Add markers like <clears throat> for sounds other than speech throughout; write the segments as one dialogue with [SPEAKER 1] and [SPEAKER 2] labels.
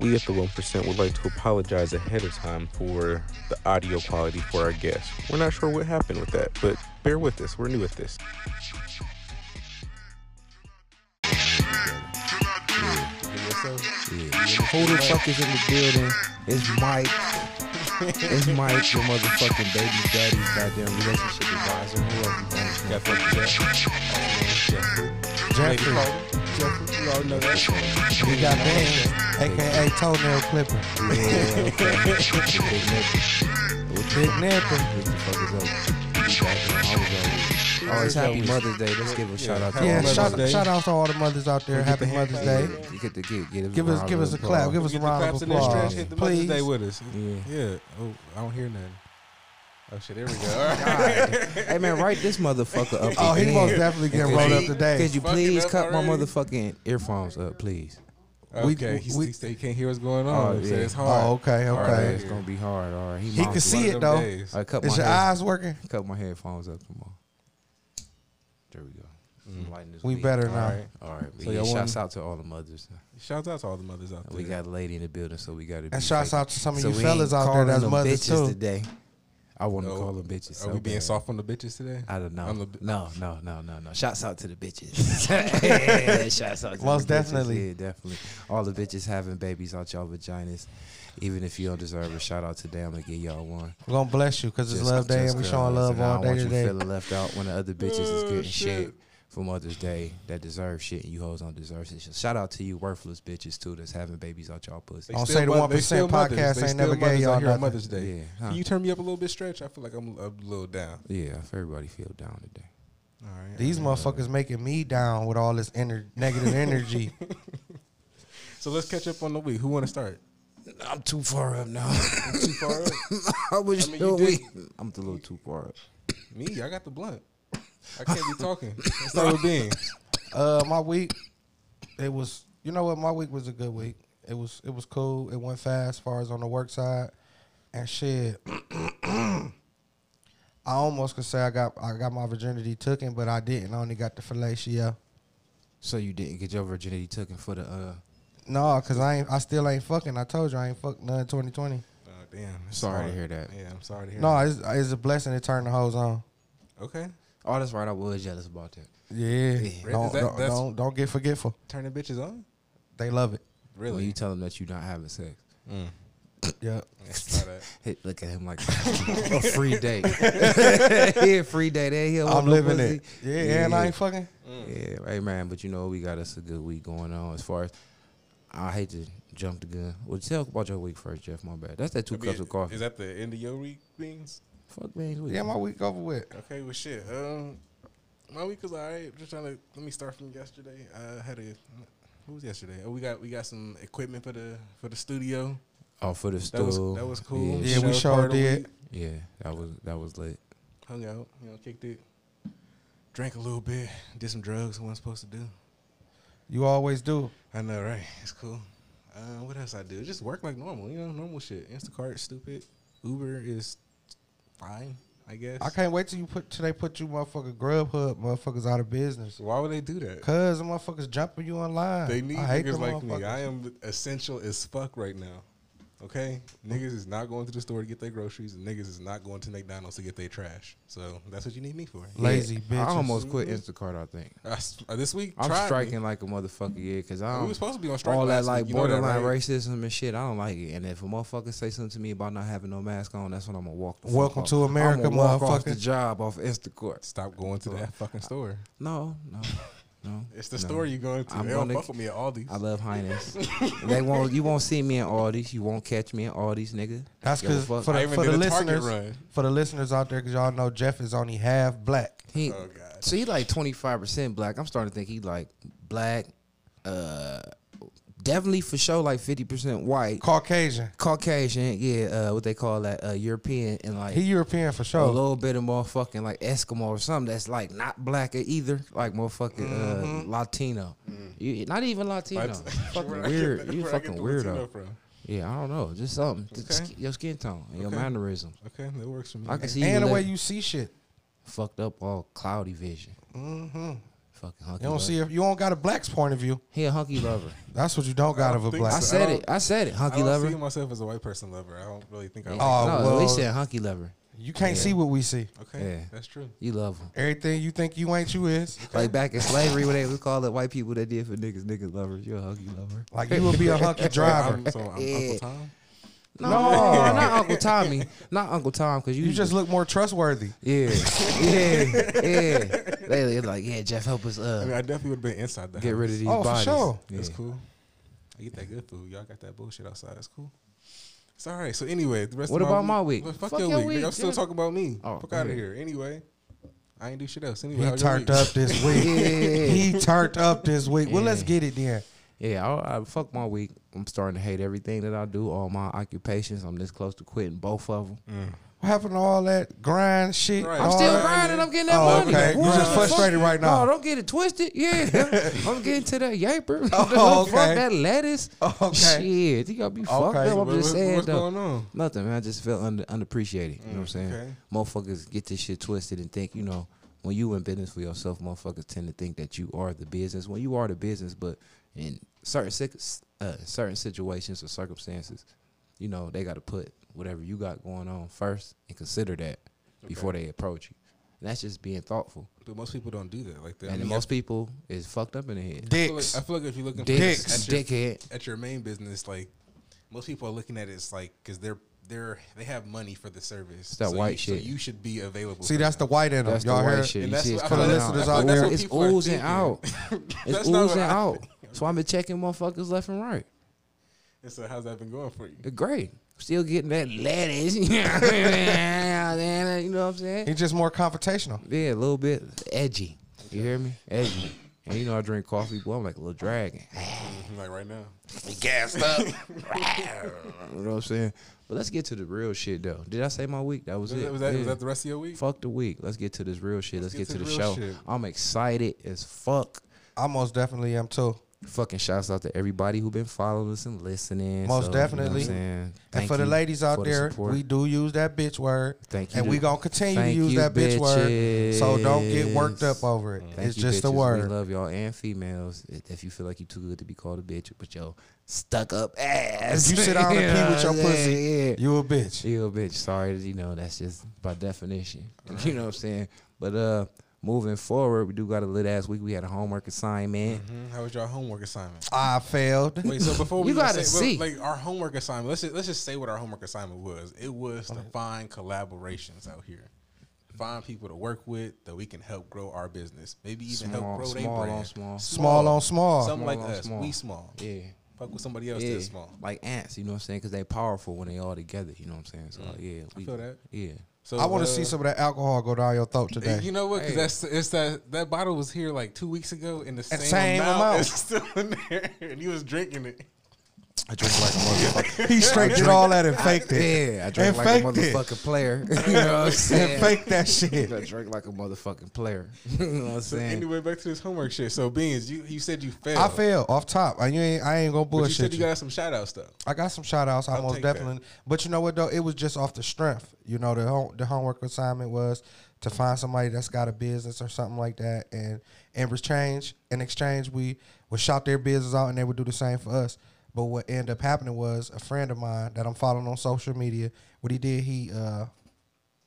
[SPEAKER 1] We at the 1% would like to apologize ahead of time for the audio quality for our guests. We're not sure what happened with that, but bear with us. We're new at this.
[SPEAKER 2] Who the fuck is in the building? It's Mike. It's Mike, your motherfucking baby daddy's goddamn relationship advisor. Who else you think? Got Jeffrey.
[SPEAKER 3] Jeffrey, you all know that.
[SPEAKER 2] We got Ben, aka Toenail Clipper. Big Nipper. Oh, it's Happy Mother's Day. Let's give a shout out to
[SPEAKER 4] Yeah,
[SPEAKER 2] all the
[SPEAKER 4] shout,
[SPEAKER 2] mothers.
[SPEAKER 4] shout out to all the mothers out there. Happy Mother's Day.
[SPEAKER 2] You get to get, get
[SPEAKER 4] Give us give us a clap. Give us
[SPEAKER 3] Get
[SPEAKER 4] a
[SPEAKER 3] the
[SPEAKER 4] round of
[SPEAKER 3] claps in that stretch.
[SPEAKER 4] applause.
[SPEAKER 3] Hit the Mother's Day
[SPEAKER 4] Please.
[SPEAKER 3] with us.
[SPEAKER 2] Yeah.
[SPEAKER 3] Yeah. Oh, I don't hear nothing. Oh shit! There we go. All right.
[SPEAKER 2] Hey man, write this motherfucker up.
[SPEAKER 4] <laughs> Oh, he
[SPEAKER 2] again.
[SPEAKER 4] most definitely getting rolled up today.
[SPEAKER 2] Could you
[SPEAKER 3] Fuck it
[SPEAKER 2] please
[SPEAKER 3] up
[SPEAKER 2] cut my
[SPEAKER 3] already.
[SPEAKER 2] motherfucking earphones up, please?
[SPEAKER 4] We-
[SPEAKER 3] Okay. He,
[SPEAKER 4] we-
[SPEAKER 3] he said he can't hear what's going on.
[SPEAKER 2] Oh,
[SPEAKER 3] He said
[SPEAKER 2] yeah.
[SPEAKER 3] it's hard.
[SPEAKER 4] Oh, okay,
[SPEAKER 3] All
[SPEAKER 2] Alright,
[SPEAKER 4] okay.
[SPEAKER 2] it's gonna be hard. All right,
[SPEAKER 4] He can see it
[SPEAKER 3] them
[SPEAKER 4] though.
[SPEAKER 3] days.
[SPEAKER 2] I cut my
[SPEAKER 4] Is your
[SPEAKER 2] head-
[SPEAKER 4] eyes working?
[SPEAKER 2] cut my headphones up tomorrow. There we go. I'm lighting this
[SPEAKER 4] Mm. We
[SPEAKER 2] weed.
[SPEAKER 4] better
[SPEAKER 3] All
[SPEAKER 4] now.
[SPEAKER 3] right.
[SPEAKER 2] All right, but
[SPEAKER 3] So
[SPEAKER 2] yeah,
[SPEAKER 3] y'all
[SPEAKER 2] shouts out to all the mothers.
[SPEAKER 3] Shout out to all the mothers out there.
[SPEAKER 2] We got a lady in the building, so we got to.
[SPEAKER 4] And shouts out to some of
[SPEAKER 2] so
[SPEAKER 4] you
[SPEAKER 2] we
[SPEAKER 4] fellas
[SPEAKER 2] ain't
[SPEAKER 4] out there
[SPEAKER 2] calling
[SPEAKER 4] that's
[SPEAKER 2] them
[SPEAKER 4] mothers
[SPEAKER 2] bitches
[SPEAKER 4] too.
[SPEAKER 2] today. I want to
[SPEAKER 3] No.
[SPEAKER 2] call them bitches.
[SPEAKER 3] Are
[SPEAKER 2] so
[SPEAKER 3] we being
[SPEAKER 2] bad.
[SPEAKER 3] soft on the bitches today?
[SPEAKER 2] I don't know.
[SPEAKER 3] I'm the bi- <laughs>
[SPEAKER 2] no, no, no, no, no. Shouts out to
[SPEAKER 4] <laughs>
[SPEAKER 2] the bitches. <laughs> yeah, shouts out to
[SPEAKER 4] Most
[SPEAKER 2] the bitches.
[SPEAKER 4] definitely.
[SPEAKER 2] Yeah, definitely. All the bitches having babies out y'all vaginas. Even if you don't deserve it, shout out to them to get y'all one.
[SPEAKER 4] We're gonna bless you because it's
[SPEAKER 2] Just-
[SPEAKER 4] Love Day
[SPEAKER 2] just
[SPEAKER 4] and we
[SPEAKER 2] girls,
[SPEAKER 4] showing love
[SPEAKER 2] and I
[SPEAKER 4] all
[SPEAKER 2] don't
[SPEAKER 4] day
[SPEAKER 2] want you
[SPEAKER 4] today.
[SPEAKER 2] feeling left out when the other bitches is
[SPEAKER 3] Oh,
[SPEAKER 2] getting
[SPEAKER 3] shit.
[SPEAKER 2] shit for Mother's Day that deserve shit and you hoes don't deserve it. Shout out to you worthless bitches too that's having babies out y'all pussy.
[SPEAKER 3] They
[SPEAKER 4] Don't
[SPEAKER 3] still
[SPEAKER 4] say the
[SPEAKER 3] mo-
[SPEAKER 4] 1%
[SPEAKER 3] they still
[SPEAKER 4] podcast
[SPEAKER 3] mothers. They
[SPEAKER 4] ain't
[SPEAKER 3] still
[SPEAKER 4] never gave
[SPEAKER 3] mothers
[SPEAKER 4] y'all
[SPEAKER 3] out here on
[SPEAKER 4] nothing.
[SPEAKER 3] Mother's Day.
[SPEAKER 2] Yeah, huh?
[SPEAKER 3] Can you turn me up a little bit, stretch? I feel like I'm a little down.
[SPEAKER 2] yeah, if everybody feel down today.
[SPEAKER 3] All right.
[SPEAKER 4] These motherfuckers making me down with all this ener- negative energy.
[SPEAKER 3] So let's catch up on the week. Who want to start?
[SPEAKER 2] I'm too far up now.
[SPEAKER 3] Too far up?
[SPEAKER 2] <laughs> I wish
[SPEAKER 3] I mean, you
[SPEAKER 2] no
[SPEAKER 3] did-
[SPEAKER 2] we I'm a little too far up.
[SPEAKER 3] Me, I got the blunt. I can't be talking. Let's start with being.
[SPEAKER 4] Uh, my week, it was. You know what? My week was a good week. It was. It was cool. It went fast, as far as on the work side, and shit. <clears throat> I almost could say I got I got my virginity taken, but I didn't. I only got the fellatio.
[SPEAKER 2] So you didn't get your virginity taken for the uh
[SPEAKER 4] No, cause I ain't. I still ain't fucking. I told you I ain't fucked none. Twenty twenty.
[SPEAKER 3] Oh, damn. It's
[SPEAKER 2] Sorry to
[SPEAKER 3] hard.
[SPEAKER 2] hear that.
[SPEAKER 3] Yeah, I'm sorry to hear
[SPEAKER 4] No, it's, it's a blessing to turn the hoes on.
[SPEAKER 3] that. Okay.
[SPEAKER 2] Oh, that's right. I was jealous about that.
[SPEAKER 4] Yeah.
[SPEAKER 2] Yeah.
[SPEAKER 4] Don't,
[SPEAKER 3] Is that-
[SPEAKER 4] don't,
[SPEAKER 3] that's-
[SPEAKER 4] don't don't get forgetful.
[SPEAKER 3] Turning bitches on?
[SPEAKER 4] They love it.
[SPEAKER 3] Really?
[SPEAKER 2] When you tell them that you're not having sex,
[SPEAKER 3] Mm.
[SPEAKER 4] Yeah.
[SPEAKER 3] Let's try that.
[SPEAKER 2] Hey, look at
[SPEAKER 3] <laughs>
[SPEAKER 2] him like a free date. yeah, free date. Hey, he don't want
[SPEAKER 4] I'm
[SPEAKER 2] no
[SPEAKER 4] living
[SPEAKER 2] pussy.
[SPEAKER 4] it. Yeah, and I ain't fucking.
[SPEAKER 2] Yeah, right, man. But you know, we got us a good week going on. As far as I hate to jump the gun. Well, tell about your week first, Jeff. My bad. That's that two
[SPEAKER 3] I mean,
[SPEAKER 2] cups of coffee.
[SPEAKER 3] Is that the end of your week things?
[SPEAKER 2] Fuck man, week.
[SPEAKER 4] Yeah, my week over with.
[SPEAKER 3] Okay, well, shit. Um, my week was all right. Just trying to let me start from yesterday. I had a who was yesterday? Oh, we got we got some equipment for the for the studio.
[SPEAKER 2] oh for the
[SPEAKER 3] That
[SPEAKER 2] stool.
[SPEAKER 3] was that was cool.
[SPEAKER 4] Yeah,
[SPEAKER 2] Yeah,
[SPEAKER 4] we
[SPEAKER 3] That was
[SPEAKER 4] sure
[SPEAKER 3] part of the
[SPEAKER 4] did.
[SPEAKER 3] week.
[SPEAKER 2] yeah, that was that was lit.
[SPEAKER 3] Hung out, you know, kicked it, drank a little bit, did some drugs. I wasn't supposed to do.
[SPEAKER 4] You always do.
[SPEAKER 3] I know, right? It's cool. Uh, what else I do? Just work like normal, you know, normal shit. Instacart, stupid. Uber is fine, I guess.
[SPEAKER 4] I can't wait till you put till they put you motherfucker Grubhub motherfuckers out of business.
[SPEAKER 3] Why would they do that?
[SPEAKER 4] Cause the motherfuckers jumping you online.
[SPEAKER 3] They need
[SPEAKER 4] I hate
[SPEAKER 3] niggas
[SPEAKER 4] them
[SPEAKER 3] like me.
[SPEAKER 4] motherfuckers.
[SPEAKER 3] I am essential as fuck right now. Okay, niggas is not going to the store to get their groceries, and niggas is not going to McDonald's to get their trash. So that's what you need me for.
[SPEAKER 4] Lazy
[SPEAKER 2] yeah,
[SPEAKER 4] bitches.
[SPEAKER 2] I almost quit Instacart. I think
[SPEAKER 3] <laughs> I s- uh, this week,
[SPEAKER 2] I'm
[SPEAKER 3] tried me.
[SPEAKER 2] striking like a motherfucker. Yeah, because I
[SPEAKER 3] We
[SPEAKER 2] don't.
[SPEAKER 3] were supposed to be on strike.
[SPEAKER 2] all that
[SPEAKER 3] last week.
[SPEAKER 2] like
[SPEAKER 3] You know that,
[SPEAKER 2] borderline
[SPEAKER 3] right?
[SPEAKER 2] racism and shit. I don't like it. And if a motherfucker say something to me about not having no mask on, that's when I'm gonna walk. The fuck
[SPEAKER 4] Welcome
[SPEAKER 2] off.
[SPEAKER 4] to America,
[SPEAKER 2] I'ma walk Off the
[SPEAKER 4] motherfucker.
[SPEAKER 2] job off Instacart.
[SPEAKER 3] Stop going to that fucking store.
[SPEAKER 2] No, no, no.
[SPEAKER 3] <laughs> It's the
[SPEAKER 2] no.
[SPEAKER 3] store you're going to.
[SPEAKER 2] I'm
[SPEAKER 3] they don't
[SPEAKER 2] gonna-
[SPEAKER 3] fuck with me at all these.
[SPEAKER 2] I love Highness. they won't. You won't see me in Aldi's. You won't catch me in Aldi's, nigga.
[SPEAKER 4] That's
[SPEAKER 2] Give a
[SPEAKER 4] cause
[SPEAKER 2] fuck.
[SPEAKER 4] for
[SPEAKER 3] I
[SPEAKER 4] the,
[SPEAKER 3] even
[SPEAKER 4] for
[SPEAKER 3] did
[SPEAKER 4] the
[SPEAKER 3] a Target
[SPEAKER 4] listeners
[SPEAKER 3] run.
[SPEAKER 4] for the listeners out there, cause y'all know Jeff is only half black.
[SPEAKER 2] He,
[SPEAKER 3] Oh, God.
[SPEAKER 2] So he like twenty five percent black. I'm starting to think he like black. Uh, definitely for sure like fifty percent white.
[SPEAKER 4] Caucasian.
[SPEAKER 2] Caucasian, yeah, uh, what they call that, uh, European, and like
[SPEAKER 4] He European for
[SPEAKER 2] a
[SPEAKER 4] sure.
[SPEAKER 2] little bit of motherfucking like Eskimo or something that's like not black either, like motherfucking
[SPEAKER 4] Mm-hmm.
[SPEAKER 2] uh, Latino.
[SPEAKER 4] Mm.
[SPEAKER 2] You, not even Latino.
[SPEAKER 3] That's-
[SPEAKER 2] <laughs>
[SPEAKER 4] <laughs>
[SPEAKER 2] fucking
[SPEAKER 3] <laughs> where I get
[SPEAKER 2] weird.
[SPEAKER 3] the-
[SPEAKER 2] You
[SPEAKER 3] where I get
[SPEAKER 2] fucking
[SPEAKER 3] the
[SPEAKER 2] weirdo.
[SPEAKER 3] Latino from.
[SPEAKER 2] Yeah, I don't know. Just something. Just
[SPEAKER 3] Okay.
[SPEAKER 2] sk- your skin tone and your
[SPEAKER 3] Okay.
[SPEAKER 2] mannerisms.
[SPEAKER 3] Okay, that works for me.
[SPEAKER 2] I can see
[SPEAKER 4] And the
[SPEAKER 2] you
[SPEAKER 4] way
[SPEAKER 2] let-
[SPEAKER 4] you see shit.
[SPEAKER 2] fucked up all cloudy vision.
[SPEAKER 4] Mm-hmm.
[SPEAKER 2] fucking hunky.
[SPEAKER 4] You don't
[SPEAKER 2] lover.
[SPEAKER 4] see if you don't got a black's point of view.
[SPEAKER 2] He a hunky lover.
[SPEAKER 4] That's what you don't got of a
[SPEAKER 3] think
[SPEAKER 4] black.
[SPEAKER 3] so.
[SPEAKER 2] I said it. I said it.
[SPEAKER 3] I
[SPEAKER 2] Hunky
[SPEAKER 3] don't
[SPEAKER 2] lover.
[SPEAKER 3] see myself as a white person lover. I don't really think I.
[SPEAKER 2] Yeah.
[SPEAKER 4] Oh,
[SPEAKER 2] no,
[SPEAKER 4] well.
[SPEAKER 2] we said hunky lover.
[SPEAKER 4] You can't
[SPEAKER 2] Yeah.
[SPEAKER 4] see what we see.
[SPEAKER 3] Okay,
[SPEAKER 2] Yeah.
[SPEAKER 3] that's true.
[SPEAKER 2] You love him.
[SPEAKER 4] Everything you think you ain't, you is.
[SPEAKER 2] Like back in slavery, when they would call it white people that did for niggas, niggas lovers. You a hunky lover?
[SPEAKER 4] Like you would be a hunky driver.
[SPEAKER 3] I'm, so I'm Uncle
[SPEAKER 2] Yeah.
[SPEAKER 3] Tom.
[SPEAKER 2] No,
[SPEAKER 4] No.
[SPEAKER 2] not Uncle Tommy, not Uncle Tom, because you,
[SPEAKER 4] You just look more trustworthy.
[SPEAKER 2] <laughs> yeah, yeah, yeah. They they like, yeah, Jeff, help us
[SPEAKER 3] I
[SPEAKER 2] uh,
[SPEAKER 3] mean, I definitely would have been inside the
[SPEAKER 2] get
[SPEAKER 3] house.
[SPEAKER 2] rid of these
[SPEAKER 4] Oh, for
[SPEAKER 2] bodies.
[SPEAKER 4] sure.
[SPEAKER 2] Yeah.
[SPEAKER 3] It's cool. I get that good food. Y'all got that bullshit outside. It's cool. It's all right. So anyway, the rest.
[SPEAKER 2] What
[SPEAKER 3] of
[SPEAKER 2] about my week?
[SPEAKER 3] Well, Fuck, your, week. nigga. I'm still
[SPEAKER 2] yeah.
[SPEAKER 3] talking about me.
[SPEAKER 2] Oh,
[SPEAKER 3] Fuck
[SPEAKER 2] go
[SPEAKER 3] out of
[SPEAKER 2] ahead.
[SPEAKER 3] here. Anyway, I ain't do shit else. Anyway,
[SPEAKER 4] He
[SPEAKER 3] how your
[SPEAKER 4] turned
[SPEAKER 3] week?
[SPEAKER 4] up this
[SPEAKER 2] <laughs>
[SPEAKER 4] week.
[SPEAKER 2] Yeah.
[SPEAKER 4] He turned up this week. Well, let's
[SPEAKER 2] Yeah.
[SPEAKER 4] get it then.
[SPEAKER 2] Yeah, I, I fuck my week. I'm starting to hate everything that I do. All my occupations. I'm this close to quitting both of them.
[SPEAKER 4] What happened to all that grind shit?
[SPEAKER 3] Right.
[SPEAKER 2] I'm
[SPEAKER 4] All
[SPEAKER 2] still
[SPEAKER 3] <laughs>
[SPEAKER 4] that-
[SPEAKER 2] grinding. I'm getting that
[SPEAKER 4] Oh,
[SPEAKER 2] money.
[SPEAKER 4] okay.
[SPEAKER 2] What
[SPEAKER 4] You just
[SPEAKER 2] the fuck?
[SPEAKER 4] frustrated right now.
[SPEAKER 2] No, don't get it twisted.
[SPEAKER 4] <laughs>
[SPEAKER 2] Yeah, I'm getting to that yaper.
[SPEAKER 4] Oh, okay.
[SPEAKER 2] <laughs> Fuck that lettuce.
[SPEAKER 4] Okay.
[SPEAKER 2] Shit, you gotta be fucked
[SPEAKER 4] Okay.
[SPEAKER 2] up. I'm
[SPEAKER 3] What-
[SPEAKER 2] just
[SPEAKER 3] what-
[SPEAKER 2] saying
[SPEAKER 3] what's
[SPEAKER 2] though.
[SPEAKER 3] going on?
[SPEAKER 2] Nothing, man. I just feel under, unappreciated. You know what I'm saying?
[SPEAKER 3] Mm, okay.
[SPEAKER 2] Motherfuckers get this shit twisted and think, you know, when you in business for yourself, motherfuckers tend to think that you are the business. When you are the business, but in certain sic- uh, certain situations or circumstances, you know, they got to put whatever you got going on first and consider that before they approach you. And that's just being thoughtful.
[SPEAKER 3] But most people don't do that. Like, the, I
[SPEAKER 2] And
[SPEAKER 3] mean,
[SPEAKER 2] most people is fucked up in the head.
[SPEAKER 3] I feel, like,
[SPEAKER 4] Dicks.
[SPEAKER 3] I feel like if you're looking
[SPEAKER 2] Dicks,
[SPEAKER 3] for at your,
[SPEAKER 2] dickhead.
[SPEAKER 3] at your main business, like most people are looking at it as like because they're they're they have money for the service.
[SPEAKER 2] that
[SPEAKER 3] so
[SPEAKER 2] white
[SPEAKER 3] you,
[SPEAKER 2] shit.
[SPEAKER 3] So you should be available.
[SPEAKER 4] See,
[SPEAKER 3] for
[SPEAKER 4] that's the
[SPEAKER 3] them.
[SPEAKER 4] white in him.
[SPEAKER 2] That's
[SPEAKER 4] Y'all
[SPEAKER 2] the
[SPEAKER 4] hear?
[SPEAKER 2] white
[SPEAKER 4] it?
[SPEAKER 2] shit.
[SPEAKER 3] And
[SPEAKER 2] You
[SPEAKER 3] that's
[SPEAKER 2] see, it's
[SPEAKER 3] Uh, what- I feel
[SPEAKER 2] coming
[SPEAKER 4] like that's-
[SPEAKER 2] out. It's
[SPEAKER 4] I feel like that's what
[SPEAKER 2] oozing- it's
[SPEAKER 3] people are
[SPEAKER 2] oozing
[SPEAKER 3] thinking.
[SPEAKER 2] out.
[SPEAKER 3] <laughs>
[SPEAKER 2] It's
[SPEAKER 3] That's not
[SPEAKER 2] oozing
[SPEAKER 3] what I-
[SPEAKER 2] out. So I've been checking motherfuckers left and right.
[SPEAKER 3] And so how's that been going for you?
[SPEAKER 2] They're Great. Still getting that lettuce. <laughs> you know what I'm saying?
[SPEAKER 4] He's just more confrontational.
[SPEAKER 2] Yeah, a little bit edgy. You hear me? Edgy. And you know I drink coffee, boy. I'm like a little dragon.
[SPEAKER 3] Like right now.
[SPEAKER 2] Gassed up. you know what I'm saying? But let's get to the real shit though. Did I say my week? That was
[SPEAKER 3] Was
[SPEAKER 2] it.
[SPEAKER 3] that, was, that, was
[SPEAKER 2] Yeah.
[SPEAKER 3] that the rest of your week?
[SPEAKER 2] Fuck the week. Let's get to this real shit. Let's, get, to, the,
[SPEAKER 3] real
[SPEAKER 2] show.
[SPEAKER 3] shit.
[SPEAKER 2] I'm excited as fuck.
[SPEAKER 4] I most definitely am too.
[SPEAKER 2] Fucking shouts out to everybody who been following us and listening.
[SPEAKER 4] Most
[SPEAKER 2] So,
[SPEAKER 4] definitely.
[SPEAKER 2] You know what I'm saying?
[SPEAKER 4] And
[SPEAKER 2] Thank
[SPEAKER 4] for the
[SPEAKER 2] you
[SPEAKER 4] ladies out
[SPEAKER 2] for the
[SPEAKER 4] there,
[SPEAKER 2] support.
[SPEAKER 4] we do use that bitch word.
[SPEAKER 2] Thank you
[SPEAKER 4] And
[SPEAKER 2] to-
[SPEAKER 4] we gonna continue to
[SPEAKER 2] Thank
[SPEAKER 4] use
[SPEAKER 2] you,
[SPEAKER 4] that bitch word. So don't get worked
[SPEAKER 2] bitches.
[SPEAKER 4] up over it.
[SPEAKER 2] Thank
[SPEAKER 4] it's
[SPEAKER 2] you,
[SPEAKER 4] just a
[SPEAKER 2] bitches.
[SPEAKER 4] word.
[SPEAKER 2] We love y'all and females. If- If you feel like you too good to be called a bitch, but yo, stuck up ass.
[SPEAKER 4] If you sit down and pee with your
[SPEAKER 2] <laughs> know what I'm
[SPEAKER 4] pussy,
[SPEAKER 2] saying?
[SPEAKER 4] you a bitch.
[SPEAKER 2] Yeah. You a bitch. Sorry, you know, that's just by definition. <laughs> You know what I'm saying? But uh moving forward, we do got a lit ass week. We had a homework assignment.
[SPEAKER 4] Mm-hmm.
[SPEAKER 3] Mhm. How was your homework
[SPEAKER 2] <laughs>
[SPEAKER 3] assignment?
[SPEAKER 4] I failed.
[SPEAKER 3] Wait, so before we
[SPEAKER 2] You gotta
[SPEAKER 3] say, well,
[SPEAKER 2] see.
[SPEAKER 3] like our homework assignment, let's just, let's just say what our homework assignment was. It was to find collaborations out here, find people to work with that we can help grow our business, maybe even
[SPEAKER 2] Small-
[SPEAKER 3] help grow their
[SPEAKER 2] small on
[SPEAKER 3] brand.
[SPEAKER 2] small.
[SPEAKER 4] Small on small.
[SPEAKER 3] Something
[SPEAKER 2] Small
[SPEAKER 3] like
[SPEAKER 2] on
[SPEAKER 3] us,
[SPEAKER 2] small.
[SPEAKER 3] we small.
[SPEAKER 2] Yeah.
[SPEAKER 3] Fuck with somebody else
[SPEAKER 2] Yeah,
[SPEAKER 3] that's small.
[SPEAKER 2] like ants, you know what I'm saying? Because they powerful when they all together, you know what I'm saying? So
[SPEAKER 4] Mm.
[SPEAKER 2] yeah, we,
[SPEAKER 3] feel that.
[SPEAKER 2] Yeah,
[SPEAKER 3] So
[SPEAKER 4] I want
[SPEAKER 3] uh,
[SPEAKER 4] to see some of that alcohol go down your throat today.
[SPEAKER 3] You know what? Because
[SPEAKER 2] Hey.
[SPEAKER 3] that's it's that that bottle was here like two weeks ago, and the same,
[SPEAKER 4] same
[SPEAKER 3] amount,
[SPEAKER 4] amount.
[SPEAKER 3] is <laughs> still in there, and he was drinking it.
[SPEAKER 2] I drink like a motherfucker.
[SPEAKER 4] he straight did all that and faked it.
[SPEAKER 2] Yeah, I drink like a
[SPEAKER 4] faked it.
[SPEAKER 2] motherfucking player. <laughs> You know what I'm
[SPEAKER 4] And
[SPEAKER 2] saying?
[SPEAKER 4] faked that shit.
[SPEAKER 2] I drink like a motherfucking player. <laughs> you know what I'm
[SPEAKER 3] So
[SPEAKER 2] saying?
[SPEAKER 3] anyway, back to this homework shit. So beans, you you said you failed.
[SPEAKER 4] I failed off top. I, you ain't, I ain't gonna
[SPEAKER 3] But you
[SPEAKER 4] bullshit
[SPEAKER 3] said
[SPEAKER 4] you.
[SPEAKER 3] you got some shout outs though.
[SPEAKER 4] I got some shout outs. I
[SPEAKER 3] I'll
[SPEAKER 4] most
[SPEAKER 3] take that.
[SPEAKER 4] definitely. But you know what though? It was just off the strength. You know, the home, the homework assignment was to find somebody that's got a business or something like that. And in exchange, in exchange, we would shout their business out, and they would do the same for us. But what ended up happening was a friend of mine that I'm following on social media. What he did, he uh,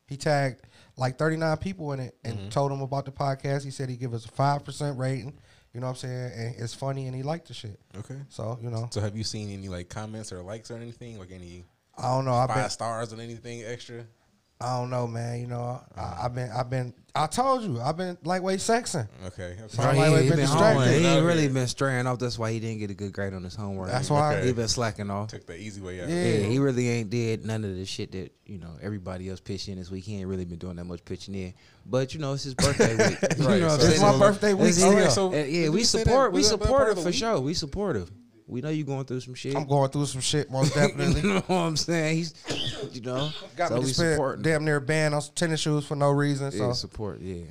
[SPEAKER 4] he tagged like 39 people in it and
[SPEAKER 3] Mm-hmm.
[SPEAKER 4] told them about the podcast. He said he give us a five percent rating. You know what I'm saying? And it's funny, and he liked the shit.
[SPEAKER 3] Okay.
[SPEAKER 4] So you know,
[SPEAKER 3] So have you seen any like comments or likes or anything? Like any
[SPEAKER 4] I don't know. I've
[SPEAKER 3] five
[SPEAKER 4] been
[SPEAKER 3] stars or anything extra?
[SPEAKER 4] I don't know, man. You know,
[SPEAKER 3] Mm.
[SPEAKER 4] I, I've been, I've been, I told you, I've been lightweight sexing.
[SPEAKER 3] Okay.
[SPEAKER 4] Right.
[SPEAKER 2] he,
[SPEAKER 4] Probably
[SPEAKER 2] he
[SPEAKER 4] been
[SPEAKER 2] been
[SPEAKER 4] distracted.
[SPEAKER 2] homework. He
[SPEAKER 3] Out
[SPEAKER 2] ain't
[SPEAKER 3] here.
[SPEAKER 2] really been straying off. That's why he didn't get a good grade on his homework.
[SPEAKER 4] That's why.
[SPEAKER 2] he been slacking off.
[SPEAKER 3] Took the easy way out.
[SPEAKER 4] Yeah.
[SPEAKER 2] Yeah, he really ain't did none of the shit that you know everybody else pitched in this week. He ain't really been doing that much pitching in, but you know it's his birthday
[SPEAKER 3] <laughs>
[SPEAKER 2] week. You
[SPEAKER 3] Right,
[SPEAKER 2] know what I'm
[SPEAKER 3] so
[SPEAKER 2] saying?
[SPEAKER 3] it's my Oh,
[SPEAKER 4] birthday week
[SPEAKER 2] It's-
[SPEAKER 4] still.
[SPEAKER 2] yeah,
[SPEAKER 3] So,
[SPEAKER 2] uh, yeah,
[SPEAKER 3] did
[SPEAKER 2] we
[SPEAKER 3] you say that-
[SPEAKER 2] supportive. We
[SPEAKER 3] was that part of
[SPEAKER 2] supportive
[SPEAKER 3] the
[SPEAKER 2] for
[SPEAKER 3] week?
[SPEAKER 2] sure. We supportive. We know you going through some shit.
[SPEAKER 4] I'm
[SPEAKER 3] Mm.
[SPEAKER 4] going through some shit, most
[SPEAKER 2] <laughs> you
[SPEAKER 3] <laughs>
[SPEAKER 4] definitely.
[SPEAKER 2] know what I'm saying? He's, you
[SPEAKER 3] <coughs>
[SPEAKER 2] know,
[SPEAKER 4] Got
[SPEAKER 2] so
[SPEAKER 4] me
[SPEAKER 2] we
[SPEAKER 4] to spend
[SPEAKER 2] supporting.
[SPEAKER 4] damn near banned on some tennis shoes for no reason. So
[SPEAKER 2] Yeah, support. Yeah,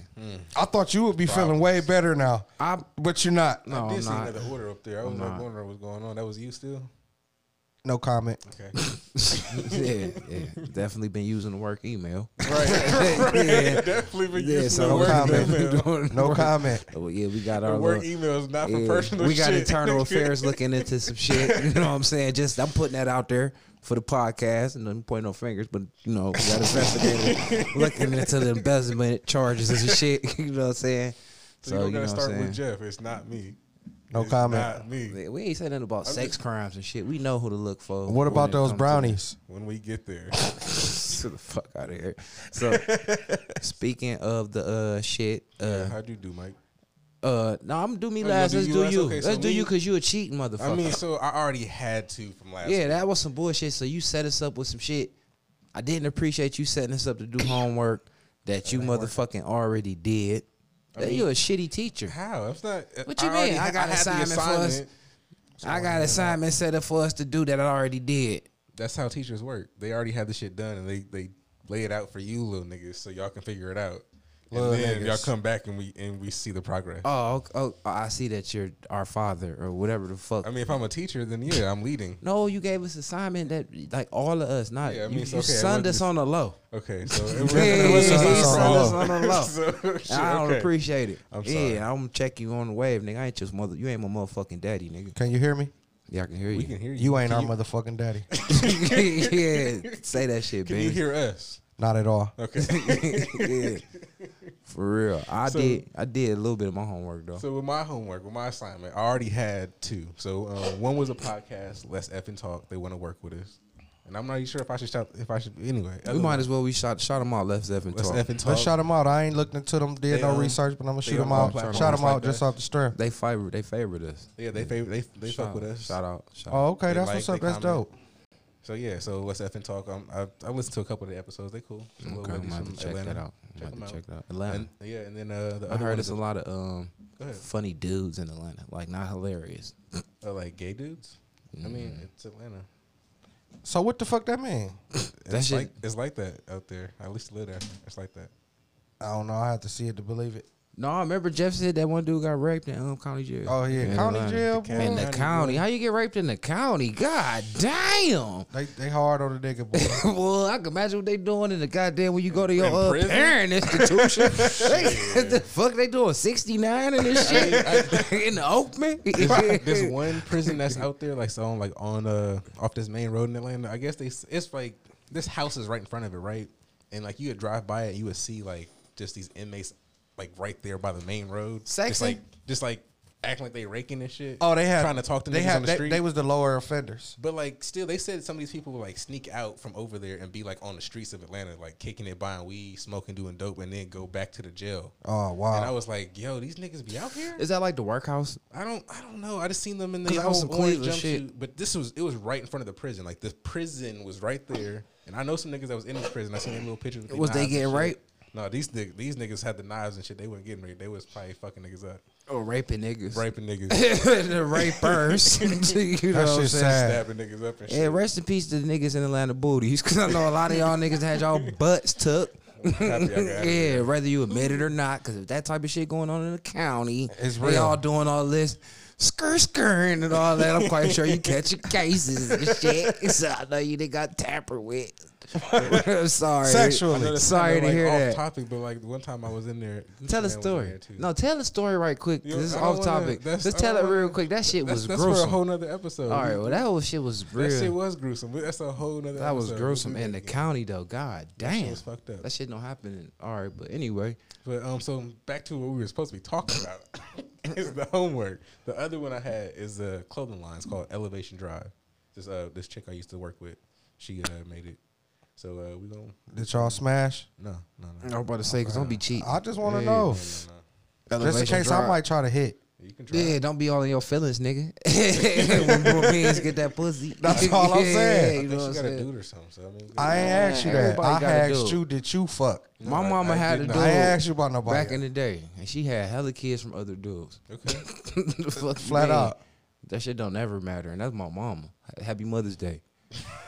[SPEAKER 4] I thought you would be feeling way better now,
[SPEAKER 2] I
[SPEAKER 4] but you're not.
[SPEAKER 2] no,
[SPEAKER 3] Hmm. I
[SPEAKER 2] I'm
[SPEAKER 3] did see
[SPEAKER 2] not.
[SPEAKER 3] another order up there. I was
[SPEAKER 2] Oh, I'm
[SPEAKER 3] like
[SPEAKER 2] not.
[SPEAKER 3] wondering what's going on. That was you still.
[SPEAKER 4] No
[SPEAKER 3] <laughs>
[SPEAKER 4] comment.
[SPEAKER 2] <laughs>
[SPEAKER 3] Okay.
[SPEAKER 2] <laughs> yeah, yeah. Definitely been using the work email.
[SPEAKER 3] <laughs>
[SPEAKER 2] <laughs>
[SPEAKER 3] Right.
[SPEAKER 2] yeah.
[SPEAKER 3] Definitely been
[SPEAKER 2] Yeah,
[SPEAKER 3] using
[SPEAKER 2] so
[SPEAKER 3] the
[SPEAKER 2] no
[SPEAKER 3] work
[SPEAKER 4] comment.
[SPEAKER 2] <laughs>
[SPEAKER 3] email.
[SPEAKER 4] No comment.
[SPEAKER 2] Oh, yeah, we got
[SPEAKER 3] The
[SPEAKER 2] our
[SPEAKER 3] work
[SPEAKER 2] little,
[SPEAKER 3] email is not for
[SPEAKER 2] yeah,
[SPEAKER 3] personal
[SPEAKER 2] We got
[SPEAKER 3] shit. <laughs>
[SPEAKER 2] internal affairs looking into some shit. You know what I'm saying? Just I'm putting that out there for the podcast, and I'm pointing no fingers, but you know, we got investigated
[SPEAKER 3] <laughs>
[SPEAKER 2] looking into the embezzlement charges and shit. <laughs> You know what I'm saying?
[SPEAKER 3] So, you're
[SPEAKER 2] know
[SPEAKER 3] gonna
[SPEAKER 2] what I'm
[SPEAKER 3] start with
[SPEAKER 2] saying?
[SPEAKER 3] Jeff. It's not me.
[SPEAKER 4] No
[SPEAKER 3] It's
[SPEAKER 4] comment.
[SPEAKER 3] Not me.
[SPEAKER 2] Yeah, We ain't saying nothing about sex crimes and shit. We know who to look for.
[SPEAKER 4] What
[SPEAKER 2] when
[SPEAKER 4] about
[SPEAKER 2] it
[SPEAKER 4] those
[SPEAKER 2] comes to- <laughs>
[SPEAKER 4] brownies?
[SPEAKER 3] When we get there,
[SPEAKER 2] to the fuck out of here. So
[SPEAKER 4] <laughs>
[SPEAKER 2] speaking of the uh shit, uh
[SPEAKER 3] how'd you do, Mike?
[SPEAKER 2] uh no, I'm gonna do me
[SPEAKER 3] Oh, you
[SPEAKER 2] last. Let's
[SPEAKER 3] gonna do
[SPEAKER 2] do
[SPEAKER 3] you last?
[SPEAKER 2] you.
[SPEAKER 3] Okay, so
[SPEAKER 2] Let's do
[SPEAKER 3] me-
[SPEAKER 2] you because you a cheating motherfucker.
[SPEAKER 3] I mean, <laughs> so I already had to from last.
[SPEAKER 2] yeah, that was some bullshit. So you set us up with some shit. I didn't appreciate you setting us up to do homework that you motherfucking already did. That you a shitty teacher.
[SPEAKER 3] How? It's not.
[SPEAKER 2] What you
[SPEAKER 3] already
[SPEAKER 2] mean? I
[SPEAKER 3] had-
[SPEAKER 2] got
[SPEAKER 3] had the
[SPEAKER 2] assignment for us. I got assignment set up for us to do that I already did.
[SPEAKER 3] That's how teachers work. They already have the shit done, and they they lay it out for you, little niggas, so y'all can figure it out.
[SPEAKER 4] Little
[SPEAKER 3] and then
[SPEAKER 4] niggas.
[SPEAKER 3] y'all come back and we and we see the progress.
[SPEAKER 2] Oh, ok- oh, I see that you're our father or whatever the fuck.
[SPEAKER 3] I mean, if I'm a teacher, then yeah, I'm leading.
[SPEAKER 2] No, you gave us assignment that like all of us, not
[SPEAKER 3] Yeah, I mean,
[SPEAKER 2] you,
[SPEAKER 3] it's
[SPEAKER 2] you
[SPEAKER 3] okay, it
[SPEAKER 2] sunned us
[SPEAKER 3] wasn't-
[SPEAKER 2] on the low. <laughs>
[SPEAKER 3] Okay, so it was,
[SPEAKER 2] Yeah,
[SPEAKER 3] it was
[SPEAKER 2] yeah,
[SPEAKER 3] just
[SPEAKER 2] yeah,
[SPEAKER 3] us
[SPEAKER 2] he
[SPEAKER 3] for
[SPEAKER 2] sent
[SPEAKER 3] all.
[SPEAKER 2] us on
[SPEAKER 3] <laughs>
[SPEAKER 2] the low.
[SPEAKER 3] So, shit,
[SPEAKER 2] I don't
[SPEAKER 3] okay.
[SPEAKER 2] appreciate it.
[SPEAKER 3] I'm sorry.
[SPEAKER 2] yeah, I'm gonna check you on the wave, nigga. I ain't just mother. You ain't my motherfucking daddy, nigga.
[SPEAKER 4] Can you hear me?
[SPEAKER 2] Yeah, I can hear
[SPEAKER 3] We
[SPEAKER 2] you.
[SPEAKER 3] can hear you.
[SPEAKER 4] You ain't
[SPEAKER 3] Can
[SPEAKER 4] our
[SPEAKER 3] you-
[SPEAKER 4] motherfucking daddy.
[SPEAKER 2] <laughs> yeah, say that shit,
[SPEAKER 3] Can you
[SPEAKER 2] baby.
[SPEAKER 3] hear us?
[SPEAKER 4] Not at all.
[SPEAKER 3] Okay.
[SPEAKER 2] <laughs> yeah, for real. I
[SPEAKER 3] So-
[SPEAKER 2] did. I did a little bit of my homework though.
[SPEAKER 3] so with my homework, with my assignment, I already had two. So um, one was a podcast, Let's F and Talk. They want to work with us, and I'm not even sure if I should shout if I should anyway.
[SPEAKER 2] we might as well we shot shot them out left, left, and
[SPEAKER 3] Let's
[SPEAKER 2] talk.
[SPEAKER 3] F and Talk.
[SPEAKER 4] Let's shout them out. I ain't looked into them, did
[SPEAKER 3] They
[SPEAKER 4] no
[SPEAKER 3] own-
[SPEAKER 4] research, but I'm gonna shoot
[SPEAKER 3] own
[SPEAKER 4] them
[SPEAKER 3] all
[SPEAKER 4] out.
[SPEAKER 3] platforms
[SPEAKER 4] Shout them
[SPEAKER 3] like
[SPEAKER 4] out just
[SPEAKER 3] that.
[SPEAKER 4] off the strength.
[SPEAKER 2] They favored. They favored us.
[SPEAKER 3] Yeah, they favor they they
[SPEAKER 2] Shout
[SPEAKER 3] fuck with
[SPEAKER 2] out-
[SPEAKER 3] us.
[SPEAKER 2] Shout out. Shout out.
[SPEAKER 4] Oh, okay,
[SPEAKER 3] They
[SPEAKER 4] that's
[SPEAKER 3] like,
[SPEAKER 4] what's up.
[SPEAKER 3] they
[SPEAKER 4] That's
[SPEAKER 3] comment.
[SPEAKER 4] dope.
[SPEAKER 3] So yeah, so let's F and talk. Um, I I listened to a couple of the episodes. They cool. Some little
[SPEAKER 2] Okay, I'm
[SPEAKER 3] ladies
[SPEAKER 2] about to
[SPEAKER 3] from
[SPEAKER 2] check
[SPEAKER 3] Atlanta.
[SPEAKER 2] that out. I'm
[SPEAKER 3] Check
[SPEAKER 2] about to
[SPEAKER 3] them out.
[SPEAKER 2] check that out. Atlanta.
[SPEAKER 3] And, yeah, and then uh, the
[SPEAKER 2] I
[SPEAKER 3] other one
[SPEAKER 2] heard
[SPEAKER 3] is
[SPEAKER 2] it's a lot of um
[SPEAKER 3] Go ahead.
[SPEAKER 2] funny dudes in Atlanta, like not hilarious.
[SPEAKER 3] uh, like gay dudes. I
[SPEAKER 2] Mm.
[SPEAKER 3] mean, it's Atlanta.
[SPEAKER 4] So what the fuck that mean?
[SPEAKER 2] That
[SPEAKER 3] it's
[SPEAKER 2] shit-
[SPEAKER 3] like it's like that out there. I used to live there. It's like that.
[SPEAKER 4] I don't know. I have to see it to believe it.
[SPEAKER 2] No, I remember Jeff said that one dude got raped in um county jail.
[SPEAKER 4] Oh yeah,
[SPEAKER 2] In
[SPEAKER 4] county
[SPEAKER 2] Atlanta.
[SPEAKER 4] jail.
[SPEAKER 3] The
[SPEAKER 4] boy.
[SPEAKER 2] In the
[SPEAKER 3] County
[SPEAKER 2] county, how you get raped in the county? God damn! <laughs>
[SPEAKER 4] They they hard on the nigga. Boy.
[SPEAKER 2] well, I can imagine what they doing in the goddamn when you go to your
[SPEAKER 3] In
[SPEAKER 2] uh,
[SPEAKER 3] prison?
[SPEAKER 2] parent <laughs> institution. They- the fuck they doing sixty nine and <laughs> this shit in the open? <laughs>
[SPEAKER 3] There's one
[SPEAKER 4] <laughs>
[SPEAKER 3] prison that's out there, like so on like on uh off this main road in Atlanta. I guess they s- it's like this house is right in front of it, right? And like you would drive by it, you would see like just these inmates like right there by the main road. Just
[SPEAKER 2] Sexy?
[SPEAKER 3] like just like acting like they raking and shit.
[SPEAKER 4] <laughs> Oh, they had
[SPEAKER 3] trying to talk to
[SPEAKER 4] they
[SPEAKER 3] niggas
[SPEAKER 4] had-
[SPEAKER 3] on the
[SPEAKER 4] they,
[SPEAKER 3] street.
[SPEAKER 4] They was the lower offenders.
[SPEAKER 3] but like still they said some of these people would like sneak out from over there and be like on the streets of Atlanta, like kicking it, buying weed, smoking, doing dope, and then go back to the jail.
[SPEAKER 4] Oh
[SPEAKER 3] And I
[SPEAKER 4] wow.
[SPEAKER 3] was like, yo, these niggas be out here?
[SPEAKER 2] Is that like the workhouse?
[SPEAKER 3] I don't I don't know. I just seen them in the
[SPEAKER 2] 'Cause I was
[SPEAKER 3] whole
[SPEAKER 2] in
[SPEAKER 3] orange
[SPEAKER 2] Cleveland,
[SPEAKER 3] jumpsuit.
[SPEAKER 2] shit.
[SPEAKER 3] But this was it was right in front of the prison. Like the prison was right there. And I know some niggas that was in this prison. I seen their little pictures. With their
[SPEAKER 2] Was they
[SPEAKER 3] knives and
[SPEAKER 2] getting
[SPEAKER 3] shit.
[SPEAKER 2] raped?
[SPEAKER 3] No, these niggas, these niggas had the knives and shit. They weren't getting raped. They was probably fucking
[SPEAKER 2] <laughs>
[SPEAKER 3] niggas up,
[SPEAKER 2] Or raping niggas?
[SPEAKER 3] raping
[SPEAKER 2] <laughs>
[SPEAKER 3] niggas,
[SPEAKER 2] the
[SPEAKER 3] <laughs>
[SPEAKER 2] rapers. <laughs> you know
[SPEAKER 4] That
[SPEAKER 2] what I'm
[SPEAKER 4] shit's
[SPEAKER 2] saying?
[SPEAKER 4] sad.
[SPEAKER 3] stabbing niggas up and shit.
[SPEAKER 2] Yeah, rest in peace to the niggas in Atlanta booties, because I know a lot of y'all niggas had
[SPEAKER 3] <laughs>
[SPEAKER 2] y'all butts took.
[SPEAKER 3] Happy
[SPEAKER 2] <laughs>
[SPEAKER 3] I got out of here.
[SPEAKER 2] yeah, whether you admit it or not, because if that type of shit going on in the county,
[SPEAKER 4] It's
[SPEAKER 2] they
[SPEAKER 4] real.
[SPEAKER 2] all doing all this skir skirring and all that. I'm quite sure you catching cases and shit. <laughs> So I know you done got tampered with. <laughs> I'm sorry.
[SPEAKER 4] Sexually.
[SPEAKER 3] I know that's
[SPEAKER 2] Sorry
[SPEAKER 3] kinda,
[SPEAKER 2] to
[SPEAKER 3] like,
[SPEAKER 2] hear
[SPEAKER 3] off
[SPEAKER 2] that.
[SPEAKER 3] topic, but like one time I was in there. Gucci
[SPEAKER 2] Tell the
[SPEAKER 3] Man was in
[SPEAKER 2] story.
[SPEAKER 3] there, too.
[SPEAKER 2] No, tell the story right quick. 'cause
[SPEAKER 3] Yo,
[SPEAKER 2] This is
[SPEAKER 3] I don't
[SPEAKER 2] off
[SPEAKER 3] wanna-
[SPEAKER 2] topic.
[SPEAKER 3] that's-
[SPEAKER 2] Let's
[SPEAKER 3] I
[SPEAKER 2] tell it
[SPEAKER 3] don't wanna-
[SPEAKER 2] real quick. That shit
[SPEAKER 3] That's,
[SPEAKER 2] was
[SPEAKER 3] that's
[SPEAKER 2] gruesome.
[SPEAKER 3] for a whole nother episode.
[SPEAKER 2] all right, well, that whole shit was
[SPEAKER 3] that
[SPEAKER 2] real.
[SPEAKER 3] shit was gruesome. That's a whole nother.
[SPEAKER 2] That was
[SPEAKER 3] episode.
[SPEAKER 2] gruesome
[SPEAKER 3] We'll do
[SPEAKER 2] in
[SPEAKER 3] that
[SPEAKER 2] the
[SPEAKER 3] again.
[SPEAKER 2] county though. God damn,
[SPEAKER 3] was fucked up.
[SPEAKER 2] That shit don't happen. In, all right, but anyway,
[SPEAKER 3] But um, so back to what we were supposed to be talking about <laughs> is the homework. The other one I had is a clothing line. It's called Elevation Drive. This uh, this chick I used to work with, she uh, made it. So uh, we gonna
[SPEAKER 4] Did y'all smash?
[SPEAKER 3] no no no.
[SPEAKER 2] I'm about to say because don't be cheating.
[SPEAKER 4] I just want to
[SPEAKER 2] Yeah.
[SPEAKER 4] know.
[SPEAKER 3] no,
[SPEAKER 4] Just in
[SPEAKER 2] Elevation
[SPEAKER 4] case I
[SPEAKER 2] drive.
[SPEAKER 4] might try to hit.
[SPEAKER 3] You can try.
[SPEAKER 2] Yeah, don't be all in your
[SPEAKER 4] <laughs>
[SPEAKER 2] feelings, nigga. <laughs> when more men get that pussy,
[SPEAKER 4] That's all
[SPEAKER 2] <laughs>
[SPEAKER 4] I'm saying.
[SPEAKER 3] I
[SPEAKER 2] you
[SPEAKER 3] think
[SPEAKER 2] know
[SPEAKER 3] she
[SPEAKER 2] what
[SPEAKER 3] got
[SPEAKER 2] I'm
[SPEAKER 3] a
[SPEAKER 2] saying?
[SPEAKER 3] dude or something. So I mean,
[SPEAKER 4] I ain't asked you that.
[SPEAKER 2] Everybody
[SPEAKER 4] I
[SPEAKER 2] got a
[SPEAKER 4] asked
[SPEAKER 2] dude.
[SPEAKER 4] you, did you fuck?
[SPEAKER 2] My
[SPEAKER 3] I-
[SPEAKER 2] mama
[SPEAKER 3] I
[SPEAKER 2] had a
[SPEAKER 3] did
[SPEAKER 2] dude
[SPEAKER 3] not.
[SPEAKER 4] I ain't asked you about nobody.
[SPEAKER 2] back in the day, and she had hella kids from other dudes. <laughs>
[SPEAKER 3] okay.
[SPEAKER 4] <laughs>
[SPEAKER 2] The fuck you
[SPEAKER 4] Flat
[SPEAKER 2] mean?
[SPEAKER 4] out.
[SPEAKER 2] that shit don't ever matter, and that's my mama. Happy Mother's Day.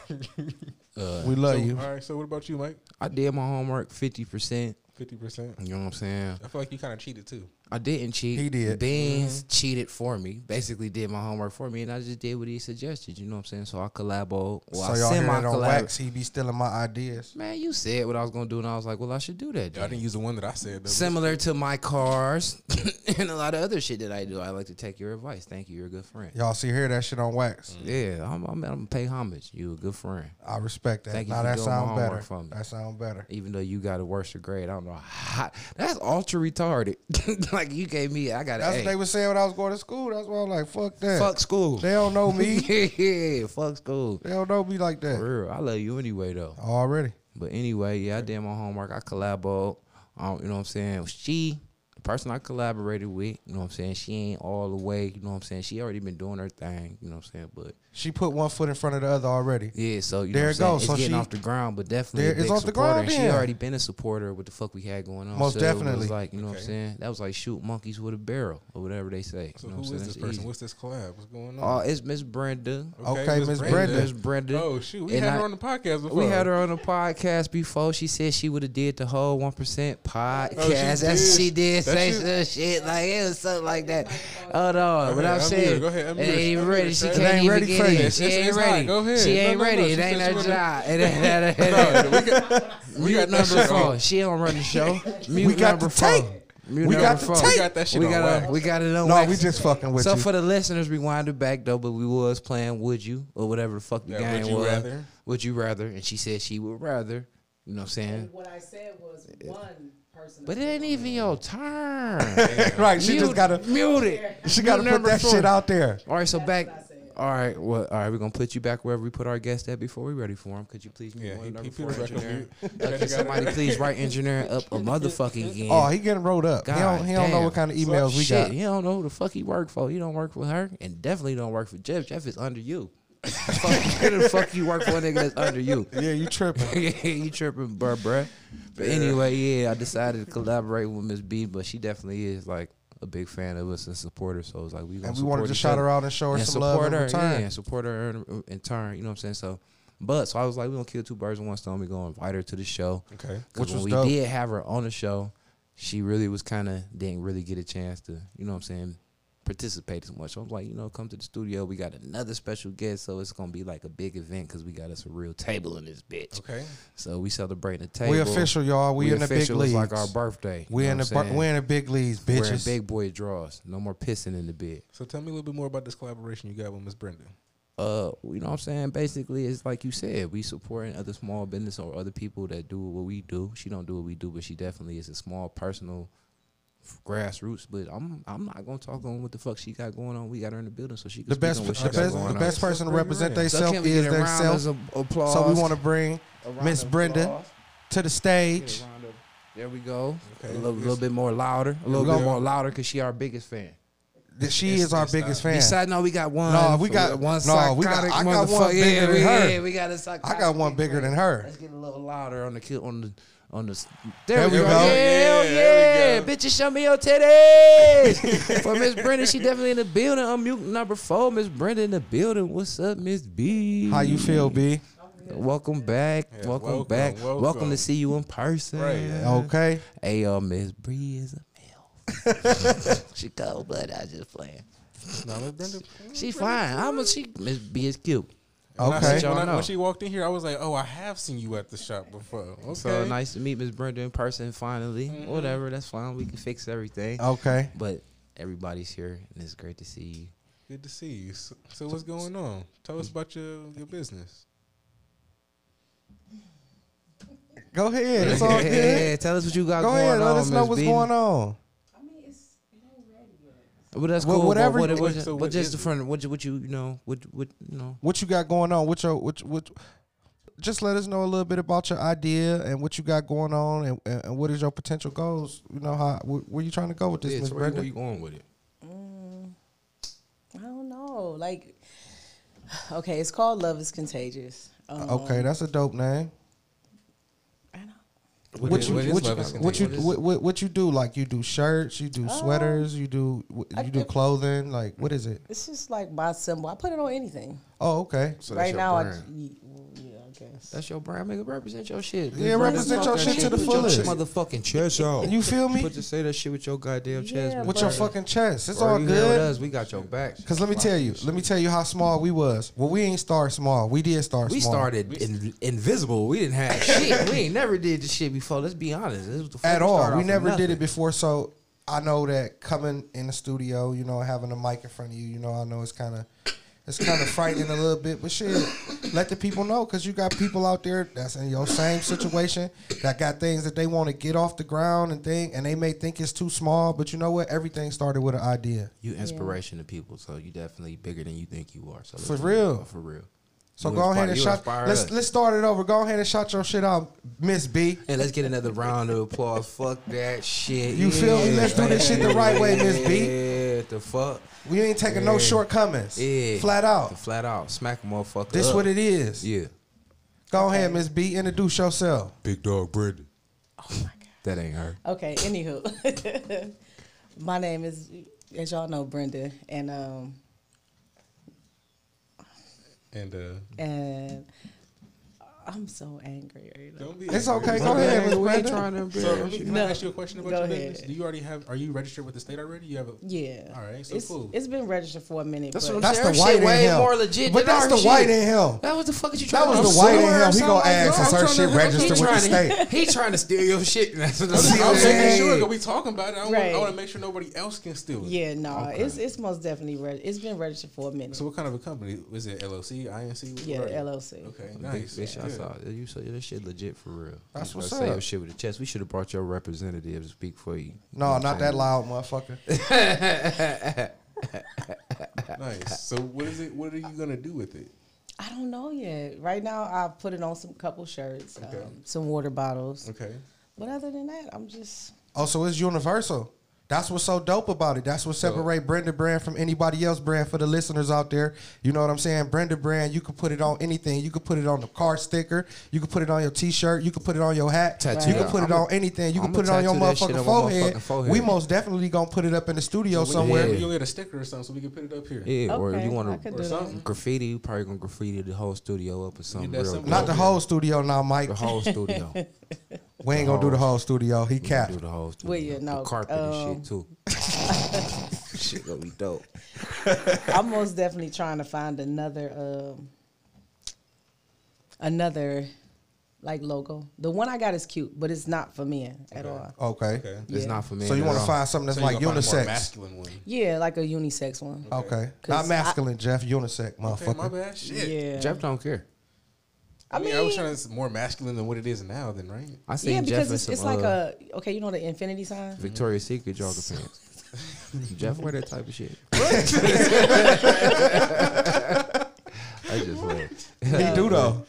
[SPEAKER 4] we love
[SPEAKER 3] so,
[SPEAKER 4] you.
[SPEAKER 3] All right. So what about you, Mike?
[SPEAKER 2] I did my homework fifty percent.
[SPEAKER 3] fifty percent.
[SPEAKER 2] You know what I'm saying?
[SPEAKER 3] I feel like you kind of cheated too.
[SPEAKER 2] I didn't cheat.
[SPEAKER 4] He did.
[SPEAKER 2] Beans cheated for me. Basically, did my homework for me, and I just did what he suggested. You know what I'm saying? So I collabo. Well,
[SPEAKER 4] so
[SPEAKER 2] I
[SPEAKER 4] y'all hear it
[SPEAKER 2] semi
[SPEAKER 4] on
[SPEAKER 2] collab.
[SPEAKER 4] wax. He be stealing my ideas.
[SPEAKER 2] Man, you said what I was gonna do, and I was like, well, I should do that.
[SPEAKER 3] Yeah, I
[SPEAKER 2] then.
[SPEAKER 3] didn't use the one that I said. Though.
[SPEAKER 2] Similar to my cars <laughs> and a lot of other shit that I do, I like to take your advice. Thank you. You're a good friend.
[SPEAKER 4] Y'all see here that shit on wax.
[SPEAKER 2] Yeah, I'm, I'm, I'm gonna pay homage. You a good friend,
[SPEAKER 4] I respect that.
[SPEAKER 2] Thank you
[SPEAKER 4] now
[SPEAKER 2] for
[SPEAKER 4] that
[SPEAKER 2] doing my
[SPEAKER 4] sound
[SPEAKER 2] homework
[SPEAKER 4] better.
[SPEAKER 2] for me.
[SPEAKER 4] That sound better.
[SPEAKER 2] even though you got a worse grade. I don't know how. That's ultra retarded. <laughs> like you gave me, I got
[SPEAKER 4] That's what they
[SPEAKER 2] a.
[SPEAKER 4] was saying when I was going to school. That's why I'm like, fuck that.
[SPEAKER 2] Fuck school.
[SPEAKER 4] They don't know me.
[SPEAKER 2] <laughs> yeah, fuck school.
[SPEAKER 4] they don't know me like that.
[SPEAKER 2] For real, I love you anyway though.
[SPEAKER 4] Already.
[SPEAKER 2] But anyway, yeah, I did my homework. I collabo. Um, you know what I'm saying? She, the person I collaborated with, you know what I'm saying? She ain't all the way, you know what I'm saying? She already been doing her thing, you know what I'm saying? But
[SPEAKER 4] She put one foot in front of the other already.
[SPEAKER 2] yeah, so you
[SPEAKER 4] There it
[SPEAKER 2] know what I'm saying?
[SPEAKER 4] goes.
[SPEAKER 2] It's
[SPEAKER 4] So
[SPEAKER 2] getting
[SPEAKER 4] she-
[SPEAKER 2] off the ground, but definitely
[SPEAKER 4] There
[SPEAKER 2] a big
[SPEAKER 4] it's off the
[SPEAKER 2] supporter.
[SPEAKER 4] ground
[SPEAKER 2] And she
[SPEAKER 4] then.
[SPEAKER 2] already been a supporter of what the fuck we had going on.
[SPEAKER 4] Most
[SPEAKER 2] so It
[SPEAKER 4] definitely.
[SPEAKER 2] was like, you know what I'm
[SPEAKER 3] Okay.
[SPEAKER 2] saying? That was like shoot monkeys with a barrel or whatever they say.
[SPEAKER 3] So
[SPEAKER 2] you know
[SPEAKER 3] who
[SPEAKER 2] what
[SPEAKER 3] is
[SPEAKER 2] I'm saying?
[SPEAKER 3] this
[SPEAKER 2] That's
[SPEAKER 3] person?
[SPEAKER 2] easy.
[SPEAKER 3] What's this collab? What's going
[SPEAKER 2] Oh,
[SPEAKER 3] on?
[SPEAKER 2] it's Miss Brenda.
[SPEAKER 4] Okay, Miss Brenda.
[SPEAKER 2] Miss Brenda.
[SPEAKER 3] Oh shoot, we
[SPEAKER 2] And
[SPEAKER 3] had
[SPEAKER 2] I-
[SPEAKER 3] her on the podcast before.
[SPEAKER 2] We had her on the podcast before. She said she would have did the whole one percent podcast.
[SPEAKER 3] Oh, she
[SPEAKER 2] That's
[SPEAKER 3] did.
[SPEAKER 2] she did
[SPEAKER 3] That
[SPEAKER 2] say
[SPEAKER 3] shit-
[SPEAKER 2] some shit like it was something like that. Hold on,
[SPEAKER 3] Go
[SPEAKER 2] what
[SPEAKER 3] ahead,
[SPEAKER 2] I'm
[SPEAKER 3] I'm
[SPEAKER 2] saying,
[SPEAKER 3] here. Go ahead, I'm
[SPEAKER 2] it
[SPEAKER 3] here.
[SPEAKER 2] ain't
[SPEAKER 3] I'm
[SPEAKER 2] ready.
[SPEAKER 3] here,
[SPEAKER 2] She
[SPEAKER 3] sir. It
[SPEAKER 2] can't
[SPEAKER 4] ain't
[SPEAKER 2] even
[SPEAKER 4] ready
[SPEAKER 2] get
[SPEAKER 4] for you.
[SPEAKER 2] it.
[SPEAKER 4] It's-
[SPEAKER 2] She
[SPEAKER 3] it's-
[SPEAKER 2] ain't
[SPEAKER 3] it's
[SPEAKER 2] ready.
[SPEAKER 3] hot. Go ahead.
[SPEAKER 2] She
[SPEAKER 3] No,
[SPEAKER 2] ain't
[SPEAKER 3] no, no.
[SPEAKER 2] ready.
[SPEAKER 3] She
[SPEAKER 2] It ain't
[SPEAKER 3] said
[SPEAKER 2] her
[SPEAKER 3] she
[SPEAKER 2] job.
[SPEAKER 3] <laughs>
[SPEAKER 2] It ain't her job. Mute
[SPEAKER 3] that
[SPEAKER 2] number
[SPEAKER 3] shit on.
[SPEAKER 2] four. She don't run the show. Mute
[SPEAKER 4] We got
[SPEAKER 2] number
[SPEAKER 4] the
[SPEAKER 2] four.
[SPEAKER 4] tape.
[SPEAKER 2] Mute
[SPEAKER 4] We
[SPEAKER 2] number
[SPEAKER 4] got the
[SPEAKER 2] four.
[SPEAKER 4] tape.
[SPEAKER 3] We got that shit
[SPEAKER 2] We
[SPEAKER 3] on
[SPEAKER 2] got
[SPEAKER 3] wax.
[SPEAKER 2] we got it on
[SPEAKER 4] No,
[SPEAKER 2] wax.
[SPEAKER 4] we just fucking with
[SPEAKER 2] So
[SPEAKER 4] you.
[SPEAKER 2] for the listeners, rewind it back though, but we was playing Would You or whatever the fuck the
[SPEAKER 3] Yeah,
[SPEAKER 2] game
[SPEAKER 3] Would You
[SPEAKER 2] was.
[SPEAKER 3] Rather.
[SPEAKER 2] Would you rather? And she said she would rather. You know what I'm saying?
[SPEAKER 5] And what I said was one person.
[SPEAKER 2] But it ain't even your turn.
[SPEAKER 4] right, <laughs> she
[SPEAKER 2] You
[SPEAKER 4] just gotta
[SPEAKER 2] mute it.
[SPEAKER 4] she gotta
[SPEAKER 2] Mute
[SPEAKER 4] put
[SPEAKER 2] number
[SPEAKER 4] that
[SPEAKER 2] four.
[SPEAKER 4] shit out there.
[SPEAKER 2] All right, so
[SPEAKER 5] That's
[SPEAKER 2] back.
[SPEAKER 5] what I said.
[SPEAKER 2] All right, well, all right. We're gonna put you back wherever we put our guest at before we're ready for him. Could you please mute
[SPEAKER 3] Yeah,
[SPEAKER 2] one
[SPEAKER 3] he-
[SPEAKER 2] number
[SPEAKER 3] he put
[SPEAKER 2] four
[SPEAKER 3] it back
[SPEAKER 4] <laughs>
[SPEAKER 3] on
[SPEAKER 2] engineering?
[SPEAKER 3] mute.
[SPEAKER 2] Uh, can somebody please write engineering up
[SPEAKER 4] <laughs>
[SPEAKER 2] a motherfucking game?
[SPEAKER 4] Oh, he getting rolled up. he
[SPEAKER 2] God
[SPEAKER 4] don't, he don't know
[SPEAKER 2] damn.
[SPEAKER 4] what kind of emails we
[SPEAKER 2] Shit,
[SPEAKER 4] got.
[SPEAKER 2] he don't know who the fuck he work for. He don't work for her, and definitely don't work for Jeff. Jeff is under you. <laughs> fuck, who the fuck you work for a nigga that's under
[SPEAKER 4] <laughs>
[SPEAKER 2] you? <laughs>
[SPEAKER 4] Yeah, you tripping.
[SPEAKER 2] you tripping, bruh, bruh. But anyway, yeah, I decided to collaborate with Miss B, but she definitely is like a big fan of us and supporter. So it's like we gonna
[SPEAKER 4] and we
[SPEAKER 2] support
[SPEAKER 4] wanted to
[SPEAKER 2] each
[SPEAKER 4] shout
[SPEAKER 2] other
[SPEAKER 4] her out and show her
[SPEAKER 2] and
[SPEAKER 4] some love in
[SPEAKER 2] support her,
[SPEAKER 4] return.
[SPEAKER 2] yeah, and support her in, in turn. You know what I'm saying? So, but so I was like, we gonna kill two birds with one stone. We gonna invite her to the show.
[SPEAKER 3] Okay.
[SPEAKER 2] 'Cause
[SPEAKER 4] Which
[SPEAKER 2] when
[SPEAKER 4] was
[SPEAKER 2] we
[SPEAKER 4] dope.
[SPEAKER 2] did have her on the show, she really was kind of didn't really get a chance to, you know what I'm saying, participate as much. So I was like, you know, come to the studio. We got another special guest, so it's gonna be like a big event because we got us a real table in this bitch.
[SPEAKER 3] Okay.
[SPEAKER 2] So we celebrating the table.
[SPEAKER 4] We official, y'all. We, in the big
[SPEAKER 2] official. It's
[SPEAKER 4] leagues.
[SPEAKER 2] like our birthday.
[SPEAKER 4] we
[SPEAKER 2] You
[SPEAKER 4] in
[SPEAKER 2] know
[SPEAKER 4] the
[SPEAKER 2] what I'm
[SPEAKER 4] bur-
[SPEAKER 2] saying?
[SPEAKER 4] we in the big leagues,
[SPEAKER 2] Wearing
[SPEAKER 4] bitches.
[SPEAKER 2] big boy draws. No more pissing in the bed.
[SPEAKER 3] So tell me a little bit more about this collaboration you got with Miss Brenda.
[SPEAKER 2] uh, you know what I'm saying? Basically, it's like you said, we supporting other small business or other people that do what we do. She don't do what we do, but she definitely is a small personal f- grassroots. But I'm I'm not gonna talk on what the fuck she got going on. We got her in the building, so she can
[SPEAKER 4] the best,
[SPEAKER 2] speak on
[SPEAKER 4] the
[SPEAKER 2] what she got
[SPEAKER 4] best,
[SPEAKER 2] going
[SPEAKER 4] the
[SPEAKER 2] on.
[SPEAKER 4] best person to
[SPEAKER 3] Bring her
[SPEAKER 4] represent
[SPEAKER 3] in.
[SPEAKER 2] so
[SPEAKER 4] themselves
[SPEAKER 2] can we
[SPEAKER 4] is
[SPEAKER 2] get a round
[SPEAKER 4] themselves.
[SPEAKER 2] of applause?
[SPEAKER 4] So we want to bring
[SPEAKER 2] A round
[SPEAKER 4] Miss
[SPEAKER 2] of
[SPEAKER 4] Brenda
[SPEAKER 2] applause.
[SPEAKER 4] to the
[SPEAKER 2] Get
[SPEAKER 4] stage.
[SPEAKER 2] a round of- There we go.
[SPEAKER 3] Okay.
[SPEAKER 2] A little, little bit more louder. A little
[SPEAKER 4] we
[SPEAKER 2] bit
[SPEAKER 4] go.
[SPEAKER 2] more louder because she our biggest fan.
[SPEAKER 4] That she
[SPEAKER 3] It's-
[SPEAKER 4] is our
[SPEAKER 3] it's not-
[SPEAKER 4] biggest fan.
[SPEAKER 2] Besides, no, we got one.
[SPEAKER 4] No, we got-
[SPEAKER 2] one.
[SPEAKER 4] no,
[SPEAKER 2] Psychotic
[SPEAKER 4] we got- I got one
[SPEAKER 2] motherfucker.
[SPEAKER 4] bigger
[SPEAKER 2] yeah,
[SPEAKER 4] than
[SPEAKER 2] we,
[SPEAKER 4] her.
[SPEAKER 2] Yeah, we got a psychotic.
[SPEAKER 4] I got one bigger than her.
[SPEAKER 2] Let's get a little louder on the kill on the on the.
[SPEAKER 4] There we go.
[SPEAKER 2] Yeah, hell
[SPEAKER 3] Yeah,
[SPEAKER 2] yeah,
[SPEAKER 3] there we go.
[SPEAKER 2] bitches, show me your titties. For Miss
[SPEAKER 4] <laughs>
[SPEAKER 2] Brenda, she definitely in the building. I'm mute number four. Miss Brenda in the building. What's up, Miss B?
[SPEAKER 4] How you feel, B?
[SPEAKER 2] Welcome back.
[SPEAKER 3] Yeah,
[SPEAKER 2] welcome,
[SPEAKER 3] welcome,
[SPEAKER 2] back. Welcome.
[SPEAKER 3] welcome.
[SPEAKER 2] to see you in person.
[SPEAKER 3] Right.
[SPEAKER 4] Okay.
[SPEAKER 2] Hey, uh, Miss Bree is a male.
[SPEAKER 4] <laughs>
[SPEAKER 2] she cold blooded. I just playing.
[SPEAKER 3] No, Miss Brenda.
[SPEAKER 2] She fine. I'm a she. Miss B is cute.
[SPEAKER 3] When I
[SPEAKER 4] Okay.
[SPEAKER 3] see- when, I,
[SPEAKER 2] Y'all know.
[SPEAKER 3] when she walked in here, I was like, "Oh, I have seen you at the shop before." Okay.
[SPEAKER 2] So nice to meet Miss Brenda in person. Finally,
[SPEAKER 4] Mm-hmm.
[SPEAKER 2] whatever. That's fine. We can fix everything.
[SPEAKER 4] Okay.
[SPEAKER 2] But everybody's here, and it's great to see you.
[SPEAKER 3] Good to see you. So, so what's going on? Tell us about your your business.
[SPEAKER 4] Go ahead. It's
[SPEAKER 2] <laughs>
[SPEAKER 4] all good.
[SPEAKER 2] tell us what you got
[SPEAKER 4] Go
[SPEAKER 2] going
[SPEAKER 4] ahead.
[SPEAKER 2] on.
[SPEAKER 4] Let us know
[SPEAKER 2] Miss
[SPEAKER 4] what's
[SPEAKER 2] B.
[SPEAKER 4] going on.
[SPEAKER 5] I mean, it's it ain't ready yet.
[SPEAKER 2] But that's
[SPEAKER 4] Wha-
[SPEAKER 2] cool.
[SPEAKER 4] whatever
[SPEAKER 2] Whatever. But,
[SPEAKER 4] you-
[SPEAKER 2] what, what,
[SPEAKER 3] so
[SPEAKER 2] but
[SPEAKER 3] what
[SPEAKER 2] just
[SPEAKER 3] is
[SPEAKER 2] the front. What you, what you, you know, what, what, you know.
[SPEAKER 4] What you got going on? What your what what? Just let us know a little bit about your idea and what you got going on and, and, and what is your potential goals. You know how where, where you trying to go with this, Miss Brenda?
[SPEAKER 2] going with it?
[SPEAKER 5] I don't know. Like, okay, it's called Love is Contagious. Um,
[SPEAKER 4] Okay, that's a dope name.
[SPEAKER 5] I know.
[SPEAKER 4] What,
[SPEAKER 3] is-
[SPEAKER 4] you
[SPEAKER 3] what is
[SPEAKER 4] what,
[SPEAKER 3] Love is
[SPEAKER 4] you what you
[SPEAKER 2] Contagious?
[SPEAKER 4] what, what, what you do? Like you do shirts, you do sweaters, you do wh-
[SPEAKER 5] I
[SPEAKER 4] you do
[SPEAKER 5] did-
[SPEAKER 4] clothing. Like what is it?
[SPEAKER 5] It's just like my symbol. I put it on anything.
[SPEAKER 4] Oh, okay.
[SPEAKER 5] right now, I, yeah, okay. Yes.
[SPEAKER 2] That's your brand, nigga. Represent your shit.
[SPEAKER 4] Yeah,
[SPEAKER 2] Nigga,
[SPEAKER 4] represent your
[SPEAKER 2] fuck
[SPEAKER 4] shit
[SPEAKER 2] that
[SPEAKER 4] to the
[SPEAKER 2] Put your
[SPEAKER 4] fullest.
[SPEAKER 2] Motherfucking chest out.
[SPEAKER 4] You feel me?
[SPEAKER 2] Put to say that shit with your goddamn chest.
[SPEAKER 5] Yeah,
[SPEAKER 2] man.
[SPEAKER 4] With your
[SPEAKER 5] Right.
[SPEAKER 4] fucking chest. It's
[SPEAKER 2] Bro,
[SPEAKER 4] all
[SPEAKER 2] you here with
[SPEAKER 4] good.
[SPEAKER 2] us. We got your back.
[SPEAKER 4] Cause let me tell you, let me tell you how small we was. Well, we ain't start small. We did start
[SPEAKER 2] We
[SPEAKER 4] small.
[SPEAKER 2] started in, invisible. We didn't have <laughs> shit. We ain't never did this shit before. Let's be honest. This was the fuck
[SPEAKER 4] at
[SPEAKER 2] started
[SPEAKER 4] all.
[SPEAKER 2] off
[SPEAKER 4] We
[SPEAKER 2] with
[SPEAKER 4] never did
[SPEAKER 2] nothing.
[SPEAKER 4] it before, so I know that coming in the studio, you know, having a mic in front of you, you know, I know it's kind of it's kind of frightening a little bit, but shit, let the people know because you got people out there that's in your same situation that got things that they want to get off the ground and thing, and they may think it's too small, but you know what? Everything started with an idea.
[SPEAKER 2] You inspiration to people, so you definitely bigger than you think you are. So
[SPEAKER 4] For
[SPEAKER 2] let's- Oh,
[SPEAKER 4] real.
[SPEAKER 2] for real.
[SPEAKER 4] So
[SPEAKER 2] You
[SPEAKER 4] go ahead
[SPEAKER 2] inspire-
[SPEAKER 4] and
[SPEAKER 2] you
[SPEAKER 4] shot.
[SPEAKER 2] inspire
[SPEAKER 4] Let's
[SPEAKER 2] us.
[SPEAKER 4] let's start it over. Go ahead and shot your shit out, Miss B.
[SPEAKER 2] And let's get another round of applause. Fuck that shit.
[SPEAKER 4] You feel me? Let's do this shit the right way, Miss B.
[SPEAKER 2] Yeah, the fuck.
[SPEAKER 4] We ain't taking no
[SPEAKER 2] Yeah.
[SPEAKER 4] shortcomings.
[SPEAKER 2] Yeah.
[SPEAKER 4] Flat out.
[SPEAKER 2] The flat out. Smack a motherfucker.
[SPEAKER 4] Oh. This
[SPEAKER 2] up.
[SPEAKER 4] what it is.
[SPEAKER 2] Yeah.
[SPEAKER 4] Go ahead, Miss B. Introduce yourself.
[SPEAKER 2] Big dog Brendan. That ain't her.
[SPEAKER 5] Okay, anywho. <laughs> My name is, as y'all know, Brenda, and um,
[SPEAKER 3] And uh,
[SPEAKER 5] and I'm so angry right now.
[SPEAKER 3] don't be.
[SPEAKER 4] It's
[SPEAKER 3] angry.
[SPEAKER 4] okay. Go ahead, Miss
[SPEAKER 2] we ain't
[SPEAKER 4] Brenda.
[SPEAKER 2] trying to
[SPEAKER 3] So
[SPEAKER 2] embarrass
[SPEAKER 3] let me
[SPEAKER 2] you.
[SPEAKER 3] can
[SPEAKER 5] No.
[SPEAKER 3] I ask you a question about
[SPEAKER 5] Go
[SPEAKER 3] your
[SPEAKER 5] ahead.
[SPEAKER 3] business? Do you already have? Are you registered with the state already? You have a.
[SPEAKER 5] Yeah.
[SPEAKER 3] All right, so
[SPEAKER 5] it's,
[SPEAKER 3] cool.
[SPEAKER 5] It's been registered for a minute.
[SPEAKER 2] That's
[SPEAKER 5] but
[SPEAKER 2] what I'm
[SPEAKER 4] That's
[SPEAKER 2] saying.
[SPEAKER 4] the
[SPEAKER 2] Her
[SPEAKER 4] white
[SPEAKER 2] shit
[SPEAKER 4] in
[SPEAKER 2] way
[SPEAKER 4] him.
[SPEAKER 2] more legit
[SPEAKER 4] But
[SPEAKER 2] than
[SPEAKER 4] that's
[SPEAKER 2] our
[SPEAKER 4] the white
[SPEAKER 2] shit.
[SPEAKER 4] in
[SPEAKER 2] <laughs>
[SPEAKER 4] him.
[SPEAKER 2] That was the fuck is you trying
[SPEAKER 4] That
[SPEAKER 2] to
[SPEAKER 4] was
[SPEAKER 2] I'm
[SPEAKER 4] the white in
[SPEAKER 2] somewhere or
[SPEAKER 4] him. He
[SPEAKER 2] something
[SPEAKER 4] gonna
[SPEAKER 2] like that.
[SPEAKER 4] ask
[SPEAKER 2] I'm
[SPEAKER 4] us her
[SPEAKER 2] trying to
[SPEAKER 4] shit
[SPEAKER 2] help-
[SPEAKER 4] registered
[SPEAKER 2] he
[SPEAKER 4] with the
[SPEAKER 2] trying to-
[SPEAKER 4] state.
[SPEAKER 2] He trying to steal your shit. <laughs> That's what I'm
[SPEAKER 4] See what
[SPEAKER 3] I'm
[SPEAKER 2] saying.
[SPEAKER 3] making
[SPEAKER 4] saying?
[SPEAKER 3] sure that we talking about it. I
[SPEAKER 5] Right.
[SPEAKER 3] want to make sure nobody else can steal it.
[SPEAKER 5] Yeah, no, it's it's most definitely reg- it's been registered for a minute.
[SPEAKER 3] So what kind of a company was it? LLC, INC? What-
[SPEAKER 5] yeah,
[SPEAKER 3] what are you?
[SPEAKER 5] LLC.
[SPEAKER 3] Okay,
[SPEAKER 2] Big,
[SPEAKER 3] nice.
[SPEAKER 2] big shots
[SPEAKER 3] Yeah.
[SPEAKER 2] out. You say this shit legit for real.
[SPEAKER 4] That's
[SPEAKER 2] You
[SPEAKER 4] what's
[SPEAKER 2] gotta Say
[SPEAKER 4] up.
[SPEAKER 2] your shit with the chest. We should have brought your representative to speak for you.
[SPEAKER 4] No, not that loud, motherfucker.
[SPEAKER 5] <laughs>
[SPEAKER 3] Nice. So what is it? What are you gonna do with it?
[SPEAKER 5] I don't know yet. Right now, I put it on some couple shirts,
[SPEAKER 3] Okay.
[SPEAKER 5] um, some water bottles.
[SPEAKER 3] Okay.
[SPEAKER 5] But other than that, I'm just
[SPEAKER 4] Oh, so it's universal. That's what's so dope about it. That's what separate Brenda brand from anybody else brand for the listeners out there. You know what I'm saying? Brenda brand, you can put it on anything. You can put it on the car sticker. You can put it on your t-shirt. You can put it on your hat.
[SPEAKER 2] Tattoo
[SPEAKER 4] You
[SPEAKER 2] it.
[SPEAKER 4] can put it
[SPEAKER 2] I'ma-
[SPEAKER 4] on anything. You can
[SPEAKER 2] I'ma
[SPEAKER 4] put it on your
[SPEAKER 2] tattoo that shit
[SPEAKER 4] motherfucking
[SPEAKER 2] on my motherfucking
[SPEAKER 4] forehead.
[SPEAKER 2] forehead.
[SPEAKER 4] We most definitely gonna put it up in the studio
[SPEAKER 3] So
[SPEAKER 4] somewhere.
[SPEAKER 2] Yeah.
[SPEAKER 3] You gonna get a sticker or something so we can put it up here.
[SPEAKER 2] Yeah, or
[SPEAKER 5] Okay,
[SPEAKER 2] you
[SPEAKER 5] I
[SPEAKER 2] want
[SPEAKER 5] could
[SPEAKER 2] to
[SPEAKER 5] do
[SPEAKER 3] Or
[SPEAKER 5] that.
[SPEAKER 3] something.
[SPEAKER 2] graffiti, you probably gonna graffiti the whole studio up or something.
[SPEAKER 3] that's
[SPEAKER 2] Real
[SPEAKER 3] something.
[SPEAKER 2] dope.
[SPEAKER 4] Not the whole studio now, Mike.
[SPEAKER 2] the whole
[SPEAKER 5] <laughs>
[SPEAKER 2] studio.
[SPEAKER 4] We ain't gonna do the whole studio. He
[SPEAKER 2] We gonna
[SPEAKER 4] capped.
[SPEAKER 2] do the whole studio.
[SPEAKER 5] Well, yeah,
[SPEAKER 2] the
[SPEAKER 5] no,
[SPEAKER 2] carpet and
[SPEAKER 5] um,
[SPEAKER 2] shit too.
[SPEAKER 5] <laughs>
[SPEAKER 2] shit gonna be dope.
[SPEAKER 5] I'm most definitely trying to find another um, another like logo. The one I got is cute, but it's not for men at all.
[SPEAKER 4] Okay.
[SPEAKER 3] Okay.
[SPEAKER 2] It's
[SPEAKER 5] Yeah.
[SPEAKER 2] not for me.
[SPEAKER 4] So you want to
[SPEAKER 2] all.
[SPEAKER 4] find something that's
[SPEAKER 3] So you
[SPEAKER 4] like
[SPEAKER 3] gonna find a more
[SPEAKER 4] unisex?
[SPEAKER 3] masculine one.
[SPEAKER 5] Yeah, like a unisex one.
[SPEAKER 2] Oh,
[SPEAKER 4] Okay.
[SPEAKER 5] 'Cause
[SPEAKER 4] Not
[SPEAKER 5] I-
[SPEAKER 4] masculine, Jeff. Unisex,
[SPEAKER 3] Okay, my
[SPEAKER 4] motherfucker.
[SPEAKER 3] bad. Shit.
[SPEAKER 5] Yeah.
[SPEAKER 2] Jeff don't care.
[SPEAKER 3] I
[SPEAKER 5] I
[SPEAKER 3] mean, I was
[SPEAKER 5] mean-
[SPEAKER 3] trying to say more masculine than what it is now. Then right?
[SPEAKER 2] I seen
[SPEAKER 5] yeah,
[SPEAKER 2] Jeff
[SPEAKER 5] because
[SPEAKER 2] in
[SPEAKER 5] it's,
[SPEAKER 2] some,
[SPEAKER 5] it's like
[SPEAKER 2] uh,
[SPEAKER 5] a okay, you know the infinity sign.
[SPEAKER 2] Victoria's Secret jogger pants. Jeff wear that type of shit. I just wear.
[SPEAKER 4] He do though.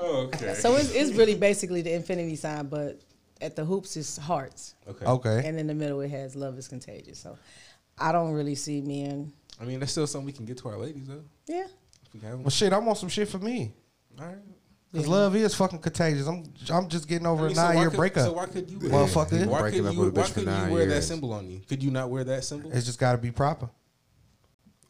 [SPEAKER 3] Oh, okay.
[SPEAKER 5] So it's, it's really basically the infinity sign, but at the hoops it's hearts,
[SPEAKER 3] okay.
[SPEAKER 4] Okay.
[SPEAKER 5] and in the middle it has love is contagious. So I don't really see men.
[SPEAKER 3] I mean, that's still something we can get to our ladies though.
[SPEAKER 5] Yeah,
[SPEAKER 3] If we have them.
[SPEAKER 4] Well, shit. I want some shit for me.
[SPEAKER 3] All right.
[SPEAKER 4] Cause love is fucking contagious. I'm I'm just getting
[SPEAKER 3] I
[SPEAKER 4] over
[SPEAKER 3] mean,
[SPEAKER 4] a
[SPEAKER 3] so why
[SPEAKER 4] nine year
[SPEAKER 3] could-
[SPEAKER 4] breakup.
[SPEAKER 3] So why could you,
[SPEAKER 4] Motherfucker.
[SPEAKER 3] Why
[SPEAKER 2] Break
[SPEAKER 3] could
[SPEAKER 2] it up
[SPEAKER 3] you,
[SPEAKER 2] with a
[SPEAKER 3] why
[SPEAKER 2] bitch for
[SPEAKER 3] could you
[SPEAKER 2] nine
[SPEAKER 3] wear that
[SPEAKER 2] years.
[SPEAKER 3] symbol on you? Could you not wear that symbol?
[SPEAKER 4] it's just got to be proper.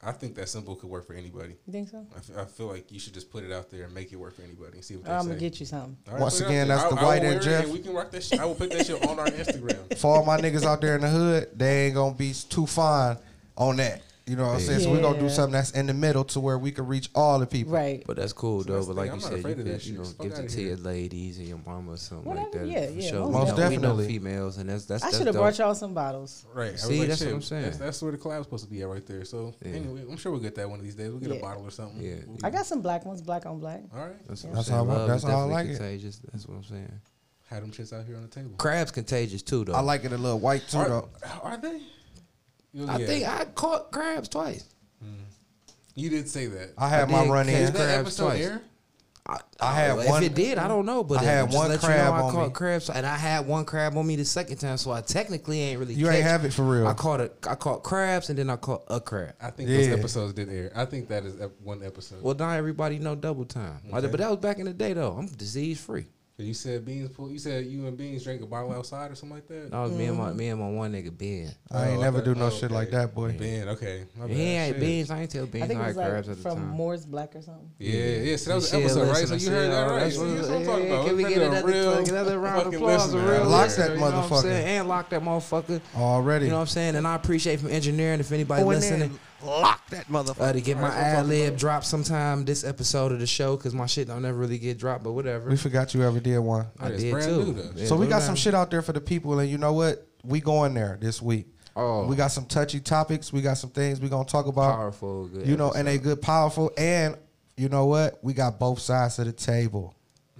[SPEAKER 3] I think that symbol could work for anybody.
[SPEAKER 5] you think so?
[SPEAKER 3] I, f- I feel like you should just put it out there and make it work for anybody and see what they
[SPEAKER 5] I'm
[SPEAKER 3] say.
[SPEAKER 5] gonna get you something.
[SPEAKER 3] All right,
[SPEAKER 4] Once
[SPEAKER 3] put it out
[SPEAKER 4] again,
[SPEAKER 3] there.
[SPEAKER 4] that's the
[SPEAKER 3] will
[SPEAKER 4] white and
[SPEAKER 3] wear it
[SPEAKER 4] Jeff.
[SPEAKER 3] we can rock that shit. I will put that shit on our Instagram.
[SPEAKER 4] For all my niggas out there in the hood, they ain't gonna be too fine on that. You know what I'm saying? So we gonna do
[SPEAKER 5] Yeah.
[SPEAKER 4] something that's in the middle to where we can reach all the people.
[SPEAKER 5] Right.
[SPEAKER 2] But that's cool though.
[SPEAKER 3] that's the
[SPEAKER 2] But like
[SPEAKER 3] thing,
[SPEAKER 2] you
[SPEAKER 3] I'm not
[SPEAKER 2] said, you
[SPEAKER 3] afraid of
[SPEAKER 2] could
[SPEAKER 3] that
[SPEAKER 2] you
[SPEAKER 3] shit.
[SPEAKER 2] know
[SPEAKER 3] Just fuck
[SPEAKER 2] give it
[SPEAKER 3] outta
[SPEAKER 2] to
[SPEAKER 3] here.
[SPEAKER 2] your ladies and your mama or something like
[SPEAKER 5] Whatever,
[SPEAKER 2] that.
[SPEAKER 5] yeah,
[SPEAKER 2] for
[SPEAKER 5] yeah,
[SPEAKER 2] sure.
[SPEAKER 5] most
[SPEAKER 2] We know-
[SPEAKER 4] definitely.
[SPEAKER 2] We know
[SPEAKER 4] Definitely.
[SPEAKER 2] females and that's that's
[SPEAKER 5] I
[SPEAKER 2] that's
[SPEAKER 5] should have
[SPEAKER 2] dope.
[SPEAKER 5] brought y'all some bottles.
[SPEAKER 3] <laughs> Right. I was
[SPEAKER 2] See, that's what
[SPEAKER 3] shit,
[SPEAKER 2] I'm saying.
[SPEAKER 3] That's, that's where the collab's supposed to be at right there. So
[SPEAKER 2] Yeah.
[SPEAKER 3] anyway, I'm sure we'll get that one of these days. We'll get a
[SPEAKER 5] Yeah.
[SPEAKER 3] bottle or something.
[SPEAKER 2] Yeah.
[SPEAKER 3] We'll-
[SPEAKER 5] I got some black ones, black on black.
[SPEAKER 3] All right.
[SPEAKER 2] That's,
[SPEAKER 4] That's
[SPEAKER 2] how
[SPEAKER 4] how I want-
[SPEAKER 2] Love
[SPEAKER 4] that's how
[SPEAKER 2] is
[SPEAKER 4] I
[SPEAKER 2] definitely
[SPEAKER 4] like it.
[SPEAKER 2] contagious. That's what I'm saying.
[SPEAKER 3] Had them shits out here on the table.
[SPEAKER 2] Crabs contagious too though.
[SPEAKER 4] I like it a little white too
[SPEAKER 3] Are,
[SPEAKER 4] though.
[SPEAKER 3] are they? You know,
[SPEAKER 2] I
[SPEAKER 3] yeah.
[SPEAKER 2] think I caught crabs twice.
[SPEAKER 3] you did say that.
[SPEAKER 4] I had
[SPEAKER 2] I
[SPEAKER 4] my
[SPEAKER 2] did
[SPEAKER 4] run
[SPEAKER 2] catch
[SPEAKER 4] in.
[SPEAKER 3] Did that
[SPEAKER 2] crabs
[SPEAKER 3] episode
[SPEAKER 2] twice.
[SPEAKER 3] air?
[SPEAKER 2] I,
[SPEAKER 4] I had
[SPEAKER 2] if
[SPEAKER 4] one-
[SPEAKER 2] If it did, I don't know. But
[SPEAKER 4] I
[SPEAKER 2] it-
[SPEAKER 4] had
[SPEAKER 2] just
[SPEAKER 4] one
[SPEAKER 2] let You
[SPEAKER 4] crab
[SPEAKER 2] know I
[SPEAKER 4] on
[SPEAKER 2] caught
[SPEAKER 4] me.
[SPEAKER 2] crabs, and I had one crab on me the second time, so I technically ain't really.
[SPEAKER 4] You ain't
[SPEAKER 2] catch-
[SPEAKER 4] have it for real.
[SPEAKER 2] I caught a, I caught crabs, and then I caught a crab.
[SPEAKER 3] I think those
[SPEAKER 4] Yeah.
[SPEAKER 3] episodes did air. I think that is ep- one episode.
[SPEAKER 2] Well, now everybody know double time. Like, But that was back in the day, though. I'm disease free.
[SPEAKER 3] Cause you said beans pull. You said you and beans drank a bottle outside or something like that.
[SPEAKER 2] No, it was me and
[SPEAKER 5] Mm.
[SPEAKER 2] my me and my one nigga Ben.
[SPEAKER 4] I ain't
[SPEAKER 3] Oh,
[SPEAKER 4] never
[SPEAKER 3] okay.
[SPEAKER 4] do no
[SPEAKER 3] Oh,
[SPEAKER 4] shit
[SPEAKER 3] okay.
[SPEAKER 4] like that, boy.
[SPEAKER 3] Ben, okay. My
[SPEAKER 2] He
[SPEAKER 3] bad.
[SPEAKER 2] ain't
[SPEAKER 3] Shit.
[SPEAKER 2] beans. I ain't tell beans.
[SPEAKER 5] I
[SPEAKER 2] I
[SPEAKER 5] think it
[SPEAKER 2] had
[SPEAKER 5] was
[SPEAKER 2] crabs
[SPEAKER 5] like
[SPEAKER 2] at the time.
[SPEAKER 5] from Moore's Black or something.
[SPEAKER 3] Yeah, yeah. So that was
[SPEAKER 2] Michelle,
[SPEAKER 3] an episode, right? So you
[SPEAKER 2] listen,
[SPEAKER 3] heard that
[SPEAKER 2] Michelle,
[SPEAKER 3] right?
[SPEAKER 2] that's
[SPEAKER 3] So that's
[SPEAKER 2] what-
[SPEAKER 3] what I'm
[SPEAKER 2] yeah,
[SPEAKER 3] talking about.
[SPEAKER 2] Can we
[SPEAKER 3] It's
[SPEAKER 2] get
[SPEAKER 3] been a
[SPEAKER 2] another,
[SPEAKER 3] real
[SPEAKER 2] another round of
[SPEAKER 3] fucking
[SPEAKER 2] applause? A
[SPEAKER 3] listener.
[SPEAKER 2] real
[SPEAKER 4] Lock
[SPEAKER 2] listener,
[SPEAKER 4] that
[SPEAKER 2] you know what I'm
[SPEAKER 4] motherfucker.
[SPEAKER 2] saying? And lock that motherfucker.
[SPEAKER 4] Already.
[SPEAKER 2] You know what I'm saying? And I appreciate from engineering if anybody
[SPEAKER 5] Oh,
[SPEAKER 4] Go in there
[SPEAKER 2] listening.
[SPEAKER 4] and lock that motherfucker.
[SPEAKER 2] Uh, to get my ad lib dropped sometime this episode of the show because my shit don't ever really get dropped, but whatever.
[SPEAKER 4] We forgot you ever did one.
[SPEAKER 2] I
[SPEAKER 3] It's
[SPEAKER 2] did
[SPEAKER 3] brand new
[SPEAKER 2] too.
[SPEAKER 3] though.
[SPEAKER 2] Yeah,
[SPEAKER 4] so we
[SPEAKER 2] go
[SPEAKER 4] got
[SPEAKER 2] down.
[SPEAKER 4] some shit out there for the people, and you know what? We going there this week.
[SPEAKER 2] Oh,
[SPEAKER 4] We got some touchy topics. We got some things we gonna talk about.
[SPEAKER 2] powerful. Good
[SPEAKER 4] you know, and
[SPEAKER 2] episode.
[SPEAKER 4] they good, powerful, and you know what? We got both sides of the table.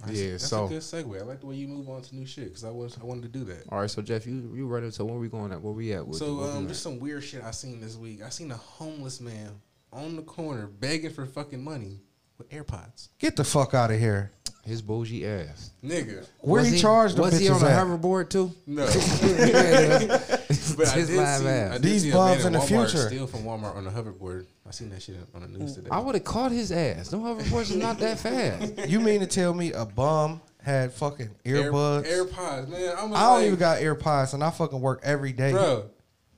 [SPEAKER 2] yeah.
[SPEAKER 3] That's
[SPEAKER 2] so
[SPEAKER 3] a good segue. I like the way you move on to new shit because I was I wanted to do that.
[SPEAKER 2] all right, so Jeff, you you ready? So where we going at? Where we at? With
[SPEAKER 3] So
[SPEAKER 2] where we
[SPEAKER 3] um,
[SPEAKER 2] at?
[SPEAKER 3] just some weird shit I seen this week. I seen a homeless man on the corner begging for fucking money with AirPods.
[SPEAKER 4] Get the fuck out of here.
[SPEAKER 2] his bougie ass.
[SPEAKER 3] Nigga,
[SPEAKER 4] Where
[SPEAKER 2] Was
[SPEAKER 4] he charged them
[SPEAKER 2] Was he on
[SPEAKER 4] bitches
[SPEAKER 2] a
[SPEAKER 4] at?
[SPEAKER 2] hoverboard too?
[SPEAKER 3] <laughs> no.
[SPEAKER 2] but
[SPEAKER 3] But I did see, I did
[SPEAKER 4] These
[SPEAKER 3] see a
[SPEAKER 4] bums
[SPEAKER 3] man
[SPEAKER 4] in the
[SPEAKER 3] Walmart
[SPEAKER 4] future.
[SPEAKER 3] steal from Walmart on a hoverboard. I seen that shit on the news today.
[SPEAKER 2] I would have caught his ass. No hoverboards are not
[SPEAKER 4] <laughs>
[SPEAKER 2] that fast.
[SPEAKER 4] You mean to tell me a bum had fucking
[SPEAKER 3] Air-
[SPEAKER 4] earbuds?
[SPEAKER 3] AirPods, man. I, was
[SPEAKER 4] I don't
[SPEAKER 3] like,
[SPEAKER 4] even got AirPods, and I fucking work every day.
[SPEAKER 3] bro.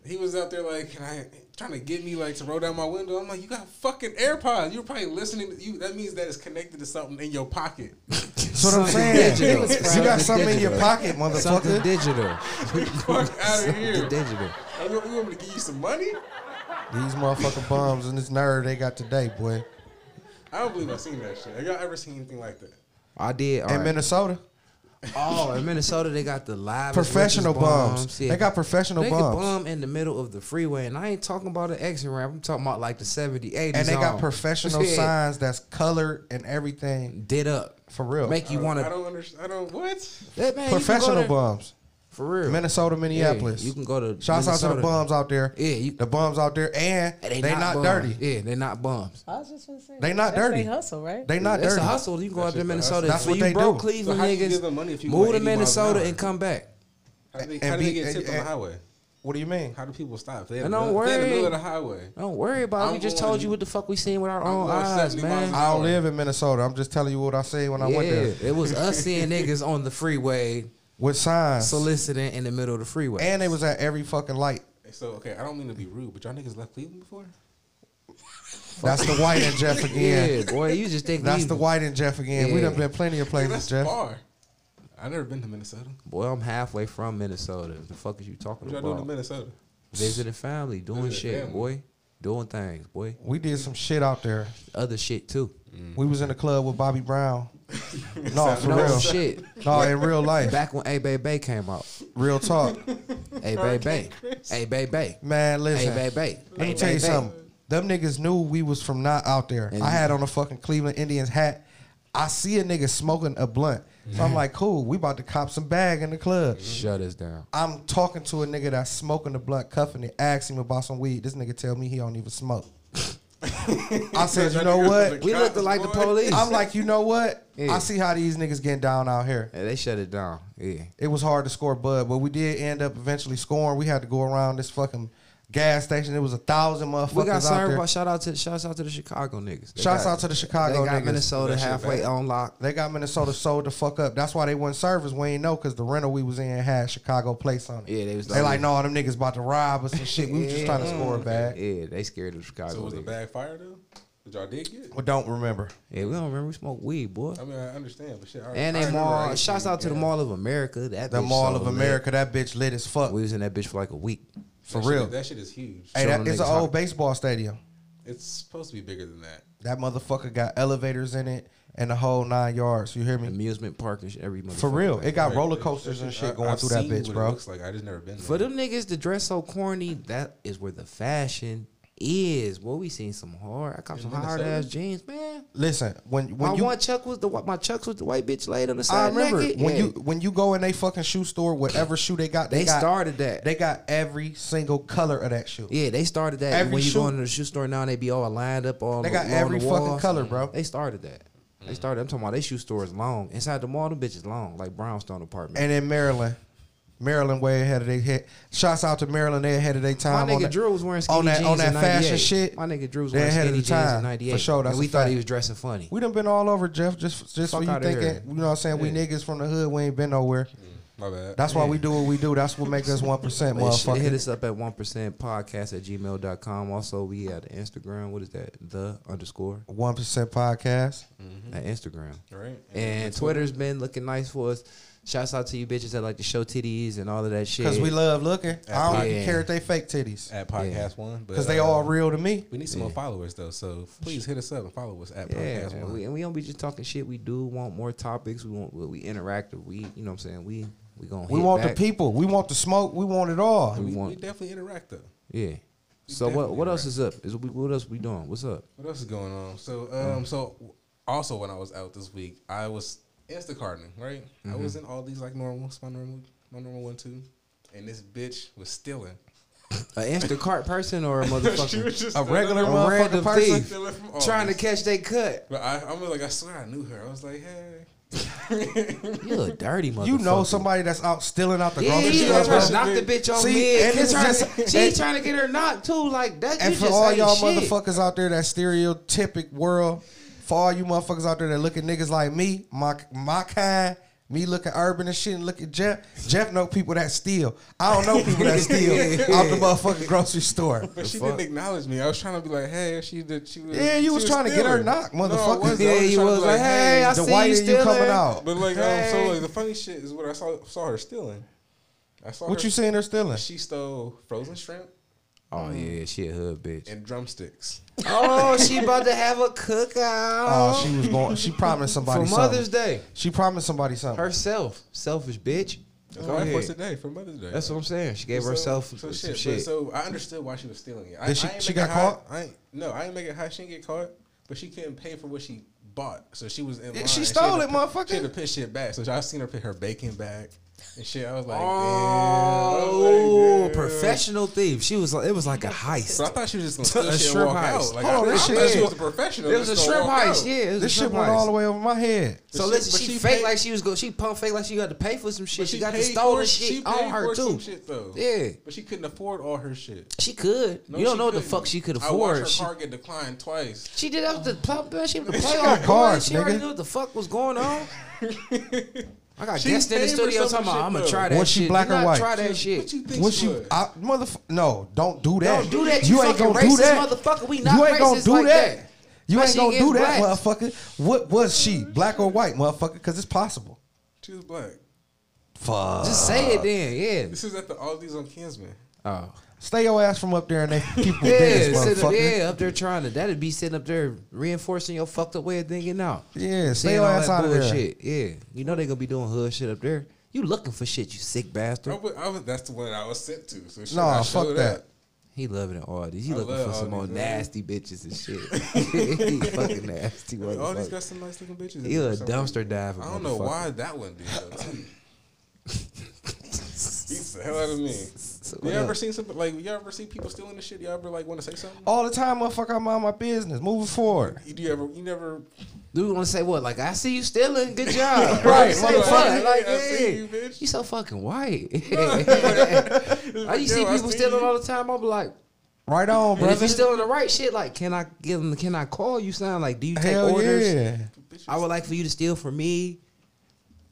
[SPEAKER 3] He was out there like, can I trying to get me like to roll down my window? I'm like, you got fucking AirPods. You're probably listening. To, you that means that it's connected to something in your pocket. <laughs>
[SPEAKER 4] So what I'm saying, you got something in your pocket,
[SPEAKER 2] Something
[SPEAKER 4] motherfucker. <laughs>
[SPEAKER 2] digital.
[SPEAKER 3] Fuck out of
[SPEAKER 2] Something
[SPEAKER 3] here.
[SPEAKER 2] digital.
[SPEAKER 3] You want, you want me to give you some money?
[SPEAKER 4] These motherfucking bums and this nerve they got today, boy.
[SPEAKER 3] I don't believe I seen that shit. Have y'all ever seen anything like that?
[SPEAKER 2] I did. all
[SPEAKER 4] In
[SPEAKER 2] right.
[SPEAKER 4] Minnesota,
[SPEAKER 2] Oh, in Minnesota, they got the live
[SPEAKER 4] professional bums.
[SPEAKER 2] Yeah.
[SPEAKER 4] They got professional
[SPEAKER 2] They could
[SPEAKER 4] bums,
[SPEAKER 2] bum in the middle of the freeway, and I ain't talking about an exit ramp. I'm talking about like the 70, 80
[SPEAKER 4] and they got
[SPEAKER 2] zone.
[SPEAKER 4] professional
[SPEAKER 2] <laughs> Yeah.
[SPEAKER 4] signs that's colored and everything
[SPEAKER 2] Did up.
[SPEAKER 4] for real.
[SPEAKER 2] Make you want
[SPEAKER 3] I
[SPEAKER 2] to.
[SPEAKER 3] don't understand. I don't. What?
[SPEAKER 2] That man, you can go
[SPEAKER 4] professional
[SPEAKER 2] to-
[SPEAKER 4] bums,
[SPEAKER 2] For real.
[SPEAKER 4] Minnesota,
[SPEAKER 2] Yeah,
[SPEAKER 4] Minneapolis.
[SPEAKER 2] you can go to.
[SPEAKER 4] Shouts out to the
[SPEAKER 2] Minnesota.
[SPEAKER 4] bums out there.
[SPEAKER 2] Yeah, you,
[SPEAKER 4] The bums out there, and
[SPEAKER 2] they,
[SPEAKER 4] they,
[SPEAKER 2] not,
[SPEAKER 4] not,
[SPEAKER 2] bum.
[SPEAKER 4] dirty.
[SPEAKER 2] Yeah, they not bums.
[SPEAKER 5] I was just gonna say
[SPEAKER 4] They not
[SPEAKER 5] that's
[SPEAKER 4] dirty.
[SPEAKER 5] They hustle, right?
[SPEAKER 4] They not
[SPEAKER 2] That's
[SPEAKER 4] dirty.
[SPEAKER 2] a hustle. You can go
[SPEAKER 3] That
[SPEAKER 2] out to
[SPEAKER 3] shit's a
[SPEAKER 2] Minnesota.
[SPEAKER 3] hustle.
[SPEAKER 4] That's
[SPEAKER 2] So
[SPEAKER 4] what
[SPEAKER 2] you
[SPEAKER 4] they
[SPEAKER 2] broke
[SPEAKER 4] do.
[SPEAKER 2] Cleveland
[SPEAKER 3] So how you give them money if
[SPEAKER 2] niggas,
[SPEAKER 3] you
[SPEAKER 2] move
[SPEAKER 3] go
[SPEAKER 2] to
[SPEAKER 3] 80 miles an
[SPEAKER 2] Minnesota
[SPEAKER 3] hour?
[SPEAKER 2] and come back.
[SPEAKER 3] How do they,
[SPEAKER 4] And
[SPEAKER 3] how do they
[SPEAKER 4] be-
[SPEAKER 3] get tipped
[SPEAKER 4] and-
[SPEAKER 3] on the highway?
[SPEAKER 4] What do you mean?
[SPEAKER 3] How do people stop? If They
[SPEAKER 2] And
[SPEAKER 3] in the
[SPEAKER 2] don't
[SPEAKER 3] middle- if they in the
[SPEAKER 2] worry.
[SPEAKER 3] middle of the highway.
[SPEAKER 2] Don't worry about it. We
[SPEAKER 3] I'm
[SPEAKER 2] just
[SPEAKER 3] going-
[SPEAKER 2] told you what the fuck we seen with our
[SPEAKER 3] I'm
[SPEAKER 2] own
[SPEAKER 3] going
[SPEAKER 2] eyes,
[SPEAKER 3] 70 miles
[SPEAKER 2] man.
[SPEAKER 3] an
[SPEAKER 4] I don't live in Minnesota. I'm just telling you what I seen when I went
[SPEAKER 2] yeah,
[SPEAKER 4] there
[SPEAKER 2] it was
[SPEAKER 4] <laughs>
[SPEAKER 2] us seeing niggas on the freeway
[SPEAKER 4] with signs,
[SPEAKER 2] soliciting in the middle of the freeway.
[SPEAKER 4] and it was at every fucking light.
[SPEAKER 3] So okay, I don't mean to be rude, but y'all niggas left Cleveland before?
[SPEAKER 4] That's the white and Jeff
[SPEAKER 2] <laughs> yeah,
[SPEAKER 4] again.
[SPEAKER 2] boy, you just think
[SPEAKER 4] That's
[SPEAKER 2] we-
[SPEAKER 4] the white and Jeff again. We
[SPEAKER 2] Yeah.
[SPEAKER 4] done been plenty of
[SPEAKER 3] Nigga,
[SPEAKER 4] places,
[SPEAKER 3] that's
[SPEAKER 4] Jeff.
[SPEAKER 3] far. I never been to Minnesota.
[SPEAKER 2] Boy, I'm halfway from Minnesota. The fuck is you talking
[SPEAKER 3] What y'all doing in
[SPEAKER 2] about?
[SPEAKER 3] Minnesota?
[SPEAKER 2] Visiting family, doing
[SPEAKER 3] Visiting
[SPEAKER 2] shit,
[SPEAKER 3] family.
[SPEAKER 2] boy, doing things, boy.
[SPEAKER 4] We did some shit out there.
[SPEAKER 2] Other shit too.
[SPEAKER 4] We was in the club with Bobby
[SPEAKER 2] <laughs>
[SPEAKER 4] Brown. No, for
[SPEAKER 2] No
[SPEAKER 4] real.
[SPEAKER 2] shit.
[SPEAKER 4] No, in real life.
[SPEAKER 2] Back when A Bay Bay came
[SPEAKER 3] <laughs>
[SPEAKER 2] out,
[SPEAKER 4] Real
[SPEAKER 2] <laughs>
[SPEAKER 4] talk.
[SPEAKER 2] A Bay Bay, A Bay Bay,
[SPEAKER 4] Man,
[SPEAKER 2] A
[SPEAKER 4] listen.
[SPEAKER 2] Bay Bay.
[SPEAKER 4] Let me
[SPEAKER 2] Ay
[SPEAKER 4] tell you
[SPEAKER 2] Bay Bay.
[SPEAKER 4] something. Them niggas knew we was from not out there.
[SPEAKER 2] And-
[SPEAKER 4] I had on a fucking Cleveland Indians hat. I see a nigga smoking a blunt. So
[SPEAKER 2] Mm-hmm.
[SPEAKER 4] I'm like, cool, we about to cop some bag in the club.
[SPEAKER 2] Shut us down.
[SPEAKER 4] I'm talking to a nigga that's smoking the blunt, cuffing it, ask him about some weed. This nigga tell me he don't even
[SPEAKER 2] <laughs>
[SPEAKER 4] smoke. I said, you know what?
[SPEAKER 2] We looked like the police.
[SPEAKER 4] I'm like, you know what?
[SPEAKER 2] Yeah.
[SPEAKER 4] I see how these niggas getting down out here.
[SPEAKER 2] Yeah, they shut it down. Yeah.
[SPEAKER 4] It was hard to score Bud, but we did end up eventually scoring. We had to go around this fucking gas station. It was a thousand motherfuckers
[SPEAKER 2] We got
[SPEAKER 4] out
[SPEAKER 2] served
[SPEAKER 4] there.
[SPEAKER 2] by shout out to shouts out to the Chicago niggas. They
[SPEAKER 4] Shouts
[SPEAKER 2] got-
[SPEAKER 4] out to the Chicago
[SPEAKER 2] They got
[SPEAKER 4] niggas.
[SPEAKER 2] Minnesota halfway on lock.
[SPEAKER 4] They got Minnesota sold the fuck up. That's why they went service. We ain't know because the rental we was in had Chicago place on it.
[SPEAKER 2] Yeah, they was
[SPEAKER 4] they like,
[SPEAKER 2] like-
[SPEAKER 4] no, them niggas about to rob us and shit. We was just trying to score a bag.
[SPEAKER 2] Yeah, they scared of Chicago.
[SPEAKER 3] So was the
[SPEAKER 2] niggas.
[SPEAKER 3] bag fire though? But y'all did get? it?
[SPEAKER 4] Well, don't remember.
[SPEAKER 2] Yeah, we don't remember. We smoked weed, boy.
[SPEAKER 3] I mean, I understand, but shit. I,
[SPEAKER 2] And
[SPEAKER 3] I
[SPEAKER 2] they
[SPEAKER 3] remember I
[SPEAKER 2] mall.
[SPEAKER 3] used
[SPEAKER 2] Shouts out to the Mall of America. That
[SPEAKER 4] The
[SPEAKER 2] bitch
[SPEAKER 4] Mall
[SPEAKER 2] so
[SPEAKER 4] of
[SPEAKER 2] lit.
[SPEAKER 4] America, that bitch lit as fuck.
[SPEAKER 2] We was in that bitch for like a week.
[SPEAKER 4] for
[SPEAKER 3] that shit-
[SPEAKER 4] real.
[SPEAKER 3] that shit is huge.
[SPEAKER 4] hey,
[SPEAKER 2] showing
[SPEAKER 4] that
[SPEAKER 2] them
[SPEAKER 4] is an
[SPEAKER 2] niggas how
[SPEAKER 4] old
[SPEAKER 2] to-
[SPEAKER 4] baseball stadium.
[SPEAKER 3] It's supposed to be bigger than that.
[SPEAKER 4] That motherfucker got elevators in it and the whole nine yards. You hear me?
[SPEAKER 2] Amusement park and shit every month.
[SPEAKER 4] For real. It got roller coasters
[SPEAKER 3] That
[SPEAKER 4] and shit
[SPEAKER 3] I-
[SPEAKER 4] going
[SPEAKER 3] I've
[SPEAKER 4] through that
[SPEAKER 3] seen
[SPEAKER 4] bitch,
[SPEAKER 3] what It
[SPEAKER 4] bro.
[SPEAKER 3] looks like I just never been there.
[SPEAKER 2] For them niggas to dress so corny, that is where the fashion is. Boy, we seen some hard. I got some hard
[SPEAKER 3] Minnesota?
[SPEAKER 2] ass jeans, man.
[SPEAKER 4] Listen, when when
[SPEAKER 2] my
[SPEAKER 4] you
[SPEAKER 2] one chuck was the whi- my chucks was the white bitch laid on the
[SPEAKER 4] I
[SPEAKER 2] side.
[SPEAKER 4] remember
[SPEAKER 2] naked.
[SPEAKER 4] when
[SPEAKER 2] Yeah.
[SPEAKER 4] you when you go in they fucking shoe store, whatever shoe they got, they,
[SPEAKER 2] they,
[SPEAKER 4] got,
[SPEAKER 2] started that.
[SPEAKER 4] They got every single color of that shoe.
[SPEAKER 2] yeah, they started that.
[SPEAKER 4] Every
[SPEAKER 2] when you
[SPEAKER 4] shoe-
[SPEAKER 2] go into the shoe store now, they be all lined up all.
[SPEAKER 4] They got
[SPEAKER 2] along the
[SPEAKER 4] every fucking
[SPEAKER 2] walls.
[SPEAKER 4] color, bro. Mm.
[SPEAKER 2] They started that. They started. I'm talking about they shoe store is long inside the mall. Them bitches long like brownstone apartment.
[SPEAKER 4] And in Maryland, Maryland way ahead of their head. Shouts out to Maryland, they ahead of their time.
[SPEAKER 2] My
[SPEAKER 4] on
[SPEAKER 2] nigga
[SPEAKER 4] that-
[SPEAKER 2] Drew was wearing skinny
[SPEAKER 4] on that
[SPEAKER 2] jeans
[SPEAKER 4] on that
[SPEAKER 2] in
[SPEAKER 4] fashion
[SPEAKER 2] 98.
[SPEAKER 4] shit.
[SPEAKER 2] My nigga Drew was
[SPEAKER 4] They
[SPEAKER 2] wearing
[SPEAKER 4] ahead
[SPEAKER 2] skinny
[SPEAKER 4] of the
[SPEAKER 2] jeans
[SPEAKER 4] time.
[SPEAKER 2] in '98.
[SPEAKER 4] For sure, that's
[SPEAKER 2] and we
[SPEAKER 4] a
[SPEAKER 2] thought he
[SPEAKER 4] fact.
[SPEAKER 2] was dressing funny.
[SPEAKER 4] We done been all over Jeff. Just just
[SPEAKER 2] Fuck
[SPEAKER 4] for you
[SPEAKER 2] outta
[SPEAKER 4] thinking,
[SPEAKER 2] here.
[SPEAKER 4] you know what I'm saying? We
[SPEAKER 2] Yeah.
[SPEAKER 4] niggas from the hood, we ain't been nowhere.
[SPEAKER 3] My bad.
[SPEAKER 4] That's why we do what we do. That's what makes us one percent,
[SPEAKER 2] But shit, hit
[SPEAKER 4] motherfucker.
[SPEAKER 2] us up at one percent podcast at gmail.com. Also, we at Instagram. What is that? The underscore
[SPEAKER 4] One percent podcast.
[SPEAKER 2] at Instagram.
[SPEAKER 3] Right.
[SPEAKER 2] And Twitter's been looking nice for us. Shouts out to you bitches that like to show titties and all of that shit.
[SPEAKER 4] Cause we love looking. I don't
[SPEAKER 2] Yeah.
[SPEAKER 4] care if they fake titties.
[SPEAKER 3] at podcast one, but
[SPEAKER 4] Cause they
[SPEAKER 3] uh,
[SPEAKER 4] all real to me.
[SPEAKER 3] We need some more followers though, so please hit us up and follow us at
[SPEAKER 2] yeah,
[SPEAKER 3] podcast one.
[SPEAKER 2] and we, and we don't be just talking shit. We do want more topics. We want we interactive. We you know what I'm saying. We we gonna
[SPEAKER 4] We
[SPEAKER 2] hit
[SPEAKER 4] want
[SPEAKER 2] back.
[SPEAKER 4] the people. We want the smoke. We want it all.
[SPEAKER 2] We
[SPEAKER 3] we,
[SPEAKER 2] want
[SPEAKER 3] we definitely interact though.
[SPEAKER 2] yeah. So what what else is up? Is we, what else we doing? What's up?
[SPEAKER 3] What else is going on? So, um, so also when I was out this week, I was Instacarting, right? I was in all these like normal, it's my normal, my normal one two, and this bitch was stealing.
[SPEAKER 2] An Instacart person or
[SPEAKER 3] <laughs>
[SPEAKER 2] a
[SPEAKER 3] She
[SPEAKER 2] motherfucker?
[SPEAKER 3] was just
[SPEAKER 4] A
[SPEAKER 3] stealing-
[SPEAKER 4] regular
[SPEAKER 2] a
[SPEAKER 4] motherfucker
[SPEAKER 2] random
[SPEAKER 4] person.
[SPEAKER 2] thief.
[SPEAKER 3] stealing from oh, all
[SPEAKER 2] trying to
[SPEAKER 3] these.
[SPEAKER 2] catch they cut.
[SPEAKER 3] But I, I was like, I swear I knew her. I was like, hey.
[SPEAKER 2] You a dirty
[SPEAKER 4] <laughs>
[SPEAKER 2] motherfucker.
[SPEAKER 4] You know somebody that's out stealing out the
[SPEAKER 2] Yeah,
[SPEAKER 4] grocery
[SPEAKER 2] yeah,
[SPEAKER 4] store.
[SPEAKER 2] that's right.
[SPEAKER 4] bro.
[SPEAKER 2] knock the bitch on
[SPEAKER 4] See,
[SPEAKER 2] me.
[SPEAKER 4] and it's
[SPEAKER 2] She's <laughs>
[SPEAKER 4] just-
[SPEAKER 2] trying,
[SPEAKER 4] and-
[SPEAKER 2] to get her knocked too. Like that.
[SPEAKER 4] And
[SPEAKER 2] you
[SPEAKER 4] for
[SPEAKER 2] just
[SPEAKER 4] all
[SPEAKER 2] ain't
[SPEAKER 4] y'all
[SPEAKER 2] shit.
[SPEAKER 4] motherfuckers out there, that stereotypic world, for all you motherfuckers out there that look at niggas like me, my my kind, me looking urban and shit, and look at Jeff. Jeff know people that steal. I don't know people that steal
[SPEAKER 2] <laughs>
[SPEAKER 4] out the motherfucking grocery store.
[SPEAKER 3] But she
[SPEAKER 2] fuck?
[SPEAKER 3] didn't acknowledge me. I was trying to be like, hey, she did. She was,
[SPEAKER 4] Yeah, you
[SPEAKER 3] she
[SPEAKER 4] was trying to get her
[SPEAKER 3] stealing.
[SPEAKER 4] knocked,
[SPEAKER 3] No, I
[SPEAKER 4] motherfucker.
[SPEAKER 3] wasn't. I
[SPEAKER 2] Yeah,
[SPEAKER 3] was
[SPEAKER 2] you
[SPEAKER 3] trying to
[SPEAKER 2] was
[SPEAKER 3] be
[SPEAKER 2] like, hey, I
[SPEAKER 4] The
[SPEAKER 2] see
[SPEAKER 4] whiter
[SPEAKER 2] you
[SPEAKER 4] you
[SPEAKER 2] stealing.
[SPEAKER 4] coming out.
[SPEAKER 3] But like, um, so
[SPEAKER 2] Hey.
[SPEAKER 3] like the funny shit is what I saw saw her stealing. I saw
[SPEAKER 4] What
[SPEAKER 3] her,
[SPEAKER 4] you saying they're
[SPEAKER 2] <laughs>
[SPEAKER 4] stealing?
[SPEAKER 3] She stole frozen shrimp
[SPEAKER 2] Oh yeah, she a hood bitch.
[SPEAKER 3] and drumsticks.
[SPEAKER 2] oh,
[SPEAKER 3] <laughs>
[SPEAKER 2] she about to have a cookout
[SPEAKER 4] Oh, she was going. She promised
[SPEAKER 2] for
[SPEAKER 4] somebody
[SPEAKER 2] Mother's
[SPEAKER 4] something.
[SPEAKER 2] Day.
[SPEAKER 4] She promised somebody something.
[SPEAKER 2] Herself, selfish bitch.
[SPEAKER 3] That's
[SPEAKER 2] Go
[SPEAKER 3] what I
[SPEAKER 2] ahead.
[SPEAKER 3] posted today for Mother's Day.
[SPEAKER 2] Oh, That's what I'm saying. She gave
[SPEAKER 3] So-
[SPEAKER 2] herself
[SPEAKER 3] so
[SPEAKER 2] some
[SPEAKER 3] shit, but
[SPEAKER 2] shit.
[SPEAKER 3] So I understood why she was stealing it. I,
[SPEAKER 4] Did she-
[SPEAKER 3] I ain't
[SPEAKER 4] she
[SPEAKER 3] make it
[SPEAKER 4] got
[SPEAKER 3] high-
[SPEAKER 4] caught?
[SPEAKER 3] I ain't, no, I ain't make it high. She didn't get caught, but she couldn't pay for what she bought, so she was in
[SPEAKER 4] Yeah,
[SPEAKER 3] line.
[SPEAKER 4] she
[SPEAKER 3] and
[SPEAKER 4] stole it,
[SPEAKER 3] had to pi-
[SPEAKER 4] motherfucker.
[SPEAKER 3] She had to pick shit back. So I seen her pick her bacon back and shit. I was like, damn. I was
[SPEAKER 2] Oh,
[SPEAKER 3] like, damn.
[SPEAKER 2] professional thief. She was like, it was like a heist.
[SPEAKER 3] So I thought she was just gonna
[SPEAKER 2] A
[SPEAKER 3] steal shit and
[SPEAKER 2] shrimp
[SPEAKER 3] walk
[SPEAKER 2] heist.
[SPEAKER 3] out.
[SPEAKER 4] Hold
[SPEAKER 3] Like, I,
[SPEAKER 4] on, this
[SPEAKER 3] I
[SPEAKER 4] shit-
[SPEAKER 3] thought she was a professional.
[SPEAKER 2] It was a
[SPEAKER 3] just
[SPEAKER 2] shrimp
[SPEAKER 3] gonna walk
[SPEAKER 2] heist.
[SPEAKER 3] out.
[SPEAKER 2] Yeah, it was
[SPEAKER 4] This
[SPEAKER 2] a
[SPEAKER 4] shit
[SPEAKER 2] shrimp
[SPEAKER 4] went
[SPEAKER 2] heist.
[SPEAKER 4] all the way over my head.
[SPEAKER 2] So
[SPEAKER 3] But
[SPEAKER 2] listen,
[SPEAKER 3] she- but
[SPEAKER 2] she,
[SPEAKER 3] she
[SPEAKER 2] faked
[SPEAKER 3] paid-
[SPEAKER 2] like she was go. She pump fake like she had to pay for some shit.
[SPEAKER 3] But
[SPEAKER 2] She, got the
[SPEAKER 3] paid
[SPEAKER 2] stolen
[SPEAKER 3] for-
[SPEAKER 2] shit
[SPEAKER 3] she
[SPEAKER 2] on
[SPEAKER 3] paid
[SPEAKER 2] her
[SPEAKER 3] for
[SPEAKER 2] too.
[SPEAKER 3] some shit, though.
[SPEAKER 2] Yeah,
[SPEAKER 3] but she couldn't afford all her shit.
[SPEAKER 2] she could.
[SPEAKER 3] No,
[SPEAKER 2] you don't
[SPEAKER 3] she
[SPEAKER 2] know what the
[SPEAKER 3] couldn't.
[SPEAKER 2] fuck she could
[SPEAKER 3] I watched her
[SPEAKER 2] afford. She,
[SPEAKER 3] car get declined twice.
[SPEAKER 2] she did have to pump. uh, She
[SPEAKER 3] <laughs>
[SPEAKER 2] had to play
[SPEAKER 4] got
[SPEAKER 2] on board.
[SPEAKER 4] cards,
[SPEAKER 2] She already
[SPEAKER 4] nigga.
[SPEAKER 2] knew what the fuck was going on. I got
[SPEAKER 3] She
[SPEAKER 2] guests in the
[SPEAKER 3] paid for
[SPEAKER 2] studio
[SPEAKER 3] some
[SPEAKER 2] talking about
[SPEAKER 3] shit,
[SPEAKER 2] I'm gonna
[SPEAKER 3] though.
[SPEAKER 2] try that
[SPEAKER 4] Was she
[SPEAKER 2] shit.
[SPEAKER 4] black
[SPEAKER 2] Do
[SPEAKER 4] or
[SPEAKER 2] not
[SPEAKER 4] white?
[SPEAKER 2] Try
[SPEAKER 3] She
[SPEAKER 2] that
[SPEAKER 3] was-
[SPEAKER 2] shit.
[SPEAKER 3] What you think
[SPEAKER 4] What
[SPEAKER 3] she
[SPEAKER 4] you,
[SPEAKER 3] was?
[SPEAKER 4] I, motherfucker? No, don't do that.
[SPEAKER 2] Don't do that, you fucking racist motherfucker. We not racist like that.
[SPEAKER 4] You
[SPEAKER 2] My
[SPEAKER 4] ain't
[SPEAKER 2] shit
[SPEAKER 4] gonna do
[SPEAKER 2] gets
[SPEAKER 4] that,
[SPEAKER 2] black.
[SPEAKER 4] motherfucker. What was she, black or white, motherfucker? Because it's possible.
[SPEAKER 3] She was black.
[SPEAKER 4] Fuck.
[SPEAKER 2] Just say it then. Yeah.
[SPEAKER 3] This is at the Aldi's on Kinsman.
[SPEAKER 2] Oh.
[SPEAKER 4] Stay your ass from up there and they keep
[SPEAKER 2] <laughs> Yeah,
[SPEAKER 4] your business,
[SPEAKER 2] sit up,
[SPEAKER 4] motherfucker.
[SPEAKER 2] yeah, up there trying to. That'd be sitting up there reinforcing your fucked up way of thinking out.
[SPEAKER 4] Yeah, stay
[SPEAKER 2] Saying
[SPEAKER 4] your
[SPEAKER 2] all
[SPEAKER 4] ass
[SPEAKER 2] that
[SPEAKER 4] out of there.
[SPEAKER 2] bullshit. Yeah, you know they gonna be doing hood shit up there. You looking for shit, you sick
[SPEAKER 3] I
[SPEAKER 2] bastard.
[SPEAKER 3] was, I was, that's the one I was sent to. So shit,
[SPEAKER 4] Nah,
[SPEAKER 3] I
[SPEAKER 4] fuck
[SPEAKER 3] showed
[SPEAKER 4] that.
[SPEAKER 3] up.
[SPEAKER 2] He loving it all these. He
[SPEAKER 3] I
[SPEAKER 2] looking
[SPEAKER 3] love
[SPEAKER 2] for some
[SPEAKER 3] all
[SPEAKER 2] more
[SPEAKER 3] these, man.
[SPEAKER 2] nasty bitches and
[SPEAKER 3] <laughs>
[SPEAKER 2] shit. <laughs> he fucking nasty.
[SPEAKER 3] Like, Aldi's
[SPEAKER 2] motherfucker.
[SPEAKER 3] got some nice looking bitches. in
[SPEAKER 2] He
[SPEAKER 3] there
[SPEAKER 2] a
[SPEAKER 3] for some reason.
[SPEAKER 2] dumpster diver.
[SPEAKER 3] I don't know
[SPEAKER 2] motherfucker.
[SPEAKER 3] why that one did though. too.
[SPEAKER 2] <laughs>
[SPEAKER 3] Beats the hell out of me.
[SPEAKER 2] So
[SPEAKER 3] You
[SPEAKER 2] what
[SPEAKER 3] ever
[SPEAKER 2] else?
[SPEAKER 3] seen some like you ever see people stealing this shit? You ever like want to say something?
[SPEAKER 4] All the time, motherfucker, I mind my business. Moving forward.
[SPEAKER 3] You, do you ever you never
[SPEAKER 2] Do we want to say what? Like I see you stealing.
[SPEAKER 3] <laughs>
[SPEAKER 2] Good job.
[SPEAKER 4] Right,
[SPEAKER 2] Say what?
[SPEAKER 4] motherfucker.
[SPEAKER 2] Like
[SPEAKER 3] I see
[SPEAKER 2] yeah.
[SPEAKER 3] you,
[SPEAKER 2] <laughs>
[SPEAKER 3] bitch.
[SPEAKER 2] You so fucking
[SPEAKER 3] <laughs>
[SPEAKER 2] white. <laughs>
[SPEAKER 3] Like,
[SPEAKER 2] I you see
[SPEAKER 3] yo, I
[SPEAKER 2] people
[SPEAKER 3] see
[SPEAKER 2] stealing
[SPEAKER 3] you.
[SPEAKER 2] all the time. I'm like,
[SPEAKER 4] Right on,
[SPEAKER 2] And if
[SPEAKER 4] brother.
[SPEAKER 2] you're still on the right shit, like, can I give them? Can I call you? Sound like, do you take
[SPEAKER 4] Hell
[SPEAKER 2] orders?
[SPEAKER 4] yeah.
[SPEAKER 2] I would like for you to steal from me.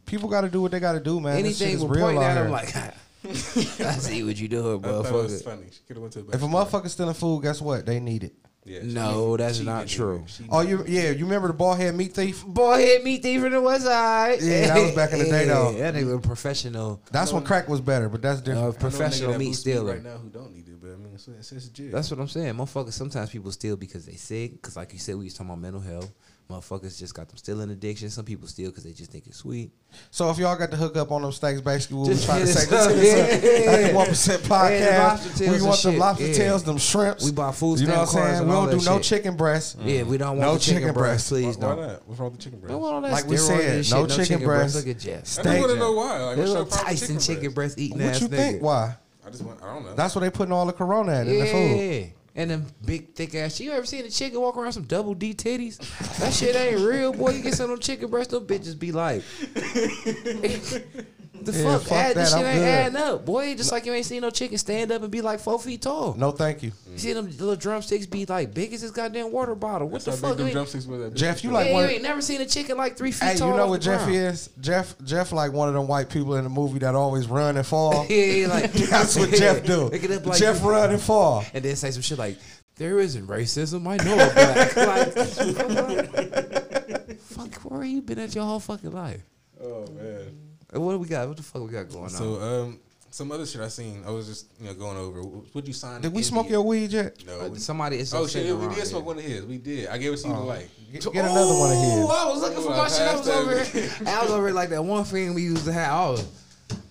[SPEAKER 4] People got to do what they got to do, man. This shit
[SPEAKER 2] Anything
[SPEAKER 4] is
[SPEAKER 2] we're
[SPEAKER 4] real
[SPEAKER 2] pointing
[SPEAKER 4] out
[SPEAKER 2] at,
[SPEAKER 4] here.
[SPEAKER 2] I'm like, <laughs> I see what you doing,
[SPEAKER 3] I thought it was
[SPEAKER 2] motherfucker.
[SPEAKER 3] funny. She could have went to the
[SPEAKER 4] if a motherfucker stealing food, guess what? They need it.
[SPEAKER 3] yeah, she-
[SPEAKER 2] No, that's
[SPEAKER 3] she
[SPEAKER 2] not
[SPEAKER 3] did it.
[SPEAKER 2] true.
[SPEAKER 3] She
[SPEAKER 4] Oh, you yeah, you remember the bald head meat thief?
[SPEAKER 2] Boy, hit me thief from the west side.
[SPEAKER 4] Yeah, that was back in the day, though.
[SPEAKER 2] <laughs> Yeah, That nigga a professional,
[SPEAKER 4] That's when crack was better, but that's
[SPEAKER 2] uh,
[SPEAKER 4] different.
[SPEAKER 3] I know a nigga
[SPEAKER 2] professional
[SPEAKER 3] that
[SPEAKER 2] meat
[SPEAKER 3] boosts me
[SPEAKER 2] stealer.
[SPEAKER 3] right now who don't need it, but I mean it's, it's, it's jig.
[SPEAKER 2] That's what I'm saying. Motherfuckers, sometimes people steal because they sick. Because, like you said, we was talking about mental health. Motherfuckers just got them stealing addiction. Some people steal because they just think it's sweet.
[SPEAKER 4] so if y'all got to hook up on them stacks, basically what we
[SPEAKER 2] Just
[SPEAKER 4] trying to
[SPEAKER 2] hit
[SPEAKER 4] say this
[SPEAKER 2] us up.
[SPEAKER 4] is
[SPEAKER 2] Yeah.
[SPEAKER 4] that's the one percent
[SPEAKER 2] Yeah, the lobster
[SPEAKER 4] podcast.
[SPEAKER 2] tails
[SPEAKER 4] we
[SPEAKER 2] and
[SPEAKER 4] want them
[SPEAKER 2] shit.
[SPEAKER 4] lobster
[SPEAKER 2] Yeah.
[SPEAKER 4] tails, them shrimps.
[SPEAKER 2] We buy food
[SPEAKER 4] You know what I'm
[SPEAKER 2] stamp cards
[SPEAKER 4] saying?
[SPEAKER 2] and
[SPEAKER 4] We
[SPEAKER 2] all
[SPEAKER 4] don't do
[SPEAKER 2] that
[SPEAKER 4] no
[SPEAKER 2] shit.
[SPEAKER 4] chicken breasts.
[SPEAKER 2] Yeah, we don't want
[SPEAKER 4] No
[SPEAKER 2] the chicken,
[SPEAKER 4] chicken breast.
[SPEAKER 2] breast, please.
[SPEAKER 3] why,
[SPEAKER 2] don't.
[SPEAKER 3] why not? What's wrong with the chicken breast?
[SPEAKER 2] Don't want all that
[SPEAKER 4] Like we
[SPEAKER 2] steroid
[SPEAKER 4] said,
[SPEAKER 2] and shit,
[SPEAKER 4] no chicken breast.
[SPEAKER 2] Look at Jeff.
[SPEAKER 3] I just want to
[SPEAKER 4] Steak.
[SPEAKER 3] know why. Like,
[SPEAKER 2] That
[SPEAKER 3] what's
[SPEAKER 2] little
[SPEAKER 3] your problem with
[SPEAKER 2] Tyson chicken
[SPEAKER 3] breast?
[SPEAKER 2] breast eating
[SPEAKER 4] What
[SPEAKER 2] ass
[SPEAKER 4] you think?
[SPEAKER 2] nigga.
[SPEAKER 4] Why?
[SPEAKER 3] I just want. I don't know.
[SPEAKER 4] That's where they putting all the Corona at in the food.
[SPEAKER 2] Yeah. And them big thick ass. You ever seen a chicken walk around some double D titties? That shit ain't real, boy. You get some of them chicken breasts, them bitches be like. <laughs> The
[SPEAKER 4] Yeah,
[SPEAKER 2] fuck,
[SPEAKER 4] fuck
[SPEAKER 2] add, this
[SPEAKER 4] that,
[SPEAKER 2] shit
[SPEAKER 4] I'm
[SPEAKER 2] ain't
[SPEAKER 4] good.
[SPEAKER 2] adding up, boy. Just like you ain't seen no chicken stand up and be like four feet tall.
[SPEAKER 4] No, thank you.
[SPEAKER 2] You see them little drumsticks be like big as this goddamn water bottle. What the fuck? You ain't,
[SPEAKER 3] drumsticks were that big.
[SPEAKER 4] Jeff, you
[SPEAKER 2] yeah,
[SPEAKER 4] like
[SPEAKER 2] you
[SPEAKER 4] one.
[SPEAKER 2] ain't never seen a chicken like three feet
[SPEAKER 4] Hey,
[SPEAKER 2] tall.
[SPEAKER 4] you know
[SPEAKER 2] off
[SPEAKER 4] what
[SPEAKER 2] the
[SPEAKER 4] Jeff
[SPEAKER 2] ground.
[SPEAKER 4] is? Jeff, Jeff, like one of them white people in the movie that always run and
[SPEAKER 2] <laughs>
[SPEAKER 4] fall.
[SPEAKER 2] <laughs> Yeah, yeah,
[SPEAKER 4] <laughs>
[SPEAKER 2] like
[SPEAKER 4] That's what Jeff
[SPEAKER 2] <laughs>
[SPEAKER 4] do.
[SPEAKER 2] Look it up like
[SPEAKER 4] Jeff run and fall.
[SPEAKER 2] and then say some shit like, "There isn't racism. I know I'm black." <laughs> like, fuck, where you been at your whole fucking life?
[SPEAKER 3] Oh man.
[SPEAKER 2] And what do we got? What the fuck we got going on?
[SPEAKER 3] So um, some other shit I seen. I was just you know going over. Would you sign?
[SPEAKER 4] Did we
[SPEAKER 3] an
[SPEAKER 4] smoke
[SPEAKER 3] NDA?
[SPEAKER 4] your weed yet?
[SPEAKER 3] No.
[SPEAKER 2] Uh, somebody is
[SPEAKER 3] oh shit!
[SPEAKER 2] sitting
[SPEAKER 3] yeah, We
[SPEAKER 2] around
[SPEAKER 3] did
[SPEAKER 2] here.
[SPEAKER 3] smoke one of his. We did. I gave it to you to like.
[SPEAKER 4] Get, get another one of
[SPEAKER 2] Ooh,
[SPEAKER 4] his.
[SPEAKER 2] I was looking for
[SPEAKER 3] Ooh, I
[SPEAKER 2] my shit. I was
[SPEAKER 3] passed
[SPEAKER 2] over
[SPEAKER 3] that.
[SPEAKER 2] here. <laughs> I was over here like that one friend we used to have. I was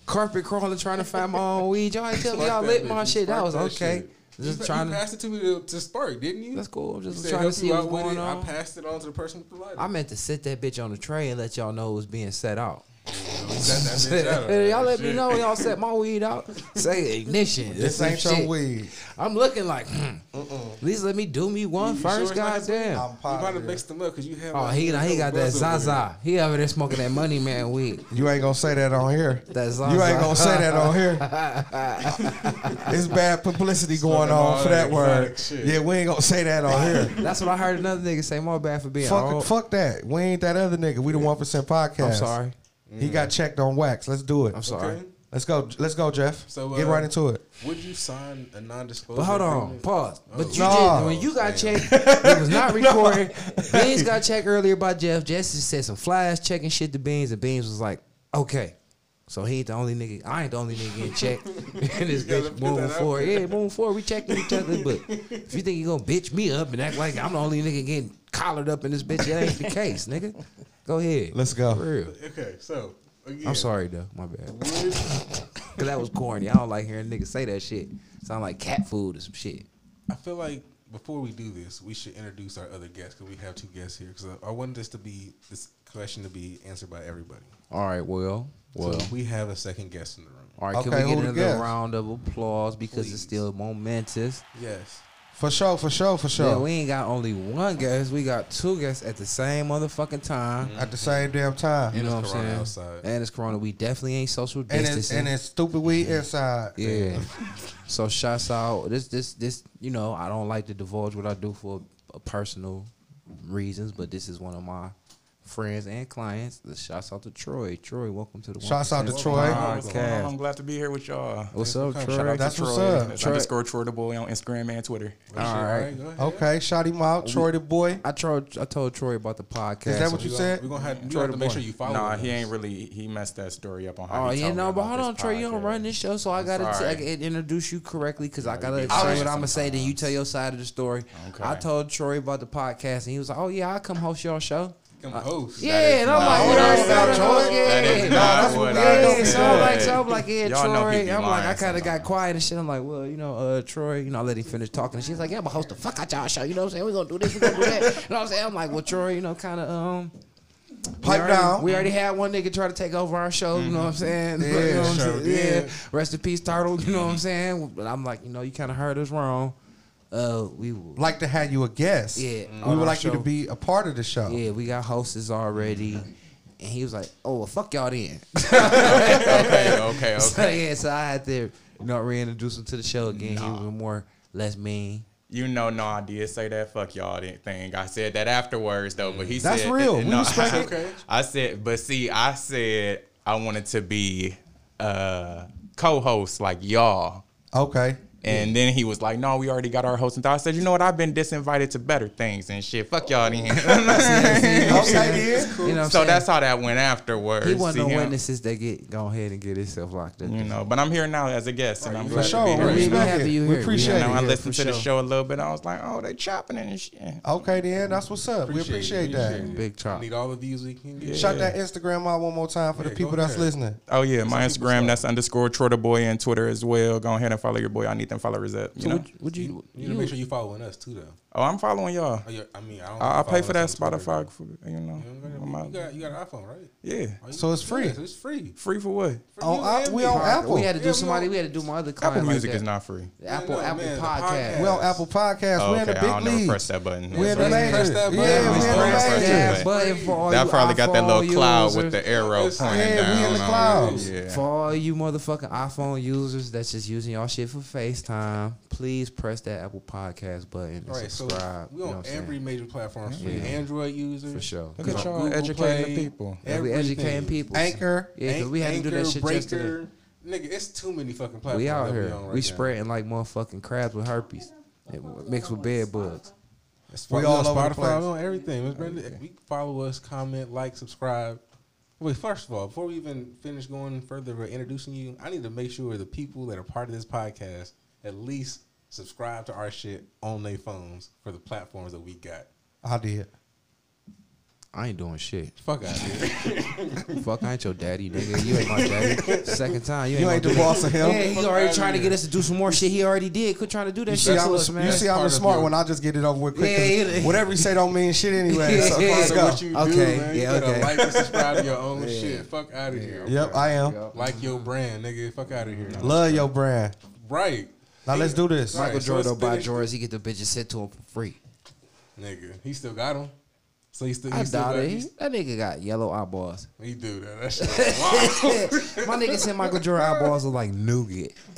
[SPEAKER 2] carpet crawling trying to find my own weed. Y'all ain't tell me
[SPEAKER 3] Spark
[SPEAKER 2] y'all
[SPEAKER 3] that
[SPEAKER 2] lit
[SPEAKER 3] bitch.
[SPEAKER 2] my
[SPEAKER 3] You
[SPEAKER 2] shit. That
[SPEAKER 3] spark
[SPEAKER 2] was
[SPEAKER 3] that
[SPEAKER 2] okay.
[SPEAKER 3] shit.
[SPEAKER 2] Just
[SPEAKER 3] you,
[SPEAKER 2] trying
[SPEAKER 3] you
[SPEAKER 2] to.
[SPEAKER 3] passed it to me to, to spark, didn't you?
[SPEAKER 2] That's cool. I'm
[SPEAKER 3] You
[SPEAKER 2] just
[SPEAKER 3] said,
[SPEAKER 2] trying to
[SPEAKER 3] "Help
[SPEAKER 2] see
[SPEAKER 3] you
[SPEAKER 2] what's
[SPEAKER 3] out with
[SPEAKER 2] going
[SPEAKER 3] it." I
[SPEAKER 2] on.
[SPEAKER 3] passed it on to the person with the lighter.
[SPEAKER 2] I meant to sit that bitch on the tray and let y'all know it was being set out.
[SPEAKER 3] We set that bitch out.
[SPEAKER 2] Hey, <laughs> y'all let me know when y'all set my weed out. Say ignition.
[SPEAKER 4] This
[SPEAKER 2] or
[SPEAKER 4] ain't
[SPEAKER 2] some
[SPEAKER 4] your
[SPEAKER 2] shit.
[SPEAKER 4] weed.
[SPEAKER 2] I'm looking like, hmm, at least let me do me one
[SPEAKER 3] You
[SPEAKER 2] first.
[SPEAKER 3] sure it's not his
[SPEAKER 2] goddamn.
[SPEAKER 4] I'm
[SPEAKER 3] You might have
[SPEAKER 4] positive.
[SPEAKER 3] mixed them up because you had.
[SPEAKER 2] Oh,
[SPEAKER 3] like,
[SPEAKER 2] he he
[SPEAKER 3] little
[SPEAKER 2] got that
[SPEAKER 3] buzz over there.
[SPEAKER 2] Zaza. He over there smoking that money man weed.
[SPEAKER 4] You ain't gonna say that on here.
[SPEAKER 2] That Zaza.
[SPEAKER 4] You ain't gonna say that on here. it's bad publicity going
[SPEAKER 3] Smoking all
[SPEAKER 4] on for
[SPEAKER 3] that
[SPEAKER 4] that word.
[SPEAKER 3] exotic shit.
[SPEAKER 4] Yeah, we ain't gonna say that on here.
[SPEAKER 2] That's what I heard another nigga say. My bad for being
[SPEAKER 4] Fuck,
[SPEAKER 2] old.
[SPEAKER 4] fuck that. We ain't that other nigga. We the one percent podcast.
[SPEAKER 2] I'm sorry. Mm.
[SPEAKER 4] He got checked on wax. Let's do it.
[SPEAKER 2] I'm sorry.
[SPEAKER 3] Okay.
[SPEAKER 4] Let's go. Let's go, Jeff.
[SPEAKER 3] So,
[SPEAKER 4] Get
[SPEAKER 3] uh,
[SPEAKER 4] right into it.
[SPEAKER 3] Would you sign a non-disclosure?
[SPEAKER 2] But hold on,
[SPEAKER 3] agreement?
[SPEAKER 2] pause. But you
[SPEAKER 4] No.
[SPEAKER 2] did when you got checked, it was
[SPEAKER 3] <laughs>
[SPEAKER 2] not recorded. Beans got checked earlier by Jeff. Jeff just said some flash checking shit to Beans, and Beans was like, "Okay." So he ain't the only nigga. I ain't the only nigga getting
[SPEAKER 3] <laughs>
[SPEAKER 2] checked. <laughs> and this
[SPEAKER 3] gotta
[SPEAKER 2] bitch
[SPEAKER 3] put
[SPEAKER 2] moving
[SPEAKER 3] that out
[SPEAKER 2] forward. Yeah, moving forward. We checking each other.
[SPEAKER 3] <laughs>
[SPEAKER 2] But if you think you gonna bitch me up and act like I'm the only nigga getting collared up in this bitch, that ain't the case, nigga. Go ahead.
[SPEAKER 4] Let's go.
[SPEAKER 2] For real.
[SPEAKER 3] Okay, so again,
[SPEAKER 2] I'm sorry though. My bad.
[SPEAKER 3] Would,
[SPEAKER 2] Cause that was corny. I don't like hearing niggas say that shit. Sound like cat food or some shit.
[SPEAKER 3] I feel like before we do this, we should introduce our other guests because we have two guests here. Because I, I want this to be this question to be answered by everybody.
[SPEAKER 2] All right. Well. Well.
[SPEAKER 3] so we have a second guest in the room.
[SPEAKER 2] All right,
[SPEAKER 4] Okay,
[SPEAKER 2] can we
[SPEAKER 4] who
[SPEAKER 2] get
[SPEAKER 4] the
[SPEAKER 2] another
[SPEAKER 4] guest?
[SPEAKER 2] round of applause because
[SPEAKER 3] Please.
[SPEAKER 2] it's still momentous?
[SPEAKER 3] Yes,
[SPEAKER 4] For sure. For sure. For
[SPEAKER 2] Yeah,
[SPEAKER 4] sure.
[SPEAKER 2] we ain't got only one guest, we got two guests at the same motherfucking time.
[SPEAKER 4] At the same damn time.
[SPEAKER 2] You know
[SPEAKER 3] it's
[SPEAKER 2] what I'm
[SPEAKER 3] corona
[SPEAKER 2] saying?
[SPEAKER 3] outside.
[SPEAKER 2] And it's Corona. We definitely ain't social
[SPEAKER 4] And it's
[SPEAKER 2] distancing.
[SPEAKER 4] and it's stupid weed inside.
[SPEAKER 2] yeah. so shots out. This this this. You know, I don't like to divulge what I do for uh, personal reasons, but this is one of my friends and clients. The shouts out to Troy. Troy, welcome to the
[SPEAKER 4] Shouts out to
[SPEAKER 2] 1%
[SPEAKER 4] Troy.
[SPEAKER 6] What's going on?
[SPEAKER 2] Podcast.
[SPEAKER 6] I'm glad to be here with y'all.
[SPEAKER 2] What's up, Troy?
[SPEAKER 6] Shout out
[SPEAKER 4] That's
[SPEAKER 6] to
[SPEAKER 4] what's
[SPEAKER 6] Troy.
[SPEAKER 4] up.
[SPEAKER 6] That's
[SPEAKER 2] Troy-
[SPEAKER 6] underscore Troy the boy on Instagram and Twitter.
[SPEAKER 2] All right.
[SPEAKER 3] go ahead.
[SPEAKER 4] Okay. Shout him out, Troy the boy.
[SPEAKER 2] I told I told Troy about the podcast.
[SPEAKER 4] Is that what
[SPEAKER 3] We
[SPEAKER 4] you
[SPEAKER 3] gonna-
[SPEAKER 4] said?
[SPEAKER 3] We're gonna have,
[SPEAKER 2] Troy
[SPEAKER 3] we gonna have to
[SPEAKER 2] the
[SPEAKER 3] make
[SPEAKER 2] boy.
[SPEAKER 3] sure you follow.
[SPEAKER 6] Nah,
[SPEAKER 3] us.
[SPEAKER 6] he ain't really. He messed that story up on how.
[SPEAKER 2] Oh
[SPEAKER 6] he
[SPEAKER 2] yeah,
[SPEAKER 6] told me
[SPEAKER 2] no, but
[SPEAKER 6] about
[SPEAKER 2] hold
[SPEAKER 6] this
[SPEAKER 2] on, Trey. You don't
[SPEAKER 6] podcast.
[SPEAKER 2] run this show, so I gotta t- I
[SPEAKER 6] Sorry.
[SPEAKER 2] gotta introduce you correctly because I
[SPEAKER 6] you
[SPEAKER 2] gotta
[SPEAKER 6] be
[SPEAKER 2] say
[SPEAKER 6] busy
[SPEAKER 2] what I'm gonna say. Then you
[SPEAKER 6] sometimes.
[SPEAKER 2] tell your side of the story.
[SPEAKER 6] Okay.
[SPEAKER 2] I told Troy about the podcast, and he was like, "Oh yeah, I will come host your show."
[SPEAKER 3] Come host.
[SPEAKER 2] yeah, and I'm
[SPEAKER 6] not
[SPEAKER 2] like,
[SPEAKER 6] what
[SPEAKER 2] "Yeah, yeah,
[SPEAKER 6] I said,
[SPEAKER 2] yeah,
[SPEAKER 6] Troy.
[SPEAKER 2] yeah."
[SPEAKER 6] That is not
[SPEAKER 2] That's
[SPEAKER 6] what
[SPEAKER 2] yeah,
[SPEAKER 6] I
[SPEAKER 2] yeah. So I'm
[SPEAKER 6] said.
[SPEAKER 2] like, so I'm like, yeah,
[SPEAKER 6] Y'all know he be
[SPEAKER 2] Troy. I'm like, I
[SPEAKER 6] lying
[SPEAKER 2] kind of got
[SPEAKER 6] sometimes.
[SPEAKER 2] quiet and shit. I'm like, well, you know, uh, Troy, you know, I let him finish talking, and she's like, yeah, I'm gonna host the fuck out y'all show. You know what I'm saying? We're gonna do this, we're gonna do that. You know what I'm saying? I'm like, well, Troy, you know, kind of um. We
[SPEAKER 4] Pipe
[SPEAKER 2] already-
[SPEAKER 4] down.
[SPEAKER 2] We already had one nigga try to take over our show. You know what I'm saying? Yeah, <laughs> you know what I'm
[SPEAKER 4] sure
[SPEAKER 2] saying? yeah. Rest in peace, Turtle. You know what I'm saying? But I'm like, you know, you kind of heard us wrong. Uh, we will-
[SPEAKER 4] Like to have you a guest.
[SPEAKER 2] Yeah.
[SPEAKER 4] We
[SPEAKER 2] on our
[SPEAKER 4] would like you to
[SPEAKER 2] show.
[SPEAKER 4] be a part of the show.
[SPEAKER 2] Yeah, we got hosts already. And he was like, "Oh, well, fuck y'all then."
[SPEAKER 6] Okay, okay,
[SPEAKER 2] <laughs>
[SPEAKER 6] okay.
[SPEAKER 2] so yeah, so I had to, you know, reintroduce him to the show again. He was more less
[SPEAKER 6] <laughs>
[SPEAKER 2] mean.
[SPEAKER 6] You know, no, I did say that fuck y'all didn't thing. I said that afterwards though, but he
[SPEAKER 4] That's
[SPEAKER 6] said <laughs>
[SPEAKER 4] real. We
[SPEAKER 6] no,
[SPEAKER 4] respect
[SPEAKER 6] I,
[SPEAKER 4] it.
[SPEAKER 3] Okay.
[SPEAKER 6] I said, but see, I said I wanted to be uh co-host like y'all.
[SPEAKER 4] Okay.
[SPEAKER 6] And then he was like, "No, we already got our host." And I said, "You know what? I've been disinvited to better things and shit. Fuck y'all then."
[SPEAKER 4] Okay, then.
[SPEAKER 2] You know, what I'm
[SPEAKER 6] <laughs> so
[SPEAKER 2] saying?
[SPEAKER 6] that's how that went afterwards.
[SPEAKER 2] he wasn't
[SPEAKER 6] See
[SPEAKER 2] no
[SPEAKER 6] him? Mm.
[SPEAKER 2] witnesses that get go ahead and get himself locked up.
[SPEAKER 6] You know, but I'm here now as a guest, and I'm
[SPEAKER 4] For
[SPEAKER 6] glad
[SPEAKER 4] sure.
[SPEAKER 6] to
[SPEAKER 4] We
[SPEAKER 6] be here.
[SPEAKER 2] We- we
[SPEAKER 6] You know,
[SPEAKER 2] happy
[SPEAKER 4] respect
[SPEAKER 2] you
[SPEAKER 4] it.
[SPEAKER 2] here.
[SPEAKER 4] We
[SPEAKER 2] We
[SPEAKER 4] appreciate
[SPEAKER 6] I
[SPEAKER 4] it.
[SPEAKER 6] listened to the show a little bit. I was like, "Oh, they chopping it and shit."
[SPEAKER 4] Okay, then. That's what's up. We appreciate
[SPEAKER 3] it,
[SPEAKER 4] that.
[SPEAKER 3] it.
[SPEAKER 2] Big chop.
[SPEAKER 3] Need all the views we can get.
[SPEAKER 4] Shout that Instagram out one more time for the
[SPEAKER 3] Yeah, go
[SPEAKER 4] people that's
[SPEAKER 3] ahead.
[SPEAKER 4] listening.
[SPEAKER 6] Oh yeah, my Instagram that's underscore Troy the Boy and Twitter as well. Go ahead and follow your boy. I need them followers up. You
[SPEAKER 2] So
[SPEAKER 6] know?
[SPEAKER 2] would, would you?
[SPEAKER 3] You need to make sure you following us too, though.
[SPEAKER 6] oh, I'm following y'all.
[SPEAKER 3] Oh, you're- I mean, I don't.
[SPEAKER 6] I, I
[SPEAKER 3] think you
[SPEAKER 6] pay for
[SPEAKER 3] follow
[SPEAKER 6] that
[SPEAKER 3] us on Twitter,
[SPEAKER 6] Spotify.
[SPEAKER 3] though.
[SPEAKER 6] For, you know,
[SPEAKER 3] You, don't
[SPEAKER 6] on
[SPEAKER 3] got,
[SPEAKER 6] my-
[SPEAKER 3] you, got, you got an iPhone, right?
[SPEAKER 6] yeah,
[SPEAKER 3] Oh, you-
[SPEAKER 4] So it's free.
[SPEAKER 3] Yeah, so it's free.
[SPEAKER 6] free for what?
[SPEAKER 4] On,
[SPEAKER 3] you
[SPEAKER 4] I,
[SPEAKER 3] and
[SPEAKER 4] we
[SPEAKER 3] me.
[SPEAKER 4] on
[SPEAKER 3] Alright,
[SPEAKER 4] Apple.
[SPEAKER 2] Oh, we had to do
[SPEAKER 3] Yeah, we
[SPEAKER 2] somebody.
[SPEAKER 3] on-
[SPEAKER 2] We had to do my other client.
[SPEAKER 6] Apple Music
[SPEAKER 2] like
[SPEAKER 6] is not free.
[SPEAKER 2] that. Apple
[SPEAKER 3] No,
[SPEAKER 2] Apple
[SPEAKER 3] man, the
[SPEAKER 2] Podcast.
[SPEAKER 3] podcast.
[SPEAKER 4] we on Apple Podcasts.
[SPEAKER 6] Oh,
[SPEAKER 4] we in
[SPEAKER 6] okay,
[SPEAKER 4] the
[SPEAKER 6] I don't
[SPEAKER 4] big
[SPEAKER 6] never
[SPEAKER 4] league.
[SPEAKER 6] press that button.
[SPEAKER 4] We in the
[SPEAKER 6] That's right.
[SPEAKER 4] major.
[SPEAKER 3] Press that
[SPEAKER 4] Yeah,
[SPEAKER 3] button.
[SPEAKER 4] we in
[SPEAKER 6] Press
[SPEAKER 4] the
[SPEAKER 6] that
[SPEAKER 4] major.
[SPEAKER 6] button.
[SPEAKER 2] that button for all
[SPEAKER 6] That
[SPEAKER 2] you
[SPEAKER 6] probably got that little
[SPEAKER 2] iPhone
[SPEAKER 6] cloud
[SPEAKER 2] users.
[SPEAKER 6] with the arrow
[SPEAKER 3] It's-
[SPEAKER 6] pointing
[SPEAKER 4] yeah,
[SPEAKER 6] down.
[SPEAKER 4] we in the
[SPEAKER 6] on it.
[SPEAKER 4] clouds.
[SPEAKER 6] Yeah.
[SPEAKER 2] For all you motherfucking iPhone users that's just using y'all shit for FaceTime, please press that Apple Podcast button and
[SPEAKER 3] All right, so
[SPEAKER 2] subscribe.
[SPEAKER 3] we
[SPEAKER 2] you know what
[SPEAKER 3] on
[SPEAKER 2] I'm saying?
[SPEAKER 3] every major platform for
[SPEAKER 2] Yeah.
[SPEAKER 3] Android users.
[SPEAKER 2] for sure.
[SPEAKER 6] Look at
[SPEAKER 3] Go-
[SPEAKER 6] y'all
[SPEAKER 3] Google
[SPEAKER 6] educating
[SPEAKER 3] Play.
[SPEAKER 6] the people.
[SPEAKER 2] Yeah, we
[SPEAKER 3] Everything.
[SPEAKER 2] educating people.
[SPEAKER 4] Anchor.
[SPEAKER 2] Yeah, because we had to do that shit just today.
[SPEAKER 3] Nigga, it's too many fucking platforms.
[SPEAKER 2] We out
[SPEAKER 3] that
[SPEAKER 2] here.
[SPEAKER 3] We, on right
[SPEAKER 2] we
[SPEAKER 3] now.
[SPEAKER 2] spreading like motherfucking crabs with herpes. It mixed with bed bugs.
[SPEAKER 3] It's
[SPEAKER 4] We
[SPEAKER 3] we
[SPEAKER 4] all
[SPEAKER 3] on
[SPEAKER 4] over the
[SPEAKER 3] Spotify,
[SPEAKER 4] place.
[SPEAKER 3] we on everything. Miss Brenda, if you follow us, comment, like, subscribe. Wait, first of all, before we even finish going further or introducing you, I need to make sure the people that are part of this podcast at least subscribe to our shit on their phones for the platforms that we got.
[SPEAKER 4] I did.
[SPEAKER 2] I ain't doing shit. <laughs>
[SPEAKER 3] Fuck out of here.
[SPEAKER 2] Fuck, I ain't your daddy, nigga. You ain't <laughs> my daddy. Second time, you ain't,
[SPEAKER 4] You
[SPEAKER 2] my
[SPEAKER 4] ain't the
[SPEAKER 2] daddy.
[SPEAKER 4] boss of
[SPEAKER 2] Yeah,
[SPEAKER 4] him.
[SPEAKER 2] he already trying to get us to do some more shit. He already did. Quit trying to do that
[SPEAKER 4] You see,
[SPEAKER 2] shit
[SPEAKER 4] I
[SPEAKER 2] to
[SPEAKER 4] was,
[SPEAKER 2] us, man.
[SPEAKER 4] you see, I
[SPEAKER 3] That's part
[SPEAKER 4] was
[SPEAKER 3] of
[SPEAKER 4] smart
[SPEAKER 3] you.
[SPEAKER 4] when I just get it over with quick. 'cause
[SPEAKER 2] Yeah, yeah.
[SPEAKER 4] Whatever you say don't mean shit
[SPEAKER 3] <laughs>
[SPEAKER 4] anyway. So
[SPEAKER 2] Yeah.
[SPEAKER 4] let's
[SPEAKER 3] So
[SPEAKER 4] go.
[SPEAKER 3] what you do,
[SPEAKER 2] Okay,
[SPEAKER 3] man,
[SPEAKER 2] yeah,
[SPEAKER 3] you gotta
[SPEAKER 2] okay.
[SPEAKER 3] like and subscribe to your own shit. Fuck out of here.
[SPEAKER 4] Yep, I am.
[SPEAKER 3] Like your brand, nigga. Fuck out of here.
[SPEAKER 4] Love your brand.
[SPEAKER 3] Right,
[SPEAKER 4] Now let's do this.
[SPEAKER 2] Michael
[SPEAKER 3] Alright, so
[SPEAKER 2] Jordan
[SPEAKER 3] let's
[SPEAKER 2] don't buy
[SPEAKER 3] finish-
[SPEAKER 2] Jordans. He get the bitches sent to him for free.
[SPEAKER 3] nigga. He still got him. So he still. He
[SPEAKER 2] I
[SPEAKER 3] still
[SPEAKER 2] doubt
[SPEAKER 3] got,
[SPEAKER 2] it.
[SPEAKER 3] he
[SPEAKER 2] He- That nigga got yellow eyeballs.
[SPEAKER 3] He do that. That shit. Wow.
[SPEAKER 2] My nigga
[SPEAKER 4] <laughs>
[SPEAKER 2] said Michael Jordan eyeballs are like nougat.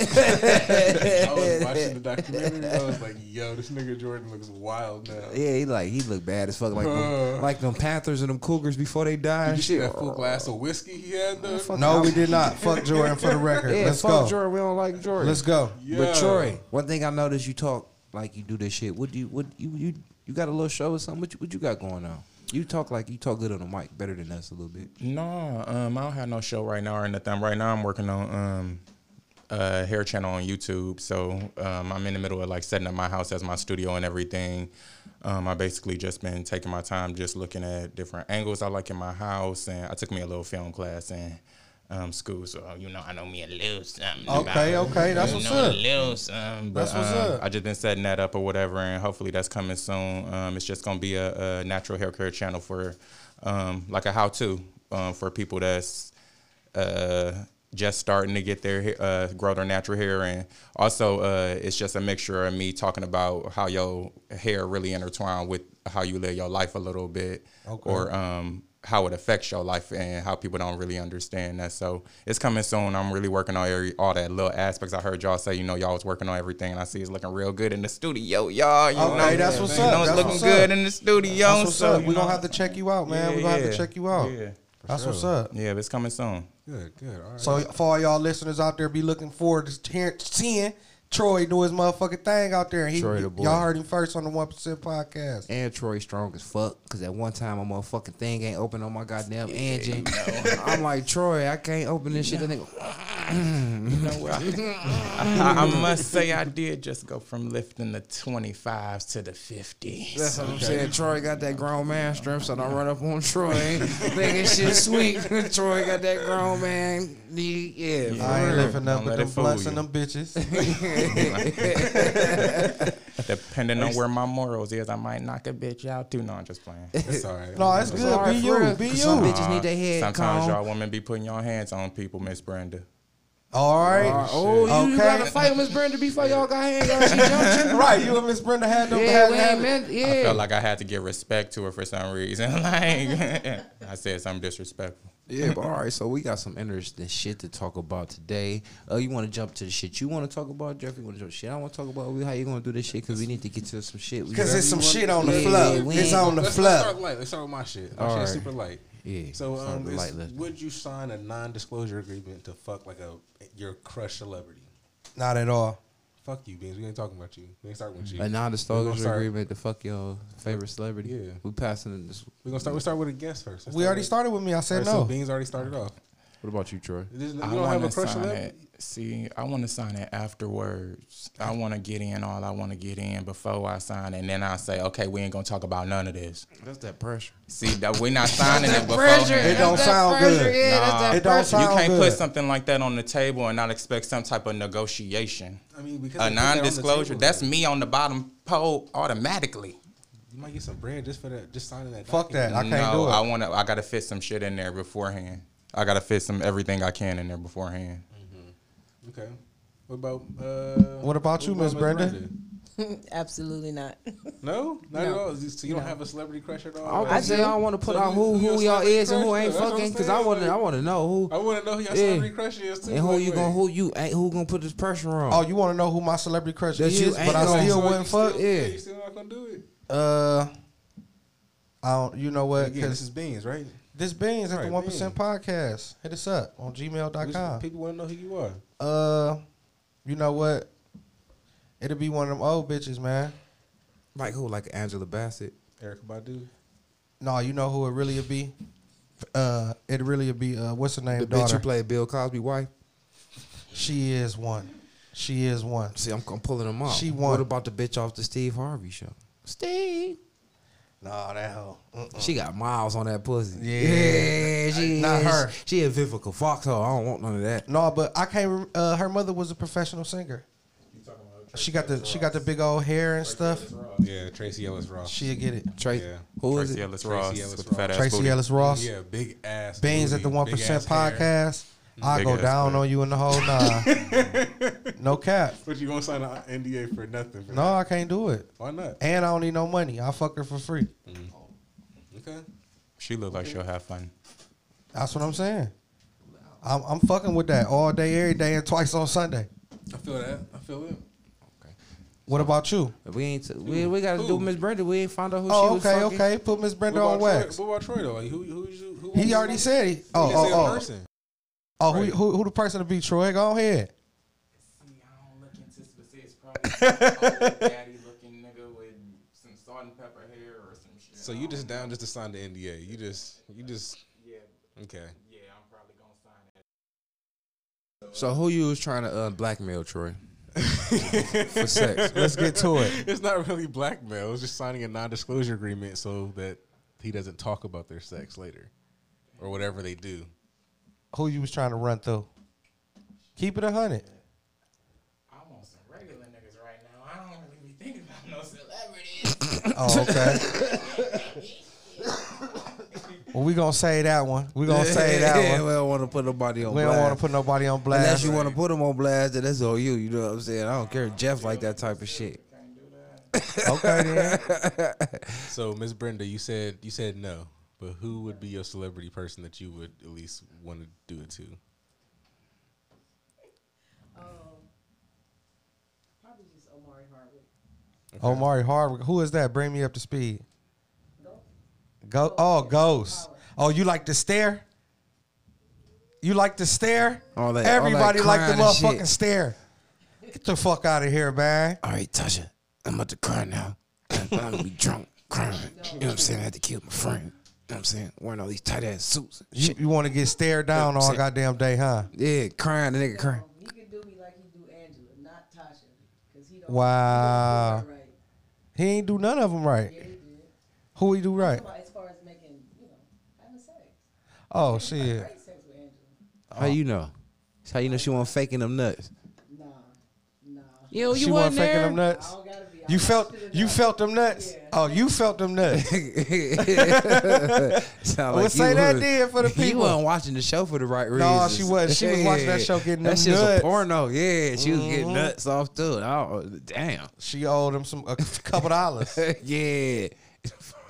[SPEAKER 4] <laughs>
[SPEAKER 3] I was watching the documentary. I was like, "Yo, this nigga Jordan looks wild now."
[SPEAKER 2] Yeah, he like he look bad as fuck, like them,
[SPEAKER 3] Bruh.
[SPEAKER 2] like them Panthers and them Cougars before they die.
[SPEAKER 3] Did
[SPEAKER 2] and
[SPEAKER 3] you see
[SPEAKER 2] shit.
[SPEAKER 3] that full glass of whiskey he had though?
[SPEAKER 4] No, we did not. Fuck Jordan for the record.
[SPEAKER 2] Yeah,
[SPEAKER 4] Let's
[SPEAKER 2] fuck
[SPEAKER 4] go.
[SPEAKER 2] Jordan. We don't like Jordan.
[SPEAKER 4] Let's go.
[SPEAKER 3] Yeah.
[SPEAKER 2] But Troy, one thing I noticed you talk like you do this shit. What do you what you you, you got a little show or something? What you, what you got going on? You talk like you talk good on the mic, better than us a little bit.
[SPEAKER 6] No, um, I don't have no show right now or nothing. Right now, I'm working on um, a hair channel on YouTube. So um, I'm in the middle of like setting up my house as my studio and everything. Um, I basically just been taking my time, just looking at different angles I like in my house, and I took me a little film class in um, school, so you know I know me a little something.
[SPEAKER 4] Okay,
[SPEAKER 6] about-
[SPEAKER 4] okay, that's
[SPEAKER 6] you
[SPEAKER 4] what's
[SPEAKER 6] know,
[SPEAKER 4] up.
[SPEAKER 6] a little something. But,
[SPEAKER 4] That's what's
[SPEAKER 6] um,
[SPEAKER 4] up.
[SPEAKER 6] I just been setting that up or whatever, and hopefully that's coming soon. Um, it's just gonna be a, a natural hair care channel for, um, like a how to, um, for people that's uh, just starting to get their hair- uh, grow their natural hair, and also uh, it's just a mixture of me talking about how your hair really intertwine with how you live your life a little bit, or um, how it affects your life and how people don't really understand that. So it's coming soon. I'm really working on every, all that little aspects. I heard y'all say, you know, y'all was working on everything, and I see it's looking real good in the studio, y'all. You
[SPEAKER 4] Okay,
[SPEAKER 6] know,
[SPEAKER 4] Oh, that's what's
[SPEAKER 6] you
[SPEAKER 4] up,
[SPEAKER 6] know, it's
[SPEAKER 4] that's
[SPEAKER 6] looking
[SPEAKER 4] what's
[SPEAKER 6] good
[SPEAKER 4] up.
[SPEAKER 6] in the studio.
[SPEAKER 4] That's what's
[SPEAKER 6] so,
[SPEAKER 4] up.
[SPEAKER 6] you
[SPEAKER 4] We
[SPEAKER 6] know.
[SPEAKER 4] gonna have to check you out, man.
[SPEAKER 6] Yeah,
[SPEAKER 4] we gonna have
[SPEAKER 6] yeah,
[SPEAKER 4] to check you out.
[SPEAKER 6] Yeah,
[SPEAKER 4] That's what's up.
[SPEAKER 6] yeah, but it's coming soon.
[SPEAKER 3] Good, good. All right.
[SPEAKER 4] So for all y'all listeners out there, be looking forward to hearing- seeing Troy do his motherfucking thing out there. He,
[SPEAKER 2] Troy the boy.
[SPEAKER 4] Y'all heard him first on the One Percent Podcast.
[SPEAKER 2] And Troy strong as fuck, cause at one time my motherfucking thing ain't open on my goddamn engine. <laughs> I'm like Troy, I can't open this shit. That nigga,
[SPEAKER 6] You know what? <laughs> I, I, I must say, I did just go from lifting the 25s to the 50s.
[SPEAKER 2] that's what I'm saying. Troy got that grown man strength, so don't run up on Troy. <laughs> Thinking shit sweet. <laughs> Troy got that grown man. knee. Yeah, for
[SPEAKER 4] I ain't
[SPEAKER 2] real.
[SPEAKER 4] living up
[SPEAKER 6] Don't
[SPEAKER 4] with
[SPEAKER 6] let
[SPEAKER 4] them
[SPEAKER 6] it fool
[SPEAKER 4] blunts and
[SPEAKER 6] you.
[SPEAKER 4] them bitches.
[SPEAKER 6] Depending on where my morals is, I might knock a bitch out too. No, I'm just playing.
[SPEAKER 3] it's all right.
[SPEAKER 4] no, it's good.
[SPEAKER 2] alright,
[SPEAKER 4] Be
[SPEAKER 2] for
[SPEAKER 4] you.
[SPEAKER 2] real.
[SPEAKER 4] Be
[SPEAKER 2] 'Cause some
[SPEAKER 4] you.
[SPEAKER 2] bitch- Bitches need their head
[SPEAKER 6] Sometimes
[SPEAKER 2] combed.
[SPEAKER 6] y'all women be putting y'all hands on people, Miss Brenda.
[SPEAKER 4] All
[SPEAKER 2] Alright,
[SPEAKER 4] right.
[SPEAKER 2] Oh, you
[SPEAKER 4] Okay.
[SPEAKER 2] gotta fight with Miss Brenda before y'all got hang on. She jumped
[SPEAKER 4] <laughs>
[SPEAKER 2] you.
[SPEAKER 4] Right, you and Miss Brenda had them.
[SPEAKER 2] Yeah,
[SPEAKER 4] had-
[SPEAKER 2] we
[SPEAKER 4] had-
[SPEAKER 2] ain't meant. Yeah.
[SPEAKER 6] I felt like I had to give respect to her for some reason. <laughs> like I said something disrespectful.
[SPEAKER 2] Yeah, but all right, so we got some interesting shit to talk about today. Uh, you want to jump to the shit you want to talk about, Jeff? You want to jump shit I want to talk about? We- How you gonna do this shit? Because we need to get to some shit. We-
[SPEAKER 4] Cause it's some shit on the
[SPEAKER 2] Yeah,
[SPEAKER 4] floor.
[SPEAKER 2] we
[SPEAKER 4] It's
[SPEAKER 2] ain't-
[SPEAKER 4] on the
[SPEAKER 3] Let's,
[SPEAKER 4] floor.
[SPEAKER 3] let's start light. Let's start with my shit. My
[SPEAKER 2] All
[SPEAKER 3] shit's
[SPEAKER 2] right.
[SPEAKER 3] super light.
[SPEAKER 2] Yeah,
[SPEAKER 3] So
[SPEAKER 2] start
[SPEAKER 3] um,
[SPEAKER 2] with
[SPEAKER 3] it's,
[SPEAKER 2] light lift.
[SPEAKER 3] would you sign a non-disclosure agreement to fuck like a your crush celebrity?
[SPEAKER 4] Not at all.
[SPEAKER 3] Fuck you, beans. We ain't talking about you. We ain't starting with you.
[SPEAKER 2] a
[SPEAKER 3] We gonna
[SPEAKER 2] non-disclosure
[SPEAKER 3] start-
[SPEAKER 2] agreement to fuck your favorite celebrity.
[SPEAKER 3] Yeah.
[SPEAKER 2] we passing this.
[SPEAKER 3] We're gonna start. We start with a guest first. Let's
[SPEAKER 4] We already
[SPEAKER 3] with-
[SPEAKER 4] started with me. I said
[SPEAKER 3] Alright, So
[SPEAKER 4] no.
[SPEAKER 3] beans already started off.
[SPEAKER 2] What about you, Troy?
[SPEAKER 3] There's no-
[SPEAKER 6] I
[SPEAKER 3] You don't have
[SPEAKER 6] wanna
[SPEAKER 3] a crush on
[SPEAKER 6] sign
[SPEAKER 3] that?
[SPEAKER 6] it- See, I want to sign it afterwards. I want to get in all I want to get in before I sign, it. and then I say, okay, we ain't gonna talk about none of this.
[SPEAKER 7] That's that pressure.
[SPEAKER 6] See, that we're
[SPEAKER 2] <laughs>
[SPEAKER 6] not signing it before.
[SPEAKER 4] It don't sound good.
[SPEAKER 6] Nah.
[SPEAKER 4] It don't
[SPEAKER 6] You
[SPEAKER 4] sound
[SPEAKER 6] can't
[SPEAKER 4] good.
[SPEAKER 6] put something like that on the table and not expect some type of negotiation.
[SPEAKER 3] I mean, because
[SPEAKER 6] A
[SPEAKER 3] they put that on the
[SPEAKER 6] non-disclosure.
[SPEAKER 3] table,
[SPEAKER 6] That's me on the bottom pole automatically.
[SPEAKER 3] you might get some bread just for that, just signing that.
[SPEAKER 4] Fuck that. I can't
[SPEAKER 6] no,
[SPEAKER 4] do it.
[SPEAKER 6] I want to. I gotta fit some shit in there beforehand. I gotta fit some everything I can in there beforehand.
[SPEAKER 3] document. Okay. What about uh?
[SPEAKER 4] What about you, Miss
[SPEAKER 3] Miss
[SPEAKER 4] Brenda?
[SPEAKER 5] <laughs> Absolutely not.
[SPEAKER 3] No, not at
[SPEAKER 5] No.
[SPEAKER 3] all. You- So you don't
[SPEAKER 5] No.
[SPEAKER 3] have a celebrity crush at all.
[SPEAKER 2] I,
[SPEAKER 3] Like,
[SPEAKER 2] just, I don't want to put
[SPEAKER 3] So
[SPEAKER 2] out
[SPEAKER 3] you-
[SPEAKER 2] who
[SPEAKER 3] you
[SPEAKER 2] who
[SPEAKER 3] a
[SPEAKER 2] y'all
[SPEAKER 3] celebrity
[SPEAKER 2] is and who
[SPEAKER 3] crush,
[SPEAKER 2] ain't
[SPEAKER 3] though. That's what
[SPEAKER 2] fucking
[SPEAKER 3] I'm
[SPEAKER 2] because I
[SPEAKER 3] saying,
[SPEAKER 2] want to
[SPEAKER 3] like-
[SPEAKER 2] I want to know who
[SPEAKER 3] I want to know who your
[SPEAKER 2] Yeah.
[SPEAKER 3] celebrity crush is too.
[SPEAKER 2] and who
[SPEAKER 3] like,
[SPEAKER 2] you gonna
[SPEAKER 3] wait.
[SPEAKER 2] who you ain't who gonna put this pressure on.
[SPEAKER 4] Oh, you want to know who my celebrity crush
[SPEAKER 2] That
[SPEAKER 4] is,
[SPEAKER 2] you ain't
[SPEAKER 4] but I
[SPEAKER 2] gonna-
[SPEAKER 4] still
[SPEAKER 3] So you
[SPEAKER 4] wouldn't fuck.
[SPEAKER 3] still-
[SPEAKER 2] yeah.
[SPEAKER 3] You still not gonna do it.
[SPEAKER 4] Uh, I don't. You know what?
[SPEAKER 3] Again, this
[SPEAKER 4] Because
[SPEAKER 3] is beans, right?
[SPEAKER 4] this beans at the
[SPEAKER 3] Right,
[SPEAKER 4] One Percent Podcast. Hit us up on
[SPEAKER 3] We
[SPEAKER 4] gmail.com.
[SPEAKER 3] just- People want to know who you are.
[SPEAKER 4] Uh, you know what? It'll be one of them old bitches, man.
[SPEAKER 2] like who? Like Angela Bassett.
[SPEAKER 3] Erica Badu.
[SPEAKER 4] No, you know who it really would be. Uh, it really would be uh, what's her name?
[SPEAKER 2] The bitch
[SPEAKER 4] daughter.
[SPEAKER 2] who played Bill Cosby wife.
[SPEAKER 4] she is one. She is one.
[SPEAKER 2] See, I'm, I'm pulling them off.
[SPEAKER 4] She
[SPEAKER 2] What
[SPEAKER 4] won.
[SPEAKER 2] about the bitch off the Steve Harvey show? Steve.
[SPEAKER 4] No, that hoe. Mm-mm.
[SPEAKER 2] She got miles on that pussy.
[SPEAKER 4] Yeah.
[SPEAKER 2] Yeah, she
[SPEAKER 4] Not
[SPEAKER 2] is-
[SPEAKER 4] her.
[SPEAKER 2] She a Vivica Foxhole. I don't want none of that.
[SPEAKER 4] No, but I can't. rem- Uh, her mother was a professional singer. She got the she got the big old hair and stuff.
[SPEAKER 3] Yeah, Tracy Ellis Ross.
[SPEAKER 4] She'll get it.
[SPEAKER 2] Trace,
[SPEAKER 3] Yeah.
[SPEAKER 2] who is
[SPEAKER 6] Tracy
[SPEAKER 2] it?
[SPEAKER 6] Ellis
[SPEAKER 3] Tracy
[SPEAKER 6] Ross
[SPEAKER 3] Ellis
[SPEAKER 6] with the fat
[SPEAKER 3] Ross.
[SPEAKER 6] ass
[SPEAKER 4] Tracy
[SPEAKER 6] booty.
[SPEAKER 4] Ellis Ross.
[SPEAKER 3] Yeah, big ass.
[SPEAKER 4] Beans at
[SPEAKER 3] booty,
[SPEAKER 4] the One
[SPEAKER 3] big
[SPEAKER 4] Percent
[SPEAKER 3] ass hair. Mm-hmm.
[SPEAKER 4] Podcast. I
[SPEAKER 6] Big
[SPEAKER 4] go
[SPEAKER 6] ass
[SPEAKER 4] down
[SPEAKER 6] hair.
[SPEAKER 4] on you in the whole nine.
[SPEAKER 3] <laughs>
[SPEAKER 4] no cap.
[SPEAKER 3] But you gonna sign an NDA for nothing? bro.
[SPEAKER 4] No, I can't do it.
[SPEAKER 3] Why not?
[SPEAKER 4] And I don't need no money. I fuck her for free.
[SPEAKER 3] Okay.
[SPEAKER 6] She look like she'll have fun.
[SPEAKER 4] That's what I'm saying. I'm, I'm fucking with that all day, every day, and twice on Sunday.
[SPEAKER 3] I feel that. I feel it.
[SPEAKER 4] What about you?
[SPEAKER 2] We ain't. t- we we got to do
[SPEAKER 3] Who?
[SPEAKER 2] Miss Brenda. We ain't found out who she
[SPEAKER 4] Oh,
[SPEAKER 2] was
[SPEAKER 4] okay,
[SPEAKER 2] fucking.
[SPEAKER 4] okay. Put Miss Brenda
[SPEAKER 3] What
[SPEAKER 4] on
[SPEAKER 3] about
[SPEAKER 4] wax.
[SPEAKER 3] Troy, what about Troy though? Like who? Who? you- who
[SPEAKER 4] He already said he. Oh,
[SPEAKER 3] didn't say a
[SPEAKER 4] oh, oh.
[SPEAKER 3] person.
[SPEAKER 4] Oh, who, who, who the person to be, Troy? Go ahead.
[SPEAKER 6] See, I don't look into specifics. Probably daddy looking nigga with some salt and pepper hair or some shit.
[SPEAKER 3] So you just down just to sign the NDA? You just you just
[SPEAKER 6] yeah,
[SPEAKER 3] okay.
[SPEAKER 6] yeah, I'm probably gonna sign that.
[SPEAKER 2] So who you was trying to uh, blackmail, Troy?
[SPEAKER 3] <laughs>
[SPEAKER 2] For <laughs> sex.
[SPEAKER 4] Let's get to it.
[SPEAKER 3] It's not really blackmail. It's just signing a non-disclosure agreement so that he doesn't talk about their sex later or whatever they do.
[SPEAKER 4] Who you was trying to run through? Keep it a hundred.
[SPEAKER 6] I want some regular niggas right now. I don't really be thinking about no celebrities.
[SPEAKER 4] Oh, okay.
[SPEAKER 2] <laughs>
[SPEAKER 4] well, we gonna say that one. We gonna say that
[SPEAKER 2] Yeah,
[SPEAKER 4] one.
[SPEAKER 2] we don't want to put nobody on.
[SPEAKER 4] We
[SPEAKER 2] blast.
[SPEAKER 4] don't want to put nobody on blast.
[SPEAKER 2] Unless you want to put them on blast, then that's on you. You know what I'm saying? I don't care. Jeff like that type of shit.
[SPEAKER 4] Okay
[SPEAKER 2] <laughs>
[SPEAKER 4] then.
[SPEAKER 3] So Miss Brenda, you said you said no, but who would be your celebrity person that you would at least want to do it to?
[SPEAKER 5] Probably just Omari Harwood.
[SPEAKER 4] Omari Harwick. Who is that? Bring me up to speed. Go. Oh, ghost. Oh, you like to stare. You like to stare.
[SPEAKER 2] All that- all that
[SPEAKER 4] Everybody like the
[SPEAKER 2] crying and shit.
[SPEAKER 4] motherfucking stare. Get the fuck out of here, man.
[SPEAKER 2] All right, Tasha, I'm about to cry now. I'm gonna be drunk, crying. You know what I'm saying? I had to kill my friend. You know what I'm saying? Wearing all these tight ass suits. and
[SPEAKER 4] You,
[SPEAKER 2] Shit.
[SPEAKER 4] you want to get stared down all
[SPEAKER 2] Sick.
[SPEAKER 4] goddamn day, huh?
[SPEAKER 2] Yeah, crying. The nigga crying.
[SPEAKER 5] Um, he can do me like he do Angela, not Tasha, because he don't.
[SPEAKER 4] Wow.
[SPEAKER 5] He don't do her right.
[SPEAKER 4] He ain't do none of them
[SPEAKER 5] Yeah,
[SPEAKER 4] right.
[SPEAKER 5] he did.
[SPEAKER 4] Who he do right?
[SPEAKER 5] Talking about As far as making, you know, having sex,
[SPEAKER 4] Oh
[SPEAKER 5] He had
[SPEAKER 4] shit.
[SPEAKER 5] great sex with Angela.
[SPEAKER 2] How you know? That's how you know she wasn't faking them <laughs> nuts.
[SPEAKER 5] Nah, nah.
[SPEAKER 2] Yo,
[SPEAKER 4] she wasn't faking them
[SPEAKER 5] I
[SPEAKER 4] nuts.
[SPEAKER 5] don't gotta be. I
[SPEAKER 4] You
[SPEAKER 5] don't
[SPEAKER 4] felt
[SPEAKER 5] should've
[SPEAKER 4] you
[SPEAKER 5] done.
[SPEAKER 4] felt them nuts.
[SPEAKER 5] Yeah.
[SPEAKER 4] Oh, you felt them nuts. <laughs>
[SPEAKER 2] Sound
[SPEAKER 4] Well, say that
[SPEAKER 2] was-
[SPEAKER 4] then for the
[SPEAKER 2] <laughs> You
[SPEAKER 4] people.
[SPEAKER 2] wasn't watching the show for the right reasons.
[SPEAKER 4] No, she wasn't. She was watching that show getting them
[SPEAKER 2] <laughs> That shit was
[SPEAKER 4] nuts.
[SPEAKER 2] a porno. Yeah, she was getting
[SPEAKER 4] Mhm.
[SPEAKER 2] nuts off too. Oh, <laughs> damn.
[SPEAKER 4] She owed him some a couple dollars.
[SPEAKER 2] <laughs> yeah,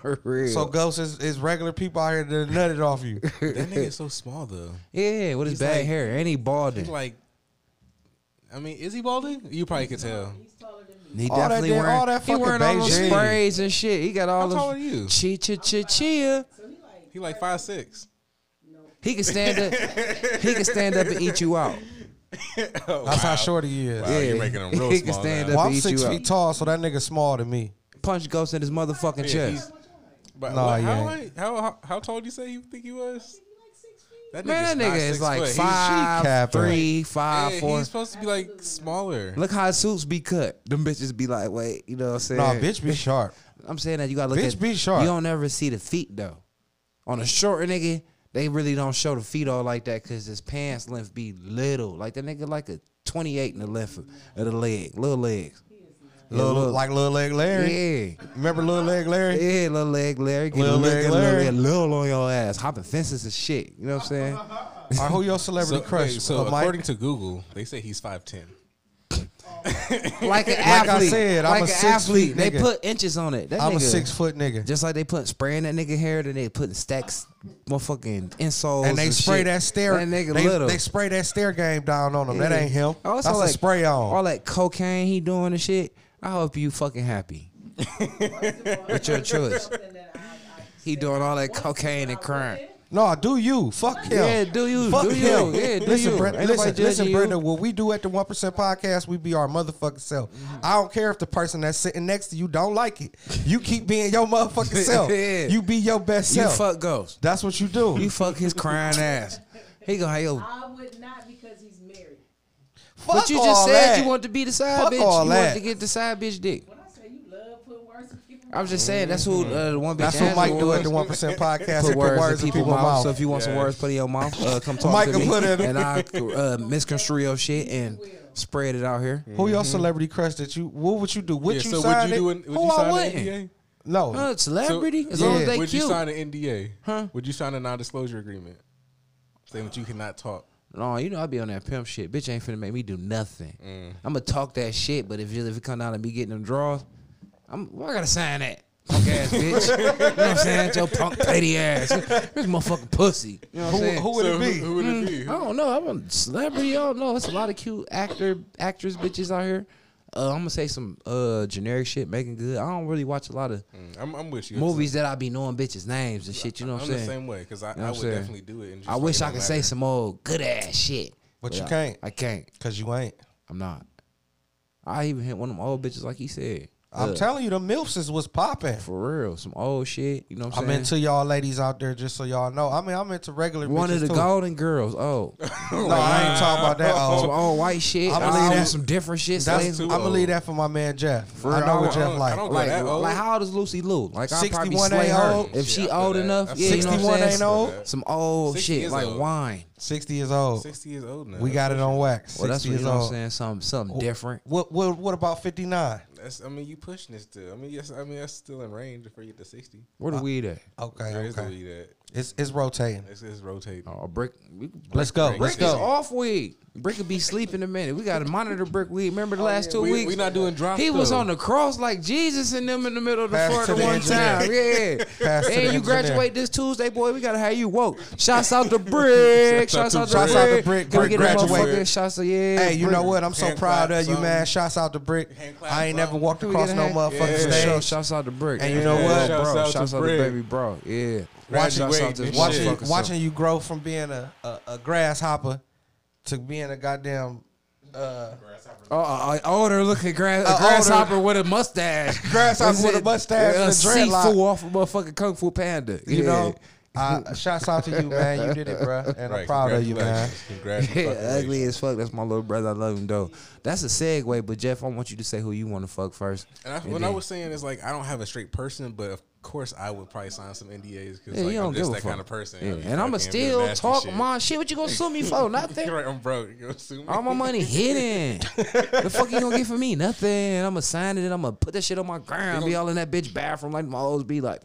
[SPEAKER 2] for real.
[SPEAKER 4] So ghosts is, is regular people out here that nutted off
[SPEAKER 2] <laughs>
[SPEAKER 4] you.
[SPEAKER 3] That nigga's so small though.
[SPEAKER 2] yeah, with his bad
[SPEAKER 3] like-
[SPEAKER 2] hair, and he
[SPEAKER 3] He's
[SPEAKER 2] balding.
[SPEAKER 3] like, I mean, is he balding? You probably could tell.
[SPEAKER 5] He's taller than me.
[SPEAKER 2] he
[SPEAKER 4] all that
[SPEAKER 2] definitely
[SPEAKER 4] damn-
[SPEAKER 2] wearing
[SPEAKER 4] all that
[SPEAKER 2] he
[SPEAKER 4] fucking
[SPEAKER 2] wearing all those
[SPEAKER 4] Beijing.
[SPEAKER 2] sprays and shit. He got all
[SPEAKER 3] How tall are
[SPEAKER 2] those
[SPEAKER 3] you?
[SPEAKER 2] chi chi chi chia.
[SPEAKER 5] So he like.
[SPEAKER 3] He like five six.
[SPEAKER 2] He can
[SPEAKER 4] <laughs>
[SPEAKER 2] stand up. he can stand up and eat you out.
[SPEAKER 4] That's how short he is.
[SPEAKER 3] Wow, you're making him real
[SPEAKER 2] He can
[SPEAKER 3] small
[SPEAKER 2] stand
[SPEAKER 3] now.
[SPEAKER 2] up
[SPEAKER 4] Well, I'm
[SPEAKER 2] and eat
[SPEAKER 4] six
[SPEAKER 2] you
[SPEAKER 4] feet
[SPEAKER 2] out.
[SPEAKER 4] tall, so that nigga small to me.
[SPEAKER 2] Punch ghost in his motherfucking
[SPEAKER 3] Yeah,
[SPEAKER 2] chest.
[SPEAKER 3] But
[SPEAKER 4] Nah,
[SPEAKER 3] what- how,
[SPEAKER 4] yeah.
[SPEAKER 3] high- how how how tall do you say you think he was?
[SPEAKER 5] He like six feet.
[SPEAKER 3] That
[SPEAKER 2] Man, that
[SPEAKER 3] nigga's not
[SPEAKER 2] nigga
[SPEAKER 3] six
[SPEAKER 2] is like
[SPEAKER 3] foot. He's-
[SPEAKER 2] five,
[SPEAKER 4] capping.
[SPEAKER 2] three, five,
[SPEAKER 3] yeah,
[SPEAKER 2] four.
[SPEAKER 3] He's supposed to be like smaller.
[SPEAKER 2] Look how suits be cut. Them bitches be like, wait, you know what I'm saying?
[SPEAKER 4] Nah, bitch be sharp.
[SPEAKER 2] I'm saying that you gotta look
[SPEAKER 4] Bitch
[SPEAKER 2] at.
[SPEAKER 4] be sharp.
[SPEAKER 2] You don't ever see the feet though. On a shorter nigga, they really don't show the feet all like that because his pants length be little. Like that nigga like a 28 in the length of, of the leg, little legs. <laughs> Yeah,
[SPEAKER 4] Little, like little leg Larry.
[SPEAKER 2] yeah,
[SPEAKER 4] Remember little leg Larry?
[SPEAKER 2] yeah, little leg, Larry, get
[SPEAKER 4] Little
[SPEAKER 2] little,
[SPEAKER 4] leg
[SPEAKER 2] leg,
[SPEAKER 4] Larry.
[SPEAKER 2] little, little on your ass, hopping fences and shit. You know what
[SPEAKER 4] <laughs>
[SPEAKER 2] I'm saying?
[SPEAKER 4] Or who your
[SPEAKER 3] so
[SPEAKER 4] celebrity crush?
[SPEAKER 3] wait, so
[SPEAKER 4] Uh, Mike?
[SPEAKER 3] according to Google, they say he's five ten.
[SPEAKER 2] Like an
[SPEAKER 4] I
[SPEAKER 2] athlete,
[SPEAKER 4] said, I'm
[SPEAKER 2] like
[SPEAKER 4] a
[SPEAKER 2] an
[SPEAKER 4] six
[SPEAKER 2] athlete.
[SPEAKER 4] feet
[SPEAKER 2] they
[SPEAKER 4] nigga.
[SPEAKER 2] put inches on it. That
[SPEAKER 4] I'm
[SPEAKER 2] nigga,
[SPEAKER 4] a six foot nigga.
[SPEAKER 2] Just like they put spraying that nigga hair, then they putting stacks, motherfucking insoles,
[SPEAKER 4] And they spray
[SPEAKER 2] shit.
[SPEAKER 4] that stare.
[SPEAKER 2] That nigga
[SPEAKER 4] they,
[SPEAKER 2] little.
[SPEAKER 4] they spray that stare game down on him. That
[SPEAKER 2] Yeah.
[SPEAKER 4] ain't him.
[SPEAKER 2] Also,
[SPEAKER 4] That's
[SPEAKER 2] like,
[SPEAKER 4] a spray
[SPEAKER 2] All
[SPEAKER 4] on.
[SPEAKER 2] that cocaine he doing and shit. I hope you fucking happy with your choice. He doing all that cocaine and crime.
[SPEAKER 4] No, do you? Fuck him.
[SPEAKER 2] Yeah, do you?
[SPEAKER 4] Fuck
[SPEAKER 2] do
[SPEAKER 4] him.
[SPEAKER 2] you? Yeah, do
[SPEAKER 4] listen,
[SPEAKER 2] you?
[SPEAKER 4] Brenda,
[SPEAKER 2] Ain't
[SPEAKER 4] listen,
[SPEAKER 2] nobody
[SPEAKER 4] listen,
[SPEAKER 2] judging you.
[SPEAKER 4] Brenda. What we do at the One Percent Podcast, we be our motherfucking self.
[SPEAKER 2] Mm-hmm.
[SPEAKER 4] I don't care if the person that's sitting next to you don't like it. You keep being your motherfucking self.
[SPEAKER 2] <laughs> Yeah.
[SPEAKER 4] You be your best
[SPEAKER 2] You
[SPEAKER 4] self.
[SPEAKER 2] fuck ghost.
[SPEAKER 4] That's what you do.
[SPEAKER 2] You fuck his crying ass. He gonna have your.
[SPEAKER 8] I would not because he's married.
[SPEAKER 4] fuck
[SPEAKER 2] But you just
[SPEAKER 4] all
[SPEAKER 2] said
[SPEAKER 4] that.
[SPEAKER 2] you want to be the side
[SPEAKER 4] Fuck
[SPEAKER 2] bitch.
[SPEAKER 4] all
[SPEAKER 2] you
[SPEAKER 4] that.
[SPEAKER 2] want to get the side bitch dick.
[SPEAKER 8] When I say you love putting words in people's
[SPEAKER 2] I'm just saying that's who uh, the one bitch.
[SPEAKER 4] That's what
[SPEAKER 2] ass
[SPEAKER 4] Mike do
[SPEAKER 2] was.
[SPEAKER 4] at the One
[SPEAKER 2] <laughs>
[SPEAKER 4] Percent Podcast.
[SPEAKER 2] put
[SPEAKER 4] He
[SPEAKER 2] words, in
[SPEAKER 4] in
[SPEAKER 2] people's
[SPEAKER 4] people's
[SPEAKER 2] mouth. So if you want some words, put it in your mouth. Uh, come talk
[SPEAKER 4] Micah
[SPEAKER 2] to me,
[SPEAKER 4] put it in-
[SPEAKER 2] and I uh, misconstrue your shit and spread it out here.
[SPEAKER 4] Who your celebrity crush that you? What would you do? Would
[SPEAKER 3] yeah,
[SPEAKER 4] you
[SPEAKER 3] so
[SPEAKER 4] sign
[SPEAKER 3] would you do
[SPEAKER 4] it?
[SPEAKER 3] an, would
[SPEAKER 2] Who
[SPEAKER 3] you
[SPEAKER 2] I
[SPEAKER 3] sign
[SPEAKER 2] wouldn't?
[SPEAKER 3] an NDA?
[SPEAKER 2] <laughs>
[SPEAKER 4] no.
[SPEAKER 2] Uh,
[SPEAKER 3] So-
[SPEAKER 2] celebrity, as long as they
[SPEAKER 3] would
[SPEAKER 2] cute.
[SPEAKER 3] you sign an NDA?
[SPEAKER 2] Huh?
[SPEAKER 3] Would you sign a non-disclosure agreement saying that you cannot talk?
[SPEAKER 2] <laughs> no, you know I be on that pimp shit. Bitch ain't finna make me do nothing. I'm gonna talk that shit, but if you, if it come down to me getting them draws, I'm well, I gotta sign that. Punk <laughs> ass bitch. you know what I'm saying? Your punk petty ass. This motherfucking pussy. You know what I'm
[SPEAKER 4] who,
[SPEAKER 2] saying?
[SPEAKER 4] who would
[SPEAKER 3] So
[SPEAKER 4] it be?
[SPEAKER 3] Who, who would it be?
[SPEAKER 2] I don't know. I'm a celebrity. I don't know. It's a lot of cute actor, actress, bitches out here. Uh, I'm gonna say some uh, generic shit, making good. I don't really watch a lot of
[SPEAKER 3] Mm, I'm, I'm with you.
[SPEAKER 2] movies that I be knowing bitches' names and shit. You know
[SPEAKER 3] I'm
[SPEAKER 2] what I'm
[SPEAKER 3] the
[SPEAKER 2] saying?
[SPEAKER 3] same way because
[SPEAKER 2] know
[SPEAKER 3] I, I
[SPEAKER 2] what I'm
[SPEAKER 3] would
[SPEAKER 2] saying?
[SPEAKER 3] definitely do it. And just
[SPEAKER 2] I
[SPEAKER 3] like,
[SPEAKER 2] wish
[SPEAKER 3] it
[SPEAKER 2] I
[SPEAKER 3] don't
[SPEAKER 2] could say
[SPEAKER 3] matter.
[SPEAKER 2] some old good ass shit,
[SPEAKER 4] But you
[SPEAKER 2] I-
[SPEAKER 4] can't.
[SPEAKER 2] I can't.
[SPEAKER 4] Cause you ain't.
[SPEAKER 2] I'm not. I even hit one of them old bitches, like he said.
[SPEAKER 4] I'm
[SPEAKER 2] Look,
[SPEAKER 4] telling you, the milfs is what's popping.
[SPEAKER 2] for real, some old shit. You know what I'm,
[SPEAKER 4] I'm
[SPEAKER 2] saying?
[SPEAKER 4] into y'all ladies out there, just so y'all know. I mean, I'm into regular.
[SPEAKER 2] one of
[SPEAKER 4] bitches
[SPEAKER 2] the
[SPEAKER 4] too.
[SPEAKER 2] Golden Girls. Oh,
[SPEAKER 4] No, I ain't talking
[SPEAKER 2] <laughs>
[SPEAKER 4] about that.
[SPEAKER 2] some
[SPEAKER 4] Oh,
[SPEAKER 2] old white shit.
[SPEAKER 4] I
[SPEAKER 2] I
[SPEAKER 4] believe that-
[SPEAKER 2] some different shit.
[SPEAKER 4] that's,
[SPEAKER 2] slaves.
[SPEAKER 4] I'm
[SPEAKER 3] too
[SPEAKER 4] gonna
[SPEAKER 3] old.
[SPEAKER 4] leave that for my man Jeff.
[SPEAKER 2] For
[SPEAKER 4] I
[SPEAKER 2] real,
[SPEAKER 4] know
[SPEAKER 2] I
[SPEAKER 4] what
[SPEAKER 2] don't-
[SPEAKER 4] Jeff
[SPEAKER 3] I
[SPEAKER 4] like.
[SPEAKER 3] don't
[SPEAKER 2] like,
[SPEAKER 3] that old.
[SPEAKER 2] like how Oh, old is Lucy Lou? Like I probably
[SPEAKER 4] 61
[SPEAKER 2] slay
[SPEAKER 4] ain't
[SPEAKER 2] her
[SPEAKER 4] old.
[SPEAKER 2] if
[SPEAKER 3] Shit,
[SPEAKER 2] she
[SPEAKER 3] I feel
[SPEAKER 2] old
[SPEAKER 3] that.
[SPEAKER 2] enough.
[SPEAKER 3] That's
[SPEAKER 2] Yeah, you know what
[SPEAKER 4] 61
[SPEAKER 2] I'm
[SPEAKER 4] ain't
[SPEAKER 2] saying?
[SPEAKER 4] old.
[SPEAKER 2] Some old
[SPEAKER 3] 60
[SPEAKER 2] shit
[SPEAKER 3] is
[SPEAKER 2] like
[SPEAKER 3] old.
[SPEAKER 2] wine.
[SPEAKER 4] Sixty years old.
[SPEAKER 3] Sixty years old now.
[SPEAKER 4] We got it on wax.
[SPEAKER 2] Well, that's
[SPEAKER 4] Sixty
[SPEAKER 2] what, you
[SPEAKER 4] years
[SPEAKER 2] know what I'm
[SPEAKER 4] old. Oh.
[SPEAKER 2] saying. Something something
[SPEAKER 4] Wh-
[SPEAKER 2] different.
[SPEAKER 4] What what what about fifty nine?
[SPEAKER 3] That's, I mean, you pushing this still. I mean, yes. I mean, that's still in range before you get to sixty.
[SPEAKER 2] Where the weed at?
[SPEAKER 4] Okay,
[SPEAKER 3] There is the
[SPEAKER 4] okay.
[SPEAKER 3] way that
[SPEAKER 4] It's it's rotating.
[SPEAKER 3] it's, it's rotating.
[SPEAKER 2] Oh, brick. we-
[SPEAKER 4] Let's go.
[SPEAKER 2] Brick
[SPEAKER 4] Let's
[SPEAKER 2] is
[SPEAKER 4] go.
[SPEAKER 2] off weed. Brick would be sleeping a minute. We gotta monitor Brick weed. Remember the last two
[SPEAKER 3] we,
[SPEAKER 2] weeks?
[SPEAKER 3] we not doing drop.
[SPEAKER 2] He was
[SPEAKER 3] though.
[SPEAKER 2] on the cross like Jesus and them in the middle of the
[SPEAKER 4] Pass it
[SPEAKER 2] floor
[SPEAKER 4] to
[SPEAKER 2] at
[SPEAKER 4] the
[SPEAKER 2] one time. Yeah.
[SPEAKER 4] Pass it to the
[SPEAKER 2] and
[SPEAKER 4] engineer.
[SPEAKER 2] you graduate this Tuesday, boy. We gotta have you woke. Shouts out to Brick. Shouts out
[SPEAKER 4] Shouts out to
[SPEAKER 2] to
[SPEAKER 4] Brick.
[SPEAKER 2] Brick. Can we
[SPEAKER 4] Brick
[SPEAKER 2] get that
[SPEAKER 4] graduated.
[SPEAKER 2] motherfucker? Shouts out, yeah.
[SPEAKER 4] Hey, you know what? I'm so
[SPEAKER 3] Hand
[SPEAKER 4] proud
[SPEAKER 3] clap
[SPEAKER 4] of you, man.
[SPEAKER 3] something.
[SPEAKER 4] Shouts out to Brick.
[SPEAKER 3] Hand clap
[SPEAKER 4] I ain't never
[SPEAKER 3] something.
[SPEAKER 4] walked
[SPEAKER 2] Can we get
[SPEAKER 4] across
[SPEAKER 2] a
[SPEAKER 4] no
[SPEAKER 2] hand-
[SPEAKER 4] motherfucking
[SPEAKER 2] For sure.
[SPEAKER 4] stage.
[SPEAKER 2] Shouts out to Brick.
[SPEAKER 4] And you know what?
[SPEAKER 2] bro?
[SPEAKER 3] Shouts out to
[SPEAKER 2] Shouts out to
[SPEAKER 3] Brick.
[SPEAKER 2] baby bro. Yeah.
[SPEAKER 3] Watching-
[SPEAKER 2] Shouts out to
[SPEAKER 3] waiting,
[SPEAKER 2] watching-
[SPEAKER 3] shit.
[SPEAKER 4] watching
[SPEAKER 2] motherfucker,
[SPEAKER 4] watching you grow from being a, a, a grasshopper to being a goddamn uh,
[SPEAKER 2] Oh, uh, uh, older looking grass,
[SPEAKER 4] Uh,
[SPEAKER 2] a grasshopper
[SPEAKER 4] older-
[SPEAKER 2] with a mustache.
[SPEAKER 4] <laughs> Grasshopper
[SPEAKER 2] What's
[SPEAKER 4] with a
[SPEAKER 2] it?
[SPEAKER 4] mustache and a dreadlock.
[SPEAKER 2] Sifu off of motherfucking Kung Fu Panda.
[SPEAKER 4] you
[SPEAKER 2] Yeah.
[SPEAKER 4] know.
[SPEAKER 2] <laughs>
[SPEAKER 4] Uh, shouts out to you, man. You did it, bruh. And I'm
[SPEAKER 3] Right,
[SPEAKER 4] proud of you, man.
[SPEAKER 3] congratulations. Congratulations.
[SPEAKER 2] <laughs> Yeah,
[SPEAKER 3] Fucking
[SPEAKER 2] ugly
[SPEAKER 3] race.
[SPEAKER 2] as fuck. That's my little brother. I love him though. That's a segue, but Jeff, I want you to say who you want to fuck first.
[SPEAKER 3] And I,
[SPEAKER 2] And
[SPEAKER 3] what I
[SPEAKER 2] then-
[SPEAKER 3] was saying is like I don't have a straight person, but of course I would probably sign some NDAs because
[SPEAKER 2] Yeah,
[SPEAKER 3] like,
[SPEAKER 2] you
[SPEAKER 3] I'm
[SPEAKER 2] don't give
[SPEAKER 3] just
[SPEAKER 2] a
[SPEAKER 3] that
[SPEAKER 2] fuck.
[SPEAKER 3] kind of person.
[SPEAKER 2] Yeah,
[SPEAKER 3] I mean,
[SPEAKER 2] and I'ma
[SPEAKER 3] fucking real
[SPEAKER 2] still
[SPEAKER 3] nasty
[SPEAKER 2] talk
[SPEAKER 3] shit.
[SPEAKER 2] my shit. What you gonna sue me for? Nothing.
[SPEAKER 3] <laughs> You're right, I'm broke. You gonna sue me?
[SPEAKER 2] All my money hidden. the fuck you gonna get from me? Nothing. I'ma sign it and I'ma put that shit on my ground. Be all in that bitch bathroom like my hoes be like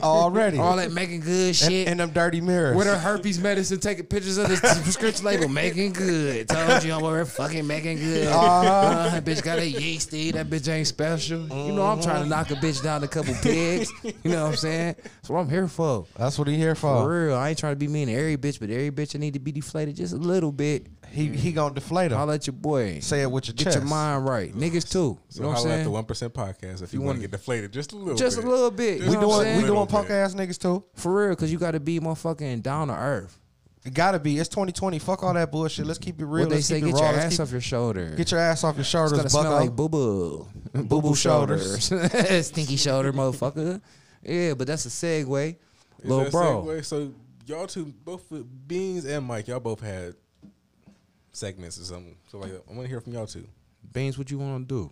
[SPEAKER 4] Already.
[SPEAKER 2] all that making good
[SPEAKER 4] and,
[SPEAKER 2] shit.
[SPEAKER 4] and them dirty mirrors.
[SPEAKER 2] with her herpes medicine, taking pictures <laughs> of this prescription label, making good. Told you I'm over here fucking making good. Uh, that bitch got a yeasty. That bitch ain't special. You know I'm trying to knock a bitch down a couple pegs. You know what I'm saying? That's what I'm here for.
[SPEAKER 4] That's what he here for.
[SPEAKER 2] For real, I ain't trying to be mean to every bitch, but every bitch I need to be deflated just a little bit.
[SPEAKER 4] He he gonna deflate him.
[SPEAKER 2] Holla at your boy.
[SPEAKER 4] Say it with your
[SPEAKER 2] Get
[SPEAKER 4] chest.
[SPEAKER 2] your mind right, niggas too. You
[SPEAKER 3] So
[SPEAKER 2] know what I'm
[SPEAKER 3] holla at the
[SPEAKER 2] saying?
[SPEAKER 3] one percent podcast if
[SPEAKER 2] You
[SPEAKER 3] you, want
[SPEAKER 2] wanna-
[SPEAKER 3] to get deflated just a little,
[SPEAKER 2] Just a
[SPEAKER 3] bit.
[SPEAKER 2] little bit. You
[SPEAKER 4] We
[SPEAKER 2] know what
[SPEAKER 4] doing
[SPEAKER 2] I'm
[SPEAKER 4] we
[SPEAKER 2] saying?
[SPEAKER 4] doing
[SPEAKER 3] Little
[SPEAKER 4] punk
[SPEAKER 3] bit.
[SPEAKER 4] ass niggas too.
[SPEAKER 2] For real, cause you got to be motherfucking down to earth.
[SPEAKER 4] It gotta be. It's 2020. Fuck all that bullshit. Let's keep it real.
[SPEAKER 2] What they
[SPEAKER 4] Let's
[SPEAKER 2] say?
[SPEAKER 4] keep
[SPEAKER 2] Get
[SPEAKER 4] it raw.
[SPEAKER 2] your
[SPEAKER 4] Let's
[SPEAKER 2] ass
[SPEAKER 4] keep-
[SPEAKER 2] off your shoulder.
[SPEAKER 4] Get your ass off your shoulders,
[SPEAKER 2] It's gotta
[SPEAKER 4] bucko.
[SPEAKER 2] smell like boo
[SPEAKER 4] <laughs>
[SPEAKER 2] boo, boo boo
[SPEAKER 4] shoulders.
[SPEAKER 2] shoulders, <laughs> stinky shoulder, motherfucker. Yeah, but that's a segue,
[SPEAKER 3] Is
[SPEAKER 2] little
[SPEAKER 3] that
[SPEAKER 2] bro.
[SPEAKER 3] segue? So y'all two, both with Beans and Mike, y'all both had segments or something. So like, I want to hear from y'all two.
[SPEAKER 2] Beans, what you want to do?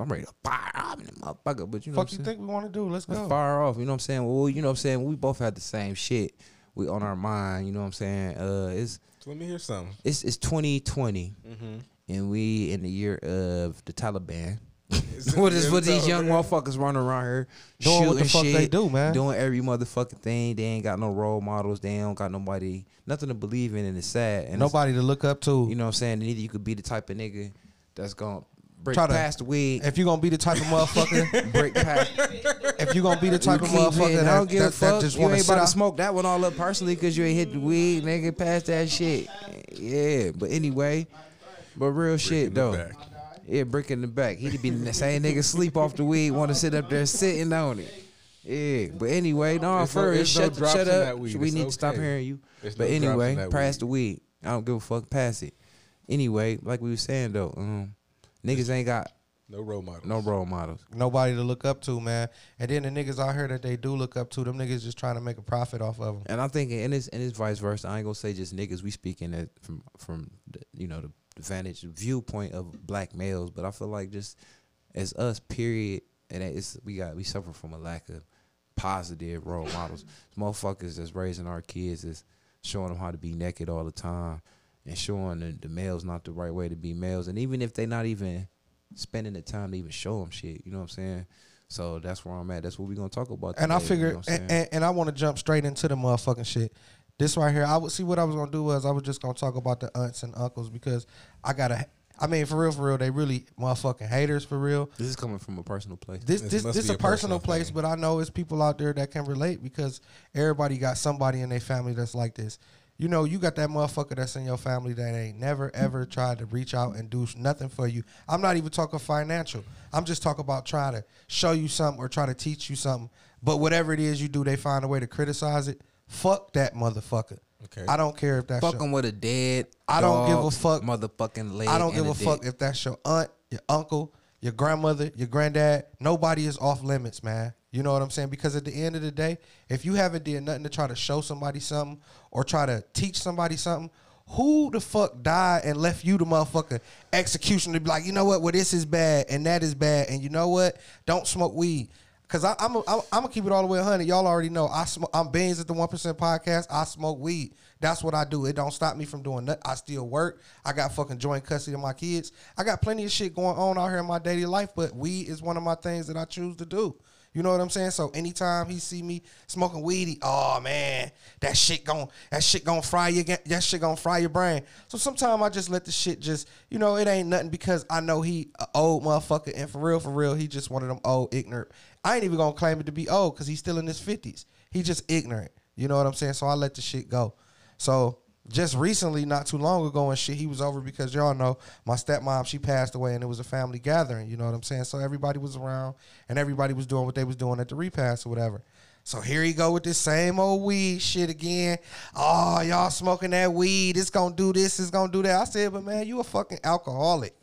[SPEAKER 2] I'm ready to fire up in the motherfucker, but you know
[SPEAKER 4] Fuck
[SPEAKER 2] what
[SPEAKER 4] you
[SPEAKER 2] I'm saying?
[SPEAKER 4] think we want to do? Let's
[SPEAKER 2] Let's
[SPEAKER 4] go.
[SPEAKER 2] fire off. You know what I'm saying? Well, you know what I'm saying? We both had the same shit. We on our mind. You know what I'm saying? Uh, it's
[SPEAKER 3] So let me hear some.
[SPEAKER 2] it's it's 2020,
[SPEAKER 4] Mm-hmm.
[SPEAKER 2] and we in the year of the Taliban. <laughs> what is what these young motherfuckers running around here
[SPEAKER 4] Doing what the
[SPEAKER 2] shooting
[SPEAKER 4] fuck
[SPEAKER 2] shit,
[SPEAKER 4] they do, man.
[SPEAKER 2] Doing every motherfucking thing. They ain't got no role models. They don't got nobody, nothing to believe in, and it's sad. And it's-
[SPEAKER 4] Nobody to look up to.
[SPEAKER 2] you know what I'm saying? And either you could be the type of nigga that's gonna break
[SPEAKER 4] Try to-
[SPEAKER 2] past the wig,
[SPEAKER 4] <laughs> if you're gonna be the type
[SPEAKER 2] <laughs>
[SPEAKER 4] of motherfucker,
[SPEAKER 2] break past.
[SPEAKER 4] if you're gonna be the
[SPEAKER 2] <laughs>
[SPEAKER 4] type of
[SPEAKER 2] Keep
[SPEAKER 4] motherfucker
[SPEAKER 2] it.
[SPEAKER 4] that,
[SPEAKER 2] I don't give
[SPEAKER 4] that,
[SPEAKER 2] a
[SPEAKER 4] that
[SPEAKER 2] fuck.
[SPEAKER 4] just
[SPEAKER 2] you
[SPEAKER 4] want to
[SPEAKER 2] ain't
[SPEAKER 4] sit
[SPEAKER 2] about to
[SPEAKER 4] out,
[SPEAKER 2] smoke that one all up personally because you ain't hit the weed, nigga. Past that shit. Yeah, but anyway, but real shit
[SPEAKER 3] the
[SPEAKER 2] though.
[SPEAKER 3] back.
[SPEAKER 2] Yeah, brick in the back. He'd be the same nigga sleep off the weed, want to sit up there sitting on it. Yeah, but anyway, no,
[SPEAKER 3] There's no-
[SPEAKER 2] for real,
[SPEAKER 3] there's no
[SPEAKER 2] shut,
[SPEAKER 3] drops
[SPEAKER 2] shut
[SPEAKER 3] in
[SPEAKER 2] up.
[SPEAKER 3] that weed.
[SPEAKER 2] We
[SPEAKER 3] It's
[SPEAKER 2] need to stop
[SPEAKER 3] okay.
[SPEAKER 2] hearing you.
[SPEAKER 3] There's
[SPEAKER 2] but
[SPEAKER 3] no drops in
[SPEAKER 2] anyway,
[SPEAKER 3] that
[SPEAKER 2] pass
[SPEAKER 3] weed.
[SPEAKER 2] the weed. I don't give a fuck. Pass it. Anyway, like we was saying though, um, niggas ain't got
[SPEAKER 3] No role model.
[SPEAKER 2] no role models.
[SPEAKER 4] nobody to look up to, man. And then the niggas out here that they do look up to, them niggas just trying to make a profit off of them.
[SPEAKER 2] And I'm thinking, and it's and it's vice versa. I ain't gonna say just niggas. We speaking at, from from the, you know the vantage the viewpoint of black males, but I feel like just as us, period. And that it's we got we suffer from a lack of positive role models. Motherfuckers that's raising our kids is showing them how to be naked all the time and showing the, the males not the right way to be males. And even if they not even spending the time to even show them shit, you know what I'm saying? So that's where I'm at. That's what we're gonna talk about.
[SPEAKER 4] And I
[SPEAKER 2] today, you know
[SPEAKER 4] figure,
[SPEAKER 2] what I'm
[SPEAKER 4] and,
[SPEAKER 2] saying?
[SPEAKER 4] and, and I want to jump straight into the motherfucking shit. This right here, I would see what I was gonna do was I was just gonna talk about the aunts and uncles because I gotta. I mean, for real, for real, they really motherfucking haters for real.
[SPEAKER 2] this is coming from a personal place.
[SPEAKER 4] This
[SPEAKER 3] This
[SPEAKER 4] this
[SPEAKER 3] must
[SPEAKER 4] this
[SPEAKER 3] be
[SPEAKER 4] a
[SPEAKER 3] a
[SPEAKER 4] personal
[SPEAKER 3] personal
[SPEAKER 4] place,
[SPEAKER 3] thing.
[SPEAKER 4] but I know it's people out there that can relate because everybody got somebody in their family that's like this. You know, you got that motherfucker that's in your family that ain't never ever tried to reach out and do nothing for you. I'm not even talking financial. I'm just talking about trying to show you something or try to teach you something. But whatever it is you do, they find a way to criticize it. Fuck that motherfucker.
[SPEAKER 3] Okay.
[SPEAKER 4] I don't care if that's
[SPEAKER 2] Fuck
[SPEAKER 4] your-
[SPEAKER 2] him with a dead.
[SPEAKER 4] I don't give a
[SPEAKER 2] dog,
[SPEAKER 4] fuck.
[SPEAKER 2] Motherfucking leg.
[SPEAKER 4] I don't give
[SPEAKER 2] and
[SPEAKER 4] a
[SPEAKER 2] dick.
[SPEAKER 4] fuck if that's your aunt, your uncle, your grandmother, your granddad. Nobody is off limits, man. You know what I'm saying? Because at the end of the day, if you haven't did nothing to try to show somebody something or try to teach somebody something, who the fuck died and left you the motherfucker execution to be like, you know what? Well, this is bad and that is bad, and you know what? Don't smoke weed. Cause I, I'm i I'm gonna keep it all the way 100. Y'all already know I sm- I'm beans at the one percent podcast. I smoke weed. That's what I do. It don't stop me from doing nothing. I still work. I got fucking joint custody of my kids. I got plenty of shit going on out here in my daily life, but weed is one of my things that I choose to do. You know what I'm saying? So anytime he see me smoking weed, he, oh man, that shit gon' that shit gon' fry your ga- that shit gon' fry your brain. So sometimes I just let the shit just you know it ain't nothing because I know he a old motherfucker and for real for real he just one of them old ignorant. I ain't even gonna claim it to be old because he's still in his fifties. He just ignorant. You know what I'm saying? So I let the shit go. So just recently, not too long ago, and shit, he was over because y'all know my stepmom, she passed away, and it was a family gathering. You know what I'm saying? So everybody was around, and everybody was doing what they was doing at the repast or whatever. So here he go with this same old weed shit again. Oh, y'all smoking that weed? It's gonna do this. It's gonna do that. I said, but man, you a fucking alcoholic.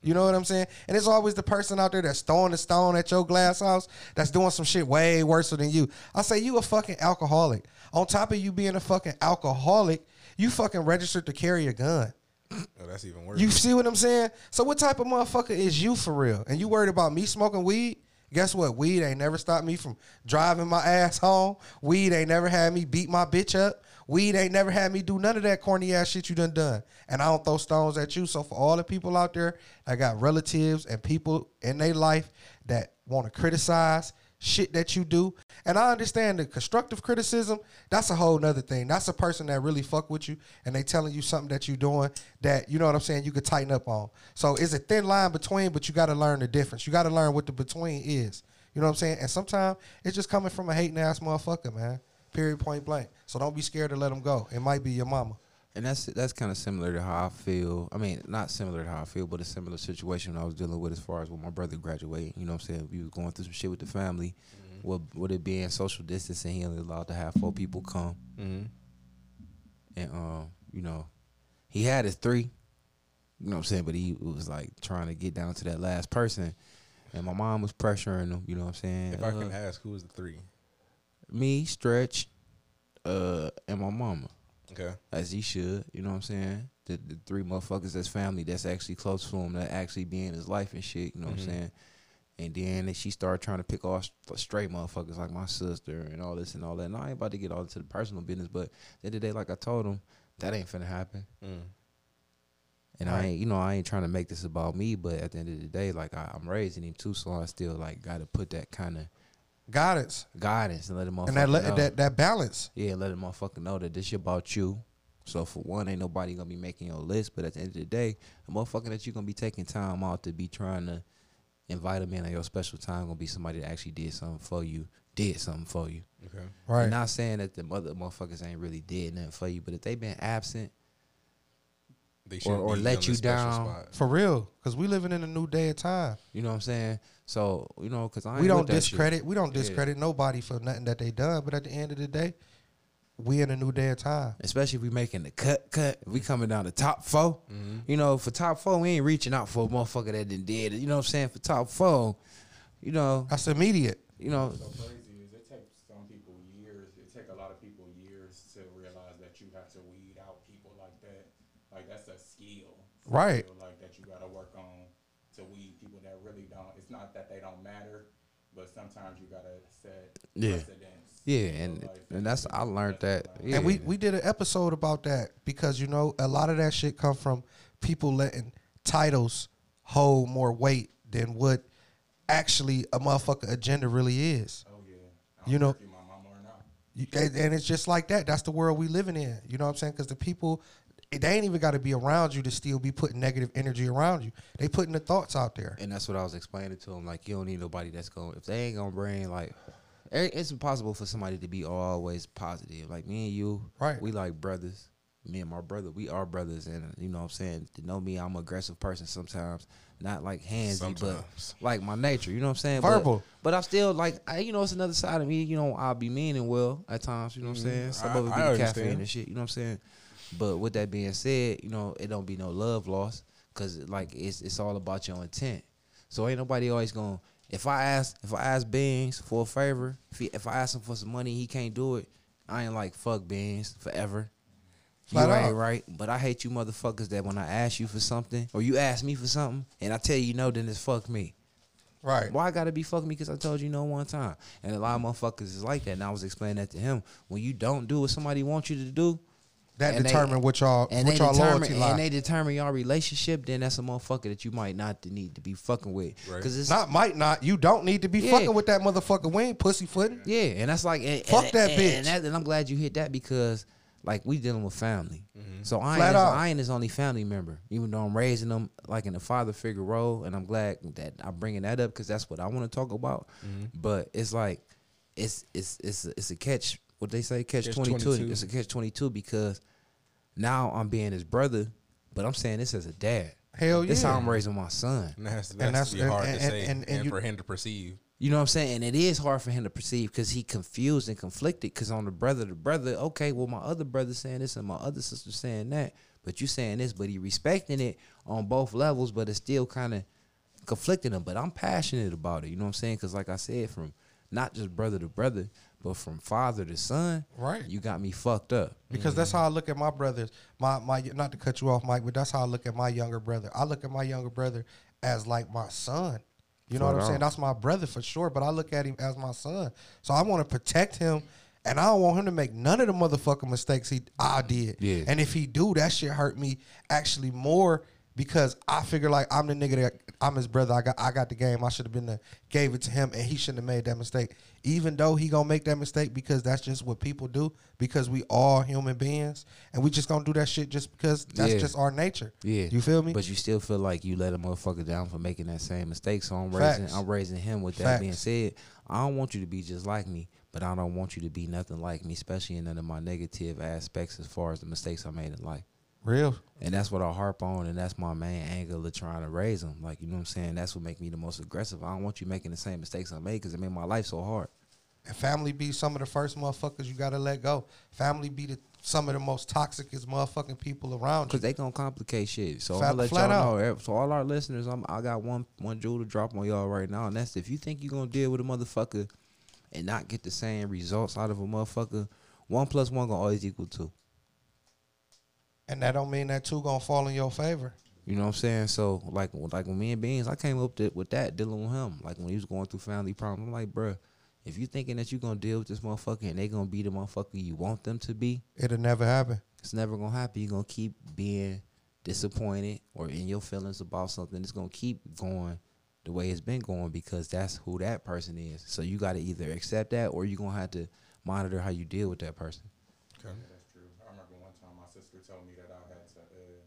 [SPEAKER 4] You know what I'm saying? And it's always the person out there that's throwing the stone at your glass house that's doing some shit way worse than you. I say you a fucking alcoholic. On top of you being a fucking alcoholic, you fucking registered to carry a gun.
[SPEAKER 3] Oh, that's even worse.
[SPEAKER 4] You see what I'm saying? So what type of motherfucker is you for real? And you worried about me smoking weed? Guess what? Weed ain't never stopped me from driving my ass home. Weed ain't never had me beat my bitch up. Weed ain't never had me do none of that corny ass shit you done done. And I don't throw stones at you. So for all the people out there that got relatives and people in their life that want to criticize shit that you do. And I understand the constructive criticism, that's a whole nother thing. That's a person that really fuck with you and they telling you something that you doing that you know what I'm saying you could tighten up on. So it's a thin line between, but you gotta learn the difference. You gotta learn what the between is. You know what I'm saying? And sometimes it's just coming from a hating ass motherfucker, man. Period point blank. So don't be scared to let them go. It might be your mama.
[SPEAKER 2] And that's that's kind of similar to how I feel. I mean, not similar to how I feel, but a similar situation I was dealing with as far as when my brother graduated. You know what I'm saying? We was going through some shit with the family.
[SPEAKER 4] Mm-hmm.
[SPEAKER 2] With, with it being social distancing, he only allowed to have four people come.
[SPEAKER 4] Mm-hmm.
[SPEAKER 2] And, um, you know, he had his three. You know what I'm saying? But he was like trying to get down to that last person. And my mom was Uh, Uh-huh. pressuring him. You know what I'm saying?
[SPEAKER 3] if I
[SPEAKER 2] Uh,
[SPEAKER 3] can ask, who was the three?
[SPEAKER 2] me, Stretch, uh, and my mama,
[SPEAKER 3] Okay.
[SPEAKER 2] as he should. You know what I'm saying? The, the three motherfuckers that's family, that's actually close to him, that actually be in his life and shit. You know what I'm saying? And then she started trying to pick off st- straight motherfuckers like my sister and all this and all that. And I ain't about to get all into the personal business, but at the end of the day, like I told him, that ain't finna happen. And I ain't, you know, I ain't trying to make this about me, but at the end of the day, like I, I'm raising him too, so I still like gotta put that kind of
[SPEAKER 4] guidance
[SPEAKER 2] guidance and let him motherfucker
[SPEAKER 4] and that le-
[SPEAKER 2] know.
[SPEAKER 4] that that balance.
[SPEAKER 2] yeah, let him motherfucker know that this shit about you. So for one, ain't nobody gonna be making your list, but at the end of the day, the motherfucker that you gonna be taking time out to be trying to invite him in on your special time gonna be somebody that actually did something for you, did something for you.
[SPEAKER 3] Okay.
[SPEAKER 4] Right.
[SPEAKER 2] And not saying that the mother motherfuckers ain't really did nothing for you, but if they been absent,
[SPEAKER 3] They shouldn't
[SPEAKER 2] or
[SPEAKER 3] be
[SPEAKER 2] let
[SPEAKER 3] on
[SPEAKER 2] you
[SPEAKER 3] this special
[SPEAKER 2] down.
[SPEAKER 4] For real, because we living in a new day of time.
[SPEAKER 2] you know what I'm saying? So you know, cause I ain't
[SPEAKER 4] we don't
[SPEAKER 2] with that shit.
[SPEAKER 4] discredit. We don't
[SPEAKER 2] Yeah.
[SPEAKER 4] discredit nobody for nothing that they done. But at the end of the day, we in a new day of time.
[SPEAKER 2] especially if we making the cut cut if we coming down to top 4
[SPEAKER 4] Mm-hmm.
[SPEAKER 2] you know for top four we ain't reaching out for a motherfucker that done did it you know what i'm saying for top four you know
[SPEAKER 4] That's immediate.
[SPEAKER 2] you know
[SPEAKER 6] So crazy is it takes some people years. It take a lot of people years to realize that you have to weed out people like that. Like that's a skill,
[SPEAKER 4] Right.
[SPEAKER 6] skill, Like that you got to work on to weed people that really don't. It's not that they don't matter, but sometimes you got to set
[SPEAKER 2] Yeah.
[SPEAKER 6] precedents.
[SPEAKER 2] yeah and and that's i learned that yeah.
[SPEAKER 4] And we we did an episode about that because you know a lot of that shit come from people letting titles hold more weight than what actually a motherfucker agenda really is.
[SPEAKER 6] Oh yeah, I
[SPEAKER 4] You know-
[SPEAKER 6] care if you my mama or not.
[SPEAKER 4] You, and, and it's just like that. That's the world we living in. You know what I'm saying? Because the people, they ain't even got to be around you to still be putting negative energy around you. They putting the thoughts out there.
[SPEAKER 2] and that's what i was explaining to him like you don't need nobody that's going if they ain't gonna bring like it- it's impossible for somebody to be always positive like me and you
[SPEAKER 4] Right.
[SPEAKER 2] we like brothers me and my brother we are brothers and you know what i'm saying to know me i'm an aggressive person sometimes not like handsy but
[SPEAKER 3] Sometimes.
[SPEAKER 2] like my nature. You know what I'm saying?
[SPEAKER 4] Verbal.
[SPEAKER 2] But, but I'm still like, I, you know, it's another side of me. You know, I'll be mean and well at times. You know what I'm saying? Some
[SPEAKER 3] I-
[SPEAKER 2] of it be
[SPEAKER 3] I
[SPEAKER 2] the
[SPEAKER 3] understand.
[SPEAKER 2] caffeine and shit. You know what I'm saying? But with that being said, you know, it don't be no love loss because like it's it's all about your intent. So ain't nobody always going. to If I ask if I ask Beans for a favor, if he, if I ask him for some money, he can't do it. I ain't like fuck Beans forever. You
[SPEAKER 4] Flat
[SPEAKER 2] ain't
[SPEAKER 4] out.
[SPEAKER 2] right, but I hate you motherfuckers that when I ask you for something or you ask me for something and I tell you no, then it's fuck me.
[SPEAKER 4] Right.
[SPEAKER 2] Why I gotta be fucking me? Because I told you no one time. And a lot of motherfuckers is like that. And I was explaining that to him. When you don't do what somebody wants you to do,
[SPEAKER 4] That
[SPEAKER 2] and they-
[SPEAKER 4] determine what y'all
[SPEAKER 2] and
[SPEAKER 4] what
[SPEAKER 2] they
[SPEAKER 4] y'all
[SPEAKER 2] determine
[SPEAKER 4] loyalty lie.
[SPEAKER 2] and they determine your relationship, then that's a motherfucker that you might not need to be fucking with.
[SPEAKER 3] Right.
[SPEAKER 2] Because it's
[SPEAKER 4] not might not. You don't need to be
[SPEAKER 2] Yeah.
[SPEAKER 4] fucking with that motherfucker. We ain't pussyfooting.
[SPEAKER 2] Yeah, and that's like and,
[SPEAKER 4] Fuck
[SPEAKER 2] and-
[SPEAKER 4] that
[SPEAKER 2] and-
[SPEAKER 4] bitch.
[SPEAKER 2] And, that, and I'm glad you hit that because like we dealing with family, so I ain't,
[SPEAKER 4] Flat
[SPEAKER 2] his,
[SPEAKER 4] out.
[SPEAKER 2] I ain't his only family member. Even though I'm raising them like in a father figure role, and I'm glad that I'm bringing that up because that's what I want to talk about. But it's like it's it's it's it's a catch. What they say, catch,
[SPEAKER 3] Catch
[SPEAKER 2] twenty two.
[SPEAKER 3] 22.
[SPEAKER 2] It's a catch twenty two because now I'm being his brother, but I'm saying this as a dad.
[SPEAKER 4] Hell
[SPEAKER 2] This
[SPEAKER 4] yeah.
[SPEAKER 2] how I'm raising my son.
[SPEAKER 3] And that's, that's,
[SPEAKER 4] And that's-
[SPEAKER 3] to be
[SPEAKER 4] and-
[SPEAKER 3] hard
[SPEAKER 4] and-
[SPEAKER 3] to say
[SPEAKER 4] and-
[SPEAKER 3] and,
[SPEAKER 4] and you-
[SPEAKER 3] for him to perceive.
[SPEAKER 2] You know what I'm saying? And it is hard for him to perceive because he confused and conflicted. Because on the brother, the brother, okay, well, my other brother saying this and my other sister saying that, but you saying this, but he respecting it on both levels, but it's still kind of conflicting him. But I'm passionate about it. You know what I'm saying? Because like I said, from not just brother to brother, but from father to son,
[SPEAKER 4] Right.
[SPEAKER 2] You got me fucked up.
[SPEAKER 4] Because that's how I look at my brothers. My my not to cut you off, Mike, but that's how I look at my younger brother. I look at my younger brother as like my son. You know what I'm saying? That's my brother for sure, but I look at him as my son. So I want to protect him and I don't want him to make none of the motherfucking mistakes he I did.
[SPEAKER 2] Yeah.
[SPEAKER 4] And if he do, that shit hurt me actually more because I figure like I'm the nigga that I'm his brother. I got I got the game. I should have been the gave it to him and he shouldn't have made that mistake. Even though he gonna make that mistake because that's just what people do, because we all human beings and we just gonna do that shit just because that's
[SPEAKER 2] Yeah.
[SPEAKER 4] just our nature.
[SPEAKER 2] Yeah,
[SPEAKER 4] You feel me?
[SPEAKER 2] But you still feel like you let a motherfucker down for making that same mistake. So I'm
[SPEAKER 4] Facts.
[SPEAKER 2] raising, I'm raising him. With that being
[SPEAKER 4] Facts.
[SPEAKER 2] said, I don't want you to be just like me, but I don't want you to be nothing like me, especially in none of my negative aspects as far as the mistakes I made in life.
[SPEAKER 4] Real.
[SPEAKER 2] And that's what I harp on, and that's my main angle of trying to raise him. Like you know what I'm saying? That's what make me the most aggressive. I don't want you making the same mistakes I made because it made my life so hard.
[SPEAKER 4] And family be some of the first motherfuckers you gotta let go. Family be the some of the most toxicest motherfucking people around you.
[SPEAKER 2] Because they gonna complicate shit. So
[SPEAKER 4] Flat-
[SPEAKER 2] I'm gonna let
[SPEAKER 4] flat
[SPEAKER 2] y'all know. Eh, So all our listeners, I'm, I got one one jewel to drop on y'all right now, and that's if you think you gonna deal with a motherfucker and not get the same results out of a motherfucker, One plus one gonna always equal two.
[SPEAKER 4] And that don't mean that two gonna fall in your favor.
[SPEAKER 2] You know what I'm saying? So like like when me and Beans, I came up to, with that dealing with him. Like when he was going through family problems, I'm like, bruh, if you thinking that you gonna deal with this motherfucker and they gonna be the motherfucker you want them to be,
[SPEAKER 4] It'll never happen.
[SPEAKER 2] it's never gonna happen. You're gonna keep being disappointed or in your feelings about something. It's gonna keep going the way it's been going because that's who that person is. So you gotta either accept that or you're gonna have to monitor how you deal with that person.
[SPEAKER 6] That's true. I remember one time my sister told me that I had to. Uh,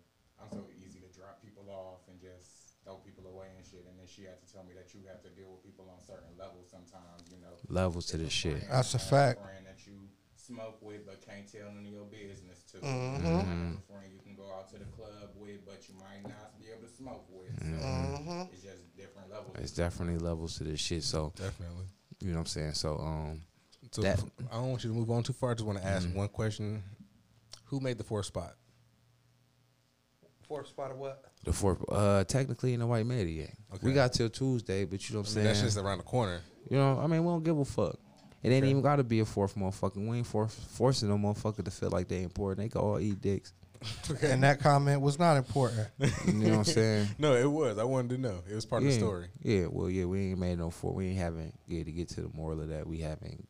[SPEAKER 6] I'm so easy to drop people off and just throw people away and shit. And then she had to tell me that you have to deal with people on certain levels sometimes. You know,
[SPEAKER 2] Levels to this shit.
[SPEAKER 4] That's a
[SPEAKER 6] Have
[SPEAKER 4] fact.
[SPEAKER 6] friend that you smoke with but can't tell none of your business to.
[SPEAKER 4] Mm-hmm.
[SPEAKER 6] Have a friend you can go out to the club with but you might not be able to smoke with. So
[SPEAKER 4] Mm-hmm.
[SPEAKER 6] it's just different levels.
[SPEAKER 2] It's definitely levels to this shit. So
[SPEAKER 3] Definitely.
[SPEAKER 2] you know what I'm saying? So um
[SPEAKER 3] So
[SPEAKER 2] That- Mm-hmm.
[SPEAKER 3] I don't want you to move on too far. I just want to ask one question: Who made the fourth spot?
[SPEAKER 4] Fourth spot of what?
[SPEAKER 2] the fourth uh technically in the white media. We
[SPEAKER 3] Okay.
[SPEAKER 2] got till Tuesday, but you know
[SPEAKER 3] I
[SPEAKER 2] what I'm
[SPEAKER 3] mean, that's
[SPEAKER 2] saying?
[SPEAKER 3] just around the corner.
[SPEAKER 2] You know, I mean, we don't give a fuck. It ain't even got to be a fourth motherfucker. We ain't for- forcing no motherfucker to feel like they important. They can all eat dicks.
[SPEAKER 4] And that comment was not
[SPEAKER 2] <laughs>
[SPEAKER 4] important.
[SPEAKER 2] You know what
[SPEAKER 3] <laughs>
[SPEAKER 2] I'm saying?
[SPEAKER 3] No, it was. I wanted to know. It was part of
[SPEAKER 2] Yeah.
[SPEAKER 3] the story.
[SPEAKER 2] Yeah, well, yeah, we ain't made no four. We ain't haven't. Yeah, to get to the moral of that, we haven't.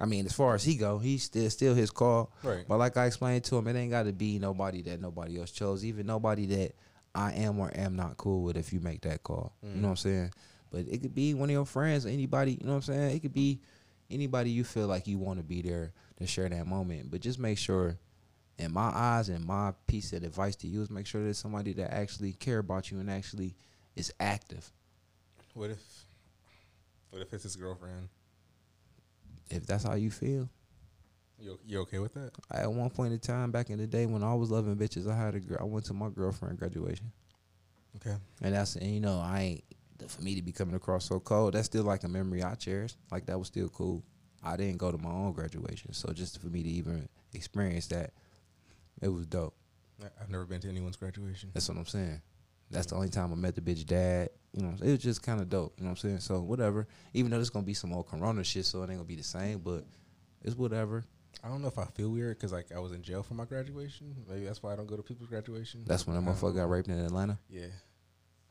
[SPEAKER 2] I mean, as far as he go, he's still still his call.
[SPEAKER 3] Right.
[SPEAKER 2] But like I explained to him, it ain't got to be nobody that nobody else chose, even nobody that I am or am not cool with. If you make that call,
[SPEAKER 3] Mm.
[SPEAKER 2] you know what I'm saying. But it could be one of your friends, anybody. You know what I'm saying. It could be anybody you feel like you want to be there to share that moment. But just make sure in my eyes and my piece of advice to you is make sure there's somebody that actually care about you and actually is active.
[SPEAKER 3] What if? What if it's his girlfriend?
[SPEAKER 2] If that's how you feel.
[SPEAKER 3] You you okay with that?
[SPEAKER 2] I, at one point in time back in the day when I was loving bitches, I had a girl I went to my girlfriend graduation.
[SPEAKER 3] Okay.
[SPEAKER 2] And that's and you know, I ain't for me to be coming across so cold, that's still like a memory I cherish. Like that was still cool. I didn't go to my own graduation. So just for me to even experience that, it was dope.
[SPEAKER 3] I- I've never been to anyone's graduation.
[SPEAKER 2] That's what I'm saying. That's the only time I met the bitch dad. You know, it was just kind of dope. You know what I'm saying? So whatever. Even though there's gonna be some old Corona shit, so it ain't gonna be the same. But it's whatever.
[SPEAKER 3] I don't know if I feel weird because like I was in jail for my graduation. Maybe that's why I don't go to people's graduation.
[SPEAKER 2] That's when that motherfucker got raped in Atlanta.
[SPEAKER 3] yeah.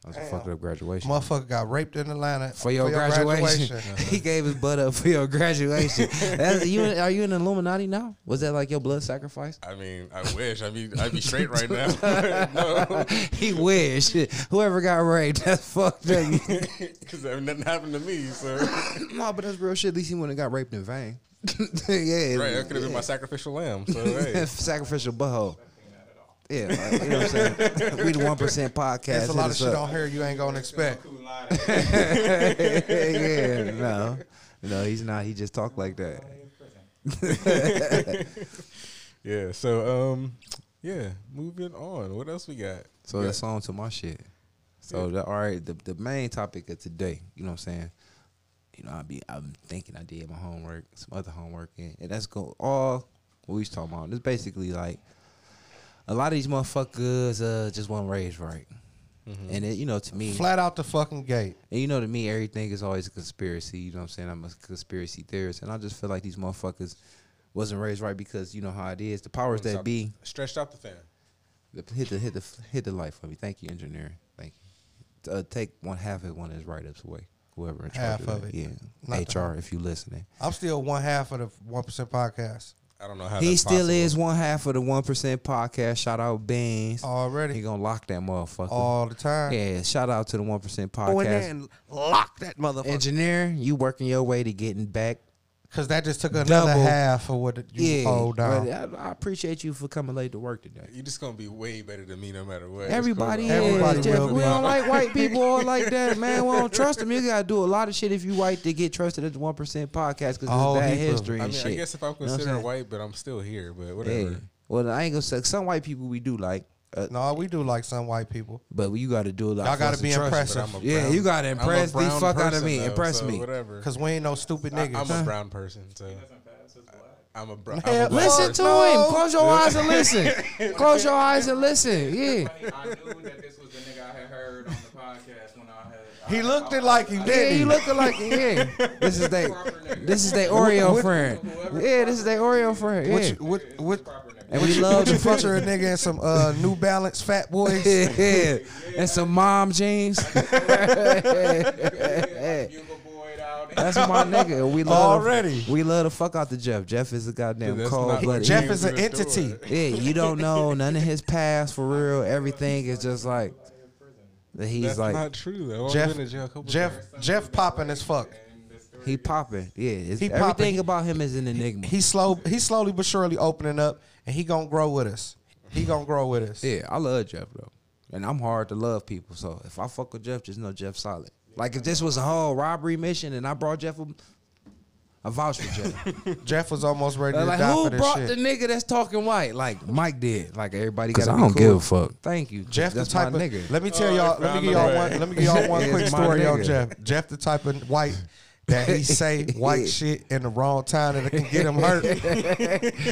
[SPEAKER 2] That was a fucked up graduation.
[SPEAKER 4] Motherfucker got raped in Atlanta
[SPEAKER 2] <laughs> for your, graduation, <laughs>
[SPEAKER 4] graduation.
[SPEAKER 2] he gave his butt up for your graduation. That's, you, are you in Illuminati now? Was that like your blood sacrifice? <laughs>
[SPEAKER 3] I mean, I wish. I mean, I'd be straight right now. <laughs> no,
[SPEAKER 2] he wished whoever got raped. <laughs> That's fucked up.
[SPEAKER 3] because nothing happened to me.
[SPEAKER 2] <laughs>
[SPEAKER 3] So
[SPEAKER 2] no, but that's real shit. At least he wouldn't have got raped in vain. <laughs> yeah,
[SPEAKER 3] right, that could have been my sacrificial lamb.
[SPEAKER 2] <laughs>
[SPEAKER 3] So hey,
[SPEAKER 2] sacrificial butthole. Yeah, like, you know what I'm <laughs> saying. we the one percent podcast.
[SPEAKER 4] There's a
[SPEAKER 2] hit
[SPEAKER 4] lot of
[SPEAKER 2] us
[SPEAKER 4] shit
[SPEAKER 2] up.
[SPEAKER 4] on here you ain't gonna expect.
[SPEAKER 2] <laughs> yeah, no, no, he's not. He just talk like that.
[SPEAKER 3] yeah. So um, yeah. Moving on. What else we got?
[SPEAKER 2] So that's on to my shit. So the all right, the, the main topic of today, you know what I'm saying? You know, I be I'm thinking I did my homework, some other homework and, and that's go all what we was talking about. It's basically like a lot of these motherfuckers uh just weren't raised right. And it, you know, to me
[SPEAKER 4] Flat out the fucking gate.
[SPEAKER 2] and you know, to me, everything is always a conspiracy. You know what I'm saying? I'm a conspiracy theorist, and I just feel like these motherfuckers wasn't raised right because you know how it is. The powers that be
[SPEAKER 3] Stretched out the fan.
[SPEAKER 2] the, hit the hit the hit the light for me. Thank you, engineer. Thank you. Uh, take one half of one of his write ups away. Whoever in charge
[SPEAKER 4] Half
[SPEAKER 2] of,
[SPEAKER 4] of
[SPEAKER 2] that.
[SPEAKER 4] it. Not the
[SPEAKER 2] yeah, HR if you listening.
[SPEAKER 4] I'm still one half of the one percent podcast
[SPEAKER 3] I don't know how
[SPEAKER 2] He
[SPEAKER 3] that's
[SPEAKER 2] still
[SPEAKER 3] possible.
[SPEAKER 2] is one half of the one percent podcast. Shout out Beans. He
[SPEAKER 4] already,
[SPEAKER 2] gonna lock that motherfucker.
[SPEAKER 4] all the time.
[SPEAKER 2] yeah, shout out to the one percent
[SPEAKER 4] Go in there
[SPEAKER 2] podcast.
[SPEAKER 4] and lock that motherfucker.
[SPEAKER 2] Engineer, you working your way to getting back
[SPEAKER 4] Cause that just took another
[SPEAKER 2] Double.
[SPEAKER 4] half of what it- you
[SPEAKER 2] Yeah,
[SPEAKER 4] hold down.
[SPEAKER 2] brother, I, I appreciate you for coming late to work today.
[SPEAKER 3] You're just gonna be way better than me no matter what. It's cool.
[SPEAKER 2] Everybody, is.
[SPEAKER 4] Everybody
[SPEAKER 2] Jeff,
[SPEAKER 4] will
[SPEAKER 2] we
[SPEAKER 4] be.
[SPEAKER 2] don't like white people or like that, man. We don't trust them. You gotta do a lot of shit if you white to get trusted at the one percent podcast because it's
[SPEAKER 4] Oh,
[SPEAKER 2] bad
[SPEAKER 4] he will.
[SPEAKER 2] history and
[SPEAKER 3] I mean,
[SPEAKER 2] shit.
[SPEAKER 3] I guess if
[SPEAKER 2] You know
[SPEAKER 3] I'm
[SPEAKER 2] what I'm
[SPEAKER 3] considered
[SPEAKER 2] saying?
[SPEAKER 3] white, but I'm still here. But
[SPEAKER 2] Yeah.
[SPEAKER 3] whatever.
[SPEAKER 2] Well, I ain't gonna say some white people we do like, uh,
[SPEAKER 4] No, we do like some white people.
[SPEAKER 2] but you gotta do a lot.
[SPEAKER 4] Y'all
[SPEAKER 2] for
[SPEAKER 4] gotta
[SPEAKER 2] us to
[SPEAKER 4] be
[SPEAKER 2] trust you.
[SPEAKER 4] impressive.
[SPEAKER 3] I'm a
[SPEAKER 2] Yeah,
[SPEAKER 3] brown-
[SPEAKER 2] you gotta
[SPEAKER 3] I'm a
[SPEAKER 2] impress the
[SPEAKER 3] brown
[SPEAKER 2] fuck out of
[SPEAKER 3] person,
[SPEAKER 2] me.
[SPEAKER 3] though,
[SPEAKER 2] Impress
[SPEAKER 3] so
[SPEAKER 2] me.
[SPEAKER 3] Whatever.
[SPEAKER 4] Cause we ain't no stupid
[SPEAKER 3] I,
[SPEAKER 4] niggas.
[SPEAKER 3] I'm a brown person, so I'm a brown. I'm a
[SPEAKER 4] Man,
[SPEAKER 3] black
[SPEAKER 2] Listen
[SPEAKER 3] person.
[SPEAKER 2] to him. Close your eyes and
[SPEAKER 3] <laughs>
[SPEAKER 2] listen. Close your eyes and listen. Yeah.
[SPEAKER 6] I knew that this was the nigga I had heard on the podcast when I had I
[SPEAKER 4] He looked it like he
[SPEAKER 2] Yeah,
[SPEAKER 4] did.
[SPEAKER 2] you looking like yeah.
[SPEAKER 3] <laughs>
[SPEAKER 2] This is they, this is their Oreo friend. Yeah, this is their Oreo friend. Yeah.
[SPEAKER 4] What, you, what, what,
[SPEAKER 2] and
[SPEAKER 4] <laughs>
[SPEAKER 2] we love
[SPEAKER 4] what you
[SPEAKER 2] the
[SPEAKER 4] picture
[SPEAKER 2] future.
[SPEAKER 4] a nigga in some uh, New Balance Fat Boys?
[SPEAKER 2] Yeah, <laughs> yeah. and some mom jeans. That's
[SPEAKER 6] Bugle Boy out.
[SPEAKER 2] my nigga. We love
[SPEAKER 4] Already.
[SPEAKER 2] We love to fuck out the Jeff. Jeff is a goddamn
[SPEAKER 3] Dude, that's
[SPEAKER 2] cold
[SPEAKER 3] not-
[SPEAKER 2] blooded.
[SPEAKER 4] Jeff
[SPEAKER 3] He
[SPEAKER 4] is an
[SPEAKER 3] was doing
[SPEAKER 4] entity.
[SPEAKER 2] Yeah, you don't know none of his past for real. Everything is just like he's
[SPEAKER 3] That's
[SPEAKER 2] like
[SPEAKER 3] not true though. I've
[SPEAKER 4] Jeff,
[SPEAKER 3] been to jail a couple
[SPEAKER 4] Jeff,
[SPEAKER 3] times.
[SPEAKER 4] Jeff popping as fuck.
[SPEAKER 2] he popping. Yeah, it's,
[SPEAKER 4] He popping.
[SPEAKER 2] everything about him is an enigma.
[SPEAKER 4] He slow, he slowly but surely opening up, and he gonna grow with us. He gonna grow with us.
[SPEAKER 2] Yeah, I love Jeff though, and I'm hard to love people. So if I fuck with Jeff, just know Jeff's solid. Like if this was a whole robbery mission and I brought Jeff, a, I vouch for Jeff.
[SPEAKER 4] Jeff was almost ready to
[SPEAKER 2] like
[SPEAKER 4] die
[SPEAKER 2] who
[SPEAKER 4] for this
[SPEAKER 2] brought
[SPEAKER 4] shit.
[SPEAKER 2] the nigga that's talking white? Like Mike did. Like everybody got. Cause I don't give a fuck. Thank you,
[SPEAKER 4] Jeff
[SPEAKER 2] That's
[SPEAKER 4] the type
[SPEAKER 2] my
[SPEAKER 4] of
[SPEAKER 2] nigga.
[SPEAKER 4] let me tell y'all let me give y'all one let me give y'all one
[SPEAKER 2] It's
[SPEAKER 4] quick
[SPEAKER 2] my
[SPEAKER 4] story on
[SPEAKER 2] nigga.
[SPEAKER 4] Jeff. Jeff the type of white that he
[SPEAKER 2] <laughs>
[SPEAKER 4] say white shit in the wrong time that it can get him hurt.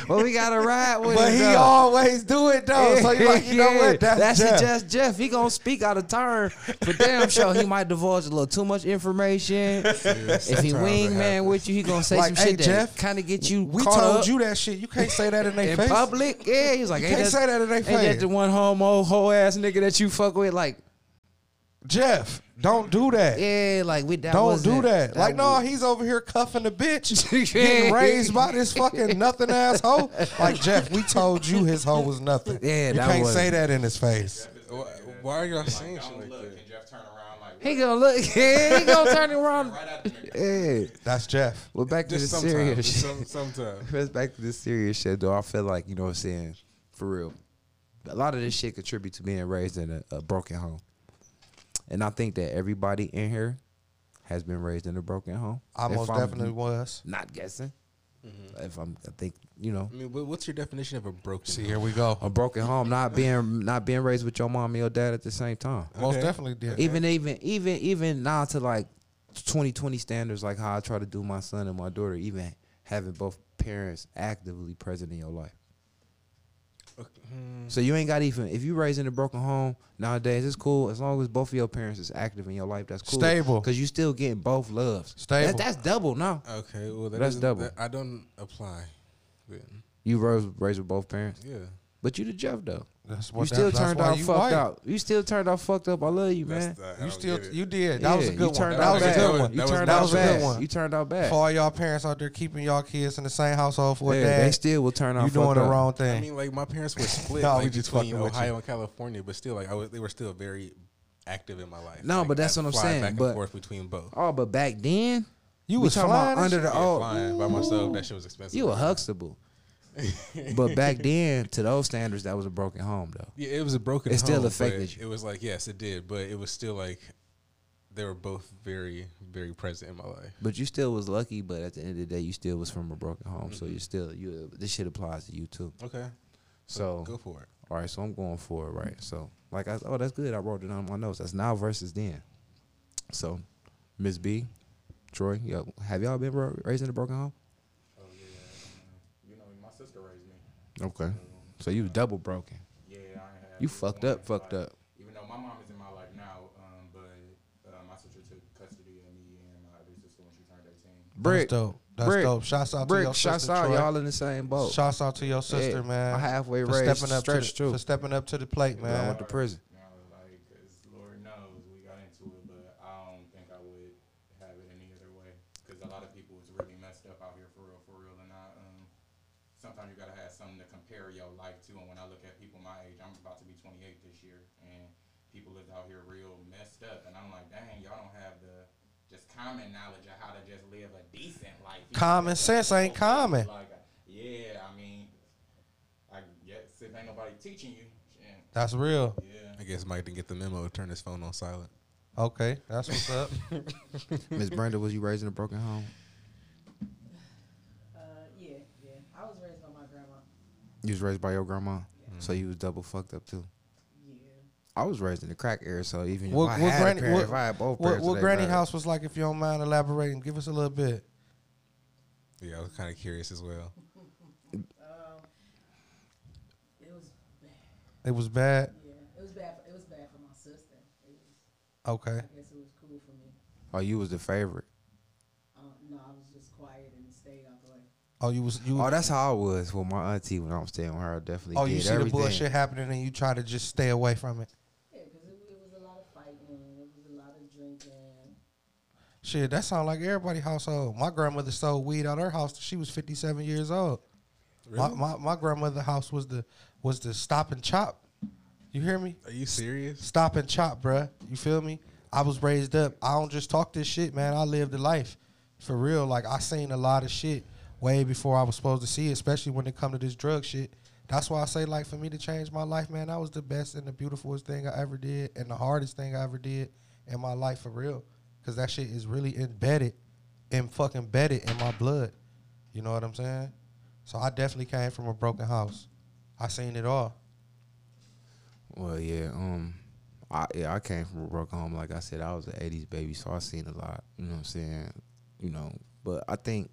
[SPEAKER 2] well, we got to ride with
[SPEAKER 4] But
[SPEAKER 2] him.
[SPEAKER 4] he
[SPEAKER 2] though.
[SPEAKER 4] always do it though. So you like, you know
[SPEAKER 2] <laughs> Yeah,
[SPEAKER 4] what? That's, Jeff.
[SPEAKER 2] just Jeff. He gonna speak out of turn, but damn sure he might divulge a little too much
[SPEAKER 4] <laughs>
[SPEAKER 2] information. if he wingman with you, he gonna say
[SPEAKER 4] Like,
[SPEAKER 2] some
[SPEAKER 4] "Hey,
[SPEAKER 2] shit
[SPEAKER 4] Jeff,
[SPEAKER 2] that kind of get you.
[SPEAKER 4] we
[SPEAKER 2] caught
[SPEAKER 4] told
[SPEAKER 2] up
[SPEAKER 4] you that shit. You can't say that in their
[SPEAKER 2] in
[SPEAKER 4] face.
[SPEAKER 2] public. Yeah, he's like,
[SPEAKER 4] You
[SPEAKER 2] ain't
[SPEAKER 4] can't say that in their
[SPEAKER 2] ain't that
[SPEAKER 4] face.
[SPEAKER 2] the one homo whole ass nigga that you fuck with? Like,
[SPEAKER 4] Jeff, don't do that.
[SPEAKER 2] yeah, like we that
[SPEAKER 4] Don't
[SPEAKER 2] wasn't-
[SPEAKER 4] do that. Like, no,
[SPEAKER 2] was-
[SPEAKER 4] he's over here cuffing the bitch,
[SPEAKER 2] <laughs>
[SPEAKER 4] getting raised by this fucking nothing asshole. Like, Jeff, we told you his hoe was nothing.
[SPEAKER 2] <laughs> Yeah,
[SPEAKER 4] you
[SPEAKER 2] that
[SPEAKER 4] can't
[SPEAKER 2] was-
[SPEAKER 4] say that in his face.
[SPEAKER 3] Why, why are y'all saying shit
[SPEAKER 6] Don't
[SPEAKER 3] like
[SPEAKER 6] look.
[SPEAKER 3] that?
[SPEAKER 6] And Jeff turn around like
[SPEAKER 2] He gonna look. <laughs> Yeah, he gonna turn around.
[SPEAKER 6] right at the nigga.
[SPEAKER 2] Yeah,
[SPEAKER 4] That's Jeff.
[SPEAKER 2] well, back to the
[SPEAKER 3] Just sometimes.
[SPEAKER 2] serious
[SPEAKER 3] Just
[SPEAKER 2] shit.
[SPEAKER 3] some, sometimes.
[SPEAKER 2] That's back to this serious shit though. I feel like you know what I'm saying. For real, a lot of this shit contribute to being raised in a, a broken home, and I think that everybody in here has been raised in a broken home.
[SPEAKER 4] I
[SPEAKER 2] If
[SPEAKER 4] most
[SPEAKER 2] I'm
[SPEAKER 4] definitely was.
[SPEAKER 2] not guessing. If I'm, I think you know.
[SPEAKER 3] I mean, what- what's your definition of a broken?
[SPEAKER 4] See,
[SPEAKER 3] home?
[SPEAKER 4] here we go.
[SPEAKER 2] A broken home, not being not being raised with your mom and your dad at the same time.
[SPEAKER 4] Most definitely did.
[SPEAKER 2] Even even even even now to like 2020 standards, like how I try to do my son and my daughter, even having both parents actively present in your life. So you ain't got even if you raised in a broken home nowadays, it's cool as long as both of your parents is active in your life. That's cool,
[SPEAKER 4] Stable.
[SPEAKER 2] because you still getting both loves.
[SPEAKER 4] Stable.
[SPEAKER 2] That- that's double now.
[SPEAKER 3] Okay, well that
[SPEAKER 2] That's
[SPEAKER 3] doesn't-
[SPEAKER 2] double.
[SPEAKER 3] that- I don't apply. Then.
[SPEAKER 2] You raised raised with both parents,
[SPEAKER 3] Yeah,
[SPEAKER 2] but you the Jeff though.
[SPEAKER 4] That's
[SPEAKER 2] you
[SPEAKER 4] what-
[SPEAKER 2] still
[SPEAKER 4] that's- that's
[SPEAKER 2] turned
[SPEAKER 4] why
[SPEAKER 2] out
[SPEAKER 4] you
[SPEAKER 2] fucked
[SPEAKER 4] white.
[SPEAKER 2] out. You still turned out fucked up. I love you, man.
[SPEAKER 3] That's the- I
[SPEAKER 4] You
[SPEAKER 3] don't
[SPEAKER 4] still,
[SPEAKER 3] get it.
[SPEAKER 4] you did. That was a
[SPEAKER 2] Yeah,
[SPEAKER 4] good
[SPEAKER 2] you
[SPEAKER 4] one.
[SPEAKER 2] turned
[SPEAKER 4] That
[SPEAKER 2] out
[SPEAKER 4] was a
[SPEAKER 2] bad.
[SPEAKER 4] good one.
[SPEAKER 2] You
[SPEAKER 3] That was-
[SPEAKER 2] turned
[SPEAKER 4] that
[SPEAKER 2] out
[SPEAKER 4] was a good
[SPEAKER 2] bad.
[SPEAKER 4] one.
[SPEAKER 2] You turned out bad.
[SPEAKER 4] For all y'all parents out there keeping y'all kids in the same household for a
[SPEAKER 2] Yeah,
[SPEAKER 4] dad,
[SPEAKER 2] they still will turn out.
[SPEAKER 4] you doing
[SPEAKER 2] fucked
[SPEAKER 4] the
[SPEAKER 2] up.
[SPEAKER 4] wrong
[SPEAKER 3] I
[SPEAKER 4] thing.
[SPEAKER 3] mean, like
[SPEAKER 2] <laughs>
[SPEAKER 3] my parents were split
[SPEAKER 4] Nah, we
[SPEAKER 3] like,
[SPEAKER 4] just
[SPEAKER 3] between
[SPEAKER 4] fucking with
[SPEAKER 3] Ohio and California, but still, like I was, they were still very active in my life.
[SPEAKER 2] No,
[SPEAKER 3] Like,
[SPEAKER 2] but that's
[SPEAKER 3] I
[SPEAKER 2] what I'm
[SPEAKER 3] fly
[SPEAKER 2] saying,
[SPEAKER 3] Back
[SPEAKER 2] but-
[SPEAKER 3] and forth between both.
[SPEAKER 2] Oh, but back then
[SPEAKER 4] you
[SPEAKER 2] we
[SPEAKER 4] was
[SPEAKER 2] talking
[SPEAKER 4] flying
[SPEAKER 2] about
[SPEAKER 4] and
[SPEAKER 2] under the
[SPEAKER 4] shit.
[SPEAKER 2] oh
[SPEAKER 3] flying by myself, that shit was expensive.
[SPEAKER 2] you a Huxtable.
[SPEAKER 4] <laughs>
[SPEAKER 2] but back then, to those standards, that was a broken home though.
[SPEAKER 3] Yeah, it was a broken.
[SPEAKER 2] It still
[SPEAKER 3] home,
[SPEAKER 2] affected
[SPEAKER 3] but
[SPEAKER 2] you.
[SPEAKER 3] It was like yes, it did, but it was still like they were both very, very present in my life.
[SPEAKER 2] But you still was lucky. But at the end of the day, you still was from a broken home. So
[SPEAKER 4] Mm-hmm.
[SPEAKER 2] you still you. This shit applies to you too.
[SPEAKER 3] Okay,
[SPEAKER 2] So
[SPEAKER 3] go for it.
[SPEAKER 2] all right, so I'm going for it. Right. So like I oh that's good. I wrote it on my notes. That's now versus then. So, Miss B, Troy, yo, have y'all been ra- raised in a broken home?
[SPEAKER 6] You know, my sister raised me.
[SPEAKER 2] Okay. So you was double broken.
[SPEAKER 6] Yeah, I ain't had
[SPEAKER 2] You
[SPEAKER 6] just
[SPEAKER 2] fucked
[SPEAKER 6] one
[SPEAKER 2] up,
[SPEAKER 6] in my
[SPEAKER 2] fucked
[SPEAKER 6] life.
[SPEAKER 2] up.
[SPEAKER 6] Even though my mom is in my life now, um, but uh, my sister took custody of me and my other sister when she turned 18.
[SPEAKER 2] Brick.
[SPEAKER 4] That's dope. That's
[SPEAKER 2] Brick.
[SPEAKER 4] dope. Shouts out to
[SPEAKER 2] Brick,
[SPEAKER 4] your
[SPEAKER 2] shouts
[SPEAKER 4] sister,
[SPEAKER 2] out.
[SPEAKER 4] Troy.
[SPEAKER 2] Y'all in the same boat.
[SPEAKER 4] Shouts out to your sister,
[SPEAKER 2] Yeah,
[SPEAKER 4] man.
[SPEAKER 2] I halfway
[SPEAKER 4] for
[SPEAKER 2] raised
[SPEAKER 4] stepping up
[SPEAKER 2] stretch,
[SPEAKER 4] to the,
[SPEAKER 2] too.
[SPEAKER 4] for stepping up to the plate,
[SPEAKER 2] When I
[SPEAKER 4] man.
[SPEAKER 2] went to prison.
[SPEAKER 6] And I was like, because Lord knows we got into it, but I don't think I would have it any other way. Because a lot of people is really messed up out here for real, for real. And I, um, sometimes you got to have something to compare your life to. And when I look at people my age, I'm about to be 28 this year, and people live out here real messed up. And I'm like, dang, y'all don't have the just common knowledge of how to just live a decent life. You know,
[SPEAKER 4] Common
[SPEAKER 6] it's
[SPEAKER 4] sense
[SPEAKER 6] like,
[SPEAKER 4] ain't
[SPEAKER 6] okay,
[SPEAKER 4] common.
[SPEAKER 6] Like, yeah, I mean, I guess if ain't nobody teaching you, shit,
[SPEAKER 4] That's real.
[SPEAKER 6] yeah.
[SPEAKER 3] I guess Mike didn't get the memo. Turn his phone on silent.
[SPEAKER 4] Okay, that's what's up.
[SPEAKER 2] Miss Brenda, was you raised in a broken home?
[SPEAKER 8] Uh, yeah, yeah. I was raised by my grandma.
[SPEAKER 2] You was raised by your grandma, so
[SPEAKER 4] Mm-hmm.
[SPEAKER 2] you was double fucked up too.
[SPEAKER 8] Yeah.
[SPEAKER 2] I was raised in the crack era, so even
[SPEAKER 4] What-
[SPEAKER 2] <laughs> if I
[SPEAKER 4] what
[SPEAKER 2] had
[SPEAKER 4] granny-
[SPEAKER 2] a parent,
[SPEAKER 4] what-
[SPEAKER 2] if I had both
[SPEAKER 4] what
[SPEAKER 2] parents,
[SPEAKER 4] what
[SPEAKER 2] they
[SPEAKER 4] granny
[SPEAKER 2] married.
[SPEAKER 4] house was like? If you don't mind elaborating, give us a little bit.
[SPEAKER 3] Yeah, I was kind of curious as well.
[SPEAKER 8] Um, it was bad.
[SPEAKER 4] It was bad.
[SPEAKER 8] Yeah, it was bad. For, it was bad for my sister. It was,
[SPEAKER 4] Okay.
[SPEAKER 5] I guess it was cool for me.
[SPEAKER 8] Oh, you was the favorite.
[SPEAKER 5] Um, no, I was just quiet and stayed out the way.
[SPEAKER 4] Oh, you was you.
[SPEAKER 8] Oh, that's how I was with my auntie when I was staying with her. I definitely.
[SPEAKER 4] oh,
[SPEAKER 8] did
[SPEAKER 4] you see
[SPEAKER 8] everything.
[SPEAKER 4] the bullshit happening and you try to just stay away from it.
[SPEAKER 5] Yeah, because it, it was a lot of fighting. It was a lot of drinking.
[SPEAKER 4] Shit, that sound like everybody household. My grandmother sold weed out her house. till She was fifty seven years old. My, my my grandmother house was the was the stop and chop. You hear me?
[SPEAKER 3] Are you serious?
[SPEAKER 4] Stop and chop, bruh. You feel me? I was raised up. I don't just talk this shit, man. I lived a life. For real. Like I seen a lot of shit way before I was supposed to see, it, especially when it come to this drug shit. That's why I say like for me to change my life, man, that was the best and the beautifulest thing I ever did and the hardest thing I ever did in my life for real. Cause that shit is really embedded and fucking embedded in my blood. You know what I'm saying? So I definitely came from a broken house. I seen it all.
[SPEAKER 8] Well, yeah. Um, I yeah, I came from a broken home. Like I said, I was an '80s baby, so I seen a lot. You know what I'm saying? You know, but I think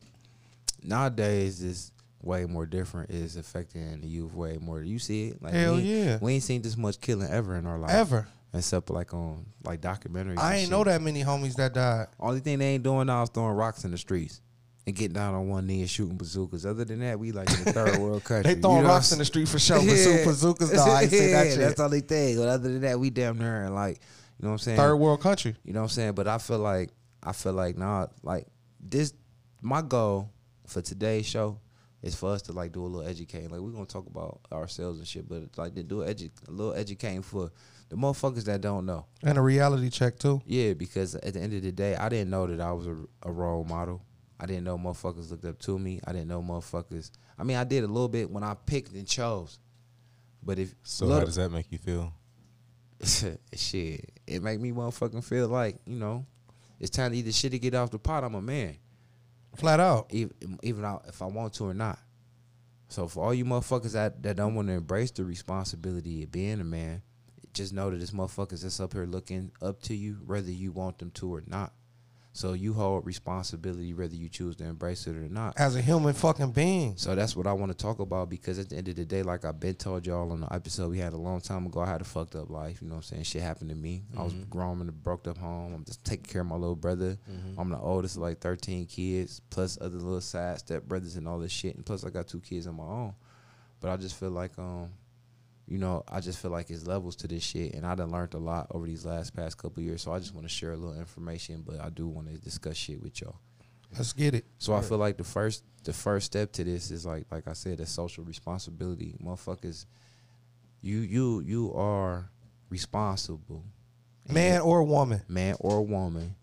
[SPEAKER 8] nowadays it's way more different. It's affecting the youth way more. You see it? Like,
[SPEAKER 4] Hell
[SPEAKER 8] we ain't-
[SPEAKER 4] yeah.
[SPEAKER 8] We ain't seen this much killing ever in our life,
[SPEAKER 4] Ever.
[SPEAKER 8] except like on like documentaries.
[SPEAKER 4] I
[SPEAKER 8] and
[SPEAKER 4] ain't know
[SPEAKER 8] shit.
[SPEAKER 4] that many homies that died.
[SPEAKER 8] Only thing they ain't doing now is throwing rocks in the streets. And getting down on one knee and shooting bazookas. Other than that, we like in the third world
[SPEAKER 4] <laughs>
[SPEAKER 8] country.
[SPEAKER 4] They
[SPEAKER 8] You
[SPEAKER 4] throwing
[SPEAKER 8] know what I'm
[SPEAKER 4] rocks in the street for sure. But
[SPEAKER 8] <laughs> Yeah.
[SPEAKER 4] super bazookas, though, I ain't say that
[SPEAKER 8] <laughs> Yeah,
[SPEAKER 4] shit.
[SPEAKER 8] That's the only thing. But other than that, we damn near in, like, you know what I'm saying?
[SPEAKER 4] Third world country.
[SPEAKER 8] You know what I'm saying? But I feel like I feel like nah, like this my goal for today's show is for us to like do a little educating. Like we're gonna talk about ourselves and shit, but like to do edu- a little educating for the motherfuckers that don't know.
[SPEAKER 4] And a reality check, too.
[SPEAKER 8] Yeah, because at the end of the day, I didn't know that I was a, a role model. I didn't know motherfuckers looked up to me. I didn't know motherfuckers. I mean, I did a little bit when I picked and chose. But if
[SPEAKER 3] So
[SPEAKER 8] look-
[SPEAKER 3] how does that make you feel?
[SPEAKER 8] <laughs> shit, it make me motherfucking feel like you know, it's time to either shit to get off the pot. I'm a man,
[SPEAKER 4] Flat out.
[SPEAKER 8] even even out- if I want to or not. So for all you motherfuckers that, that don't want to embrace the responsibility of being a man, just know that this motherfuckers that's up here looking up to you, whether you want them to or not. So you hold responsibility whether you choose to embrace it or not.
[SPEAKER 4] As a human fucking being.
[SPEAKER 8] So that's what I want to talk about because at the end of the day, like I've been told y'all on the episode we had a long time ago, I had a fucked up life. You know what I'm saying? Shit happened to me. I was grown in a broke up home. I'm just taking care of my little brother. I'm the oldest, of like 13 kids, plus other little side step brothers and all this shit. And plus, I got two kids on my own. But I just feel like, um, you know, I just feel like it's levels to this shit, and I done learned a lot over these last past couple years. So I just want to share a little information, but I do want to discuss shit with y'all.
[SPEAKER 4] Let's get it.
[SPEAKER 8] So I feel like the first the first step to this is like like I said, a social responsibility. Motherfuckers, you you you are responsible,
[SPEAKER 4] Man or woman.
[SPEAKER 8] man or woman,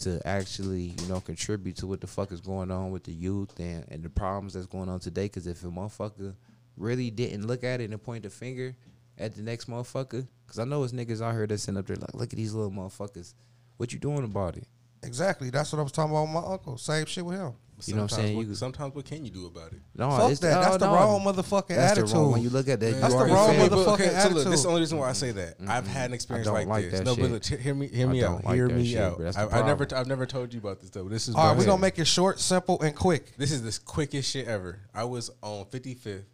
[SPEAKER 8] to actually you know contribute to what the fuck is going on with the youth and and the problems that's going on today. Because if a motherfucker really didn't look at it and point the finger at the next motherfucker, because I know it's niggas out here that sitting up there like, look at these little motherfuckers. What you doing about it?
[SPEAKER 4] Exactly. That's what I was talking about with my uncle. Same shit with him.
[SPEAKER 8] You know what I'm
[SPEAKER 3] Sometimes
[SPEAKER 8] saying?
[SPEAKER 3] What,
[SPEAKER 8] You-
[SPEAKER 3] sometimes what can you do about it?
[SPEAKER 8] No,
[SPEAKER 4] Fuck
[SPEAKER 8] Oh, it's-
[SPEAKER 4] that.
[SPEAKER 8] no,
[SPEAKER 4] That's the
[SPEAKER 8] no.
[SPEAKER 4] wrong motherfucking
[SPEAKER 8] That's the
[SPEAKER 4] attitude.
[SPEAKER 8] wrong- When you look at that,
[SPEAKER 4] That's
[SPEAKER 8] you
[SPEAKER 4] the
[SPEAKER 8] are
[SPEAKER 4] wrong
[SPEAKER 3] But-
[SPEAKER 8] failing.
[SPEAKER 3] but
[SPEAKER 4] motherfucking
[SPEAKER 3] so look, this
[SPEAKER 4] attitude.
[SPEAKER 3] is the only reason why I say that. I've had an experience
[SPEAKER 8] don't
[SPEAKER 3] like,
[SPEAKER 8] like
[SPEAKER 3] this.
[SPEAKER 8] that
[SPEAKER 3] No,
[SPEAKER 8] shit.
[SPEAKER 3] but look, he- hear me, hear
[SPEAKER 8] I
[SPEAKER 3] me
[SPEAKER 8] don't
[SPEAKER 3] out.
[SPEAKER 8] like
[SPEAKER 3] hear
[SPEAKER 8] that
[SPEAKER 3] me
[SPEAKER 8] shit,
[SPEAKER 3] out.
[SPEAKER 8] but that's the
[SPEAKER 3] I, I never,
[SPEAKER 8] problem.
[SPEAKER 3] t- I've never told you about this though. This is
[SPEAKER 4] All right,
[SPEAKER 3] why-
[SPEAKER 4] we're going to make it short, simple, and quick.
[SPEAKER 3] This is the quickest shit ever. I was on 55th,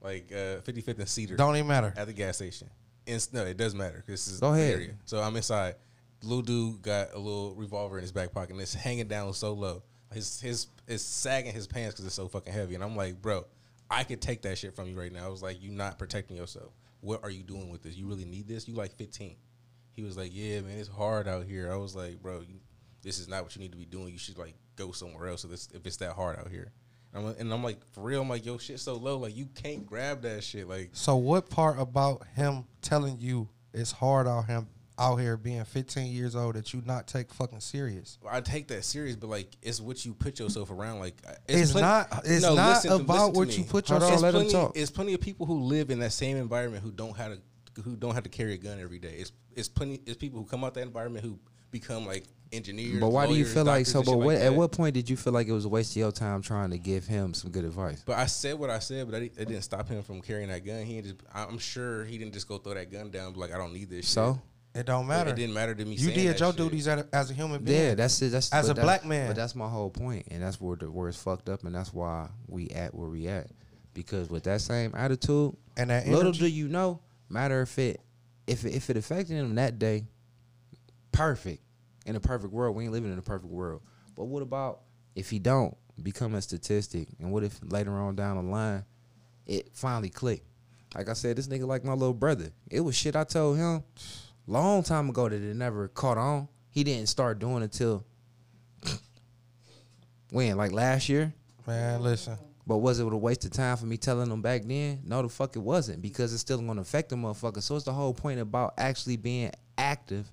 [SPEAKER 3] like uh, 55th and Cedar
[SPEAKER 4] Don't even matter.
[SPEAKER 3] at the gas station. And s- no, it does matter. 'cause This is
[SPEAKER 8] Go
[SPEAKER 3] the
[SPEAKER 8] ahead.
[SPEAKER 3] area. So I'm inside. Little dude got a little revolver in his back pocket, and it's hanging down so low. His his it's sagging his pants because it's so fucking heavy. And I'm like, bro, I could take that shit from you right now. I was like, you not protecting yourself. What are you doing with this? You really need this? You like 15? He was like, yeah, man, it's hard out here. I was like, bro, you, this is not what you need to be doing. You should like go somewhere else. If it's, if it's that hard out here. And I'm, and I'm like, for real, I'm like, yo, shit's so low. Like, you can't grab that shit. Like,
[SPEAKER 4] So what part about him telling you it's hard out him out here being 15 years old that you not take fucking serious?
[SPEAKER 3] I take that serious, but like it's what you put yourself around. Like uh,
[SPEAKER 4] It's not- it's not about what you put
[SPEAKER 3] Hold on,
[SPEAKER 4] yourself-
[SPEAKER 3] it's
[SPEAKER 4] let him
[SPEAKER 3] plenty,
[SPEAKER 4] talk.
[SPEAKER 3] It's plenty of people who live in that same environment who don't have to who don't have to carry a gun every day. It's it's plenty. It's people who come out that environment who become like engineers.
[SPEAKER 8] But why do you
[SPEAKER 3] lawyers,
[SPEAKER 8] feel like
[SPEAKER 3] doctors,
[SPEAKER 8] so?
[SPEAKER 3] and
[SPEAKER 8] But
[SPEAKER 3] shit like
[SPEAKER 8] what, at
[SPEAKER 3] that.
[SPEAKER 8] what point did you feel like it was a waste of your time trying to give him some good advice?
[SPEAKER 3] But I said what I said, but I di- it didn't stop him from carrying that gun. He didn't just. I'm sure he didn't just go throw that gun down. Be like, I don't need this.
[SPEAKER 8] So
[SPEAKER 3] shit.
[SPEAKER 4] It don't
[SPEAKER 3] But
[SPEAKER 4] matter.
[SPEAKER 3] It didn't matter to me.
[SPEAKER 4] you
[SPEAKER 3] saying
[SPEAKER 4] did
[SPEAKER 3] that
[SPEAKER 4] your
[SPEAKER 3] shit.
[SPEAKER 4] duties as a, as a human being.
[SPEAKER 8] yeah, that's it. That's
[SPEAKER 4] As
[SPEAKER 8] but
[SPEAKER 4] a
[SPEAKER 8] that's-
[SPEAKER 4] black man.
[SPEAKER 8] But that's my whole point, and that's where the where it's fucked up, and that's why we at where we at. Because with that same attitude,
[SPEAKER 4] And that
[SPEAKER 8] little
[SPEAKER 4] energy-
[SPEAKER 8] do you know, matter if it if it, if it affected him that day,
[SPEAKER 2] perfect. In a perfect world, we ain't living in a perfect world. But what about if he don't become a statistic? And what if later on down the line, it finally clicked? Like I said, this nigga like my little brother. It was shit I told him long time ago that it never caught on. He didn't start doing until <sniffs> when, like last year.
[SPEAKER 4] Man, listen.
[SPEAKER 2] But was it a waste of time for me telling them back then? No, the fuck it wasn't because it's still gonna affect the motherfucker. So it's the whole point about actually being active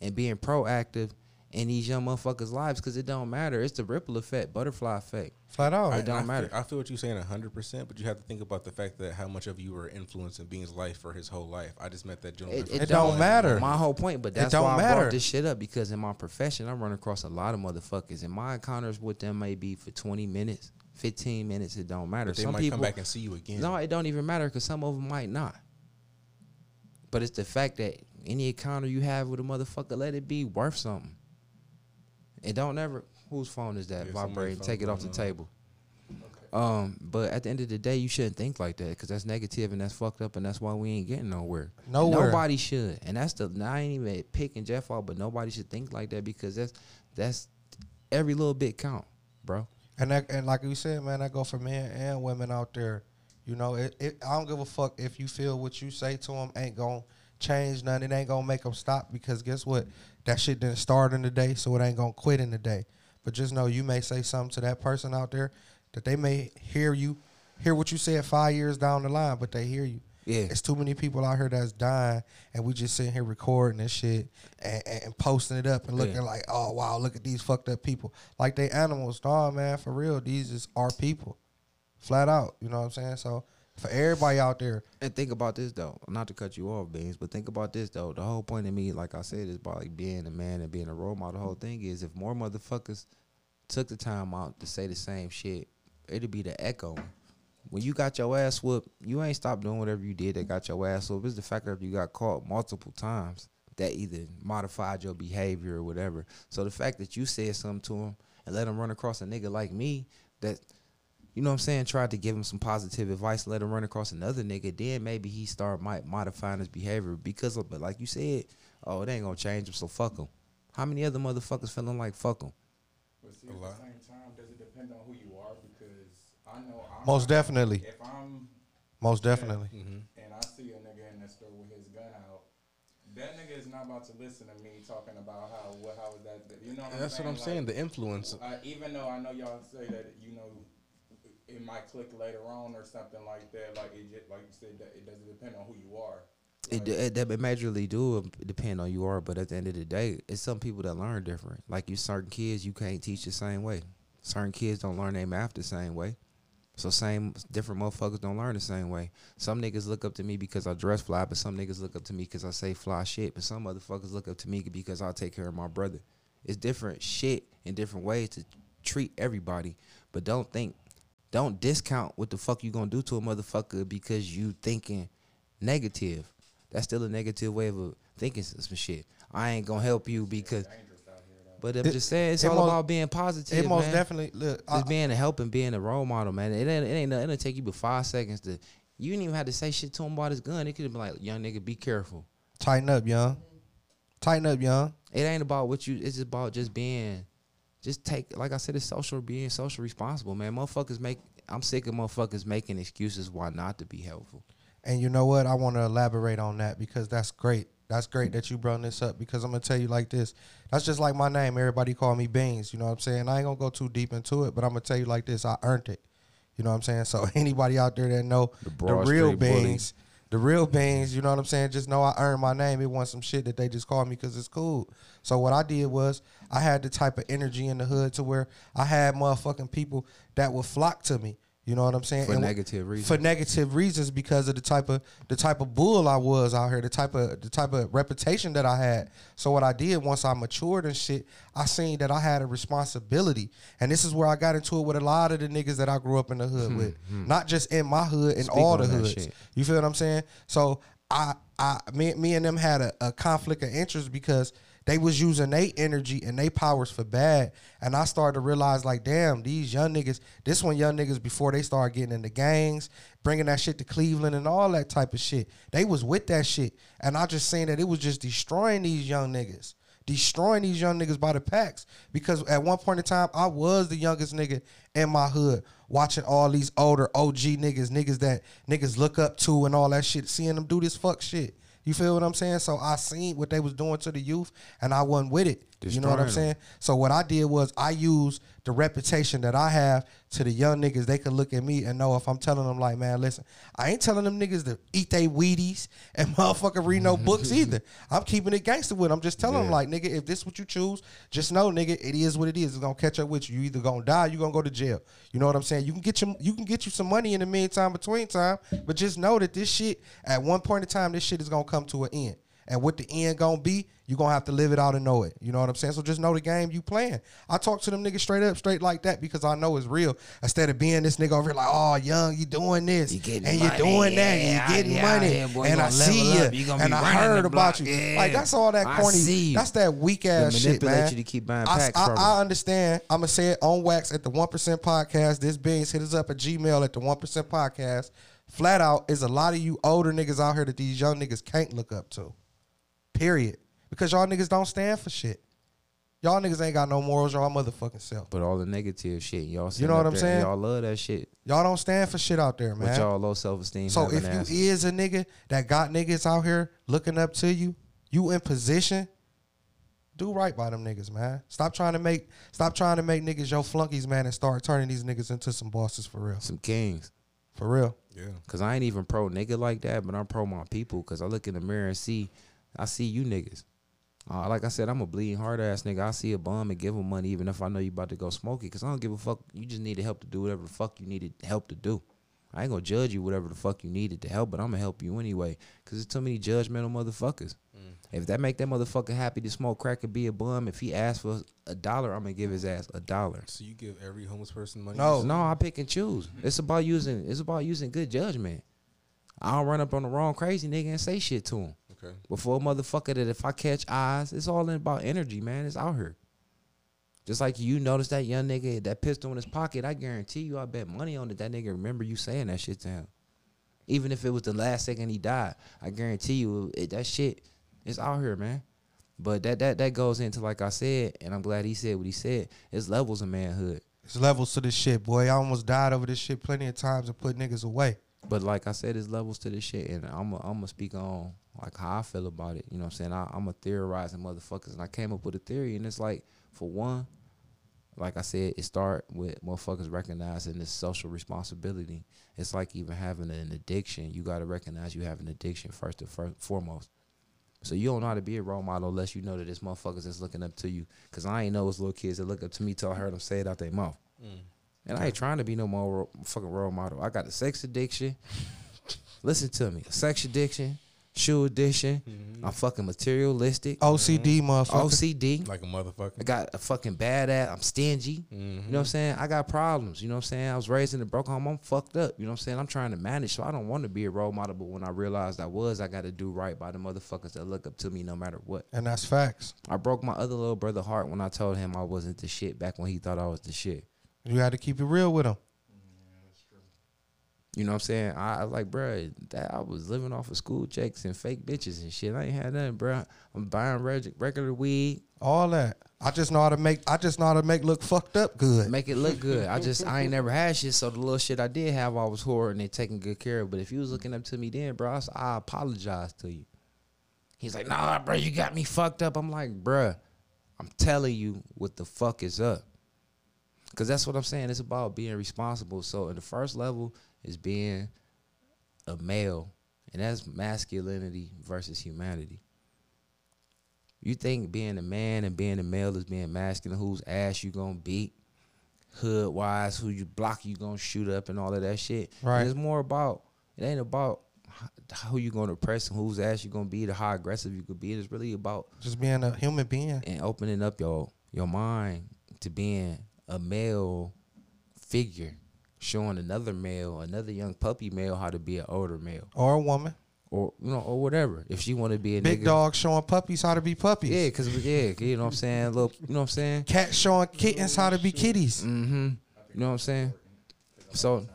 [SPEAKER 2] and being proactive in these young motherfuckers' lives because it don't matter. It's the ripple effect, butterfly effect.
[SPEAKER 4] Flat out.
[SPEAKER 2] It don't
[SPEAKER 3] I
[SPEAKER 2] matter.
[SPEAKER 3] Feel, I feel what you're saying 100%, but you have to think about the fact that how much of you were influencing Bean's life for his whole life. I just met that gentleman.
[SPEAKER 2] It,
[SPEAKER 3] from-
[SPEAKER 4] It don't matter.
[SPEAKER 2] My whole point, but that's
[SPEAKER 4] don't
[SPEAKER 2] why I
[SPEAKER 4] matter.
[SPEAKER 2] brought this shit up because in my profession, I run across a lot of motherfuckers, and my encounters with them may be for twenty minutes, fifteen minutes. It don't matter.
[SPEAKER 3] they
[SPEAKER 2] Some
[SPEAKER 3] might
[SPEAKER 2] people
[SPEAKER 3] come back and see you again.
[SPEAKER 2] No, it don't even matter because some of them might not. But it's the fact that any encounter you have with a motherfucker, let it be worth something. It don't ever. Whose phone is that
[SPEAKER 3] Yeah, somebody's
[SPEAKER 2] vibrating?
[SPEAKER 3] phone
[SPEAKER 2] Take it off the
[SPEAKER 3] going on.
[SPEAKER 2] table. Um, but at the end of the day, you shouldn't think like that because that's negative and that's fucked up and that's why we ain't getting nowhere.
[SPEAKER 4] Nowhere.
[SPEAKER 2] Nobody should, and that's the. I ain't even picking Jeff out, but nobody should think like that because that's that's every little bit count, bro.
[SPEAKER 4] And that, and like you said, man, I go for men and women out there. You know, it, it, I don't give a fuck if you feel what you say to them ain't gonna change nothing. It ain't gonna make them stop because guess what? That shit didn't start in the day, so it ain't gonna quit in the day. But just know you may say something to that person out there that they may hear you, hear what you said five years down the line, but they hear you.
[SPEAKER 2] Yeah.
[SPEAKER 4] it's too many people out here that's dying, and we just sitting here recording this shit and, and, and posting it up and looking
[SPEAKER 2] Yeah.
[SPEAKER 4] like, oh wow, look at these fucked up people. Like they animals, dog man, for real. These is our people, flat out. You know what I'm saying? So for everybody out there,
[SPEAKER 2] And think about this though, not to cut you off, Beans, but think about this though. The whole point of me, like I said, is about like being a man and being a role model. The whole thing is if more motherfuckers took the time out to say the same shit, it'd be the echo. When you got your ass whooped, you ain't stopped doing whatever you did that got your ass whooped. It's the fact that you got caught multiple times that either modified your behavior or whatever. So the fact that you said something to him and let him run across a nigga like me that you know what I'm saying, tried to give him some positive advice, let him run across another nigga, then maybe he start might modifying his behavior because of but like you said, oh, it ain't gonna change him, so fuck him. How many other motherfuckers feeling like fuck him?
[SPEAKER 6] But see, at the same time, does it depend on who you are? Because I know I'm
[SPEAKER 4] most definitely,
[SPEAKER 6] If I'm
[SPEAKER 4] most definitely,
[SPEAKER 6] and I see a nigga in the store with his gun out, that nigga is not about to listen to me talking about how what how is that that- you know what
[SPEAKER 3] That's what I'm
[SPEAKER 6] I'm
[SPEAKER 3] saying.
[SPEAKER 6] saying.
[SPEAKER 3] The influence.
[SPEAKER 6] Like, I, even though I know y'all say that you know it might click later on or something like that, like it just, like you said that it doesn't depend on who you are.
[SPEAKER 2] It, it, that majorly do depend on you are, but at the end of the day, it's some people that learn different. Like you, certain kids you can't teach the same way. Certain kids don't learn their math the same way. So same different motherfuckers don't learn the same way. Some niggas look up to me because I dress fly, but some niggas look up to me because I say fly shit. But some motherfuckers look up to me because I take care of my brother. It's different shit and different ways to treat everybody. But don't think, don't discount what the fuck you gonna do to a motherfucker because you thinking negative. That's still a negative way of thinking some shit. I ain't gonna help you because. But I'm
[SPEAKER 4] It-
[SPEAKER 2] just saying, it's
[SPEAKER 4] it
[SPEAKER 2] all
[SPEAKER 4] most-
[SPEAKER 2] about being positive.
[SPEAKER 4] it most
[SPEAKER 2] man.
[SPEAKER 4] definitely. Look, I,
[SPEAKER 2] Just being a help and being a role model, man. It ain't, it ain't nothing. It'll take you but five seconds to. You didn't even have to say shit to him about his gun. It could have been like, young nigga, be careful.
[SPEAKER 4] tighten up, young. Tighten up, young.
[SPEAKER 2] It ain't about what you. It's about just being. Just take, like I said, it's social being social responsible, man. Motherfuckers make. I'm sick of motherfuckers making excuses why not to be helpful.
[SPEAKER 4] And you know what? I want to elaborate on that because that's great. That's great that you brought this up because I'm gonna tell you like this. That's just like my name. Everybody call me Beans. You know what I'm saying? I ain't gonna go too deep into it, but I'm gonna tell you like this. I earned it. You know what I'm saying? So <laughs> anybody out there that know the,
[SPEAKER 2] Broad
[SPEAKER 4] real
[SPEAKER 2] Street bully.
[SPEAKER 4] Beans, the real Beans. You know what I'm saying? Just know I earned my name. It wasn't some shit that they just called me because it's cool. So what I did was I had the type of energy in the hood to where I had motherfucking people that would flock to me. You know what I'm saying?
[SPEAKER 2] For
[SPEAKER 4] wh-
[SPEAKER 2] negative reasons.
[SPEAKER 4] For negative reasons because of the type of the type of bull I was out here, the type of the type of reputation that I had. So what I did once I matured and shit, I seen that I had a responsibility, and this is where I got into it with a lot of the niggas that I grew up in the hood with, not just in my hood, in
[SPEAKER 2] Hmm, Speak
[SPEAKER 4] all
[SPEAKER 2] on
[SPEAKER 4] the
[SPEAKER 2] that
[SPEAKER 4] hoods.
[SPEAKER 2] shit.
[SPEAKER 4] You feel what I'm saying? So I, I, me, me and them had a, a conflict of interest because they was using their energy and they powers for bad. And I started to realize, like, damn, these young niggas, this one young niggas before they started getting into gangs, bringing that shit to Cleveland and all that type of shit. They was with that shit, and I just seen that it was just destroying these young niggas. destroying these young niggas by the packs. Because at one point in time, I was the youngest nigga in my hood, watching all these older OG niggas, niggas that niggas look up to and all that shit, seeing them do this fuck shit. You feel what I'm saying? So I seen what they was doing to the youth, and I wasn't with it. you know what I'm saying? So what I did was I used the reputation that I have to the young niggas. They could look at me and know if I'm telling them like, man, listen, I ain't telling them niggas to eat they Wheaties and <laughs> motherfucking read no books either. I'm keeping it gangster with. 'em. I'm just telling them like, nigga, if this what you choose, just know, nigga, it is what it is. It's gonna catch up with you. You either gonna die, or you gonna go to jail. You know what I'm saying? You can get your, you can get you some money in the meantime, between time, but just know that this shit, at one point in time, this shit is gonna come to an end. And what the end gonna be, you gonna have to live it out and know it. You know what I'm saying? So just know the game you playing. I talk to them niggas straight up, straight like that, because I know it's real. Instead of being this nigga over here like, oh, young, you doing this
[SPEAKER 8] You getting
[SPEAKER 4] and you're
[SPEAKER 8] money,
[SPEAKER 4] doing
[SPEAKER 8] yeah,
[SPEAKER 4] that, you're getting
[SPEAKER 8] yeah,
[SPEAKER 4] money,
[SPEAKER 8] yeah, boy, you
[SPEAKER 4] and I
[SPEAKER 8] gonna level
[SPEAKER 4] see
[SPEAKER 8] up, you
[SPEAKER 4] you,
[SPEAKER 8] gonna
[SPEAKER 4] and
[SPEAKER 8] be
[SPEAKER 4] I
[SPEAKER 8] running
[SPEAKER 4] heard
[SPEAKER 8] the
[SPEAKER 4] about
[SPEAKER 8] block,
[SPEAKER 4] you.
[SPEAKER 8] yeah.
[SPEAKER 4] Like that's all that
[SPEAKER 8] I
[SPEAKER 4] corny.
[SPEAKER 8] see you.
[SPEAKER 4] That's that weak ass shit,
[SPEAKER 8] manipulate
[SPEAKER 4] man.
[SPEAKER 8] you to keep buying
[SPEAKER 4] I-
[SPEAKER 8] packs
[SPEAKER 4] I,
[SPEAKER 8] from 'em.
[SPEAKER 4] I understand. I'm gonna say it on wax at the one percent podcast. This beans hit us up at Gmail at the one percent podcast. Flat out is a lot of you older niggas out here that these young niggas can't look up to. Period. Because y'all niggas don't stand for shit. Y'all niggas ain't got no morals. Y'all motherfucking self.
[SPEAKER 8] But all the negative shit, y'all. sitting
[SPEAKER 4] know what
[SPEAKER 8] up
[SPEAKER 4] I'm
[SPEAKER 8] there,
[SPEAKER 4] saying?
[SPEAKER 8] Y'all love that shit.
[SPEAKER 4] Y'all don't stand for shit out there, man.
[SPEAKER 8] With y'all low self esteem.
[SPEAKER 4] So if you is a nigga that got niggas out here looking up to you, you in position, do right by them niggas, man. Stop trying to make stop trying to make niggas your flunkies, man, and start turning these niggas into some bosses for real.
[SPEAKER 8] some kings.
[SPEAKER 4] For real.
[SPEAKER 8] Cause I ain't even pro nigga like that, but I'm pro my people. Cause I look in the mirror and see, I see you niggas. Uh, like I said, I'm a bleeding hard ass nigga. I see a bum and give him money, even if I know you about to go smoke it. Cause I don't give a fuck. You just need the help to do whatever the fuck you needed help to do. I ain't gonna judge you whatever the fuck you needed to help, but I'm gonna help you anyway. Cause there's too many judgmental motherfuckers. If that make that motherfucker happy to smoke crack and be a bum, if he asks for a dollar, I'm gonna give his ass a dollar.
[SPEAKER 3] So you give every homeless person money?
[SPEAKER 4] No.
[SPEAKER 8] No, I pick and choose. It's about using. It's about using good judgment. I don't run up on the wrong crazy nigga and say shit to him.
[SPEAKER 3] Okay.
[SPEAKER 8] Before a motherfucker that if I catch eyes, it's all in about energy, man. It's out here. Just like you notice that young nigga that pistol in his pocket, I guarantee you, I bet money on it. That nigga remember you saying that shit to him, even if it was the last second he died. I guarantee you, it, that shit is out here, man. But that that that goes into like I said, and I'm glad he said what he said. It's levels of manhood.
[SPEAKER 4] It's levels to this shit, boy. I almost died over this shit plenty of times and put niggas away.
[SPEAKER 8] But like I said, there's levels to this shit, and I'm i I'm gonna speak on like how I feel about it. You know what I'm saying? I, I'm a theorizing motherfuckers, and I came up with a theory, and it's like for one, like I said, it start with motherfuckers recognizing this social responsibility. It's like even having an addiction, you gotta recognize you have an addiction first and fir- foremost. So you don't know how to be a role model unless you know that it's motherfuckers that's looking up to you. Cause I ain't know it's little kids that look up to me till I heard them say it out their mouth. And I ain't trying to be no more ro- fucking role model. I got a sex addiction. Listen to me, a sex addiction, shoe addiction. I'm fucking materialistic.
[SPEAKER 4] Oh, OCD
[SPEAKER 8] Mm-hmm.
[SPEAKER 4] motherfucker.
[SPEAKER 8] OCD.
[SPEAKER 3] Like a motherfucker.
[SPEAKER 8] I got a fucking bad ass. I'm stingy. You know what I'm saying? I got problems. You know what I'm saying? I was raised in a broke home. I'm fucked up. You know what I'm saying? I'm trying to manage, so I don't want to be a role model. But when I realized I was, I got to do right by the motherfuckers that look up to me no matter what.
[SPEAKER 4] and that's facts.
[SPEAKER 8] I broke my other little brother heart when I told him I wasn't the shit back when he thought I was the shit.
[SPEAKER 4] You had to keep it real with them.
[SPEAKER 8] You know what I'm saying? I, I like, bruh, that I was living off of school checks and fake bitches and shit. I ain't had nothing, bruh. I'm buying reg- regular weed,
[SPEAKER 4] All that. I just know how to make I just know how to make look fucked up good.
[SPEAKER 8] make it look good. I just I ain't never had shit, so the little shit I did have, I was hoarding and taking good care of. But if you was looking up to me then, bro, I, s- I apologize to you. He's like, nah, bro, you got me fucked up. I'm like, bruh, I'm telling you what the fuck is up. Cause that's what I'm saying. It's about being responsible. So in the first level is being a male, and that's masculinity versus humanity. You think being a man and being a male is being masculine, whose ass you gonna beat, hood wise, who you block you gonna shoot up and all of that shit. And
[SPEAKER 4] Right.
[SPEAKER 8] it's more about it ain't about h- who you gonna press and whose ass you gonna beat or how aggressive you could be. It's really about
[SPEAKER 4] Just being a human being.
[SPEAKER 8] and opening up your your mind to being a male figure, showing another male, another young puppy male how to be an older male,
[SPEAKER 4] Or a woman.
[SPEAKER 8] or you know, or whatever. If she want to be a
[SPEAKER 4] Big
[SPEAKER 8] nigga,
[SPEAKER 4] dog showing puppies how to be puppies.
[SPEAKER 8] yeah, cause yeah, you know what I'm saying, little, you know what I'm saying,
[SPEAKER 4] Cat showing kittens how to be kitties.
[SPEAKER 8] mm-hmm, you know what I'm saying. So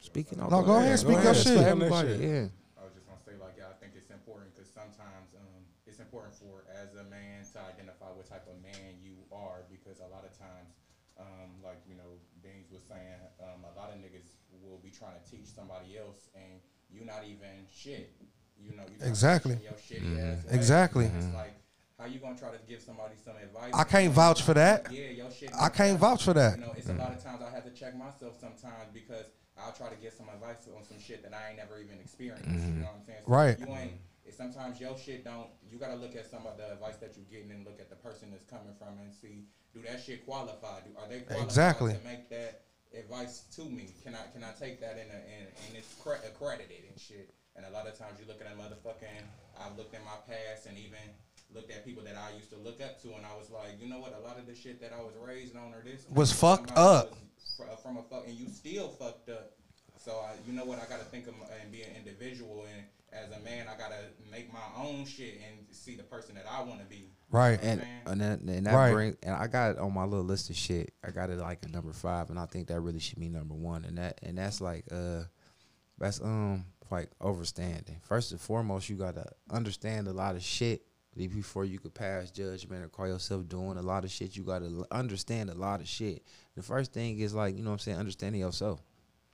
[SPEAKER 8] speaking of,
[SPEAKER 4] No, go ahead, speak your
[SPEAKER 3] go ahead,
[SPEAKER 4] shit.
[SPEAKER 3] speak on that
[SPEAKER 8] everybody,
[SPEAKER 3] shit.
[SPEAKER 8] yeah.
[SPEAKER 6] I was just gonna say like yeah, I think it's important because sometimes um, it's important for as a man to identify what type of man you are because a lot of times, um, like you know, Beans was saying, um, a lot of niggas will be trying to teach somebody else, and you're not even shit. You know, you trying to teach
[SPEAKER 4] Exactly.
[SPEAKER 6] in your shitty ass way.
[SPEAKER 4] Exactly.
[SPEAKER 6] It's like how you gonna try to give somebody some advice?
[SPEAKER 4] I can't vouch for that.
[SPEAKER 6] Yeah, your shit.
[SPEAKER 4] I can't vouch for that.
[SPEAKER 6] You know, it's a lot of times I have to check myself sometimes because I'll try to get some advice on some shit that I ain't never even experienced. You know what I'm saying? So
[SPEAKER 4] Mm-hmm. Right.
[SPEAKER 6] You ain't. It's sometimes your shit don't. You gotta look at some of the advice that you're getting and look at the person that's coming from and see do that shit qualify? Do are they qualified
[SPEAKER 4] Exactly.
[SPEAKER 6] to make that advice to me? Can I can I take that in a, and and it's cre- accredited and shit? And a lot of times you look at a motherfucking. I've looked at my past and even looked at people that I used to look up to and I was like, you know what? A lot of the shit that I was raised on or this
[SPEAKER 4] Was fucked
[SPEAKER 6] somebody
[SPEAKER 4] up.
[SPEAKER 6] was fr- from a fuck, and you still fucked up. So I, you know what? I gotta think of my- and be an individual, and as a man, I gotta make my own shit and see the person that I want to be.
[SPEAKER 4] Right.
[SPEAKER 2] And and that, and that
[SPEAKER 4] Right.
[SPEAKER 2] brings and I got it on my little list of shit. I got it like a number five, and I think that really should be number one. And that and that's like uh, that's um like overstanding. First and foremost, you gotta understand a lot of shit before you could pass judgment or call yourself doing a lot of shit. You gotta l- understand a lot of shit. The first thing is like you know what I'm saying, understanding yourself.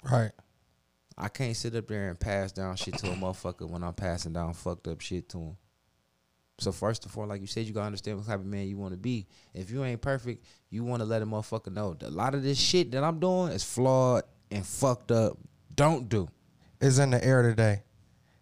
[SPEAKER 4] Right.
[SPEAKER 2] I can't sit up there and pass down shit to a motherfucker when I'm passing down fucked up shit to him. So first of all, like you said, you gotta understand what type of man you want to be. If you ain't perfect, you want to let a motherfucker know that a lot of this shit that I'm doing is flawed and fucked up. Don't do.
[SPEAKER 4] It's in the air today.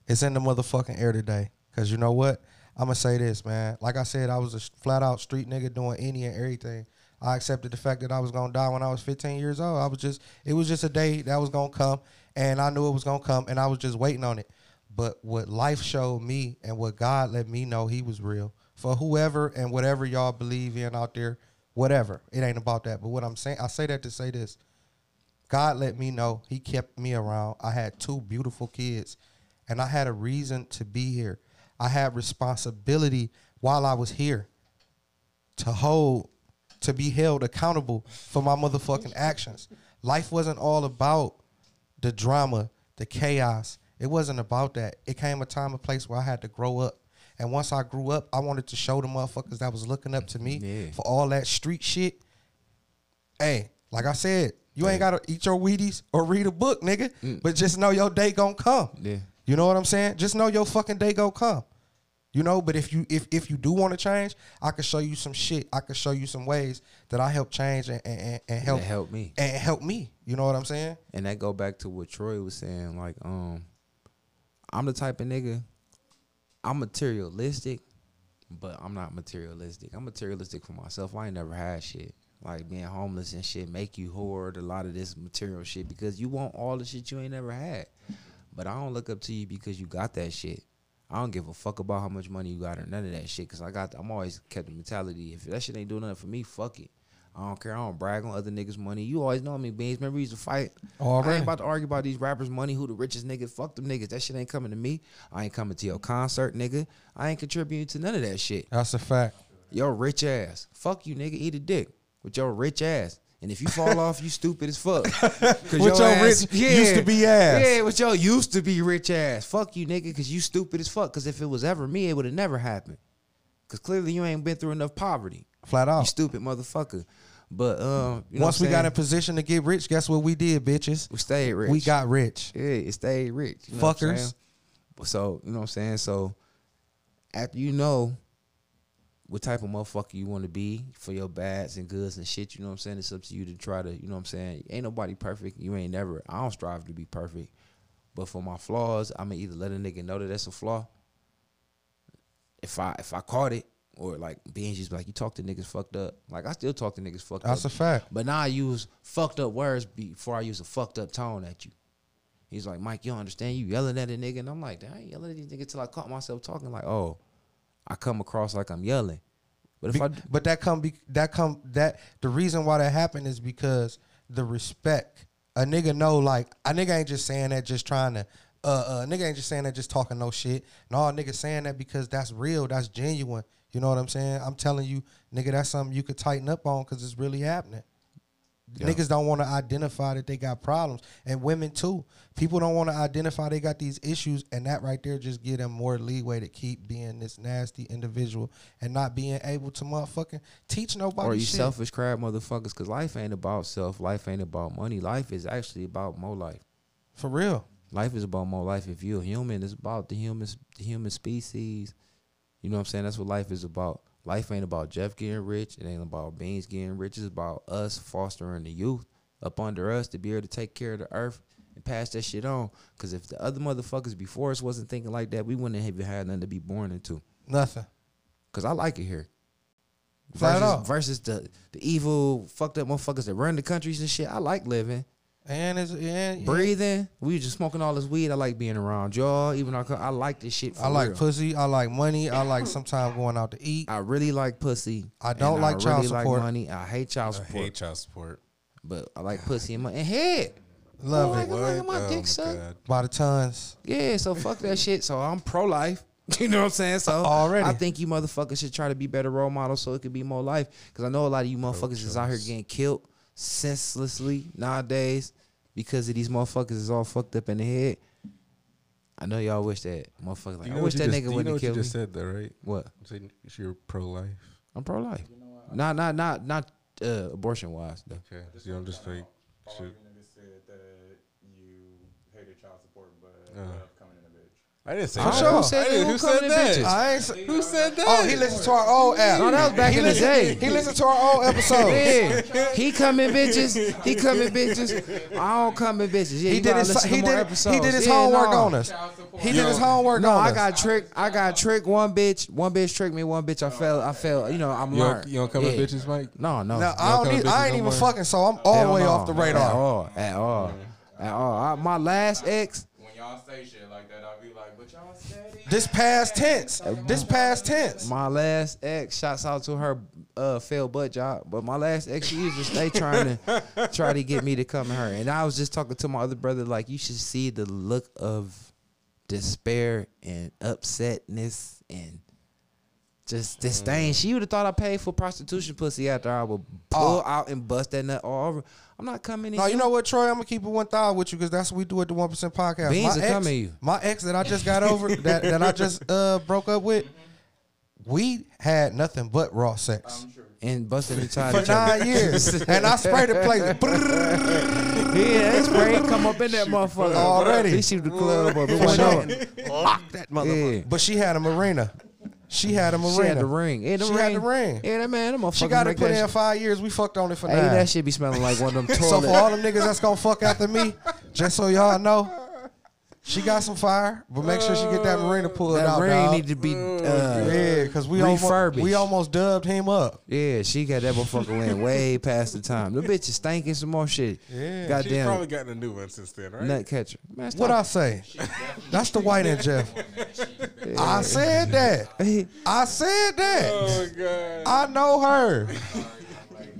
[SPEAKER 4] It's in the motherfucking air today. Cause you know what? I'ma say this, man. Like I said, I was a flat out street nigga doing any and everything. I accepted the fact that I was gonna die when I was 15 years old. I was just, it was just a day that was gonna come, and I knew it was gonna come, and I was just waiting on it. But what life showed me and what God let me know, He was real for whoever and whatever y'all believe in out there, whatever. It ain't about that. But what I'm saying, I say that to say this. God let me know He kept me around. I had two beautiful kids, and I had a reason to be here. I had responsibility while I was here to hold, to be held accountable for my motherfucking actions. Life wasn't all about the drama, the chaos. It wasn't about that. It came a time and place where I had to grow up. And once I grew up, I wanted to show the motherfuckers that was looking up to me
[SPEAKER 2] Yeah.
[SPEAKER 4] for all that street shit hey, like I said, you ain't gotta eat your Wheaties or read a book, nigga. But just know your day gonna come.
[SPEAKER 2] Mm. Yeah.
[SPEAKER 4] You know what I'm saying? Just know your fucking day gonna come. You know, but if you if if you do want to change, I can show you some shit. I can show you some ways that I help change and and, and, and help
[SPEAKER 2] That helped me.
[SPEAKER 4] and help me. You know what I'm saying?
[SPEAKER 2] And that go back to what Troy was saying. Like, um, I'm the type of nigga. I'm materialistic, but I'm not materialistic. I'm materialistic for myself. I ain't never had shit. Like being homeless and shit make you hoard a lot of this material shit because you want all the shit you ain't never had. But I don't look up to you because you got that shit. I don't give a fuck about how much money you got or none of that shit because I got. I'm always kept the mentality. If that shit ain't doing nothing for me, fuck it. I don't care. I don't brag on other niggas' money. You always know me, Beans. Remember, we used to fight.
[SPEAKER 4] All
[SPEAKER 2] I
[SPEAKER 4] right.
[SPEAKER 2] ain't about to argue about these rappers' money. Who the richest nigga? Fuck them niggas. That shit ain't coming to me. I ain't coming to your concert, nigga. I ain't contributing to none of that shit.
[SPEAKER 4] That's a fact.
[SPEAKER 2] Your rich ass. Fuck you, nigga. Eat a dick with your rich ass. And if you fall off, you stupid as fuck. With
[SPEAKER 4] your rich- used to be ass.
[SPEAKER 2] Yeah, with your used to be rich ass. Fuck you, nigga, because you stupid as fuck. Because if it was ever me, it would have never happened. Because clearly you ain't been through enough poverty.
[SPEAKER 4] Flat
[SPEAKER 2] You
[SPEAKER 4] out.
[SPEAKER 2] stupid motherfucker. But um, you know
[SPEAKER 4] Once
[SPEAKER 2] what
[SPEAKER 4] we
[SPEAKER 2] I'm
[SPEAKER 4] got in
[SPEAKER 2] saying?
[SPEAKER 4] position to get rich, guess what we did, bitches?
[SPEAKER 2] we stayed rich.
[SPEAKER 4] We got rich.
[SPEAKER 2] Yeah, it stayed rich. you know what I'm
[SPEAKER 4] Fuckers.
[SPEAKER 2] saying? So, you know what I'm saying? So, after you know what type of motherfucker you want to be for your bads and goods and shit, you know what I'm saying? It's up to you to try to, you know what I'm saying? Ain't nobody perfect. You ain't never, I don't strive to be perfect. But for my flaws, I'm going to either let a nigga know that that's a flaw. If I if I caught it, or like being just like, you talk to niggas fucked up. Like, I still talk to niggas fucked up.
[SPEAKER 4] That's a fact.
[SPEAKER 2] But now I use fucked up words before I use a fucked up tone at you. He's like, Mike, you don't understand you yelling at a nigga. And I'm like, damn, I ain't yelling at these niggas till I caught myself talking. Like, oh, I come across like I'm yelling. But if
[SPEAKER 4] Be-
[SPEAKER 2] I d-
[SPEAKER 4] but that come be, that come that the reason why that happened is because the respect a nigga know like a nigga ain't just saying that just trying to uh, uh nigga ain't just saying that just talking no shit no a nigga saying that because that's real that's genuine you know what I'm saying I'm telling you nigga that's something you could tighten up on because it's really happening Niggas don't want to identify that they got problems, and women too. People don't want to identify they got these issues, and that right there just give them more leeway to keep being this nasty individual and not being able to motherfucking teach nobody
[SPEAKER 8] Or you
[SPEAKER 4] shit.
[SPEAKER 8] selfish crab motherfuckers, because life ain't about self. Life ain't about money. Life is actually about more life.
[SPEAKER 4] For real,
[SPEAKER 8] Life is about more life. If you're a human, it's about the human, the human species. You know what I'm saying? That's what life is about. Life ain't about Jeff getting rich. It ain't about Beans getting rich. It's about us fostering the youth up under us to be able to take care of the earth and pass that shit on. Because if the other motherfuckers before us wasn't thinking like that, we wouldn't have even had nothing to be born into.
[SPEAKER 4] nothing.
[SPEAKER 8] Cause I like it here.
[SPEAKER 4] Not at
[SPEAKER 8] Versus,
[SPEAKER 4] all.
[SPEAKER 8] versus the the evil fucked up motherfuckers that run the countries and shit. I like living,
[SPEAKER 4] And it's and
[SPEAKER 8] breathing. We just smoking all this weed. I like being around y'all. Even though I co- I like this shit. For
[SPEAKER 4] I like
[SPEAKER 8] real.
[SPEAKER 4] pussy. I like money. I like sometimes going out to eat.
[SPEAKER 8] I really like pussy.
[SPEAKER 4] I don't
[SPEAKER 8] and
[SPEAKER 4] like child support.
[SPEAKER 8] money. I hate child
[SPEAKER 3] I
[SPEAKER 8] support.
[SPEAKER 3] hate child support.
[SPEAKER 8] but I like pussy in my and head.
[SPEAKER 4] Love
[SPEAKER 8] Boy,
[SPEAKER 4] it
[SPEAKER 8] I like my
[SPEAKER 3] Oh
[SPEAKER 8] dick
[SPEAKER 3] my
[SPEAKER 8] sucked.
[SPEAKER 3] God.
[SPEAKER 4] by the tons.
[SPEAKER 8] Yeah, so fuck that shit. So I'm pro life. <laughs> You know what I'm saying? So
[SPEAKER 4] Already.
[SPEAKER 8] I think you motherfuckers should try to be better role models so it could be more life. Because I know a lot of you motherfuckers is out here getting killed senselessly nowadays because of these motherfuckers is all fucked up in the head. I know y'all wish that motherfucker. Like,
[SPEAKER 3] You
[SPEAKER 8] I
[SPEAKER 3] know
[SPEAKER 8] wish
[SPEAKER 3] what
[SPEAKER 8] that
[SPEAKER 3] you just-
[SPEAKER 8] nigga
[SPEAKER 3] You know
[SPEAKER 8] wouldn't
[SPEAKER 3] what you
[SPEAKER 8] kill me.
[SPEAKER 3] just said though, right?
[SPEAKER 8] What?
[SPEAKER 3] You said You're pro life.
[SPEAKER 8] I'm pro life. Not not not not uh, abortion wise though.
[SPEAKER 3] Okay. You know, I'm just like, shit. I didn't say
[SPEAKER 8] For
[SPEAKER 3] that.
[SPEAKER 8] sure.
[SPEAKER 3] I
[SPEAKER 8] Who said
[SPEAKER 3] didn't-
[SPEAKER 8] they
[SPEAKER 3] Who
[SPEAKER 8] won't come
[SPEAKER 3] said
[SPEAKER 8] in the bitches?
[SPEAKER 3] that?
[SPEAKER 4] I ain't. s-
[SPEAKER 3] Who said that?
[SPEAKER 4] Oh, he listened to our old app.
[SPEAKER 8] No, that was back
[SPEAKER 4] he
[SPEAKER 8] in the
[SPEAKER 4] listened-
[SPEAKER 8] day.
[SPEAKER 4] He listened to our old episode.
[SPEAKER 8] <laughs> Yeah, he coming bitches. He coming bitches. I don't come in bitches.
[SPEAKER 4] He
[SPEAKER 8] Yeah, you
[SPEAKER 4] did
[SPEAKER 8] gotta
[SPEAKER 4] his
[SPEAKER 8] listen to
[SPEAKER 4] he
[SPEAKER 8] more
[SPEAKER 4] did
[SPEAKER 8] episodes.
[SPEAKER 4] he did his
[SPEAKER 8] Yeah,
[SPEAKER 4] homework
[SPEAKER 8] no.
[SPEAKER 4] on us. He did his
[SPEAKER 8] Yo.
[SPEAKER 4] homework Oh,
[SPEAKER 8] No,
[SPEAKER 4] on
[SPEAKER 8] I
[SPEAKER 4] us.
[SPEAKER 8] got tricked. I got tricked. One bitch. One bitch tricked me. One bitch. I fell. I fell. You know, I'm
[SPEAKER 3] You don't,
[SPEAKER 8] learned.
[SPEAKER 3] you don't come
[SPEAKER 8] yeah.
[SPEAKER 3] with bitches, Mike?
[SPEAKER 8] No, no.
[SPEAKER 4] now
[SPEAKER 8] Hell
[SPEAKER 4] I don't
[SPEAKER 3] come
[SPEAKER 4] need,
[SPEAKER 3] to
[SPEAKER 4] I ain't
[SPEAKER 3] business
[SPEAKER 4] even
[SPEAKER 3] no more.
[SPEAKER 4] fucking so I'm all the way
[SPEAKER 8] no.
[SPEAKER 4] off the
[SPEAKER 8] At
[SPEAKER 4] radar.
[SPEAKER 8] all. At all. At all. I- my last ex.
[SPEAKER 6] When y'all say shit like that, I'll be like, but y'all steady.
[SPEAKER 4] This past tense. This past tense.
[SPEAKER 8] My last ex. Shouts out to her uh, failed butt job. But my last ex, she used to stay trying
[SPEAKER 4] <laughs>
[SPEAKER 8] to try to get me to come to her. And I was just talking to my other brother. Like you should see the look of despair and upsetness and. Just disdain.
[SPEAKER 4] Mm.
[SPEAKER 8] She would have thought I paid for prostitution pussy after I would pull out and bust that nut all over. I'm not coming in.
[SPEAKER 4] Oh. No, you know what, Troy? I'm gonna keep it one thou with you because that's what we do at the one percent podcast.
[SPEAKER 8] Beans
[SPEAKER 4] my
[SPEAKER 8] are
[SPEAKER 4] ex,
[SPEAKER 8] coming at you.
[SPEAKER 4] My ex that I just got
[SPEAKER 8] <laughs>
[SPEAKER 4] over that, that I just uh broke up with, we had nothing but raw sex.
[SPEAKER 8] and busting inside
[SPEAKER 4] For nine
[SPEAKER 8] <laughs>
[SPEAKER 4] years. And I sprayed the place. Brrrr.
[SPEAKER 8] Yeah, that spray come up in that motherfucker
[SPEAKER 4] Already.
[SPEAKER 8] He shoot the club up. It
[SPEAKER 4] For
[SPEAKER 8] went
[SPEAKER 4] sure.
[SPEAKER 8] on.
[SPEAKER 4] that
[SPEAKER 8] motherfucker.
[SPEAKER 4] But she had a marina. She had a marina.
[SPEAKER 8] She had the ring. Yeah, the
[SPEAKER 4] She
[SPEAKER 8] ring.
[SPEAKER 4] had the ring.
[SPEAKER 8] Yeah, that man, that motherfucker.
[SPEAKER 4] She got to
[SPEAKER 8] make
[SPEAKER 4] put
[SPEAKER 8] that
[SPEAKER 4] in
[SPEAKER 8] shit-
[SPEAKER 4] five years. We fucked on it for
[SPEAKER 8] Hey,
[SPEAKER 4] nine.
[SPEAKER 8] that shit be smelling like one of
[SPEAKER 4] <laughs>
[SPEAKER 8] them
[SPEAKER 4] so for
[SPEAKER 8] toilet.
[SPEAKER 4] all them niggas that's gonna fuck after me, just so y'all know, she got some fire. But make sure she get that marina pulled
[SPEAKER 8] that
[SPEAKER 4] out.
[SPEAKER 8] ring
[SPEAKER 4] dog.
[SPEAKER 8] need to be. Uh,
[SPEAKER 4] yeah, because we almost,
[SPEAKER 8] refurbished.
[SPEAKER 4] we almost dubbed him up.
[SPEAKER 8] yeah, she got that motherfucker in way past the time. The bitch is stinking some more shit. Yeah,
[SPEAKER 3] She's probably
[SPEAKER 8] goddamn
[SPEAKER 3] gotten a new one since then, right?
[SPEAKER 8] nut catcher. Man,
[SPEAKER 4] What I say? That's the white and
[SPEAKER 8] <laughs>
[SPEAKER 4] Jeff. I said that.
[SPEAKER 8] I?
[SPEAKER 4] I said that.
[SPEAKER 3] Oh, God.
[SPEAKER 4] I know her.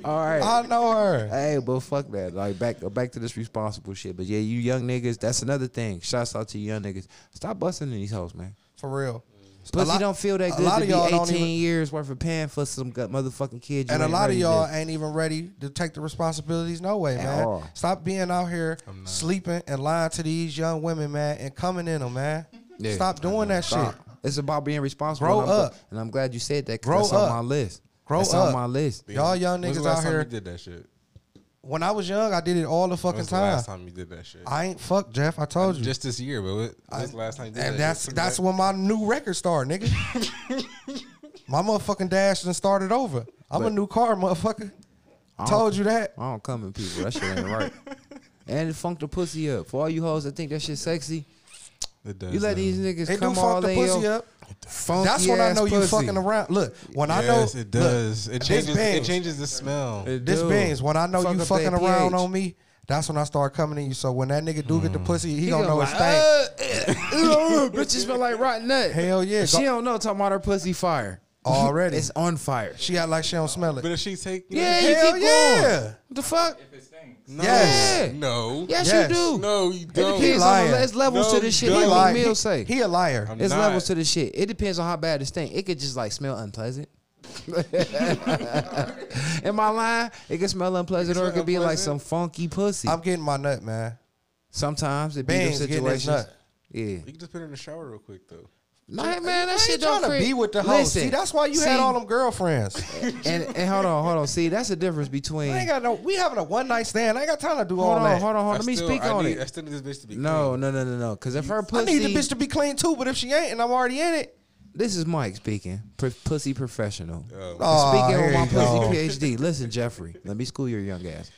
[SPEAKER 8] all right.
[SPEAKER 4] I know her.
[SPEAKER 8] Hey, but fuck that. Like back back to this responsible shit. But yeah, you young niggas, that's another thing. Shouts out to you young niggas. Stop busting in these hoes, man.
[SPEAKER 4] For real. A
[SPEAKER 8] Pussy
[SPEAKER 4] lot-
[SPEAKER 8] don't feel that
[SPEAKER 4] a
[SPEAKER 8] good
[SPEAKER 4] lot
[SPEAKER 8] to
[SPEAKER 4] of
[SPEAKER 8] be
[SPEAKER 4] y'all
[SPEAKER 8] 18
[SPEAKER 4] don't even-
[SPEAKER 8] years worth of paying for some gut motherfucking kids. you
[SPEAKER 4] And a
[SPEAKER 8] ain't
[SPEAKER 4] lot of
[SPEAKER 8] ready
[SPEAKER 4] y'all
[SPEAKER 8] to-
[SPEAKER 4] ain't even ready to take the responsibilities. No way,
[SPEAKER 8] At
[SPEAKER 4] man.
[SPEAKER 8] all.
[SPEAKER 4] Stop being out here sleeping and lying to these young women, man, and coming in them, man.
[SPEAKER 8] Yeah.
[SPEAKER 4] Stop doing that
[SPEAKER 8] Stop.
[SPEAKER 4] shit.
[SPEAKER 8] It's about being responsible.
[SPEAKER 4] Grow
[SPEAKER 8] and I'm gl-
[SPEAKER 4] up.
[SPEAKER 8] and I'm glad you said that
[SPEAKER 4] Grow
[SPEAKER 8] because that's
[SPEAKER 4] up.
[SPEAKER 8] on my list.
[SPEAKER 4] Grow
[SPEAKER 8] that's
[SPEAKER 4] up.
[SPEAKER 8] on my list.
[SPEAKER 4] Y'all young
[SPEAKER 3] When's the
[SPEAKER 4] niggas
[SPEAKER 3] last
[SPEAKER 4] out
[SPEAKER 3] time
[SPEAKER 4] here.
[SPEAKER 3] you did that shit?
[SPEAKER 4] When I was young, I did it all the fucking
[SPEAKER 3] When's the
[SPEAKER 4] time.
[SPEAKER 3] last time you did that shit?
[SPEAKER 4] I ain't fuck Jeff. I told you.
[SPEAKER 3] Just this year, but what, when's the last time you did that?
[SPEAKER 4] and that's
[SPEAKER 3] shit?
[SPEAKER 4] that's when my new record started, nigga. my motherfucking dash and started over. I'm a new car, motherfucker. Told you that.
[SPEAKER 8] I don't come in people. That shit ain't right. And it funk the pussy up. For all you hoes that think that shit sexy,
[SPEAKER 3] It does,
[SPEAKER 8] you let
[SPEAKER 3] though.
[SPEAKER 8] these niggas
[SPEAKER 4] It do
[SPEAKER 8] come all
[SPEAKER 4] fuck the
[SPEAKER 8] in
[SPEAKER 4] pussy
[SPEAKER 8] your
[SPEAKER 4] up. That's when I
[SPEAKER 8] funky-ass
[SPEAKER 4] know you
[SPEAKER 8] pussy.
[SPEAKER 4] fucking around. Look, when I know
[SPEAKER 3] Yes, it does. it
[SPEAKER 4] this
[SPEAKER 3] changes. It
[SPEAKER 4] bangs.
[SPEAKER 3] changes the smell.
[SPEAKER 8] It
[SPEAKER 4] This
[SPEAKER 8] do.
[SPEAKER 4] beans, when I know
[SPEAKER 8] Fuck
[SPEAKER 4] you
[SPEAKER 8] up they
[SPEAKER 4] fucking around
[SPEAKER 8] pH. Hmm.
[SPEAKER 4] on me, that's when I start coming to you. So when that nigga do get the pussy, he, gonna
[SPEAKER 8] gonna
[SPEAKER 4] know
[SPEAKER 8] be
[SPEAKER 4] it's
[SPEAKER 8] like, <laughs>
[SPEAKER 4] stank.
[SPEAKER 8] "Uh, uh, bitches smell like rotten nut.
[SPEAKER 4] Hell yeah,
[SPEAKER 8] She
[SPEAKER 4] go-
[SPEAKER 8] don't know talking about her pussy fire.
[SPEAKER 4] Already.
[SPEAKER 8] It's on fire.
[SPEAKER 4] She act like she don't smell
[SPEAKER 3] but
[SPEAKER 4] it.
[SPEAKER 3] if she take,
[SPEAKER 8] Yeah, you
[SPEAKER 4] Hell
[SPEAKER 8] keep going.
[SPEAKER 4] yeah.
[SPEAKER 8] What the fuck?
[SPEAKER 3] no,
[SPEAKER 4] Yes.
[SPEAKER 3] no,
[SPEAKER 8] Yes,
[SPEAKER 4] Yes.
[SPEAKER 8] you do.
[SPEAKER 3] no, you
[SPEAKER 8] It
[SPEAKER 3] don't.
[SPEAKER 8] depends on
[SPEAKER 4] lying.
[SPEAKER 8] the, it's levels
[SPEAKER 3] No,
[SPEAKER 8] to this shit.
[SPEAKER 3] you
[SPEAKER 8] Like
[SPEAKER 3] don't.
[SPEAKER 8] what
[SPEAKER 4] Liar.
[SPEAKER 8] Mills say.
[SPEAKER 4] He a liar.
[SPEAKER 3] I'm
[SPEAKER 8] It's
[SPEAKER 3] not.
[SPEAKER 8] levels to this shit. It depends on how bad it stink. It could just like smell unpleasant. <laughs> Am I lying? It can smell unpleasant, or it could be like some funky pussy.
[SPEAKER 4] I'm getting my nut, man.
[SPEAKER 8] Sometimes it be them
[SPEAKER 4] Bangs getting his
[SPEAKER 8] situations.
[SPEAKER 4] nut.
[SPEAKER 8] Yeah,
[SPEAKER 3] You can just put it in the shower real quick though.
[SPEAKER 8] nah, man, that
[SPEAKER 4] I
[SPEAKER 8] shit
[SPEAKER 4] ain't
[SPEAKER 8] don't
[SPEAKER 4] trying to
[SPEAKER 8] create-
[SPEAKER 4] be with the host.
[SPEAKER 8] Listen,
[SPEAKER 4] See, that's why you had
[SPEAKER 8] see,
[SPEAKER 4] all them
[SPEAKER 8] <laughs>
[SPEAKER 4] girlfriends.
[SPEAKER 8] And, and hold on, hold on. See, that's the difference between.
[SPEAKER 4] I ain't got no. We having a one night stand. I ain't got time to do all
[SPEAKER 8] hold on,
[SPEAKER 4] that.
[SPEAKER 8] hold on, hold on.
[SPEAKER 3] I
[SPEAKER 8] Let me
[SPEAKER 3] still-
[SPEAKER 8] speak
[SPEAKER 3] I
[SPEAKER 8] on
[SPEAKER 3] need, I
[SPEAKER 8] it.
[SPEAKER 3] still need this bitch to be
[SPEAKER 8] No, no, no, no, no. Because if her
[SPEAKER 4] I
[SPEAKER 8] pussy,
[SPEAKER 4] need the bitch to be clean too, but if she ain't and I'm already in it,
[SPEAKER 8] this is Mike speaking, pr- pussy professional.
[SPEAKER 4] oh,
[SPEAKER 8] Speaking
[SPEAKER 4] here
[SPEAKER 8] on my
[SPEAKER 4] you go.
[SPEAKER 8] pussy PhD. Listen, Jeffrey, let me school your young ass.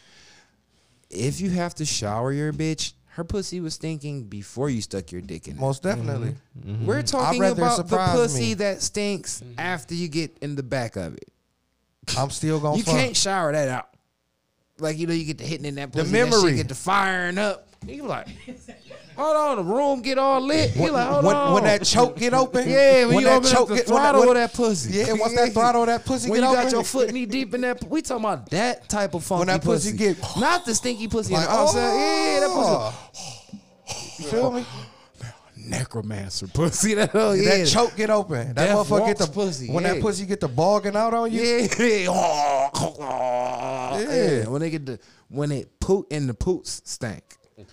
[SPEAKER 8] If you have to shower your bitch, her pussy was stinking before you stuck your dick in it.
[SPEAKER 4] Most definitely.
[SPEAKER 8] We're talking
[SPEAKER 4] Mm-hmm. rather
[SPEAKER 8] about the
[SPEAKER 4] surprise
[SPEAKER 8] pussy
[SPEAKER 4] me.
[SPEAKER 8] that stinks after you get in the back of it.
[SPEAKER 4] I'm still gonna
[SPEAKER 8] you
[SPEAKER 4] fuck.
[SPEAKER 8] can't shower that out. Like you know, you get to hitting in that
[SPEAKER 4] The
[SPEAKER 8] pussy, that shit
[SPEAKER 4] memory.
[SPEAKER 8] get to firing up. You like, hold on, the room get all lit. You like, hold
[SPEAKER 4] when,
[SPEAKER 8] on,
[SPEAKER 4] when that choke get open,
[SPEAKER 8] Oh, <laughs> yeah, when, you
[SPEAKER 4] that
[SPEAKER 8] open up the
[SPEAKER 4] get- when-
[SPEAKER 8] throttle
[SPEAKER 4] when-
[SPEAKER 8] of that pussy,
[SPEAKER 4] yeah, once that throttle of that pussy
[SPEAKER 8] when
[SPEAKER 4] get
[SPEAKER 8] you
[SPEAKER 4] open,
[SPEAKER 8] got your foot knee deep in that, we talking about that type of funky
[SPEAKER 4] When that pussy get-
[SPEAKER 8] not the stinky pussy.
[SPEAKER 4] like, oh.
[SPEAKER 8] Like, oh, yeah, that pussy,
[SPEAKER 4] you feel me?
[SPEAKER 8] necromancer pussy. <laughs> That, oh, yeah.
[SPEAKER 4] That choke get open. That
[SPEAKER 8] Death
[SPEAKER 4] motherfucker get the
[SPEAKER 8] walks pussy,
[SPEAKER 4] When that
[SPEAKER 8] yeah.
[SPEAKER 4] pussy get the bogging out on you,
[SPEAKER 8] Yeah. yeah. When they get the when it poot and the poots stank.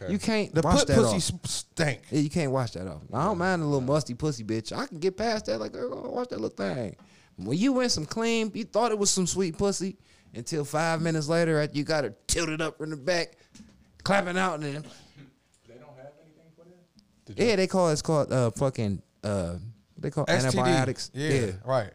[SPEAKER 8] You can't
[SPEAKER 4] the
[SPEAKER 8] wash
[SPEAKER 4] put
[SPEAKER 8] that
[SPEAKER 4] pussy
[SPEAKER 8] off.
[SPEAKER 4] sp- stink.
[SPEAKER 8] Yeah, you can't wash that off. I don't mind a little musty pussy bitch. I can get past that. Like, girl, go wash that little thing. When you went some clean, you thought it was some sweet pussy until five minutes later, after you got her tilted up in the back, clapping out, and then. They don't have anything for that? Yeah, they call it's called uh, fucking. Uh, they call
[SPEAKER 4] STD.
[SPEAKER 8] antibiotics.
[SPEAKER 4] Yeah, right.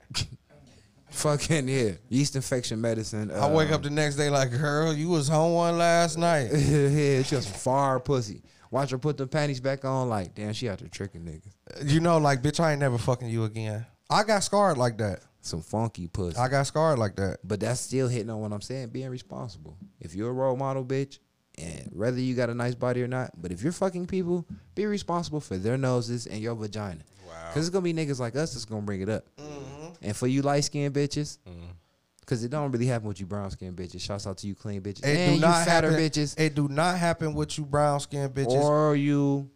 [SPEAKER 8] Fucking yeah, yeast infection medicine. Uh,
[SPEAKER 4] I wake up the next day like, girl, you was home one last night.
[SPEAKER 8] uh, <laughs> yeah, she got some fire pussy. Watch her put them panties back on. Like damn, she out there tricking niggas.
[SPEAKER 4] You know, like, bitch, I ain't never fucking you again. I got scarred like that.
[SPEAKER 8] Some funky pussy.
[SPEAKER 4] I got scarred like that.
[SPEAKER 8] but that's still hitting on what I'm saying. Being responsible. If you're a role model, bitch, and whether you got a nice body or not, but if you're fucking people, be responsible for their noses and your vagina. Wow. Cause it's gonna be niggas like us that's gonna bring it up.
[SPEAKER 4] Mm-hmm.
[SPEAKER 8] And for you light skinned bitches. Cause it don't really happen with you brown skinned bitches. Shouts out to you clean bitches.
[SPEAKER 4] It
[SPEAKER 8] and
[SPEAKER 4] do not
[SPEAKER 8] you fatter
[SPEAKER 4] happen.
[SPEAKER 8] bitches.
[SPEAKER 4] It do not happen with you brown skinned bitches.
[SPEAKER 8] or you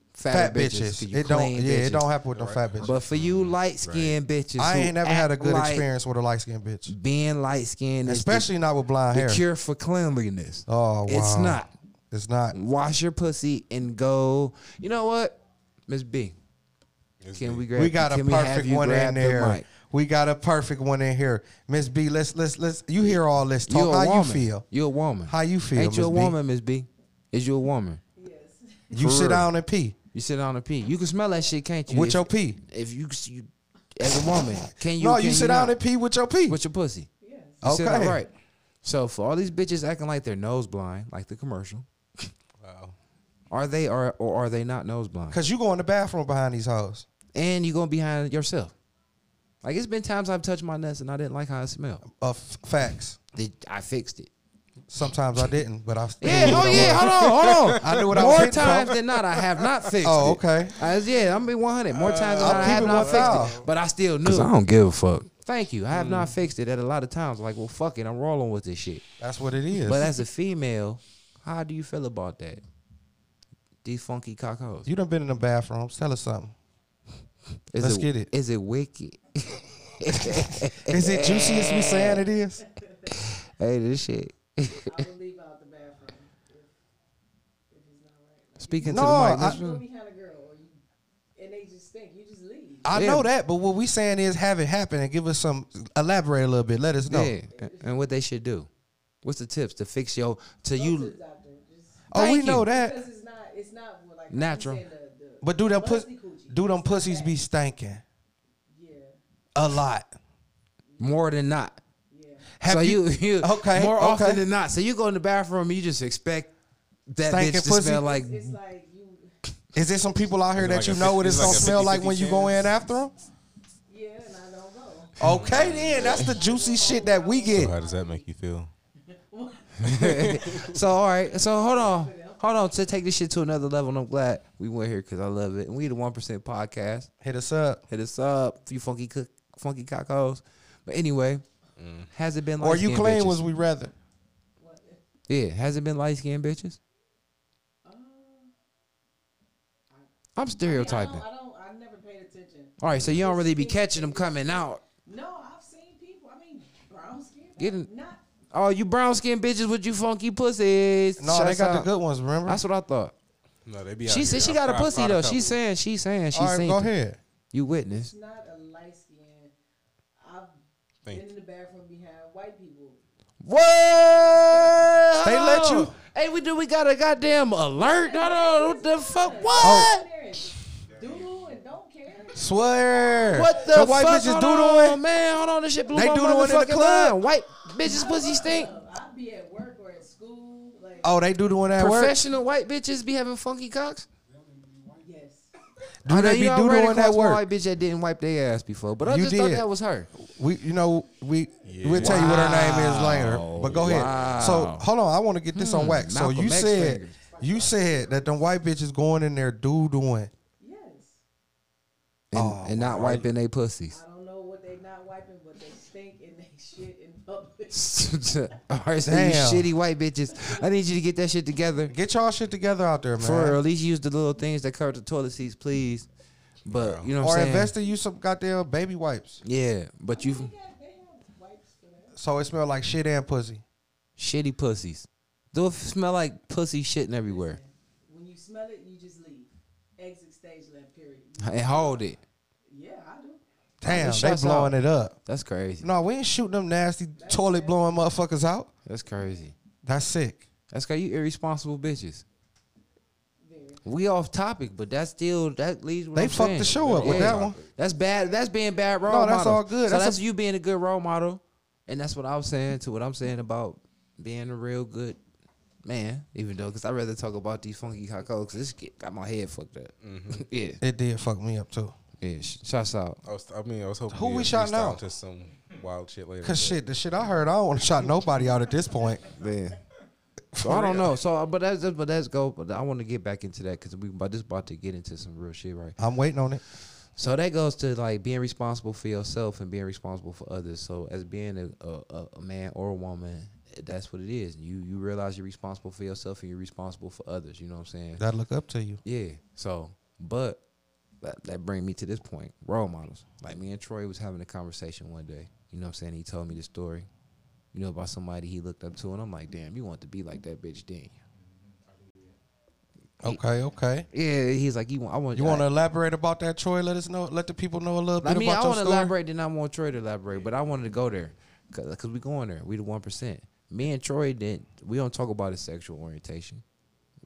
[SPEAKER 4] fat
[SPEAKER 8] fat bitches.
[SPEAKER 4] bitches.
[SPEAKER 8] 'cause You
[SPEAKER 4] It don't.
[SPEAKER 8] clean
[SPEAKER 4] Yeah,
[SPEAKER 8] bitches.
[SPEAKER 4] it don't happen with no fat bitches.
[SPEAKER 8] But for you light skinned bitches,
[SPEAKER 4] I
[SPEAKER 8] who
[SPEAKER 4] ain't never had a
[SPEAKER 8] act
[SPEAKER 4] good
[SPEAKER 8] like
[SPEAKER 4] experience with a light skinned bitch,
[SPEAKER 8] Being light skinned,
[SPEAKER 4] especially not with
[SPEAKER 8] the,
[SPEAKER 4] blonde hair.
[SPEAKER 8] the cure for cleanliness.
[SPEAKER 4] Oh, wow.
[SPEAKER 8] it's not.
[SPEAKER 4] It's not.
[SPEAKER 8] Wash your pussy and go. You know what, Miss B? can we grab?
[SPEAKER 4] We got a
[SPEAKER 8] can we have
[SPEAKER 4] perfect
[SPEAKER 8] you
[SPEAKER 4] one
[SPEAKER 8] grab
[SPEAKER 4] in
[SPEAKER 8] the
[SPEAKER 4] there.
[SPEAKER 8] mic?
[SPEAKER 4] We got a perfect one in here, Miss B. Let's let's let's. You hear all this
[SPEAKER 8] You
[SPEAKER 4] talk?
[SPEAKER 8] a
[SPEAKER 4] Oh, How
[SPEAKER 8] woman.
[SPEAKER 4] you feel?
[SPEAKER 8] You a woman?
[SPEAKER 4] How you feel,
[SPEAKER 8] Ain't you a
[SPEAKER 4] Miss B?
[SPEAKER 8] woman, Miss B? Is you a woman?
[SPEAKER 4] You
[SPEAKER 8] For
[SPEAKER 4] sit
[SPEAKER 8] real.
[SPEAKER 4] down and pee
[SPEAKER 8] You sit down and pee. You can smell that shit, can't you?
[SPEAKER 4] with
[SPEAKER 8] If-
[SPEAKER 4] your pee.
[SPEAKER 8] If you, you as a woman, can you?
[SPEAKER 4] no,
[SPEAKER 8] can
[SPEAKER 4] you sit down
[SPEAKER 8] not?
[SPEAKER 4] and pee with your pee.
[SPEAKER 8] <laughs> with your pussy. You
[SPEAKER 4] okay,
[SPEAKER 8] said it right. So for all these bitches acting like they're nose blind, like the commercial. Wow. Are they are or are they not nose blind?
[SPEAKER 4] Cause you go in the bathroom behind these hoes.
[SPEAKER 8] And you going behind yourself. Like it's been times I've touched my nuts and I didn't like how it smelled.
[SPEAKER 4] Of facts.
[SPEAKER 8] Did I fixed it?
[SPEAKER 4] Sometimes I didn't, but I still
[SPEAKER 8] <laughs> Yeah,
[SPEAKER 4] knew
[SPEAKER 8] oh
[SPEAKER 4] what I
[SPEAKER 8] yeah,
[SPEAKER 4] was.
[SPEAKER 8] hold on, hold <laughs> on.
[SPEAKER 4] I knew what I
[SPEAKER 8] More
[SPEAKER 4] was hitting for.
[SPEAKER 8] times than not, I have not fixed
[SPEAKER 4] <laughs> Oh,
[SPEAKER 8] it.
[SPEAKER 4] okay.
[SPEAKER 8] I, yeah, I'm being 100. More times than
[SPEAKER 4] I'll
[SPEAKER 8] not, I
[SPEAKER 4] keep
[SPEAKER 8] have
[SPEAKER 4] it
[SPEAKER 8] not fixed
[SPEAKER 4] 1,000.
[SPEAKER 8] it, but I still knew. I don't give a fuck. Thank you. I have
[SPEAKER 4] Mm.
[SPEAKER 8] not fixed it at a lot of times. Like, well, fuck it, I'm rolling with this shit.
[SPEAKER 4] That's what it is.
[SPEAKER 8] But as a female, how do you feel about that? These funky cock hoes.
[SPEAKER 4] you done been in the bathrooms. Tell us something.
[SPEAKER 8] Is
[SPEAKER 4] let's get it.
[SPEAKER 8] Is it wicked? <laughs>
[SPEAKER 4] Is it juicy as we saying it is?
[SPEAKER 8] hey, this shit.
[SPEAKER 5] I would leave out the bathroom.
[SPEAKER 8] Speaking
[SPEAKER 4] No,
[SPEAKER 8] to the
[SPEAKER 4] I-
[SPEAKER 8] mic.
[SPEAKER 5] You
[SPEAKER 8] Miss-
[SPEAKER 5] be kind of girl, or you, and they just think you just leave.
[SPEAKER 4] I
[SPEAKER 8] Yeah.
[SPEAKER 4] know that, but what we saying is have it happen and give us some elaborate a little bit. Let us know.
[SPEAKER 8] Yeah, and- and what they should do. What's the tips to fix your to
[SPEAKER 5] To
[SPEAKER 8] you?
[SPEAKER 5] the doctor, just
[SPEAKER 4] Oh, we
[SPEAKER 8] Thank
[SPEAKER 4] know
[SPEAKER 8] you.
[SPEAKER 4] that.
[SPEAKER 5] because it's not, it's not what, like
[SPEAKER 8] Natural.
[SPEAKER 5] You said, the, the,
[SPEAKER 4] But do them pus-
[SPEAKER 5] Fuzzy coochie.
[SPEAKER 4] do them pussies be stinking
[SPEAKER 5] yeah,
[SPEAKER 4] a lot?
[SPEAKER 8] More than not.
[SPEAKER 5] yeah.
[SPEAKER 4] Have
[SPEAKER 8] so you, you
[SPEAKER 4] okay,
[SPEAKER 8] more
[SPEAKER 4] okay.
[SPEAKER 8] often than not. So you go in the bathroom and you just expect that
[SPEAKER 4] Stinking
[SPEAKER 8] bitch to
[SPEAKER 4] pussy?
[SPEAKER 8] smell like
[SPEAKER 4] Mm-hmm.
[SPEAKER 5] It's like you,
[SPEAKER 4] Is there some people out here
[SPEAKER 3] Is it
[SPEAKER 4] that
[SPEAKER 3] like
[SPEAKER 4] you
[SPEAKER 3] a
[SPEAKER 4] know what
[SPEAKER 3] fifty-
[SPEAKER 4] it's
[SPEAKER 3] is it
[SPEAKER 4] gonna
[SPEAKER 3] like
[SPEAKER 4] smell like
[SPEAKER 3] a 50-50
[SPEAKER 4] when you go in after them?
[SPEAKER 5] yeah, and I don't go.
[SPEAKER 4] Okay, then that's the juicy shit that we
[SPEAKER 3] clean. So
[SPEAKER 4] get.
[SPEAKER 3] how does that make you feel?
[SPEAKER 8] So all right, so hold on, hold on. To take this shit to another level, and I'm glad we went here because I love it. And we the one percent podcast.
[SPEAKER 4] Hit us up,
[SPEAKER 8] Hit us up, few funky cook, funky cockos. But anyway, has it been light
[SPEAKER 4] or you claim
[SPEAKER 8] bitches?
[SPEAKER 4] was we rather.
[SPEAKER 8] yeah? Has it been light skinned bitches? I'm
[SPEAKER 5] Um, I
[SPEAKER 8] stereotyping.
[SPEAKER 5] don't, I don't, I never paid attention.
[SPEAKER 8] All right, so you don't really be catching them coming out.
[SPEAKER 5] No, I've seen people. I mean, brown skin.
[SPEAKER 8] Getting-
[SPEAKER 5] not
[SPEAKER 8] Oh, you brown skinned bitches with you funky pussies.
[SPEAKER 4] No, they
[SPEAKER 8] Shouts
[SPEAKER 4] got
[SPEAKER 8] out.
[SPEAKER 4] the good ones. Remember?
[SPEAKER 8] That's what I thought.
[SPEAKER 3] No, they be. out
[SPEAKER 8] She
[SPEAKER 3] here.
[SPEAKER 8] said she
[SPEAKER 3] I-
[SPEAKER 8] got a
[SPEAKER 3] I- I
[SPEAKER 8] pussy
[SPEAKER 3] found
[SPEAKER 8] though.
[SPEAKER 3] couple.
[SPEAKER 8] She's saying, she's saying,
[SPEAKER 4] All
[SPEAKER 8] she's
[SPEAKER 4] right,
[SPEAKER 8] saying.
[SPEAKER 4] go ahead.
[SPEAKER 8] You witness.
[SPEAKER 5] it's not a light skin. I've
[SPEAKER 3] Thank
[SPEAKER 5] been in the bathroom behind white people.
[SPEAKER 8] What?
[SPEAKER 4] They let you-
[SPEAKER 8] Hey, we do. We got a goddamn alert. Hold on. What the fuck?
[SPEAKER 4] Oh,
[SPEAKER 8] What?
[SPEAKER 5] Parents do and don't care.
[SPEAKER 4] Swear.
[SPEAKER 8] What the,
[SPEAKER 4] The
[SPEAKER 8] fuck?
[SPEAKER 4] white bitches
[SPEAKER 8] Hold
[SPEAKER 4] doodling?
[SPEAKER 8] on, man. Hold on. This shit blew
[SPEAKER 4] They
[SPEAKER 8] my
[SPEAKER 4] doodling in the
[SPEAKER 8] motherfucking
[SPEAKER 4] club.
[SPEAKER 8] mind. White bitches pussy stink.
[SPEAKER 5] I'll be at work or at school. Like
[SPEAKER 4] Oh, they do the one at work.
[SPEAKER 8] Professional white bitches be having funky cocks.
[SPEAKER 5] yes,
[SPEAKER 4] Do
[SPEAKER 8] Now,
[SPEAKER 4] they be
[SPEAKER 8] you
[SPEAKER 4] do the
[SPEAKER 8] already
[SPEAKER 4] one
[SPEAKER 8] crossed
[SPEAKER 4] at
[SPEAKER 8] my
[SPEAKER 4] work?
[SPEAKER 8] White bitch that didn't wipe their ass before, but I
[SPEAKER 4] You
[SPEAKER 8] just thought
[SPEAKER 4] did.
[SPEAKER 8] that was her.
[SPEAKER 4] We, you know, we we'll tell you what her name is later. But go ahead. So
[SPEAKER 8] Wow.
[SPEAKER 4] hold on, I want to get this on
[SPEAKER 8] Hmm,
[SPEAKER 4] wax. So
[SPEAKER 8] Malcolm
[SPEAKER 4] you
[SPEAKER 8] X
[SPEAKER 4] said
[SPEAKER 8] fingers.
[SPEAKER 4] you said that them white bitches going in there doodling.
[SPEAKER 5] yes.
[SPEAKER 8] And,
[SPEAKER 4] Oh,
[SPEAKER 8] and not wiping their pussies.
[SPEAKER 5] I don't know what they not wiping, but they stink and they <laughs> shit in public.
[SPEAKER 8] All right, so
[SPEAKER 4] Damn.
[SPEAKER 8] you shitty white bitches. I need you to get that shit together.
[SPEAKER 4] Get y'all shit together out there, man.
[SPEAKER 8] For real, at least use the little things that cover the toilet seats, please. But you know what
[SPEAKER 4] or
[SPEAKER 8] I'm saying?
[SPEAKER 4] invest in you some goddamn baby wipes,
[SPEAKER 8] Yeah, but you
[SPEAKER 4] so it smell like shit and pussy.
[SPEAKER 8] shitty pussies. Do it smell like pussy shitting everywhere?
[SPEAKER 5] When you smell it, you just leave. Exit stage left. Period.
[SPEAKER 8] And hold it.
[SPEAKER 5] Yeah, I do.
[SPEAKER 4] Damn,
[SPEAKER 8] Shouts
[SPEAKER 4] they
[SPEAKER 8] out.
[SPEAKER 4] blowing it up.
[SPEAKER 8] That's crazy.
[SPEAKER 4] No, we ain't shooting them nasty toilet blowing motherfuckers out.
[SPEAKER 8] That's crazy.
[SPEAKER 4] That's sick.
[SPEAKER 8] That's cause you irresponsible bitches. We off topic, but that's still that leads. What
[SPEAKER 4] They
[SPEAKER 8] I'm
[SPEAKER 4] fucked
[SPEAKER 8] saying.
[SPEAKER 4] the show up with that one.
[SPEAKER 8] That's bad. That's being bad role.
[SPEAKER 4] No, that's
[SPEAKER 8] model.
[SPEAKER 4] all good.
[SPEAKER 8] So
[SPEAKER 4] That's
[SPEAKER 8] that's,
[SPEAKER 4] a-
[SPEAKER 8] you being a good role model, and that's what I'm saying to what I'm saying about being a real good man. Even though, because I rather talk about these funky hot because this get, got my head fucked up. <laughs> yeah,
[SPEAKER 4] It did fuck me up too.
[SPEAKER 8] yeah. sh- Shouts out.
[SPEAKER 3] I, was, I mean, I was hoping
[SPEAKER 4] Who
[SPEAKER 3] you'd
[SPEAKER 4] we shouting
[SPEAKER 3] freestyle
[SPEAKER 4] out?
[SPEAKER 3] to some wild shit later.
[SPEAKER 4] Cause
[SPEAKER 3] but-
[SPEAKER 4] shit, the shit I heard, I don't want to shot nobody out at this point.
[SPEAKER 8] Man. So I don't know. So, uh, but that's that's- but that's go. But I want to get back into that because we about this about to get into some real shit, right?
[SPEAKER 4] I'm waiting on it.
[SPEAKER 8] So that goes to like being responsible for yourself and being responsible for others. So as being a, a, a- a man or a woman, that's what it is. You you realize you're responsible for yourself and you're responsible for others. You know what I'm saying?
[SPEAKER 4] That look up to you.
[SPEAKER 8] Yeah. So, but that, that bring me to this point. Role models. Like me and Troy was having a conversation one day. You know what I'm saying? He told me the story. You know about somebody he looked up to, and I'm like, damn, you want to be like that bitch, didn't you?
[SPEAKER 4] Okay, okay.
[SPEAKER 8] Yeah. He's like, you want? I want.
[SPEAKER 4] You
[SPEAKER 8] I-
[SPEAKER 4] want to elaborate about that, Troy? Let us know. Let the people know a little bit
[SPEAKER 8] I mean,
[SPEAKER 4] about
[SPEAKER 8] I
[SPEAKER 4] your
[SPEAKER 8] want to
[SPEAKER 4] story.
[SPEAKER 8] elaborate, then I want Troy to elaborate, but I wanted to go there because we going there. We the one percent. Me and Troy didn't. We don't talk about his sexual orientation.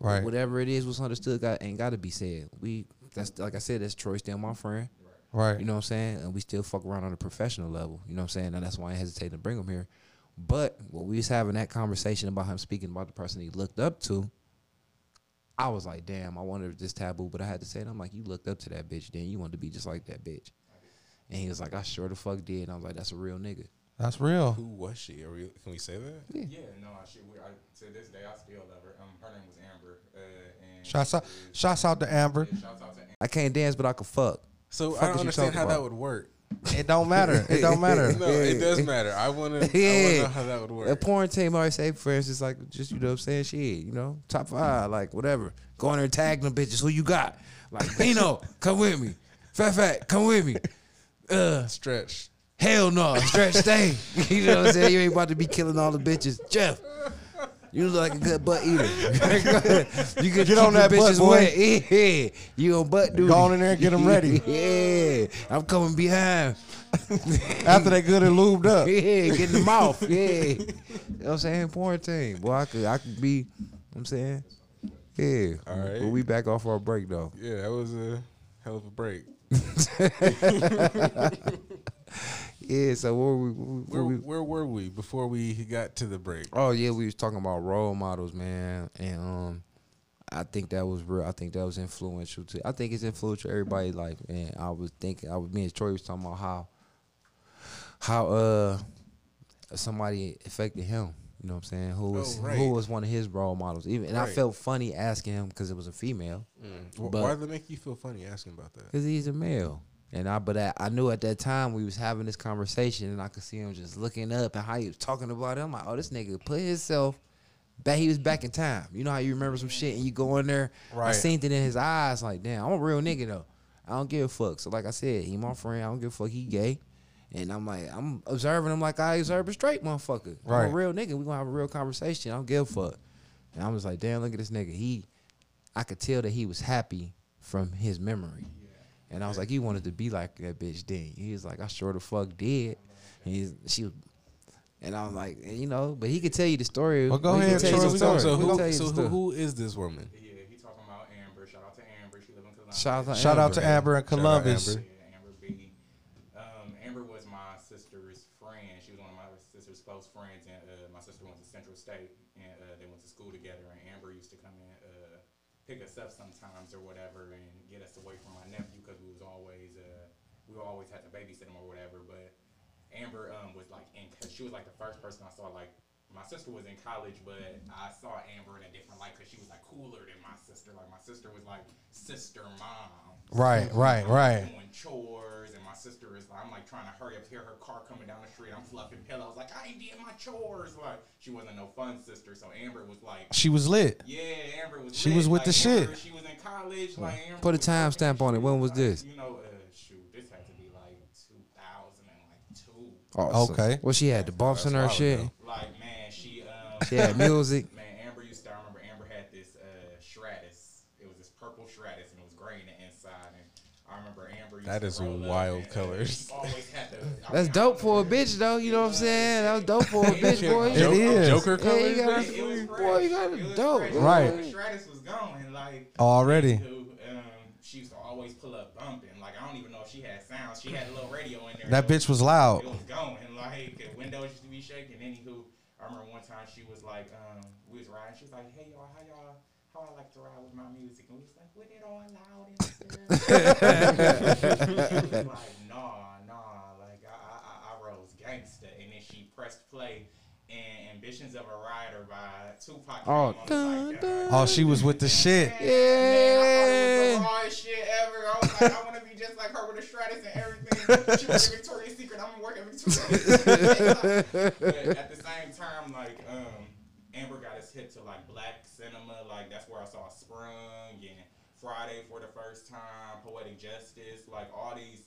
[SPEAKER 4] Right.
[SPEAKER 8] Whatever it is, what's understood got ain't got to be said. We that's like I said, that's Troy still my friend.
[SPEAKER 4] Right.
[SPEAKER 8] You know what I'm saying? And we still fuck around on a professional level. You know what I'm saying? And that's why I hesitate to bring him here. But when we was having that conversation about him speaking about the person he looked up to, I was like, damn, I wonder if this taboo, but I had to say it. I'm like, you looked up to that bitch, then you wanted to be just like that bitch. And he was like, I sure the fuck did. And I was like, that's a real nigga.
[SPEAKER 4] That's real.
[SPEAKER 3] Who was she? Are we, can we say that?
[SPEAKER 6] Yeah, no, I should. We, I, to this day, I still love her. Um, her name was Amber. Uh, and
[SPEAKER 4] Shouts out, shouts out to Amber.
[SPEAKER 6] shouts out to Amber.
[SPEAKER 8] I can't dance, but I could fuck.
[SPEAKER 3] So
[SPEAKER 8] Fuck
[SPEAKER 3] I don't
[SPEAKER 8] is you
[SPEAKER 3] understand
[SPEAKER 8] talking
[SPEAKER 3] how
[SPEAKER 8] about?
[SPEAKER 3] that would work.
[SPEAKER 4] It don't matter. It don't matter.
[SPEAKER 3] No, it does matter. I want to
[SPEAKER 8] Yeah.
[SPEAKER 3] know how that would
[SPEAKER 8] A
[SPEAKER 3] work.
[SPEAKER 8] porn team always say, for instance, like, just, you know what I'm saying? Shit, you know, top five, like, whatever. Go in there and tag them bitches. Who you got? Like, Pino, <laughs> come with me. Fat Fat, come with me. Uh,
[SPEAKER 3] Stretch.
[SPEAKER 8] hell no, stretch stay. <laughs> You know what I'm saying? You ain't about to be killing all the bitches. Jeff, you look like a good butt eater. <laughs> you can
[SPEAKER 4] Get on that butt, boy.
[SPEAKER 8] <laughs> Yeah, you on butt duty.
[SPEAKER 4] Go on in there and get 'em ready.
[SPEAKER 8] <laughs> yeah, I'm coming behind.
[SPEAKER 4] After they good and lubed up.
[SPEAKER 8] Yeah, get in the mouth. Yeah. you know what I'm saying? Quarantine. Boy, I could I could be, you know what I'm saying? Yeah.
[SPEAKER 3] All right.
[SPEAKER 8] But we back off our break though.
[SPEAKER 3] Yeah, that was a hell of a break.
[SPEAKER 8] Yeah, so what we, what
[SPEAKER 3] Where,
[SPEAKER 8] we
[SPEAKER 3] where were we before we got to the break?
[SPEAKER 8] Oh yeah, we was talking about role models, man. And um I think that was real. I think that was influential too. I think it's influential everybody's life. And I was thinking I was me and Troy was talking about how how uh somebody affected him. You know what I'm saying? Who was
[SPEAKER 3] Oh, right.
[SPEAKER 8] who was one of his role models? Even and I
[SPEAKER 3] Right.
[SPEAKER 8] felt funny asking him because it was a female,
[SPEAKER 3] Wh-
[SPEAKER 8] But-
[SPEAKER 3] Why did it make you feel funny asking about that?
[SPEAKER 8] because he's a male. And I but I, I knew at that time we was having this conversation and I could see him just looking up and how he was talking about it. I'm like, oh, this nigga put himself back. He was back in time. You know how you remember some shit and you go in there. I
[SPEAKER 4] Right.
[SPEAKER 8] seen it in his eyes. Like, damn, I'm a real nigga though. I don't give a fuck. So like I said, he my friend. I don't give a fuck. He gay.
[SPEAKER 2] And I'm like, I'm observing him like I observe a straight motherfucker. I'm
[SPEAKER 4] Right.
[SPEAKER 2] a real nigga. We gonna have a real conversation. I don't give a fuck. And I was like, damn, look at this nigga. He, I could tell that he was happy from his memory. And I was like, you wanted to be like that bitch, then he was like, I sure the fuck did. And he's, she was, and I was like, and you know, but he could tell you the story.
[SPEAKER 4] Well, go
[SPEAKER 2] He
[SPEAKER 4] ahead,
[SPEAKER 2] could tell you
[SPEAKER 4] Troy,
[SPEAKER 2] the
[SPEAKER 4] we
[SPEAKER 2] story.
[SPEAKER 4] gonna-
[SPEAKER 3] So,
[SPEAKER 2] He could tell you
[SPEAKER 3] who,
[SPEAKER 2] the
[SPEAKER 3] so who,
[SPEAKER 2] story.
[SPEAKER 3] who is this woman?
[SPEAKER 6] Yeah, he talking about Amber. Shout out to Amber. She live in Columbus.
[SPEAKER 2] Shout out to
[SPEAKER 4] Shout out
[SPEAKER 2] Amber.
[SPEAKER 4] to Amber and Columbus.
[SPEAKER 6] Yeah, Amber B. Um, Amber was my sister's friend. She was one of my sister's close friends, and uh, my sister went to Central State, and uh, they went to school together. And Amber used to come and uh, pick us up sometimes or whatever, and get us away from my nephew because we was always uh, we always had to babysit him or whatever. But Amber um, was like, in, cause she was like the first person I saw. Like my sister was in college, but I saw Amber in a different light because she was like cooler than my sister. Like my sister was like sister mom.
[SPEAKER 4] Right, right,
[SPEAKER 6] I'm
[SPEAKER 4] right.
[SPEAKER 6] doing chores, and my sister is like, I'm like trying to hurry up, hear her car coming down the street. I'm fluffing pillows, like I ain't did my chores. Like she wasn't no fun sister, so Amber was like,
[SPEAKER 4] She was lit.
[SPEAKER 6] yeah, Amber was.
[SPEAKER 4] She
[SPEAKER 6] lit.
[SPEAKER 4] was with
[SPEAKER 6] like,
[SPEAKER 4] the
[SPEAKER 6] Amber,
[SPEAKER 4] shit.
[SPEAKER 6] She was in college. Like Amber
[SPEAKER 2] Put a
[SPEAKER 6] was working,
[SPEAKER 2] timestamp on it. When was
[SPEAKER 6] like,
[SPEAKER 2] this?
[SPEAKER 6] You know, uh, shoot, this had to be like 2000 and like two.
[SPEAKER 2] Awesome.
[SPEAKER 4] Okay.
[SPEAKER 2] Well, she had the bumps in her shit.
[SPEAKER 6] Like man, she um.
[SPEAKER 2] She had music.
[SPEAKER 6] Man, Amber used to. I remember Amber had this uh, Stratus. It was this purple Stratus, and it was gray in the inside. And I remember Amber. Used
[SPEAKER 3] That
[SPEAKER 6] to
[SPEAKER 3] is
[SPEAKER 6] roll up
[SPEAKER 3] wild
[SPEAKER 6] and, uh,
[SPEAKER 3] colors.
[SPEAKER 6] she always had the- I
[SPEAKER 2] That's
[SPEAKER 6] mean, I
[SPEAKER 2] dope
[SPEAKER 6] don't
[SPEAKER 2] for a
[SPEAKER 6] know.
[SPEAKER 2] bitch, though. You know what I'm saying? That was dope for a bitch, boy.
[SPEAKER 4] It is.
[SPEAKER 3] Joker
[SPEAKER 2] Yeah,
[SPEAKER 3] colors.
[SPEAKER 2] you got
[SPEAKER 6] It was
[SPEAKER 2] a,
[SPEAKER 6] fresh.
[SPEAKER 2] boy, you got
[SPEAKER 6] It
[SPEAKER 2] a
[SPEAKER 6] was
[SPEAKER 2] dope.
[SPEAKER 6] fresh.
[SPEAKER 2] boy.
[SPEAKER 4] Right.
[SPEAKER 6] The Stratus was gone, and like
[SPEAKER 4] Already.
[SPEAKER 6] dude, um, she used to always pull up bumping. Like I don't even know if she had sound. She had a little radio in there.
[SPEAKER 4] That
[SPEAKER 6] so-
[SPEAKER 4] bitch was
[SPEAKER 6] it
[SPEAKER 4] loud.
[SPEAKER 6] was going. Like the windows used to be shaking. Anywho, I remember one time she was like, um, we was riding. She was like, hey y'all, how y'all, how I like to ride with my music? And we was like, with it all loud and stuff. <laughs> She was like, nah, nah. Like I, I, I, I rose gangsta. And then she pressed play. And Ambitions of a Rider by Tupac. came
[SPEAKER 2] Oh,
[SPEAKER 6] on. It was
[SPEAKER 2] dun,
[SPEAKER 6] like,
[SPEAKER 2] dun.
[SPEAKER 4] Oh, she was with the shit.
[SPEAKER 6] Man, I thought it was the hardest shit ever. I was like, I want to be just like her with a Stratus and everything. She was a Victoria's Secret. I'm gonna work at Victoria's Secret. but at the same time, like, um, Amber got us hit to like black cinema. Like, that's where I saw Sprung and Friday for the first time, Poetic Justice, like all these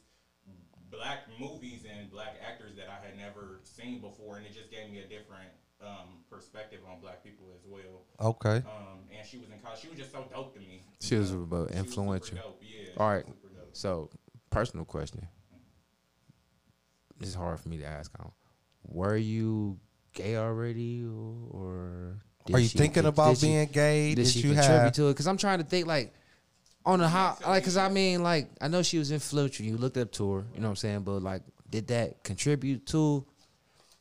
[SPEAKER 6] black movies and black actors that I had never seen before. And it just gave me a different um, perspective on black people as well.
[SPEAKER 4] Okay.
[SPEAKER 6] Um, and she was in college. She was just so dope to me.
[SPEAKER 2] She was
[SPEAKER 6] You know?
[SPEAKER 2] about
[SPEAKER 6] She was super
[SPEAKER 2] influential.
[SPEAKER 6] dope, yeah,
[SPEAKER 2] All right.
[SPEAKER 6] super dope.
[SPEAKER 2] So, personal question. It's hard for me to ask. I don't- Were you gay already, or, or did
[SPEAKER 4] Are you
[SPEAKER 2] she-
[SPEAKER 4] thinking
[SPEAKER 2] did-
[SPEAKER 4] about
[SPEAKER 2] did she-
[SPEAKER 4] being gay?
[SPEAKER 2] Did
[SPEAKER 4] Did
[SPEAKER 2] she
[SPEAKER 4] you
[SPEAKER 2] contribute
[SPEAKER 4] have?
[SPEAKER 2] to it? Because I'm trying to think, like, on a how, like, because I mean, like, I know she was influential. You looked up to her, you know what I'm saying? But like, did that contribute to,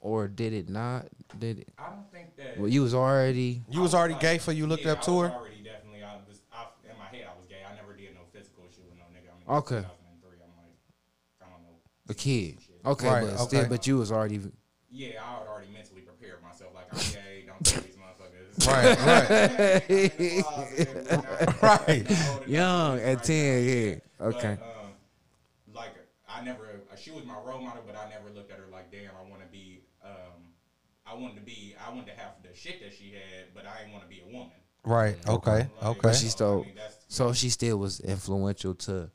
[SPEAKER 2] or did it not? Did it?
[SPEAKER 6] I don't think that.
[SPEAKER 2] Well, you was already.
[SPEAKER 4] You was already
[SPEAKER 6] like-
[SPEAKER 4] gay for you looked
[SPEAKER 6] yeah,
[SPEAKER 4] up
[SPEAKER 6] I
[SPEAKER 4] to
[SPEAKER 6] was <laughs>
[SPEAKER 4] her.
[SPEAKER 6] Already, definitely. I was I, in my head. I was gay. I never did no physical shit with no nigga. I mean,
[SPEAKER 2] Okay.
[SPEAKER 6] 2003. I'm like, I don't know.
[SPEAKER 2] a kid. Okay,
[SPEAKER 4] Right,
[SPEAKER 2] but still,
[SPEAKER 4] okay.
[SPEAKER 2] but you was already.
[SPEAKER 6] Yeah, I had already mentally prepared myself. Like, I'm gay. Don't tell these motherfuckers.
[SPEAKER 4] Right, right, <laughs> Right.
[SPEAKER 2] Young at ten, yeah. Okay.
[SPEAKER 6] But, um, like I never, uh, she was my role model, but I never looked at her like, damn, I want to be, um, I wanted to be, I wanted to have the shit that she had, but I didn't want to be a woman.
[SPEAKER 4] right. Okay,
[SPEAKER 6] Like,
[SPEAKER 4] okay.
[SPEAKER 2] she
[SPEAKER 6] so,
[SPEAKER 2] still-
[SPEAKER 6] I mean, that's,
[SPEAKER 2] So she still was influential to,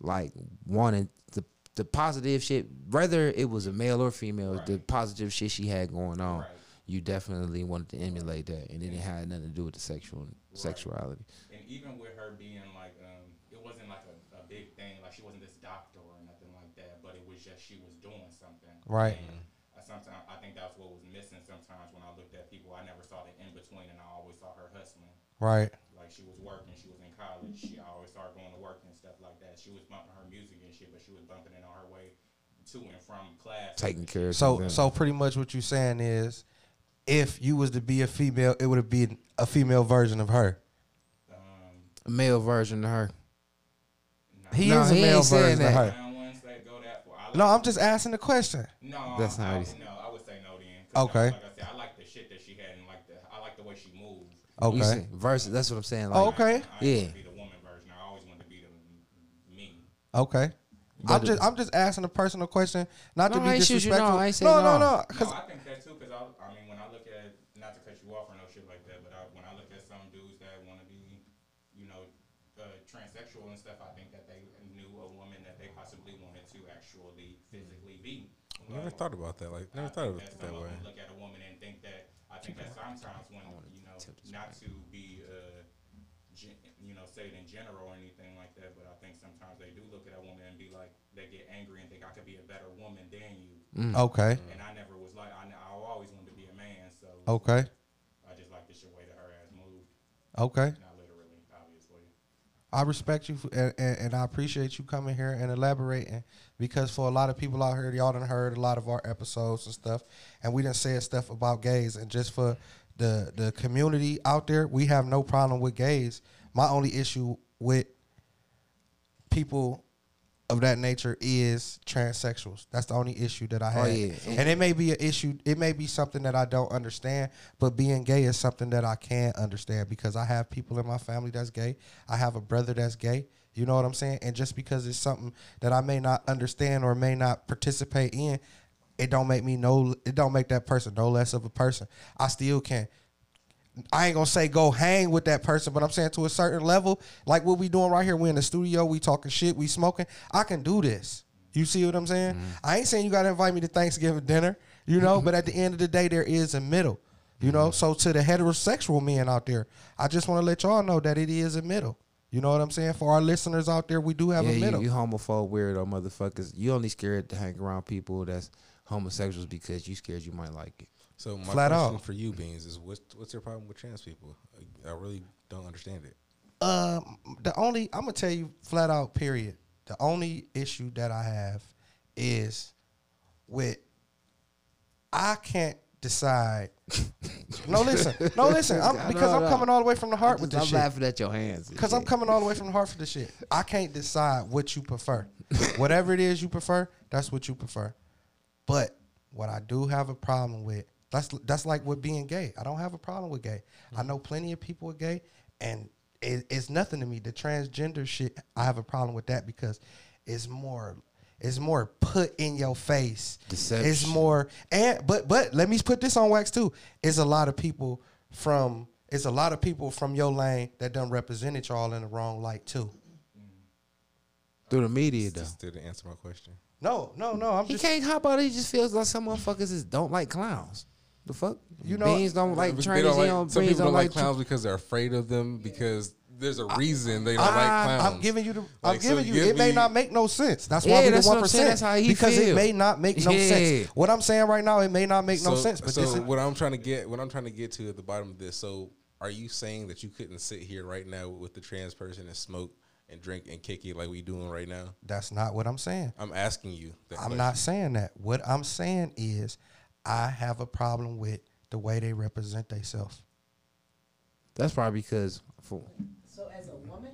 [SPEAKER 2] like, wanting the the positive shit, whether it was a male or female, the
[SPEAKER 6] Right.
[SPEAKER 2] positive shit she had going on.
[SPEAKER 6] Right.
[SPEAKER 2] You definitely wanted to emulate that, and it had nothing to do with the sexual sexuality.
[SPEAKER 6] and even with her being like, um, it wasn't like a, a big thing. Like she wasn't this doctor or nothing like that, but it was just she was doing something.
[SPEAKER 4] Right.
[SPEAKER 6] And I sometimes I think that's what was missing. Sometimes when I looked at people, I never saw the in between, and I always saw her hustling.
[SPEAKER 4] Right.
[SPEAKER 6] Like she was working, she was in college. She I always started going to work and stuff like that. She was bumping her music and shit, but she was bumping it on her way to and from class.
[SPEAKER 2] Taking care of
[SPEAKER 4] So
[SPEAKER 2] them.
[SPEAKER 4] so pretty much what you saying is, if you was to be a female, it would have been a female version of her.
[SPEAKER 6] Um,
[SPEAKER 2] a male version of her.
[SPEAKER 6] nah,
[SPEAKER 4] He
[SPEAKER 2] No,
[SPEAKER 4] is a
[SPEAKER 2] he ain't
[SPEAKER 4] male
[SPEAKER 2] saying
[SPEAKER 4] version of
[SPEAKER 2] that.
[SPEAKER 6] I
[SPEAKER 4] her.
[SPEAKER 6] don't want to say go that far. I like,
[SPEAKER 4] No, I'm just asking the question.
[SPEAKER 6] no,
[SPEAKER 2] That's not
[SPEAKER 6] I,
[SPEAKER 2] what
[SPEAKER 6] would-
[SPEAKER 2] he said.
[SPEAKER 6] no. I would say no then. 'Cause
[SPEAKER 4] Okay.
[SPEAKER 6] Like I said, I like the shit that she had and like the I like the way she moved.
[SPEAKER 2] You
[SPEAKER 4] Okay.
[SPEAKER 2] see, versus that's what I'm saying. Like,
[SPEAKER 4] Oh, okay.
[SPEAKER 6] I didn't
[SPEAKER 2] Yeah.
[SPEAKER 6] wanna be the woman version. I always wanted to be the me.
[SPEAKER 4] Okay.
[SPEAKER 2] But
[SPEAKER 4] I'm
[SPEAKER 2] it-
[SPEAKER 4] just I'm just asking a personal question, not
[SPEAKER 2] No,
[SPEAKER 4] to
[SPEAKER 2] I
[SPEAKER 4] be
[SPEAKER 2] ain't shoot you, no,
[SPEAKER 4] disrespectful.
[SPEAKER 2] I ain't say
[SPEAKER 4] no, no,
[SPEAKER 2] no.
[SPEAKER 4] no, 'cause-
[SPEAKER 6] No, I think that too, cause I, I mean, when I look at, not to cut you off or no shit like that, but I, when I look at some dudes that want to be, you know, uh, transsexual and stuff, I think that they knew a woman that they possibly wanted to actually physically be.
[SPEAKER 3] Never thought about that. Like, never thought of it
[SPEAKER 6] That's
[SPEAKER 3] that
[SPEAKER 6] some of
[SPEAKER 3] way.
[SPEAKER 6] them Look at a woman and think that I think that sometimes when you know not to be uh, gen, you know say it in general or anything like that, but I think sometimes they do look at a woman and be like they get angry and think I could be a better woman than you.
[SPEAKER 4] Okay.
[SPEAKER 6] And I never was like I, I always wanted to be a man, so
[SPEAKER 4] Okay.
[SPEAKER 6] I just like this your way that her ass moved,
[SPEAKER 4] Okay.
[SPEAKER 6] not literally, obviously.
[SPEAKER 4] I respect you f- and, and, and I appreciate you coming here and elaborating because for a lot of people out here, y'all done heard a lot of our episodes and stuff, and we done said stuff about gays. And just for the the community out there, we have no problem with gays. My only issue with people of that nature is transsexuals. That's the only issue that I have.
[SPEAKER 8] yeah.
[SPEAKER 4] And it may be an issue, it may be something that I don't understand, but being gay is something that I can understand because I have people in my family that's gay. I have a brother that's gay. You know what I'm saying? And just because it's something that I may not understand or may not participate in, it don't make me no it don't make that person no less of a person. I still can I ain't gonna say go hang with that person, but I'm saying to a certain level, like what we doing right here, we in the studio, we talking shit, we smoking. I can do this. You see what I'm saying?
[SPEAKER 8] Mm-hmm.
[SPEAKER 4] I ain't saying you gotta invite me to Thanksgiving dinner, you know, but at the end of the day, there is a middle. You know,
[SPEAKER 8] Mm-hmm.
[SPEAKER 4] so to the heterosexual men out there, I just want to let y'all know that it is a middle. You know what I'm saying? For our listeners out there, we do have a
[SPEAKER 8] yeah,
[SPEAKER 4] middle.
[SPEAKER 8] you, you homophobe weirdo motherfuckers. You only scared to hang around people that's homosexuals because you scared you might like it.
[SPEAKER 3] So my
[SPEAKER 4] Flat
[SPEAKER 3] question
[SPEAKER 4] out.
[SPEAKER 3] for you, Beans, is what's what's your problem with trans people? I, I really don't understand it.
[SPEAKER 4] Um, the only I'm gonna tell you flat out. Period. The only issue that I have is with I can't decide. <laughs> no, listen, no, listen. I'm, because
[SPEAKER 8] No,
[SPEAKER 4] I'm
[SPEAKER 8] no.
[SPEAKER 4] coming all the way from the heart with
[SPEAKER 8] I'm
[SPEAKER 4] this shit.
[SPEAKER 8] laughing at your hands.
[SPEAKER 4] Because I'm coming all the way from the heart for this shit. I can't decide what you
[SPEAKER 8] <laughs>
[SPEAKER 4] prefer. Whatever it is you prefer, that's what you prefer. But what I do have a problem with, that's that's like with being gay. I don't have a problem with gay.
[SPEAKER 8] Mm-hmm.
[SPEAKER 4] I know plenty of people are gay, and it, it's nothing to me. The transgender shit, I have a problem with that because it's more. It's more put in your face. It's
[SPEAKER 8] Deception.
[SPEAKER 4] more and but but let me put this on wax too. It's a lot of people from it's a lot of people from your lane that done represented y'all in the wrong light too.
[SPEAKER 8] through the media though.
[SPEAKER 3] Just didn't answer my question.
[SPEAKER 4] No, no, no. I'm
[SPEAKER 8] He
[SPEAKER 4] just
[SPEAKER 8] can't hop out. He just feels like some motherfuckers just don't like clowns. The fuck,
[SPEAKER 4] You know-
[SPEAKER 8] beans don't like
[SPEAKER 3] They
[SPEAKER 8] trainers.
[SPEAKER 3] don't
[SPEAKER 8] They
[SPEAKER 3] like-
[SPEAKER 8] don't,
[SPEAKER 3] some
[SPEAKER 8] beans
[SPEAKER 3] people
[SPEAKER 8] don't like
[SPEAKER 3] clowns because they're afraid of them because there's a reason they don't
[SPEAKER 4] I,
[SPEAKER 3] like clowns.
[SPEAKER 4] I'm giving you the. I'm
[SPEAKER 3] Like, so
[SPEAKER 4] giving you.
[SPEAKER 3] give
[SPEAKER 4] It may
[SPEAKER 3] me-
[SPEAKER 4] not make no sense. That's why
[SPEAKER 8] Yeah,
[SPEAKER 4] we the
[SPEAKER 8] that's what
[SPEAKER 4] one
[SPEAKER 8] I'm saying. That's
[SPEAKER 4] percent.
[SPEAKER 8] how he
[SPEAKER 4] Because it
[SPEAKER 8] feel.
[SPEAKER 4] may not make no
[SPEAKER 8] Yeah.
[SPEAKER 4] sense. What I'm saying right now, it may not make no
[SPEAKER 3] So-
[SPEAKER 4] sense. But
[SPEAKER 3] so
[SPEAKER 4] this is,
[SPEAKER 3] what I'm trying to get, what I'm trying to get to at the bottom of this. So, are you saying that you couldn't sit here right now with the trans person and smoke and drink and kick it like we doing right now?
[SPEAKER 4] that's not what I'm saying.
[SPEAKER 3] I'm asking you. That
[SPEAKER 4] I'm
[SPEAKER 3] question.
[SPEAKER 4] not saying that. What I'm saying is, I have a problem with the way they represent themselves.
[SPEAKER 8] That's probably because for,
[SPEAKER 5] So as a woman,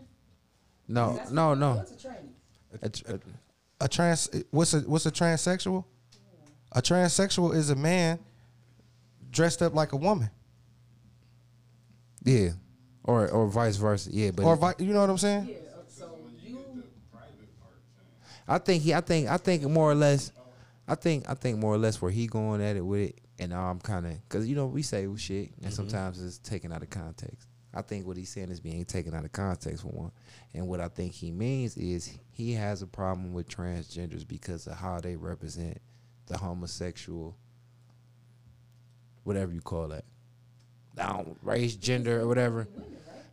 [SPEAKER 8] no,
[SPEAKER 5] that's
[SPEAKER 8] no,
[SPEAKER 5] what-
[SPEAKER 8] no.
[SPEAKER 5] What's a training?
[SPEAKER 8] A- a-
[SPEAKER 4] A trans. What's a what's a transsexual? A transsexual is a man dressed up like a woman,
[SPEAKER 8] yeah, or or vice versa. Yeah, but
[SPEAKER 4] or vi- you know what I'm saying?
[SPEAKER 5] Yeah. uh, So you
[SPEAKER 8] I think he. I think. I think more or less. I think. I think more or less where he going at it with it, and I'm kind of because you know we say shit, and sometimes it's taken out of context. I think what he's saying is being taken out of context for one, and what I think he means is he has a problem with transgenders because of how they represent the homosexual, whatever you call that, I don't race, gender, or whatever.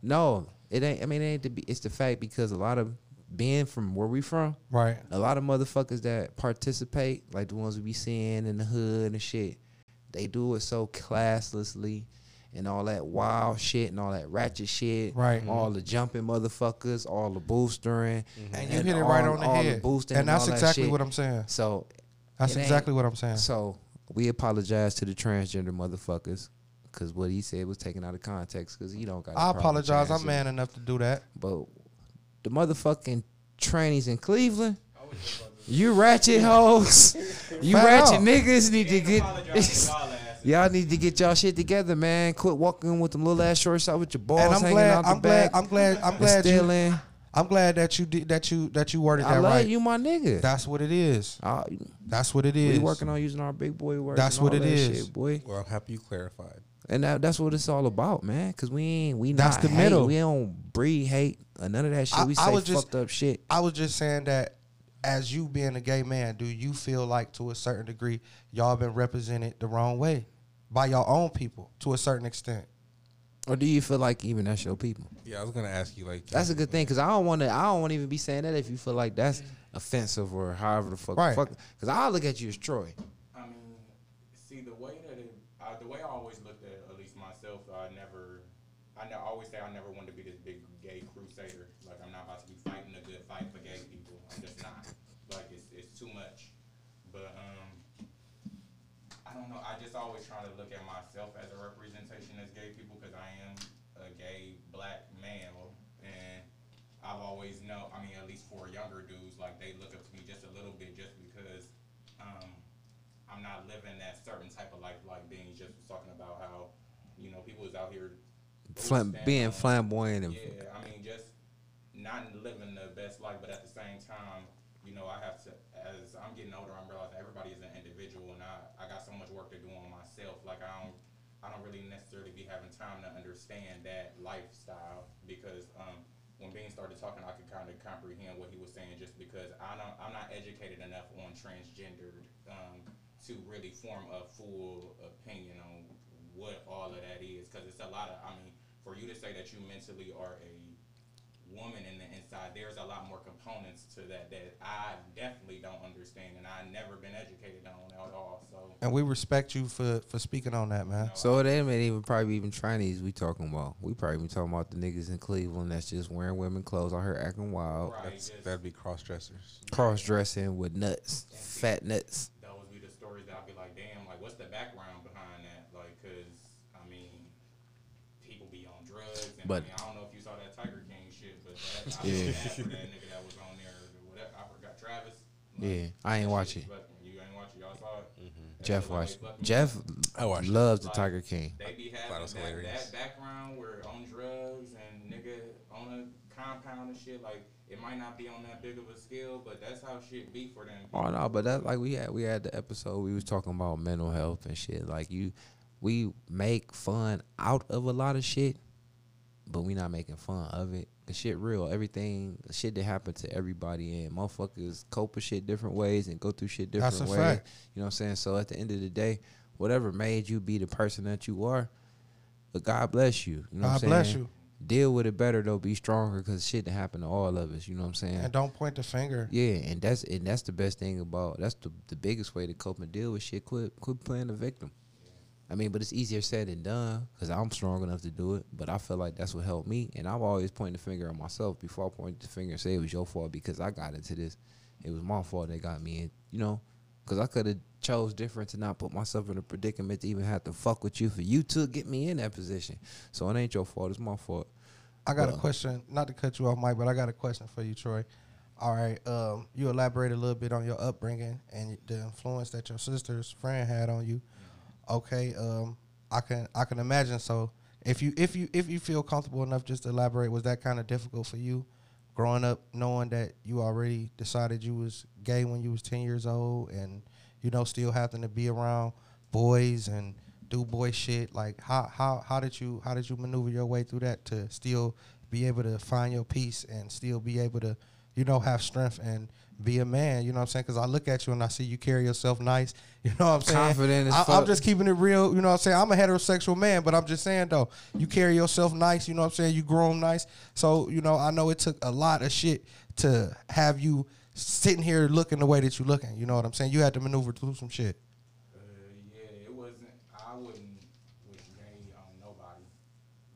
[SPEAKER 8] No, it ain't. I mean, it ain't to be. It's the fact because a lot of being from where we from,
[SPEAKER 4] Right.
[SPEAKER 8] a lot of motherfuckers that participate, like the ones we be seeing in the hood and shit, they do it so classlessly and all that wild shit and all that ratchet shit.
[SPEAKER 4] Right.
[SPEAKER 8] All the jumping motherfuckers, all the boostering.
[SPEAKER 4] And you hit it right
[SPEAKER 8] all-
[SPEAKER 4] on the
[SPEAKER 8] all
[SPEAKER 4] head.
[SPEAKER 8] boosting
[SPEAKER 4] and that's
[SPEAKER 8] all that
[SPEAKER 4] exactly
[SPEAKER 8] shit.
[SPEAKER 4] what I'm saying.
[SPEAKER 8] So
[SPEAKER 4] That's
[SPEAKER 8] it ain't-
[SPEAKER 4] exactly what I'm saying.
[SPEAKER 8] So we apologize to the transgender motherfuckers because what he said was taken out of context because he don't got a
[SPEAKER 4] I
[SPEAKER 8] problem with
[SPEAKER 4] apologize. I'm
[SPEAKER 8] transgender.
[SPEAKER 4] man enough to do that.
[SPEAKER 8] But the motherfucking trainees in Cleveland, you ratchet hoes, you
[SPEAKER 4] Fat
[SPEAKER 8] ratchet
[SPEAKER 4] up.
[SPEAKER 8] niggas need to
[SPEAKER 6] Apologize to
[SPEAKER 8] get. <laughs>
[SPEAKER 6] y'all asses.
[SPEAKER 8] Y'all need to get y'all shit together, man. Quit walking with them little ass shorts out with your balls
[SPEAKER 4] And I'm
[SPEAKER 8] hanging
[SPEAKER 4] glad.
[SPEAKER 8] out the
[SPEAKER 4] I'm glad.
[SPEAKER 8] back.
[SPEAKER 4] I'm glad. I'm glad.
[SPEAKER 8] still
[SPEAKER 4] You,
[SPEAKER 8] in.
[SPEAKER 4] I'm glad that you did that. You that you worded
[SPEAKER 8] I
[SPEAKER 4] that
[SPEAKER 8] love
[SPEAKER 4] right.
[SPEAKER 8] you, my nigga.
[SPEAKER 4] That's what it is.
[SPEAKER 8] I-
[SPEAKER 4] That's what it
[SPEAKER 8] we
[SPEAKER 4] is.
[SPEAKER 8] working on using our big boy words.
[SPEAKER 4] That's
[SPEAKER 8] and
[SPEAKER 4] what
[SPEAKER 8] all
[SPEAKER 4] it
[SPEAKER 8] that
[SPEAKER 4] is.
[SPEAKER 8] shit, boy.
[SPEAKER 3] Well, I'm happy you clarified.
[SPEAKER 8] And that, that's what it's all about, man. Cause we ain't we
[SPEAKER 4] That's
[SPEAKER 8] not
[SPEAKER 4] the
[SPEAKER 8] hate.
[SPEAKER 4] middle.
[SPEAKER 8] We don't breed hate or none of that shit.
[SPEAKER 4] I-
[SPEAKER 8] we say
[SPEAKER 4] I was
[SPEAKER 8] fucked
[SPEAKER 4] just-
[SPEAKER 8] up shit.
[SPEAKER 4] I was just saying that as you being a gay man, do you feel like to a certain degree y'all been represented the wrong way by your own people to a certain extent?
[SPEAKER 2] Or do you feel like even that's your people?
[SPEAKER 3] Yeah, I was gonna ask you like
[SPEAKER 2] That's a good thing because I don't want to. I don't want to even be saying that if you feel like that's offensive or however the fuck.
[SPEAKER 4] Right.
[SPEAKER 2] Because I look at you as Troy.
[SPEAKER 6] I mean, see the way that it, I, the way I always looked at, it, at least myself, I never, I know, I always say I never wanted to be this big gay crusader. Like I'm not about to be fighting a good fight for gay people. I'm just not. Like it's it's too much. But um, I don't know. I just always try to look at myself as a representation as gay people because I am a gay black male, and I've always known. I mean, at least for younger dudes, like they look up to me just a little bit just because um, I'm not living that certain type of life. Like being just was talking about how you know people is out here
[SPEAKER 2] Flam- being flamboyant and
[SPEAKER 6] yeah, I mean, just not living the best life, but at the same time, you know, I have to. As I'm getting older, I'm realizing everybody is an individual, and I I got so much work to do on myself. Like I don't I don't really necessarily be having time to understand that lifestyle because um, when Bean started talking, I could kind of comprehend what he was saying just because I don't I'm not educated enough on transgendered um, to really form a full opinion on what all of that is because it's a lot of i mean for you to say that you mentally are a woman in the inside there's a lot more components to that that i definitely don't understand and i've never been educated on at all so
[SPEAKER 4] And we respect you for for speaking on that, man.
[SPEAKER 2] So it ain't even probably even Chinese we talking about. We probably be talking about the niggas in Cleveland that's just wearing women clothes out here acting wild,
[SPEAKER 6] right
[SPEAKER 3] that's,
[SPEAKER 6] just,
[SPEAKER 3] that'd be cross dressers.
[SPEAKER 2] cross dressing with nuts, fat nuts.
[SPEAKER 6] those be the stories that i'd be like damn like what's the background behind that like because i mean people be on drugs and
[SPEAKER 2] But-
[SPEAKER 6] I, mean, I don't know if you saw that tiger king shit but that, I yeah. that for that nigga that was on there or whatever i forgot travis Like,
[SPEAKER 2] Yeah, I ain't
[SPEAKER 6] That
[SPEAKER 2] watch
[SPEAKER 6] shit
[SPEAKER 2] it. Mm-hmm.
[SPEAKER 6] is fucking- You ain't watch it. Y'all saw it. That
[SPEAKER 2] Jeff
[SPEAKER 6] shit like
[SPEAKER 2] watched.
[SPEAKER 6] they fucking-
[SPEAKER 2] Jeff
[SPEAKER 3] I watched it.
[SPEAKER 2] loves the
[SPEAKER 6] Like-
[SPEAKER 2] Tiger King.
[SPEAKER 6] They be
[SPEAKER 3] Thought it
[SPEAKER 6] having
[SPEAKER 3] was
[SPEAKER 6] that,
[SPEAKER 3] hilarious.
[SPEAKER 6] that background where on drugs and nigga on a compound and shit. Like it might not be on that big of a scale, but that's how shit be for them.
[SPEAKER 2] Oh no, but that like we had we had the episode we was talking about mental health and shit. Like you, we make fun out of a lot of shit, but we not making fun of it. The shit real. Everything shit that happened to everybody and motherfuckers cope with shit different ways and go through shit different
[SPEAKER 4] That's a
[SPEAKER 2] ways.
[SPEAKER 4] fact.
[SPEAKER 2] You know what I'm saying? So at the end of the day, whatever made you be the person that you are, but God bless you. You know
[SPEAKER 4] God
[SPEAKER 2] what I'm
[SPEAKER 4] bless
[SPEAKER 2] saying?
[SPEAKER 4] you.
[SPEAKER 2] Deal with it better though. Be stronger because shit that happened to all of us. You know what I'm saying?
[SPEAKER 4] And don't point the finger.
[SPEAKER 2] Yeah, and that's and that's the best thing about that's the the biggest way to cope and deal with shit. Quit quit playing the victim. I mean, but it's easier said than done because I'm strong enough to do it. But I feel like that's what helped me, and I'm always pointing the finger at myself before I point the finger and say it was your fault because I got into this. It was my fault that got me in, you know, because I could have chose different to not put myself in a predicament to even have to fuck with you for you to get me in that position. So it ain't your fault; it's my fault.
[SPEAKER 4] I got
[SPEAKER 2] Well-
[SPEAKER 4] a question, not to cut you off, Mike, but I got a question for you, Troy. All right, um, you elaborate a little bit on your upbringing and the influence that your sister's friend had on you. Okay, um, I can I can imagine. So, if you if you if you feel comfortable enough, just to elaborate. Was that kind of difficult for you, growing up, knowing that you already decided you was gay when you was ten years old, and you know still having to be around boys and do boy shit like how how how did you how did you maneuver your way through that to still be able to find your peace and still be able to you know have strength and be a man you know what i'm saying because i look at you and i see you carry yourself nice <laughs> you know what i'm saying
[SPEAKER 2] Confident as
[SPEAKER 4] I, i'm
[SPEAKER 2] fuck.
[SPEAKER 4] just keeping it real you know what i'm saying i'm a heterosexual man but i'm just saying though you carry yourself nice you know what i'm saying you grown nice so you know i know it took a lot of shit to have you sitting here looking the way that you looking you know what i'm saying you had to maneuver through some shit
[SPEAKER 6] Uh, yeah, it wasn't. I wouldn't wish gay on nobody.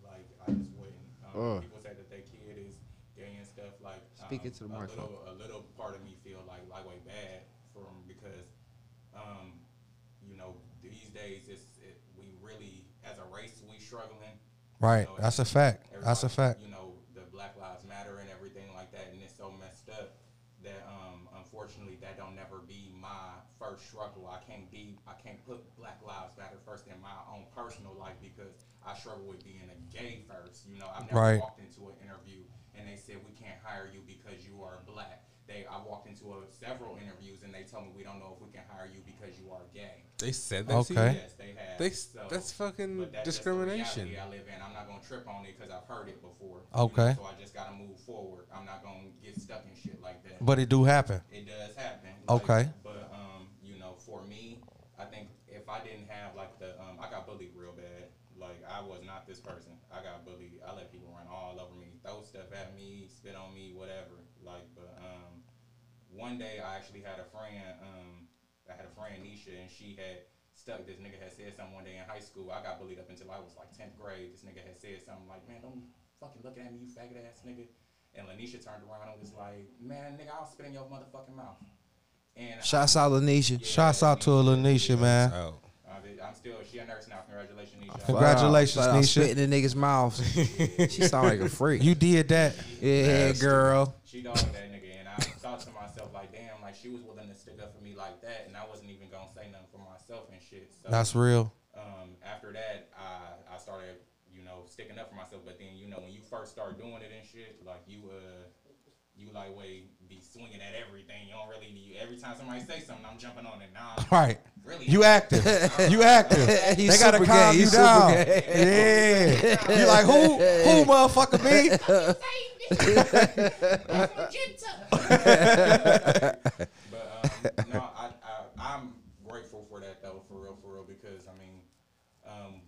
[SPEAKER 6] Like I just wouldn't. Um,
[SPEAKER 2] Ugh.
[SPEAKER 6] People say that their kid is gay and stuff. Like um,
[SPEAKER 2] Speak into the
[SPEAKER 6] a
[SPEAKER 2] microphone.
[SPEAKER 6] little, a little part of me feel like lightweight bad for them because, um, you know, these days it's it, we really as a race we struggling.
[SPEAKER 4] Right.
[SPEAKER 6] So
[SPEAKER 4] That's a fact. That's a
[SPEAKER 6] everybody,
[SPEAKER 4] fact.
[SPEAKER 6] You know, the Black Lives Matter and everything like that, and it's so messed up that um, unfortunately that don't never be my first struggle. I can't be, I can't put Black Lives Matter first in my own personal life because I struggle with being a gay first. You know, I've never
[SPEAKER 4] Right.
[SPEAKER 6] walked into an interview and they said we can't hire you because you are black. They, I walked into a, several interviews and they told me we don't know if we can hire you because you are gay.
[SPEAKER 3] They said that to
[SPEAKER 4] Okay.
[SPEAKER 3] you?
[SPEAKER 6] Yes, they have.
[SPEAKER 3] They s- that's fucking
[SPEAKER 6] but that's just the
[SPEAKER 3] discrimination.
[SPEAKER 6] reality I live in. I'm not gonna trip on it because I've heard it before. you
[SPEAKER 4] Okay.
[SPEAKER 6] know, so I just gotta move forward. I'm not gonna get stuck in shit like that.
[SPEAKER 4] But it do happen.
[SPEAKER 6] it does happen.
[SPEAKER 4] Okay.
[SPEAKER 6] But um, you know, for me, I think if I didn't have like the um, I got bullied real bad. Like I was not this person. I got bullied. I let people run all over me, throw stuff at me, spit on me, whatever. Like, but um, one day I actually had a friend. Um, I had a friend Nisha, and she had stuck. This nigga had said something one day in high school. I got bullied up until I was like tenth grade. This nigga had said something like, "Man, don't fucking look at me, you faggot ass nigga." And Lanisha turned around and was like, "Man, nigga, I'll spit in your motherfucking mouth." And
[SPEAKER 2] Shouts out Lanisha.
[SPEAKER 4] Shouts out to Lanisha, man.
[SPEAKER 3] Oh.
[SPEAKER 6] I, I'm still she a nurse now. Congratulations, Nisha.
[SPEAKER 4] Congratulations,
[SPEAKER 2] Shout out
[SPEAKER 4] Nisha.
[SPEAKER 2] Spit in the niggas' mouths. <laughs> she sound like a freak.
[SPEAKER 4] You did that.
[SPEAKER 2] yeah, girl.
[SPEAKER 6] She dogged that nigga, and I thought to myself like, "Damn, like she was willing to stick up for me like that, and I wasn't even gonna say nothing for myself and shit." So
[SPEAKER 4] That's real.
[SPEAKER 6] um, after that, I I started you know sticking up for myself. But then you know when you first start doing it and shit, like you uh you like way be swinging at everything. You don't really you, every time somebody say something, I'm jumping on it. Nah, I'm
[SPEAKER 4] <laughs> Right.
[SPEAKER 6] really
[SPEAKER 4] You
[SPEAKER 2] <laughs>
[SPEAKER 4] active. You active. They
[SPEAKER 2] He's
[SPEAKER 4] gotta
[SPEAKER 2] super
[SPEAKER 4] calm
[SPEAKER 2] gay.
[SPEAKER 4] you
[SPEAKER 2] He's super
[SPEAKER 4] down.
[SPEAKER 2] gay.
[SPEAKER 4] Yeah. You like who? Who motherfucker me?
[SPEAKER 6] But um, no, I, I I'm grateful for that though, for real, for real, because I mean, um,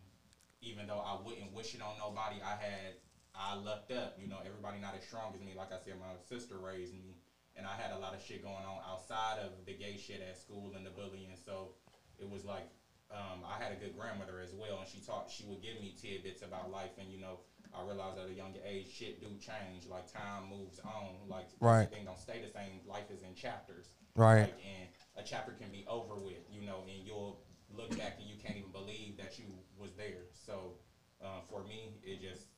[SPEAKER 6] even though I wouldn't wish it on nobody, I had I lucked up. You know, everybody not as strong as me. Like I said, my sister raised me, and I had a lot of shit going on outside of the gay shit at school and the bullying. So it was like. Um, I had a good grandmother as well, and she taught. She would give me tidbits about life, and you know, I realized at a young age, shit do change. Like time moves on. Like
[SPEAKER 4] Right.
[SPEAKER 6] everything don't stay the same. Life is in chapters.
[SPEAKER 4] Right.
[SPEAKER 6] Like, and a chapter can be over with, you know, and you'll look back and you can't even believe that you was there. So, uh, for me, it just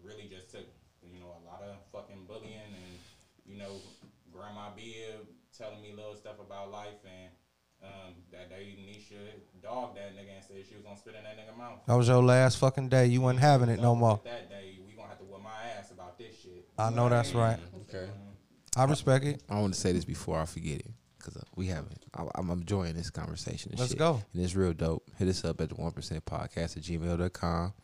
[SPEAKER 6] really just took, you know, a lot of fucking bullying and, you know, Grandma Bill telling me little stuff about life and. Um, that day, Nisha dogged that nigga and said she was gonna spit in that nigga mouth.
[SPEAKER 4] That was your last fucking day. You wasn't having it no more.
[SPEAKER 6] That day, we gonna have to whip my ass about this shit.
[SPEAKER 4] I know that's right.
[SPEAKER 2] Okay.
[SPEAKER 4] I respect it.
[SPEAKER 2] I want to say this before I forget it because we haven't. I, I'm enjoying this conversation. And
[SPEAKER 4] Let's
[SPEAKER 2] shit.
[SPEAKER 4] go.
[SPEAKER 2] And it's real dope. Hit us up at the one percent podcast at gmail.com.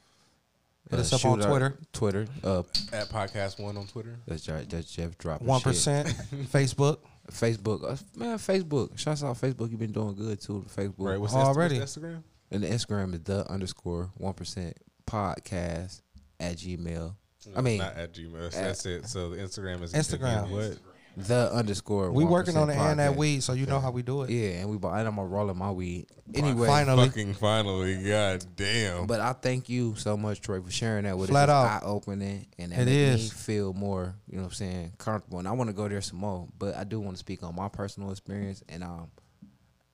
[SPEAKER 4] Hit us up on Twitter.
[SPEAKER 2] Twitter. Uh,
[SPEAKER 3] At Podcast One on Twitter.
[SPEAKER 2] that's, Jeff- that's Jeff dropping.
[SPEAKER 4] One
[SPEAKER 2] shit. <laughs>
[SPEAKER 4] percent. Facebook.
[SPEAKER 2] Facebook. Uh, man, Facebook. Shouts out Facebook. You've been doing good too. Facebook.
[SPEAKER 3] Right. What's
[SPEAKER 4] Already.
[SPEAKER 3] Insta- what's Instagram?
[SPEAKER 2] And the Instagram is the underscore one percent podcast at gmail. I mean,
[SPEAKER 1] not at Gmail. That's it. So the Instagram is
[SPEAKER 4] Instagram.
[SPEAKER 1] What?
[SPEAKER 2] the underscore.
[SPEAKER 4] We working on it
[SPEAKER 2] 1%
[SPEAKER 4] and that
[SPEAKER 2] podcast.
[SPEAKER 4] weed, so you know how we do it.
[SPEAKER 2] Yeah, and we. bu- And I'm rolling my weed. Anyway,
[SPEAKER 4] Finally.
[SPEAKER 1] Fucking finally. God damn.
[SPEAKER 2] But I thank you so much, Troy, for sharing that with
[SPEAKER 4] Flat
[SPEAKER 2] us.
[SPEAKER 4] out.
[SPEAKER 2] Eye opening and that
[SPEAKER 4] It
[SPEAKER 2] made me
[SPEAKER 4] is.
[SPEAKER 2] feel more, you know what I'm saying, comfortable. And I want to go there some more. But I do want to speak on my personal experience and um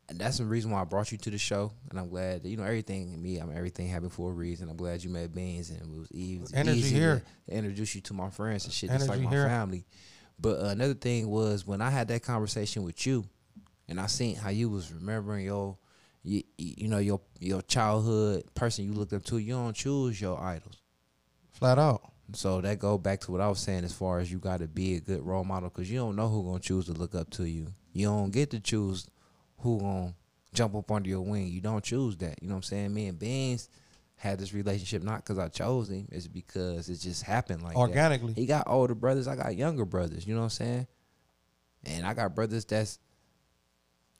[SPEAKER 2] and that's the reason why I brought you to the show. And I'm glad that, you know, everything me, I'm everything happened for a reason. I'm glad you met Beans and it was easy,
[SPEAKER 4] Energy
[SPEAKER 2] easy
[SPEAKER 4] here.
[SPEAKER 2] to introduce you to my friends and shit, just like
[SPEAKER 4] Energy
[SPEAKER 2] my
[SPEAKER 4] here.
[SPEAKER 2] family. But uh, another thing was when I had that conversation with you, and I seen how you was remembering your, you, you know your your childhood person you looked up to. You don't choose your idols,
[SPEAKER 4] Flat out.
[SPEAKER 2] so that go back to what I was saying as far as you got to be a good role model because you don't know who gonna choose to look up to you. You don't get to choose who gonna jump up under your wing. You don't choose that. You know what I'm saying? Me and Beans had this relationship not because I chose him, it's because it just happened like that.
[SPEAKER 4] Organically.
[SPEAKER 2] He got older brothers. I got younger brothers. You know what I'm saying? And I got brothers that's,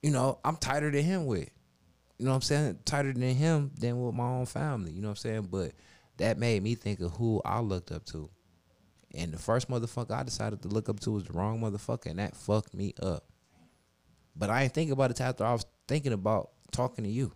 [SPEAKER 2] you know, I'm tighter than him with. You know what I'm saying? Tighter than him than with my own family. You know what I'm saying? But that made me think of who I looked up to. And the first motherfucker I decided to look up to was the wrong motherfucker, and that fucked me up. But I ain't think about it till after I was thinking about talking to you.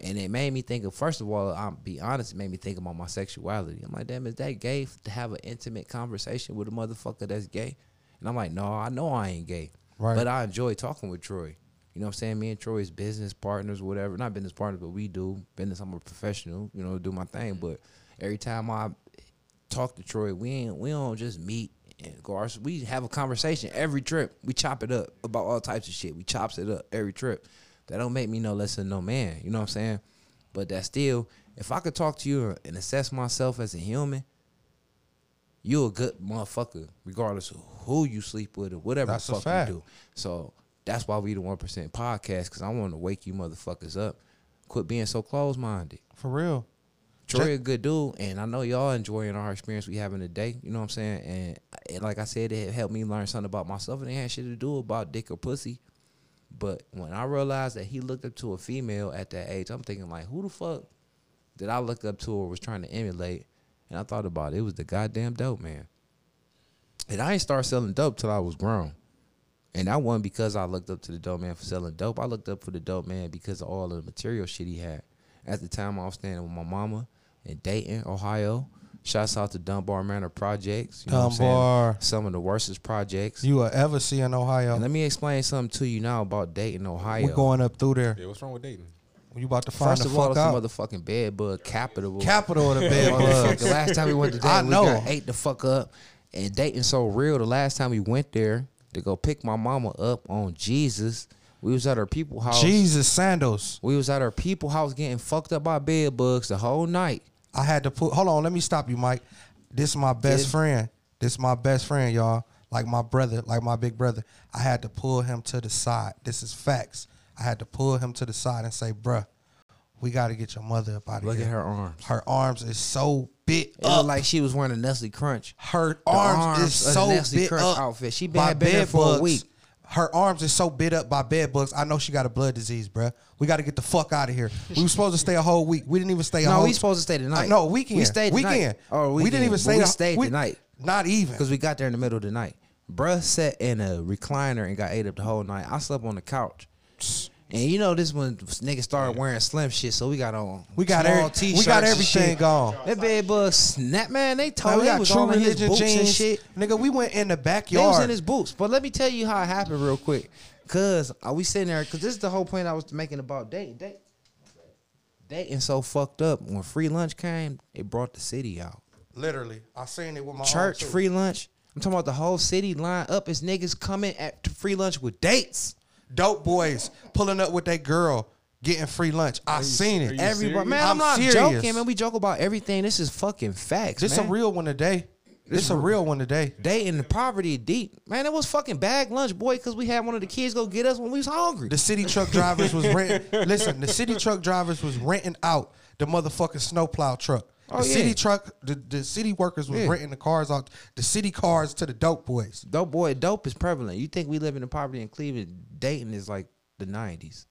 [SPEAKER 2] And it made me think of first of all, I'll be honest, it made me think about my sexuality. I'm like, damn, is that gay f- to have an intimate conversation with a motherfucker that's gay? And I'm like, no, I know I ain't gay.
[SPEAKER 4] Right.
[SPEAKER 2] But I enjoy talking with Troy. You know what I'm saying? Me and Troy is business partners, whatever. Not business partners, but we do business. I'm a professional, you know, do my thing. But every time I talk to Troy, we ain't we don't just meet and go our, we have a conversation every trip. We chop it up about all types of shit. We chops it up every trip. That don't make me no less than no man. You know what I'm saying? But that still, if I could talk to you and assess myself as a human, you a good motherfucker, regardless of who you sleep with or whatever
[SPEAKER 4] That's a
[SPEAKER 2] the fuck
[SPEAKER 4] fact.
[SPEAKER 2] you do. So that's why we the one percent podcast because I want to wake you motherfuckers up. Quit being so closed minded.
[SPEAKER 4] For real.
[SPEAKER 2] Troy a good dude, and I know y'all enjoying our experience we having today. You know what I'm saying? And, and like I said, it helped me learn something about myself, and it had shit to do about dick or pussy. But when I realized that he looked up to a female at that age, I'm thinking like, who the fuck did I look up to or was trying to emulate? And I thought about it. It was the goddamn dope man. And I ain't start selling dope till I was grown. And that wasn't because I looked up to the dope man for selling dope. I looked up for the dope man because of all of the material shit he had. At the time, I was standing with my mama in Dayton, Ohio. Shouts out to Dunbar Manor Projects. You know what I'm saying?
[SPEAKER 4] Dunbar.
[SPEAKER 2] Some of the worstest projects.
[SPEAKER 4] You will ever see in
[SPEAKER 2] And
[SPEAKER 4] Ohio.
[SPEAKER 2] let me explain something to you now about Dayton, Ohio.
[SPEAKER 4] We're going up through there.
[SPEAKER 3] Yeah, what's wrong with Dayton?
[SPEAKER 4] You about to find
[SPEAKER 2] First
[SPEAKER 4] the
[SPEAKER 2] of all,
[SPEAKER 4] fuck
[SPEAKER 2] it's a
[SPEAKER 4] out.
[SPEAKER 2] motherfucking bed bug capital.
[SPEAKER 4] Capital
[SPEAKER 2] <laughs>
[SPEAKER 4] of the bed
[SPEAKER 2] Motherfucker,
[SPEAKER 4] bugs.
[SPEAKER 2] the last time we <laughs> went to Dayton,
[SPEAKER 4] I
[SPEAKER 2] we
[SPEAKER 4] know.
[SPEAKER 2] got ate the fuck up. And Dayton so real. The last time we went there to go pick my mama up on Jesus, we was at her people house.
[SPEAKER 4] Jesus sandals.
[SPEAKER 2] We was at her people house getting fucked up by bed bugs the whole night.
[SPEAKER 4] I had to put. Hold on, let me stop you, Mike. This is my best
[SPEAKER 2] Yeah.
[SPEAKER 4] friend. This is my best friend, y'all. Like my brother, like my big brother. I had to pull him to the side. This is facts. I had to pull him to the side and say, "Bruh, we got to get your mother up out of
[SPEAKER 2] Look
[SPEAKER 4] here."
[SPEAKER 2] at her arms.
[SPEAKER 4] Her arms is so bit
[SPEAKER 2] It
[SPEAKER 4] up.
[SPEAKER 2] looked like she was wearing a Nestle Crunch.
[SPEAKER 4] her
[SPEAKER 2] The
[SPEAKER 4] arms, is
[SPEAKER 2] of
[SPEAKER 4] so
[SPEAKER 2] the Nestle
[SPEAKER 4] bit
[SPEAKER 2] Crunch
[SPEAKER 4] up
[SPEAKER 2] outfit. She been, had been there for a
[SPEAKER 4] bugs.
[SPEAKER 2] week.
[SPEAKER 4] Her arms is so bit up by bed bugs. I know she got a blood disease, bruh. We got to get the fuck out of here. We were supposed to stay a whole week. We didn't even stay a
[SPEAKER 2] No,
[SPEAKER 4] whole.
[SPEAKER 2] we supposed to stay the
[SPEAKER 4] Uh,
[SPEAKER 2] night.
[SPEAKER 4] No, weekend.
[SPEAKER 2] We stayed the
[SPEAKER 4] weekend.
[SPEAKER 2] night. Or
[SPEAKER 4] we didn't
[SPEAKER 2] weekend,
[SPEAKER 4] even
[SPEAKER 2] but
[SPEAKER 4] stay.
[SPEAKER 2] we
[SPEAKER 4] the-
[SPEAKER 2] stayed the night.
[SPEAKER 4] Not even.
[SPEAKER 2] Because we got there in the middle of the night. Bruh sat in a recliner and got ate up the whole night. I slept on the couch. And you know this when niggas started wearing slim shit, so we got on
[SPEAKER 4] We got
[SPEAKER 2] small
[SPEAKER 4] every- we
[SPEAKER 2] t-shirts
[SPEAKER 4] got
[SPEAKER 2] and
[SPEAKER 4] everything
[SPEAKER 2] shit.
[SPEAKER 4] gone.
[SPEAKER 2] That bed bug snap man, they
[SPEAKER 4] Now,
[SPEAKER 2] told
[SPEAKER 4] we
[SPEAKER 2] they
[SPEAKER 4] got
[SPEAKER 2] was
[SPEAKER 4] true
[SPEAKER 2] all in his
[SPEAKER 4] religion
[SPEAKER 2] boots and
[SPEAKER 4] jeans.
[SPEAKER 2] shit.
[SPEAKER 4] Nigga, we went in the
[SPEAKER 2] They was
[SPEAKER 4] backyard.
[SPEAKER 2] in his boots. But let me tell you how it happened real quick. Cause are we sitting there? Cause this is the whole point I was making about dating. Date, dating so fucked up. When free lunch came, it brought the city out.
[SPEAKER 4] Literally, I seen it with my
[SPEAKER 2] Church
[SPEAKER 4] own too.
[SPEAKER 2] free lunch. I'm talking about the whole city line up as niggas coming at to free lunch with dates.
[SPEAKER 4] dope boys pulling up with that girl getting free lunch. I seen it.
[SPEAKER 2] Everybody, man, I'm,
[SPEAKER 4] I'm
[SPEAKER 2] not
[SPEAKER 4] serious.
[SPEAKER 2] joking, man. We joke about everything. This is fucking facts,
[SPEAKER 4] This a
[SPEAKER 2] man.
[SPEAKER 4] real one today. This a real one today.
[SPEAKER 2] dating the poverty deep, man. It was fucking bag lunch, boy, because we had one of the kids go get us when we was hungry.
[SPEAKER 4] The city truck drivers was renting. <laughs> listen, the city truck drivers was renting out the motherfucking snowplow truck. The
[SPEAKER 2] Oh, yeah.
[SPEAKER 4] city truck, the, the city workers was
[SPEAKER 2] Yeah.
[SPEAKER 4] renting the cars out, the city cars to the dope boys.
[SPEAKER 2] Dope boy, dope is prevalent. You think we live in poverty in Cleveland? Dayton is like the nineties.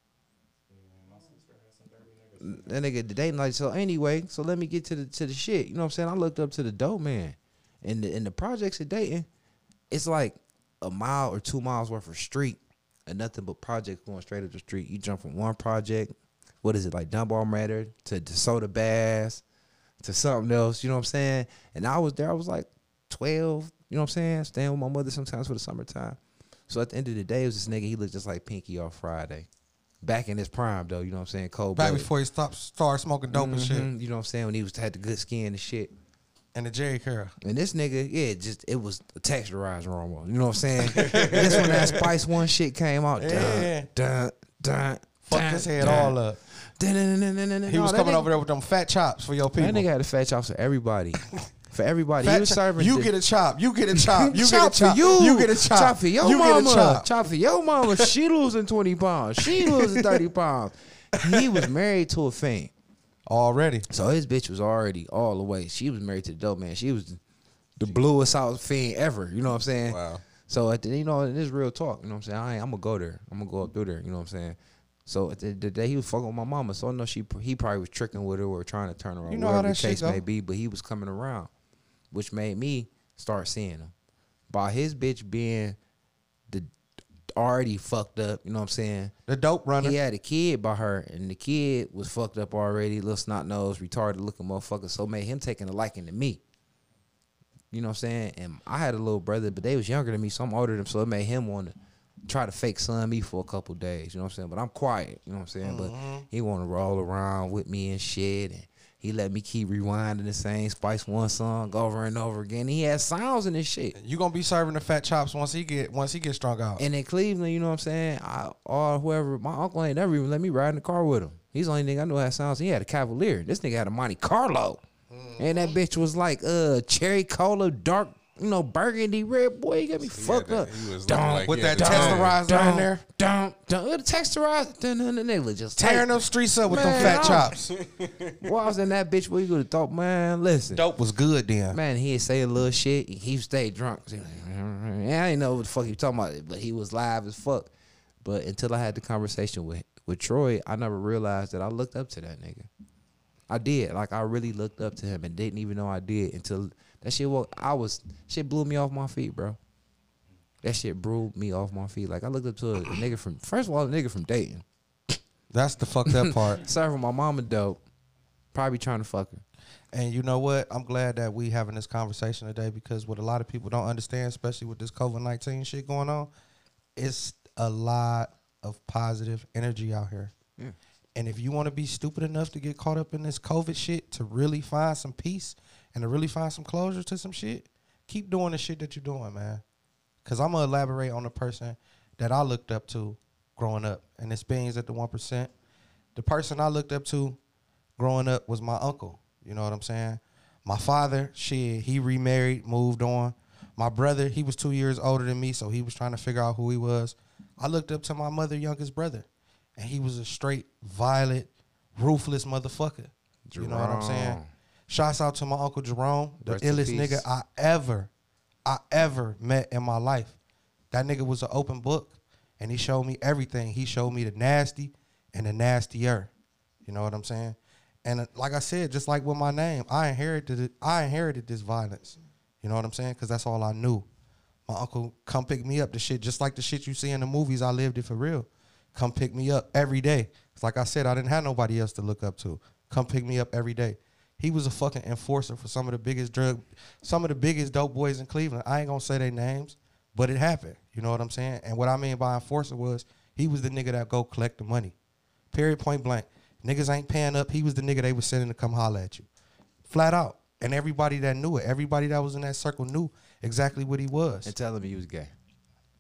[SPEAKER 2] That nigga the Dayton like so. Anyway, so let me get to the to the shit. You know what I'm saying? I looked up to the dope man, and the, and the projects at Dayton, it's like a mile or two miles worth of street and nothing but projects going straight up the street. You jump from one project, what is it like Dunbar Matter to DeSoto Bass to something else, you know what I'm saying? And I was there, I was like 12, you know what I'm saying? Staying with my mother sometimes for the summertime. So at the end of the day, it was this nigga, he looked just like Pinky off Friday. Back in his prime though, you know what I'm saying? Cold
[SPEAKER 4] Back
[SPEAKER 2] blooded.
[SPEAKER 4] before he stopped, started smoking dope and shit,
[SPEAKER 2] Mhm, You know what I'm saying? When he was had the good skin and shit.
[SPEAKER 4] and the Jerry Curl.
[SPEAKER 2] And this nigga, yeah, just it was a texturized Romo. You know what I'm saying? <laughs> That's when that Spice One shit came out.
[SPEAKER 4] Yeah.
[SPEAKER 2] Dun, dun, dun,
[SPEAKER 4] Fuck
[SPEAKER 2] dun,
[SPEAKER 4] his head
[SPEAKER 2] dun.
[SPEAKER 4] all up.
[SPEAKER 2] Dun, dun, dun, dun, dun, dun.
[SPEAKER 4] He
[SPEAKER 2] No,
[SPEAKER 4] was
[SPEAKER 2] that
[SPEAKER 4] coming
[SPEAKER 2] nigga-
[SPEAKER 4] over there with them fat chops for your people.
[SPEAKER 2] That nigga had a fat chops for everybody. For everybody.
[SPEAKER 4] Fat
[SPEAKER 2] he was
[SPEAKER 4] chop-
[SPEAKER 2] serving.
[SPEAKER 4] you
[SPEAKER 2] the-
[SPEAKER 4] get a chop. You
[SPEAKER 2] <laughs>
[SPEAKER 4] get a chop. You
[SPEAKER 2] chop
[SPEAKER 4] get a chop.
[SPEAKER 2] for you.
[SPEAKER 4] get a chop.
[SPEAKER 2] Chop for your
[SPEAKER 4] you
[SPEAKER 2] mama.
[SPEAKER 4] Get a chop.
[SPEAKER 2] for your mama. She losing 20 pounds. She losing 30 pounds. He was married to a fame.
[SPEAKER 4] Already.
[SPEAKER 2] So his bitch was already all the way. She was married to the dope man. She was the bluest out fiend ever. You know what I'm saying?
[SPEAKER 3] Wow.
[SPEAKER 2] So at the you know, and it's real talk. You know what I'm saying? I ain't, I'm gonna go there. I'm gonna go up through there. You know what I'm saying? So at the, the day he was fucking with my mama, so I know she he probably was tricking with her or trying to turn her around.
[SPEAKER 4] You know how
[SPEAKER 2] whatever
[SPEAKER 4] that shit
[SPEAKER 2] the case may
[SPEAKER 4] go.
[SPEAKER 2] be, but he was coming around, which made me start seeing him. By his bitch being the already fucked up. You know what I'm saying?
[SPEAKER 4] The dope runner.
[SPEAKER 2] He had a kid by her, and the kid was fucked up already, little snot nose, retarded looking motherfucker. So it made him taking a liking to me. You know what I'm saying? And I had a little brother, but they was younger than me, so I'm older than him. So it made him want to try to fake son me for a couple days. You know what I'm saying? But I'm quiet. You know what I'm saying?
[SPEAKER 4] Mm-hmm.
[SPEAKER 2] But he want to roll around with me and shit, and he let me keep rewinding the same Spice One song over and over again. He had sounds in his shit.
[SPEAKER 4] You gonna be serving the fat chops once he get once he gets strung out.
[SPEAKER 2] And in Cleveland, you know what I'm saying? I or whoever, my uncle ain't never even let me ride in the car with him. He's the only nigga I know had sounds. He had a Cavalier. This nigga had a Monte Carlo.
[SPEAKER 3] Hmm.
[SPEAKER 2] And that bitch was like uh cherry cola, dark, you know, burgundy red. Boy, you got me fucked
[SPEAKER 3] that-
[SPEAKER 2] up.
[SPEAKER 3] he was looking
[SPEAKER 2] Dun,
[SPEAKER 3] like
[SPEAKER 4] With
[SPEAKER 3] Yeah,
[SPEAKER 4] that
[SPEAKER 3] the-
[SPEAKER 4] testarizer in there.
[SPEAKER 2] Don't, don't. The texturized, dun, dun, dun, they was just
[SPEAKER 4] Tearing
[SPEAKER 2] tight.
[SPEAKER 4] them streets up with
[SPEAKER 2] Man,
[SPEAKER 4] them fat
[SPEAKER 2] I-
[SPEAKER 4] chops.
[SPEAKER 2] Boy, I was in that bitch where you could have thought, man, listen.
[SPEAKER 4] Dope was good then.
[SPEAKER 2] Man, he'd say a little shit. He stayed drunk. Yeah, I didn't know what the fuck he was talking about, but he was live as fuck. But until I had the conversation with with Troy, I never realized that I looked up to that nigga. I did. Like I really looked up to him and didn't even know I did until that shit woke I was shit blew me off my feet, bro. That shit blew me off my feet. Like I looked up to a, a nigga from first of all, a nigga from Dayton.
[SPEAKER 4] That's the fucked up
[SPEAKER 2] <laughs>
[SPEAKER 4] part.
[SPEAKER 2] Serving my mama dope. Probably trying to fuck her.
[SPEAKER 4] And you know what? I'm glad that we having this conversation today because what a lot of people don't understand, especially with this COVID nineteen shit going on, it's a lot of positive energy out here. And if you want to be stupid enough to get caught up in this COVID shit to really find some peace and to really find some closure to some shit, keep doing the shit that you're doing, man. Cause I'm gonna elaborate on the person that I looked up to growing up, and it's beings at the one percent. The person I looked up to growing up was my uncle. You know what I'm saying? My father, shit, he remarried, moved on. My brother, he was two years older than me, so he was trying to figure out who he was. I looked up to my mother, youngest brother, and he was a straight, violent, ruthless motherfucker. You know what I'm saying? Shouts out to my uncle Jerome, the
[SPEAKER 2] Rest in
[SPEAKER 4] illest
[SPEAKER 2] peace.
[SPEAKER 4] nigga I ever, I ever met in my life. That nigga was an open book, and he showed me everything. He showed me the nasty and the nastier. You know what I'm saying? And uh, like I said, just like with my name, I inherited it. I inherited this violence. You know what I'm saying? Because that's all I knew. My uncle come pick me up. The shit, just like the shit you see in the movies, I lived it for real. Come pick me up every day. 'Cause Like I said, I didn't have nobody else to look up to. Come pick me up every day. He was a fucking enforcer for some of the biggest drug, some of the biggest dope boys in Cleveland. I ain't gonna say their names, but it happened. You know what I'm saying? And what I mean by enforcer was he was the nigga that go collect the money. Period. Point blank. Niggas ain't paying up. He was the nigga they was sending to come holler at you, flat out. And everybody that knew it, everybody that was in that circle knew exactly what he was.
[SPEAKER 2] And telling me he was gay.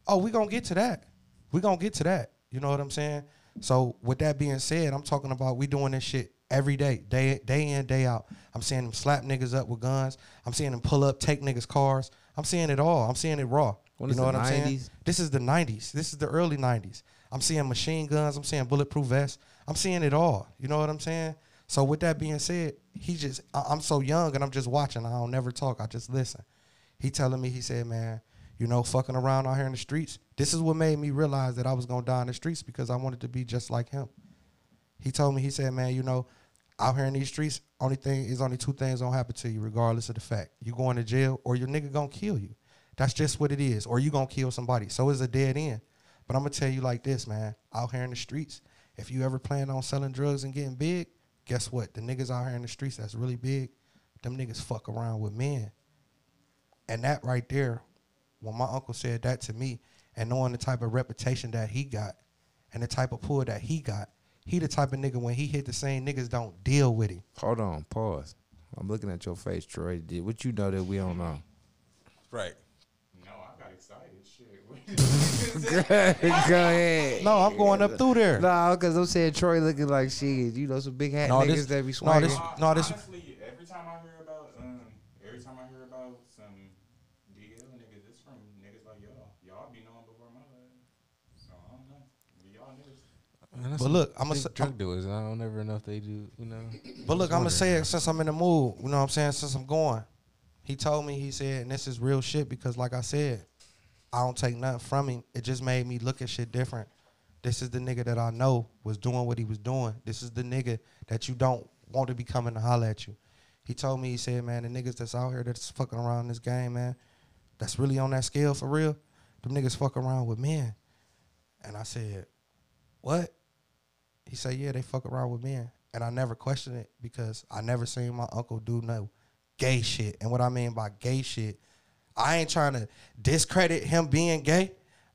[SPEAKER 4] Oh, we gonna get to that. We gonna get to that. You know what I'm saying? So with that being said, I'm talking about we doing this shit every day, day day in day out. I'm seeing them slap niggas up with guns. I'm seeing them pull up, take niggas cars. I'm seeing it all. I'm seeing it raw.
[SPEAKER 2] When
[SPEAKER 4] you
[SPEAKER 2] it's
[SPEAKER 4] know
[SPEAKER 2] the
[SPEAKER 4] what I'm saying?
[SPEAKER 2] 90s?
[SPEAKER 4] This is the 90s. This is the early 90s. I'm seeing machine guns. I'm seeing bulletproof vests. I'm seeing it all. You know what I'm saying? So with that being said, he just I- I'm so young and I'm just watching. I don't never talk. I just listen. He telling me, he said, man, you know, fucking around out here in the streets. This is what made me realize that I was gonna die in the streets because I wanted to be just like him. He told me, he said, man, you know, out here in these streets, only thing is only two things gonna happen to you, regardless of the fact. You going to jail or your nigga gonna kill you. That's just what it is. Or you gonna kill somebody. So it's a dead end. But I'm gonna tell you like this, man. Out here in the streets, if you ever plan on selling drugs and getting big, guess what? The niggas out here in the streets that's really big, them niggas fuck around with men. And that right there, when my uncle said that to me, and knowing the type of reputation that he got and the type of pull that he got, he the type of nigga when he hit the same niggas don't deal with him.
[SPEAKER 2] Hold on, pause. I'm looking at your face, Troy. Did what you know that we don't know?
[SPEAKER 3] Right.
[SPEAKER 6] No, I got excited. Shit. <laughs>
[SPEAKER 2] Go ahead.
[SPEAKER 4] No, I'm going up through there. No,
[SPEAKER 2] No, because I'm saying Troy looking like she is. You know, some big hat niggas
[SPEAKER 4] this, uh,
[SPEAKER 2] that be
[SPEAKER 4] no,
[SPEAKER 2] swinging.
[SPEAKER 4] this, no, this,
[SPEAKER 6] Honestly, every time I hear about, um, every time I hear about some DL niggas, it's from niggas like y'all. Y'all be knowing before my life. So I don't know. Y'all niggas.
[SPEAKER 4] but look, I'm gonna,
[SPEAKER 3] Big
[SPEAKER 4] I'm,
[SPEAKER 3] drug dealers, and I don't ever know if they do. You know,
[SPEAKER 4] But look, I'm gonna say it since I'm in the mood. You know what I'm saying? Since I'm going, he told me he said, and this is real shit because, like I said, I don't take nothing from him. It just made me look at shit different. This is the nigga that I know was doing what he was doing. This is the nigga that you don't want to be coming to holler at you. He told me he said, man, the niggas that's out here that's fucking around in this game, man, that's really on that scale for real. Them niggas fuck around with men. And I said, what? He said, yeah, they fuck around with men. And I never questioned it because I never seen my uncle do no gay shit. And what I mean by gay shit, I ain't trying to discredit him being
[SPEAKER 2] <laughs>
[SPEAKER 4] gay,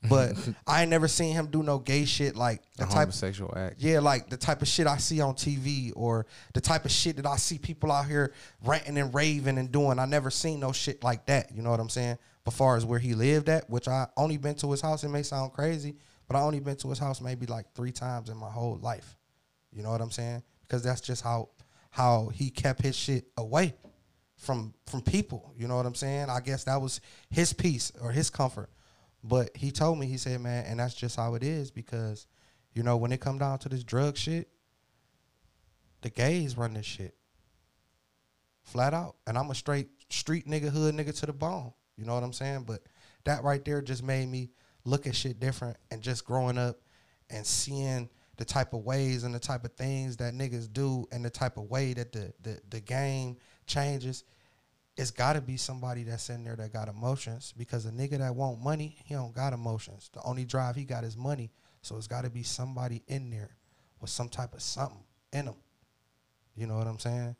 [SPEAKER 4] but I ain't never seen him do no gay shit like the
[SPEAKER 2] a
[SPEAKER 4] type
[SPEAKER 2] homosexual act.
[SPEAKER 4] yeah, like the type of shit I see on TV or the type of shit that I see people out here ranting and raving and doing. I never seen no shit like that. You know what I'm saying? But far as where he lived at, which I only been to his house, it may sound crazy, but I only been to his house maybe like three times in my whole life. You know what I'm saying? Because that's just how how he kept his shit away. from from people. You know what I'm saying? I guess that was his peace or his comfort. But he told me, he said, man, and that's just how it is because, you know, when it come down to this drug shit, the gays run this shit. Flat out. And I'm a straight street nigga, hood nigga to the bone. You know what I'm saying? But that right there just made me look at shit different and just growing up and seeing the type of ways and the type of things that niggas do and the type of way that the the, the game changes. It's gotta be somebody that's in there that got emotions because a nigga that want money, he don't got emotions. The only drive he got is money. So it's gotta be somebody in there with some type of something in them. You know what I'm saying?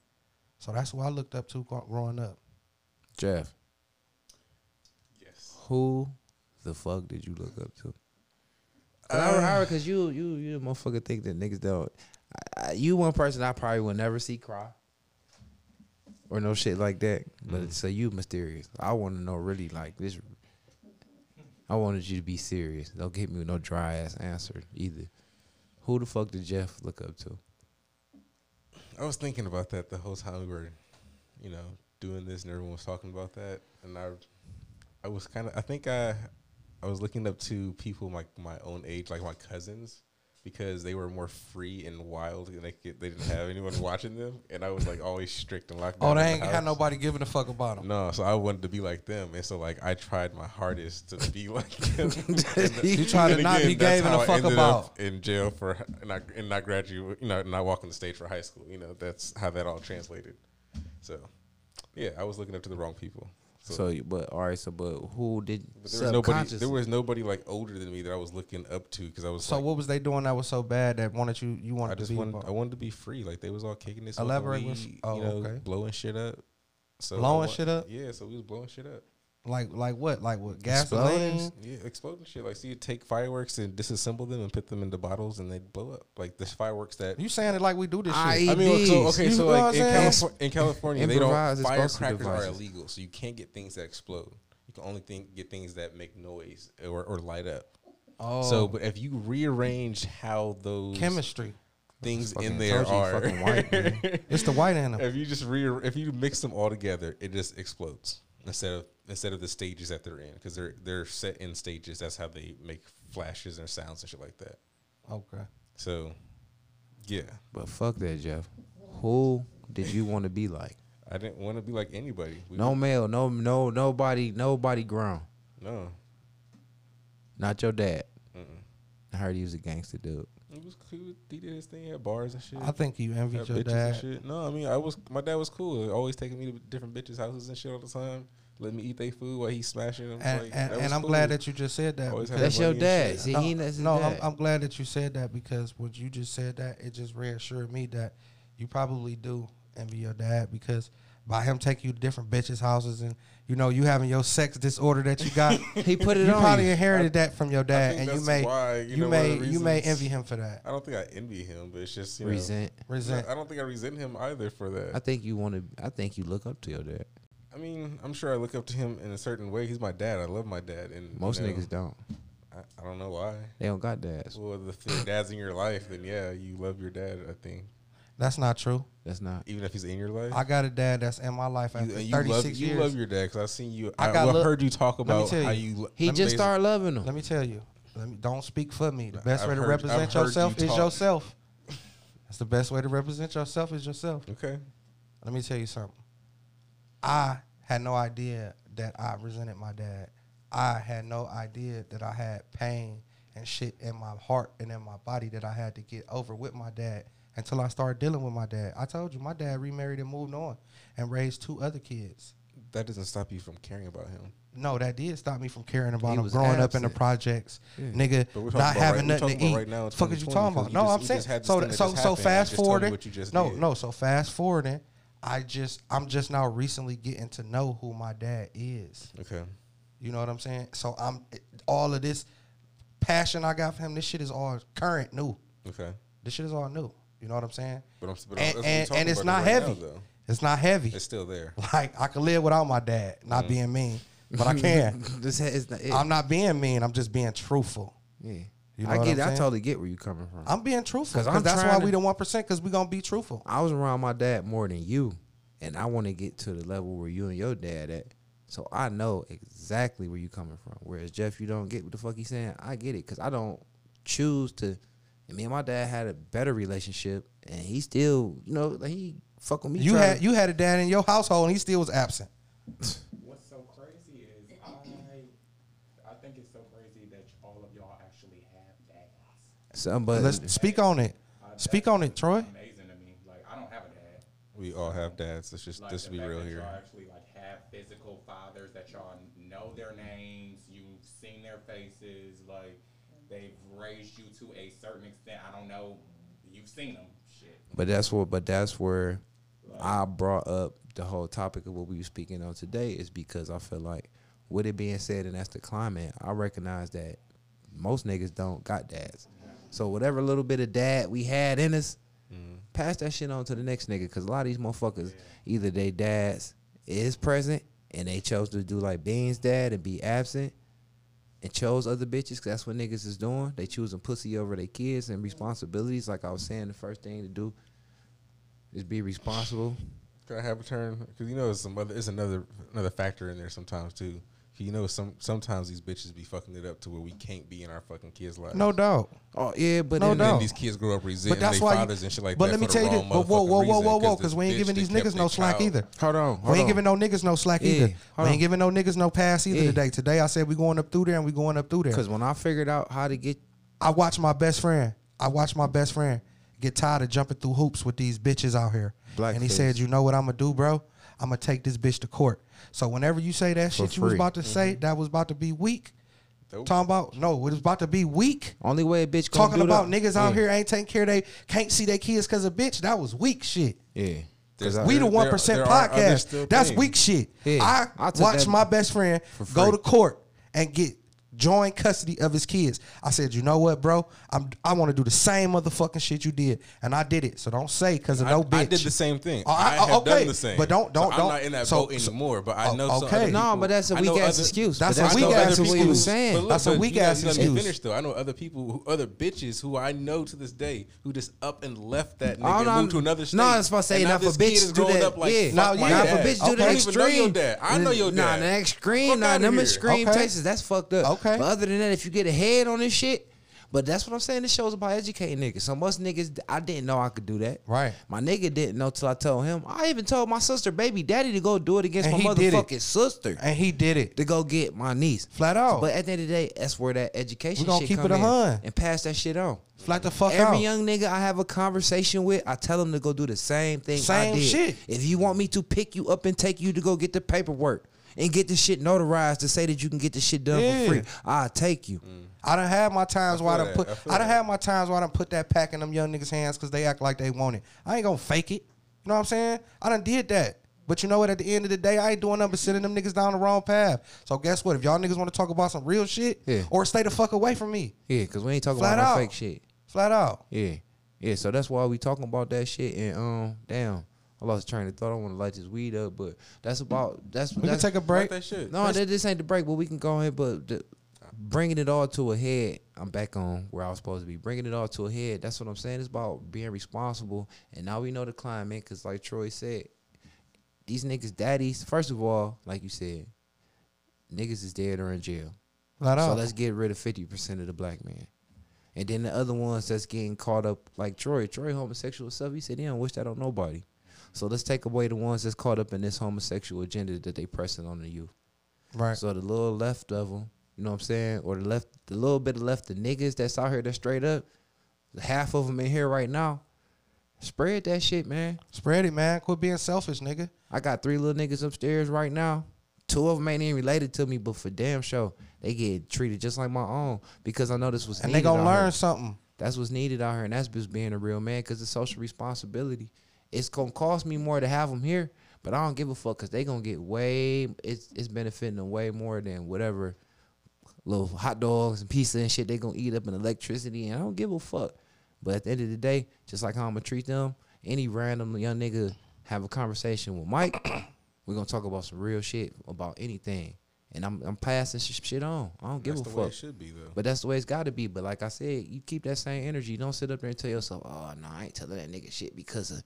[SPEAKER 4] So that's who I looked up to gro- growing up.
[SPEAKER 2] Jeff,
[SPEAKER 6] Yes.
[SPEAKER 2] who the fuck did you look up to? Uh, Cause you you you motherfucker think that niggas don't. I, I, you one person I probably will never see cry. Or no shit like that. But
[SPEAKER 8] Mm.
[SPEAKER 2] so you mysterious. I want to know really like this. I wanted you to be serious. Don't give me no dry ass answer either. Who the fuck did Jeff look up to?
[SPEAKER 3] I was thinking about that the whole time we were, you know, doing this, and everyone was talking about that, and I, I was kind of, I think I, I was looking up to people like my own age, like my cousins, because they were more free and wild, and they could, they didn't have anyone <laughs> watching them, and I was like always strict and locked.
[SPEAKER 4] Oh,
[SPEAKER 3] down
[SPEAKER 4] they
[SPEAKER 3] in the
[SPEAKER 4] ain't had
[SPEAKER 3] house.
[SPEAKER 4] nobody giving a fuck about him.
[SPEAKER 3] No, so I wanted to be like them, and so like I tried my hardest to
[SPEAKER 4] <laughs>
[SPEAKER 3] be like them.
[SPEAKER 4] You try to
[SPEAKER 3] And
[SPEAKER 4] not be
[SPEAKER 3] again, that's
[SPEAKER 4] giving a
[SPEAKER 3] how I
[SPEAKER 4] fuck
[SPEAKER 3] ended
[SPEAKER 4] about.
[SPEAKER 3] up in jail for and I and not graduate, you know, and I walk on the stage for high school. You know, that's how that all translated. So, yeah, I was looking up to the wrong people. So,
[SPEAKER 2] So, but all right. So, but who did?
[SPEAKER 3] but there was nobody. There was nobody like older than me that I was looking up to because I was.
[SPEAKER 4] So
[SPEAKER 3] like,
[SPEAKER 4] what was they doing that was so bad that wanted you you wanted
[SPEAKER 3] I just
[SPEAKER 4] to be
[SPEAKER 3] wanted.
[SPEAKER 4] about?
[SPEAKER 3] I wanted to be free. Like they was all kicking this.
[SPEAKER 4] Elaborate
[SPEAKER 3] Elaborate,
[SPEAKER 4] with-
[SPEAKER 3] weed,
[SPEAKER 4] oh,
[SPEAKER 3] you know,
[SPEAKER 4] okay.
[SPEAKER 3] blowing shit up. So I
[SPEAKER 4] Blowing
[SPEAKER 3] wa-
[SPEAKER 4] shit up?
[SPEAKER 3] Yeah, so we was blowing shit up.
[SPEAKER 4] like like what? Like what?
[SPEAKER 2] Exploding?
[SPEAKER 4] Gasoline?
[SPEAKER 3] Yeah, exploding shit. Like, so you take fireworks and disassemble them and put them into bottles and they blow up. Like, the fireworks that.
[SPEAKER 4] You saying it like we do this shit?
[SPEAKER 2] I
[SPEAKER 3] I mean, so, okay,
[SPEAKER 4] You
[SPEAKER 3] so
[SPEAKER 4] know what
[SPEAKER 3] like
[SPEAKER 4] I'm
[SPEAKER 3] in,
[SPEAKER 4] saying?
[SPEAKER 3] California, in California, they don't.
[SPEAKER 2] Improvised explosive
[SPEAKER 3] Firecrackers are
[SPEAKER 2] devices.
[SPEAKER 3] illegal, so you can't get things that explode. You can only think, get things that make noise or, or light up.
[SPEAKER 4] Oh,
[SPEAKER 3] So, but if you rearrange how those <laughs>
[SPEAKER 4] chemistry.
[SPEAKER 3] things in
[SPEAKER 2] fucking
[SPEAKER 3] there
[SPEAKER 2] told you,
[SPEAKER 3] are,
[SPEAKER 2] fucking white,
[SPEAKER 3] <laughs>
[SPEAKER 4] It's the white in 'em.
[SPEAKER 3] if you just re if you mix them all together, it just explodes instead of instead of the stages that they're in because they're they're set in stages. That's how they make flashes and sounds and shit like that.
[SPEAKER 4] Okay.
[SPEAKER 3] So, yeah,
[SPEAKER 2] But fuck that, Jeff. Who did you want to be like?
[SPEAKER 3] I didn't want to be like anybody. We
[SPEAKER 2] No male, no no nobody, nobody grown.
[SPEAKER 3] no,
[SPEAKER 2] Not your dad. I heard he was a gangster dude.
[SPEAKER 3] it was cool. He did his thing, had bars and shit.
[SPEAKER 4] I think you envied
[SPEAKER 3] Had
[SPEAKER 4] your
[SPEAKER 3] bitches and
[SPEAKER 4] dad.
[SPEAKER 3] shit. No, I mean I was my dad was cool. Always taking me to different bitches' houses and shit all the time. Let me eat their food while he's smashing them.
[SPEAKER 4] And,
[SPEAKER 3] like,
[SPEAKER 4] and,
[SPEAKER 3] that was
[SPEAKER 4] and I'm
[SPEAKER 3] cool.
[SPEAKER 4] glad that you just said that.
[SPEAKER 3] Always had
[SPEAKER 4] because-
[SPEAKER 2] That's your
[SPEAKER 3] money and
[SPEAKER 2] dad.
[SPEAKER 3] shit.
[SPEAKER 2] See,
[SPEAKER 4] no,
[SPEAKER 2] he that's his
[SPEAKER 4] no, I'm,
[SPEAKER 2] dad.
[SPEAKER 4] I'm glad that you said that because what you just said that it just reassured me that you probably do envy your dad because by him taking you to different bitches' houses and you know you having your sex disorder that you got,
[SPEAKER 2] <laughs> he put it
[SPEAKER 4] you
[SPEAKER 2] on
[SPEAKER 4] probably
[SPEAKER 2] you.
[SPEAKER 4] inherited that from your dad,
[SPEAKER 3] think
[SPEAKER 4] and you
[SPEAKER 3] that's
[SPEAKER 4] may
[SPEAKER 3] why, you
[SPEAKER 4] you,
[SPEAKER 3] know, one
[SPEAKER 4] may
[SPEAKER 3] of the
[SPEAKER 4] you may
[SPEAKER 3] reasons-
[SPEAKER 4] envy him for that.
[SPEAKER 3] I don't think I envy him, but it's just you know,
[SPEAKER 2] Resent.
[SPEAKER 4] Resent.
[SPEAKER 3] I don't think I resent him either for that.
[SPEAKER 2] I think you want to. I think you look up to your dad.
[SPEAKER 3] I mean, I'm sure I look up to him in a certain way. He's my dad. I love my dad, and you
[SPEAKER 2] Most
[SPEAKER 3] know,
[SPEAKER 2] niggas don't.
[SPEAKER 3] I, I don't know why.
[SPEAKER 2] They don't got dads.
[SPEAKER 3] Well, if your dad's in your life, then yeah, you love your dad. I think,
[SPEAKER 4] That's not true.
[SPEAKER 2] That's not.
[SPEAKER 3] even if he's in your life,
[SPEAKER 4] I got a dad that's in my life
[SPEAKER 3] you,
[SPEAKER 4] after
[SPEAKER 3] and you
[SPEAKER 4] 36
[SPEAKER 3] love
[SPEAKER 4] years.
[SPEAKER 3] you love your dad because I've seen you.
[SPEAKER 4] I
[SPEAKER 3] I,
[SPEAKER 4] got
[SPEAKER 3] well,
[SPEAKER 4] look-
[SPEAKER 3] heard you talk
[SPEAKER 4] me
[SPEAKER 3] about
[SPEAKER 4] tell you,
[SPEAKER 3] how you. lo-
[SPEAKER 2] He
[SPEAKER 3] let me
[SPEAKER 2] just
[SPEAKER 3] basi-
[SPEAKER 2] started loving him.
[SPEAKER 4] Let me tell you. Let me don't speak for me. The best
[SPEAKER 3] I've
[SPEAKER 4] way to
[SPEAKER 3] heard- I've
[SPEAKER 4] represent
[SPEAKER 3] heard you
[SPEAKER 4] yourself is
[SPEAKER 3] talk.
[SPEAKER 4] yourself. That's the best way to represent yourself is yourself.
[SPEAKER 3] Okay,
[SPEAKER 4] Let me tell you something. I had no idea that I resented my dad. I had no idea that I had pain and shit in my heart and in my body that I had to get over with my dad until I started dealing with my dad. I told you my dad remarried and moved on and raised two other kids.
[SPEAKER 3] that doesn't stop you from caring about him.
[SPEAKER 4] No, that did stop me from caring about
[SPEAKER 2] He
[SPEAKER 4] him
[SPEAKER 2] was
[SPEAKER 4] growing up in the
[SPEAKER 2] absent.
[SPEAKER 4] projects, nigga.
[SPEAKER 3] But we're talking
[SPEAKER 4] Not
[SPEAKER 3] about
[SPEAKER 4] having
[SPEAKER 3] right- we're
[SPEAKER 4] nothing to
[SPEAKER 3] talking
[SPEAKER 4] eat.
[SPEAKER 3] about right now in
[SPEAKER 4] fuck is you
[SPEAKER 3] 2020,
[SPEAKER 4] talking
[SPEAKER 3] because
[SPEAKER 4] about?
[SPEAKER 3] you
[SPEAKER 4] No,
[SPEAKER 3] just-
[SPEAKER 4] I'm
[SPEAKER 3] we
[SPEAKER 4] saying.
[SPEAKER 3] just had this
[SPEAKER 4] So,
[SPEAKER 3] thing that
[SPEAKER 4] so,
[SPEAKER 3] just
[SPEAKER 4] so
[SPEAKER 3] happened, and I
[SPEAKER 4] fast
[SPEAKER 3] just told you
[SPEAKER 4] forwarding.
[SPEAKER 3] what you just
[SPEAKER 4] no,
[SPEAKER 3] did.
[SPEAKER 4] no. So fast forwarding. I just, I'm just now recently getting to know who my dad is.
[SPEAKER 3] Okay,
[SPEAKER 4] You know what I'm saying? So I'm all of this passion I got for him. This shit is all current, new.
[SPEAKER 3] okay,
[SPEAKER 4] This shit is all new. You know what I'm saying?
[SPEAKER 3] but I'm. But
[SPEAKER 4] and
[SPEAKER 3] that's what we're
[SPEAKER 4] and,
[SPEAKER 3] talking
[SPEAKER 4] and it's
[SPEAKER 3] about
[SPEAKER 4] not
[SPEAKER 3] right now,
[SPEAKER 4] heavy.
[SPEAKER 3] though.
[SPEAKER 4] It's not heavy.
[SPEAKER 3] It's Mm. still there.
[SPEAKER 4] <laughs> like I could live without my dad, not being mean, but I
[SPEAKER 3] <laughs>
[SPEAKER 4] can.
[SPEAKER 2] This is not. It.
[SPEAKER 4] I'm not being mean. I'm just being truthful.
[SPEAKER 2] yeah.
[SPEAKER 4] You know
[SPEAKER 2] I
[SPEAKER 4] what
[SPEAKER 2] get.
[SPEAKER 4] I'm
[SPEAKER 2] it. I
[SPEAKER 4] saying?
[SPEAKER 2] totally get where you coming from. i
[SPEAKER 4] I'm being truthful
[SPEAKER 2] 'Cause I'm
[SPEAKER 4] because that's
[SPEAKER 2] trying
[SPEAKER 4] why
[SPEAKER 2] to-
[SPEAKER 4] we the one percent because we gonna be truthful.
[SPEAKER 2] was around my dad more than you,
[SPEAKER 8] and I want to get to the level where you and your dad at. So I know exactly where you coming from. Whereas Jeff, you don't get what the fuck he's saying. I get it because I don't choose to. And me and my dad had a better relationship, and he still, you know, like he fuck with me.
[SPEAKER 4] You
[SPEAKER 8] tryna-
[SPEAKER 4] had you had a dad in your household, and he still was absent.
[SPEAKER 6] What's so crazy is I I think it's so crazy that all of y'all actually have dads.
[SPEAKER 8] some, but
[SPEAKER 4] Let's speak on it. Speak on it, Troy.
[SPEAKER 6] Amazing to me. Like I don't have a dad.
[SPEAKER 3] We all have dads. Let's just
[SPEAKER 6] Like,
[SPEAKER 3] let's
[SPEAKER 6] the
[SPEAKER 3] be
[SPEAKER 6] fact
[SPEAKER 3] real
[SPEAKER 6] that
[SPEAKER 3] here.
[SPEAKER 6] Y'all actually like have physical fathers that y'all know their names. You've seen their faces. Like they've raised you to a certain extent. I don't know. You've seen them. Shit.
[SPEAKER 8] But that's where but that's where I brought up the whole topic of what we were speaking on today is because I feel like with it being said and that's the climate, I recognize that most niggas don't got dads. So whatever little bit of dad we had in us, pass that shit on to the next nigga. Cause a lot of these motherfuckers, either they dads is present and they chose to do like Bean's dad and be absent and chose other bitches 'cause that's what niggas is doing. They choosing pussy over their kids and responsibilities. Like I was saying, the first thing to do is be responsible.
[SPEAKER 9] Could I have a turn? Because you know, it's some other, it's another another factor in there sometimes too. 'Cause You know, some sometimes these bitches be fucking it up to where we can't be in our fucking kids' lives.
[SPEAKER 4] No doubt.
[SPEAKER 8] Oh yeah, but
[SPEAKER 4] No
[SPEAKER 8] then-
[SPEAKER 9] And then
[SPEAKER 4] doubt.
[SPEAKER 9] these kids grow up
[SPEAKER 4] But
[SPEAKER 9] resenting their
[SPEAKER 4] that's why.
[SPEAKER 9] fathers
[SPEAKER 4] you,
[SPEAKER 9] and shit like
[SPEAKER 4] but
[SPEAKER 9] that.
[SPEAKER 4] let me
[SPEAKER 9] for the
[SPEAKER 4] tell you this.
[SPEAKER 9] wrong
[SPEAKER 4] But whoa,
[SPEAKER 9] motherfucking
[SPEAKER 4] whoa, whoa, whoa,
[SPEAKER 9] reason,
[SPEAKER 4] whoa,
[SPEAKER 9] 'cause
[SPEAKER 4] because
[SPEAKER 9] the
[SPEAKER 4] we ain't
[SPEAKER 9] bitch
[SPEAKER 4] giving
[SPEAKER 9] that
[SPEAKER 4] these
[SPEAKER 9] kept
[SPEAKER 4] niggas
[SPEAKER 9] they
[SPEAKER 4] no slack
[SPEAKER 9] child-
[SPEAKER 4] either.
[SPEAKER 8] hold on, hold
[SPEAKER 4] we ain't
[SPEAKER 8] on.
[SPEAKER 4] giving no niggas no slack
[SPEAKER 8] Yeah,
[SPEAKER 4] either. We
[SPEAKER 8] hold
[SPEAKER 4] ain't
[SPEAKER 8] on.
[SPEAKER 4] giving no niggas no pass either
[SPEAKER 8] Yeah.
[SPEAKER 4] today. Today I said we going up through there and we going up through there.
[SPEAKER 8] Because when I figured out how to get,
[SPEAKER 4] I watch my best friend. I watch my best friend get tired of jumping through hoops with these bitches out here.
[SPEAKER 8] Blackface.
[SPEAKER 4] and he said, "You know what I'm gonna do, bro? I'm gonna take this bitch to court." So whenever you say that shit, you was
[SPEAKER 8] free. Mm-hmm.
[SPEAKER 4] about to say that was about to be weak. Talking about no, it was about to be weak.
[SPEAKER 8] only way a bitch gonna
[SPEAKER 4] Talking
[SPEAKER 8] do
[SPEAKER 4] about
[SPEAKER 8] that-
[SPEAKER 4] niggas out
[SPEAKER 8] Yeah.
[SPEAKER 4] here ain't taking care of they can't see their kids because of bitch. That was weak shit.
[SPEAKER 8] Yeah,
[SPEAKER 3] There's-
[SPEAKER 8] because I,
[SPEAKER 4] We the
[SPEAKER 3] there-
[SPEAKER 4] one percent
[SPEAKER 3] there are other still
[SPEAKER 4] podcast. That's
[SPEAKER 3] things.
[SPEAKER 4] weak shit.
[SPEAKER 8] Yeah,
[SPEAKER 4] I,
[SPEAKER 8] I took
[SPEAKER 4] watched
[SPEAKER 8] that
[SPEAKER 4] my best friend go
[SPEAKER 8] free.
[SPEAKER 4] to court and get joint custody of his kids. I said, you know what, bro? I'm I want to do the same motherfucking shit you did, and I did it. So don't say because of
[SPEAKER 3] I,
[SPEAKER 4] no bitch.
[SPEAKER 3] I did the same thing.
[SPEAKER 4] Oh, I-
[SPEAKER 3] I,
[SPEAKER 4] oh,
[SPEAKER 3] have
[SPEAKER 4] okay.
[SPEAKER 3] done the same.
[SPEAKER 4] But don't-
[SPEAKER 3] So
[SPEAKER 4] don't- don't-
[SPEAKER 3] I'm not in that
[SPEAKER 4] so-
[SPEAKER 3] boat
[SPEAKER 4] so-
[SPEAKER 3] anymore. But I
[SPEAKER 4] oh,
[SPEAKER 3] know. some
[SPEAKER 4] okay.
[SPEAKER 3] other
[SPEAKER 4] No,
[SPEAKER 3] people-
[SPEAKER 8] but that's a
[SPEAKER 3] I know
[SPEAKER 8] weak-ass
[SPEAKER 3] other-
[SPEAKER 8] excuse.
[SPEAKER 4] That's
[SPEAKER 8] But
[SPEAKER 4] a
[SPEAKER 8] that's
[SPEAKER 4] weak
[SPEAKER 8] no
[SPEAKER 4] ass
[SPEAKER 8] better
[SPEAKER 3] other
[SPEAKER 8] what
[SPEAKER 4] excuse.
[SPEAKER 8] we
[SPEAKER 3] people-
[SPEAKER 8] was saying.
[SPEAKER 3] but look,
[SPEAKER 4] That's a
[SPEAKER 3] but you
[SPEAKER 4] weak
[SPEAKER 3] gotta
[SPEAKER 4] ass
[SPEAKER 3] let me
[SPEAKER 4] excuse.
[SPEAKER 3] Finish though. I know other people, who, other bitches who I know to this day, who just up and left that nigga
[SPEAKER 8] Oh,
[SPEAKER 3] and
[SPEAKER 8] no,
[SPEAKER 3] moved to another state.
[SPEAKER 8] no, that's what I'm saying.
[SPEAKER 3] And
[SPEAKER 8] Not
[SPEAKER 3] now this
[SPEAKER 8] for bitch
[SPEAKER 3] kid is
[SPEAKER 8] to do
[SPEAKER 3] growing
[SPEAKER 8] that.
[SPEAKER 3] Up like,
[SPEAKER 8] Yeah.
[SPEAKER 3] fuck
[SPEAKER 8] Now,
[SPEAKER 3] my
[SPEAKER 4] yeah,
[SPEAKER 3] dad.
[SPEAKER 4] for bitch to do that
[SPEAKER 3] I don't even know your
[SPEAKER 8] extreme.
[SPEAKER 3] dad. I know your dad.
[SPEAKER 8] Nah, the
[SPEAKER 3] Fuck
[SPEAKER 8] extreme, nah,
[SPEAKER 3] outta
[SPEAKER 8] them
[SPEAKER 3] here.
[SPEAKER 8] extreme
[SPEAKER 4] Okay.
[SPEAKER 8] cases, that's fucked up.
[SPEAKER 4] Okay.
[SPEAKER 8] But other than that, if you get a head on this shit, but that's what I'm saying. This show's about educating niggas. So most niggas, I didn't know I could do that.
[SPEAKER 4] Right.
[SPEAKER 8] My nigga didn't know till I told him. I even told my sister, baby, daddy, to go do it against
[SPEAKER 4] And
[SPEAKER 8] my
[SPEAKER 4] he did it.
[SPEAKER 8] motherfucking sister
[SPEAKER 4] and he did it.
[SPEAKER 8] to go get my niece.
[SPEAKER 4] Flat out.
[SPEAKER 8] But at the end of the day, that's where that education
[SPEAKER 4] We gonna
[SPEAKER 8] shit
[SPEAKER 4] keep
[SPEAKER 8] come
[SPEAKER 4] it a
[SPEAKER 8] in
[SPEAKER 4] hun.
[SPEAKER 8] and pass that shit on.
[SPEAKER 4] Flat the fuck
[SPEAKER 8] Every
[SPEAKER 4] out.
[SPEAKER 8] young nigga I have a conversation with, I tell them to go do the same thing.
[SPEAKER 4] Same
[SPEAKER 8] I did.
[SPEAKER 4] shit.
[SPEAKER 8] If you want me to pick you up and take you to go get the paperwork and get the shit notarized to say that you can get the shit done
[SPEAKER 4] Yeah.
[SPEAKER 8] for free, I'll take you.
[SPEAKER 3] Mm.
[SPEAKER 4] I done had my times where I done
[SPEAKER 3] that.
[SPEAKER 4] put
[SPEAKER 3] I
[SPEAKER 4] I, done had my times where I done put that pack in them young niggas' hands because they act like they want it. I ain't gonna fake it. You know what I'm saying? I done did that. But you know what? At the end of the day, I ain't doing nothing but sending them niggas down the wrong path. So guess what? If y'all niggas want to talk about some real shit,
[SPEAKER 8] Yeah.
[SPEAKER 4] or stay the fuck away from me,
[SPEAKER 8] Yeah, because we ain't talking
[SPEAKER 4] flat
[SPEAKER 8] about
[SPEAKER 4] out,
[SPEAKER 8] no fake shit.
[SPEAKER 4] flat out.
[SPEAKER 8] Yeah. Yeah, so that's why we talking about that shit and um damn. I lost train of thought. I don't want to light this weed up, but that's about that's
[SPEAKER 4] We can
[SPEAKER 8] that's,
[SPEAKER 4] take a break.
[SPEAKER 3] That shit.
[SPEAKER 8] No, th- this ain't the break, but we can go ahead. But the, bringing it all to a head, I'm back on where I was supposed to be. Bringing it all to a head. That's what I'm saying. It's about being responsible. And now we know the climate, because like Troy said, these niggas' daddies. First of all, like you said, niggas is dead or in jail.
[SPEAKER 4] Flat
[SPEAKER 8] So
[SPEAKER 4] out.
[SPEAKER 8] let's get rid of fifty percent of the black man. And then the other ones that's getting caught up, like Troy, Troy homosexual stuff. He said he don't wish that on nobody. So let's take away the ones that's caught up in this homosexual agenda that they pressing on the youth.
[SPEAKER 4] right.
[SPEAKER 8] So the little left of them, you know what I'm saying, or the left, the little bit of left, the niggas that's out here that's straight up, half of them in here right now. Spread that shit, man.
[SPEAKER 4] Spread it, man. Quit being selfish, nigga.
[SPEAKER 8] I got three little niggas upstairs right now. Two of them ain't even related to me, but for damn sure, they get treated just like my own because I know this was.
[SPEAKER 4] And they
[SPEAKER 8] needed
[SPEAKER 4] gonna
[SPEAKER 8] out
[SPEAKER 4] learn
[SPEAKER 8] here.
[SPEAKER 4] something.
[SPEAKER 8] That's what's needed out here, and that's just being a real man because it's social responsibility. It's gonna cost me more to have them here, but I don't give a fuck because they gonna get way. It's it's benefiting them way more than whatever little hot dogs and pizza and shit they gonna eat up in electricity, and I don't give a fuck. But at the end of the day, just like how I'm gonna treat them, any random young nigga have a conversation with Mike, <coughs> we're gonna talk about some real shit about anything, and I'm I'm passing sh- shit on. I don't give
[SPEAKER 3] That's
[SPEAKER 8] a
[SPEAKER 3] the
[SPEAKER 8] fuck.
[SPEAKER 3] way it should be though.
[SPEAKER 8] But that's the way it's got to be. But like I said, you keep that same energy. Don't sit up there and tell yourself, "Oh no, I ain't telling that nigga shit because of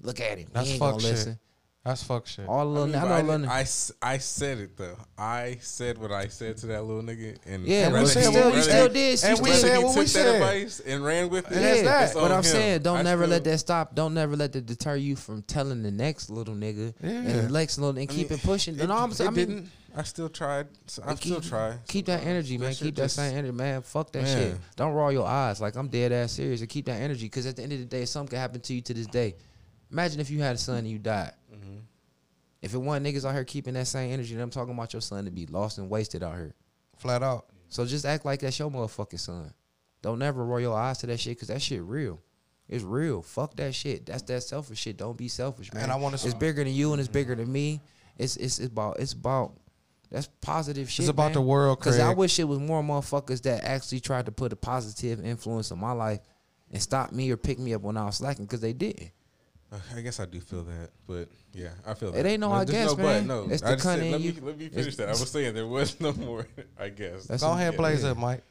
[SPEAKER 8] look at him.
[SPEAKER 4] That's
[SPEAKER 8] he ain't
[SPEAKER 4] fuck
[SPEAKER 8] gonna
[SPEAKER 4] shit.
[SPEAKER 8] listen."
[SPEAKER 10] That's fuck shit.
[SPEAKER 2] All little,
[SPEAKER 3] mean,
[SPEAKER 2] I,
[SPEAKER 3] but
[SPEAKER 2] know
[SPEAKER 3] I,
[SPEAKER 2] little,
[SPEAKER 3] didn't- I s- I said it though. I said what I said to that little nigga, and
[SPEAKER 2] yeah,
[SPEAKER 3] rather
[SPEAKER 2] but you
[SPEAKER 3] he-
[SPEAKER 2] still,
[SPEAKER 3] rather
[SPEAKER 2] you still did. You
[SPEAKER 3] he-
[SPEAKER 4] and we
[SPEAKER 2] still-
[SPEAKER 3] rather
[SPEAKER 4] said
[SPEAKER 3] he
[SPEAKER 4] what
[SPEAKER 3] took
[SPEAKER 4] we
[SPEAKER 3] that
[SPEAKER 4] said.
[SPEAKER 3] advice and ran with it.
[SPEAKER 2] Yeah,
[SPEAKER 4] that's
[SPEAKER 2] but
[SPEAKER 3] on
[SPEAKER 2] I'm
[SPEAKER 3] him.
[SPEAKER 2] saying don't
[SPEAKER 3] I
[SPEAKER 2] never let
[SPEAKER 3] still-
[SPEAKER 2] that stop. Don't never let that deter you from telling the next little nigga and the next little and keep
[SPEAKER 3] mean,
[SPEAKER 2] it pushing.
[SPEAKER 3] It,
[SPEAKER 2] and all I'm
[SPEAKER 3] it
[SPEAKER 2] saying, I mean,
[SPEAKER 3] didn't. I still tried. So I
[SPEAKER 2] and
[SPEAKER 3] still
[SPEAKER 2] keep-
[SPEAKER 3] try.
[SPEAKER 2] Keep that energy, man.
[SPEAKER 3] shit
[SPEAKER 2] Keep that
[SPEAKER 3] just-
[SPEAKER 2] same energy, man. Fuck that
[SPEAKER 3] Man.
[SPEAKER 2] shit. Don't roll your eyes. Like I'm dead ass serious. And keep that energy, because at the end of the day, something could happen to you to this day. Imagine if you had a son and you died.
[SPEAKER 3] Mm-hmm.
[SPEAKER 2] If it wasn't niggas out here keeping that same energy, then I'm talking about your son to be lost and wasted out here.
[SPEAKER 4] Flat out.
[SPEAKER 2] So just act like that's your motherfucking son. Don't never roll your eyes to that shit because that shit real. It's real. Fuck that shit. That's that selfish shit. Don't be selfish, man.
[SPEAKER 4] And I wanna s-
[SPEAKER 2] It's bigger than you and it's bigger than me. It's it's, it's about it's about that's positive shit.
[SPEAKER 4] about
[SPEAKER 2] man.
[SPEAKER 4] the world,
[SPEAKER 2] Cause I
[SPEAKER 4] Craig.
[SPEAKER 2] wish it was more motherfuckers that actually tried to put a positive influence on my life and stop me or pick me up when I was slacking because they didn't.
[SPEAKER 3] Uh, I guess I do feel that, but yeah, I feel that.
[SPEAKER 2] It ain't no I
[SPEAKER 3] there's
[SPEAKER 2] guess,
[SPEAKER 3] but,
[SPEAKER 2] man.
[SPEAKER 3] no.
[SPEAKER 2] It's
[SPEAKER 3] I
[SPEAKER 2] the
[SPEAKER 3] just said-
[SPEAKER 2] cunt in
[SPEAKER 3] let
[SPEAKER 2] you.
[SPEAKER 3] me let me
[SPEAKER 2] It's-
[SPEAKER 3] finish that. I was saying there was no more. I guess.
[SPEAKER 2] That's
[SPEAKER 4] Go
[SPEAKER 2] some-
[SPEAKER 4] ahead,
[SPEAKER 2] yeah,
[SPEAKER 4] blaze
[SPEAKER 2] yeah.
[SPEAKER 4] it, Mike.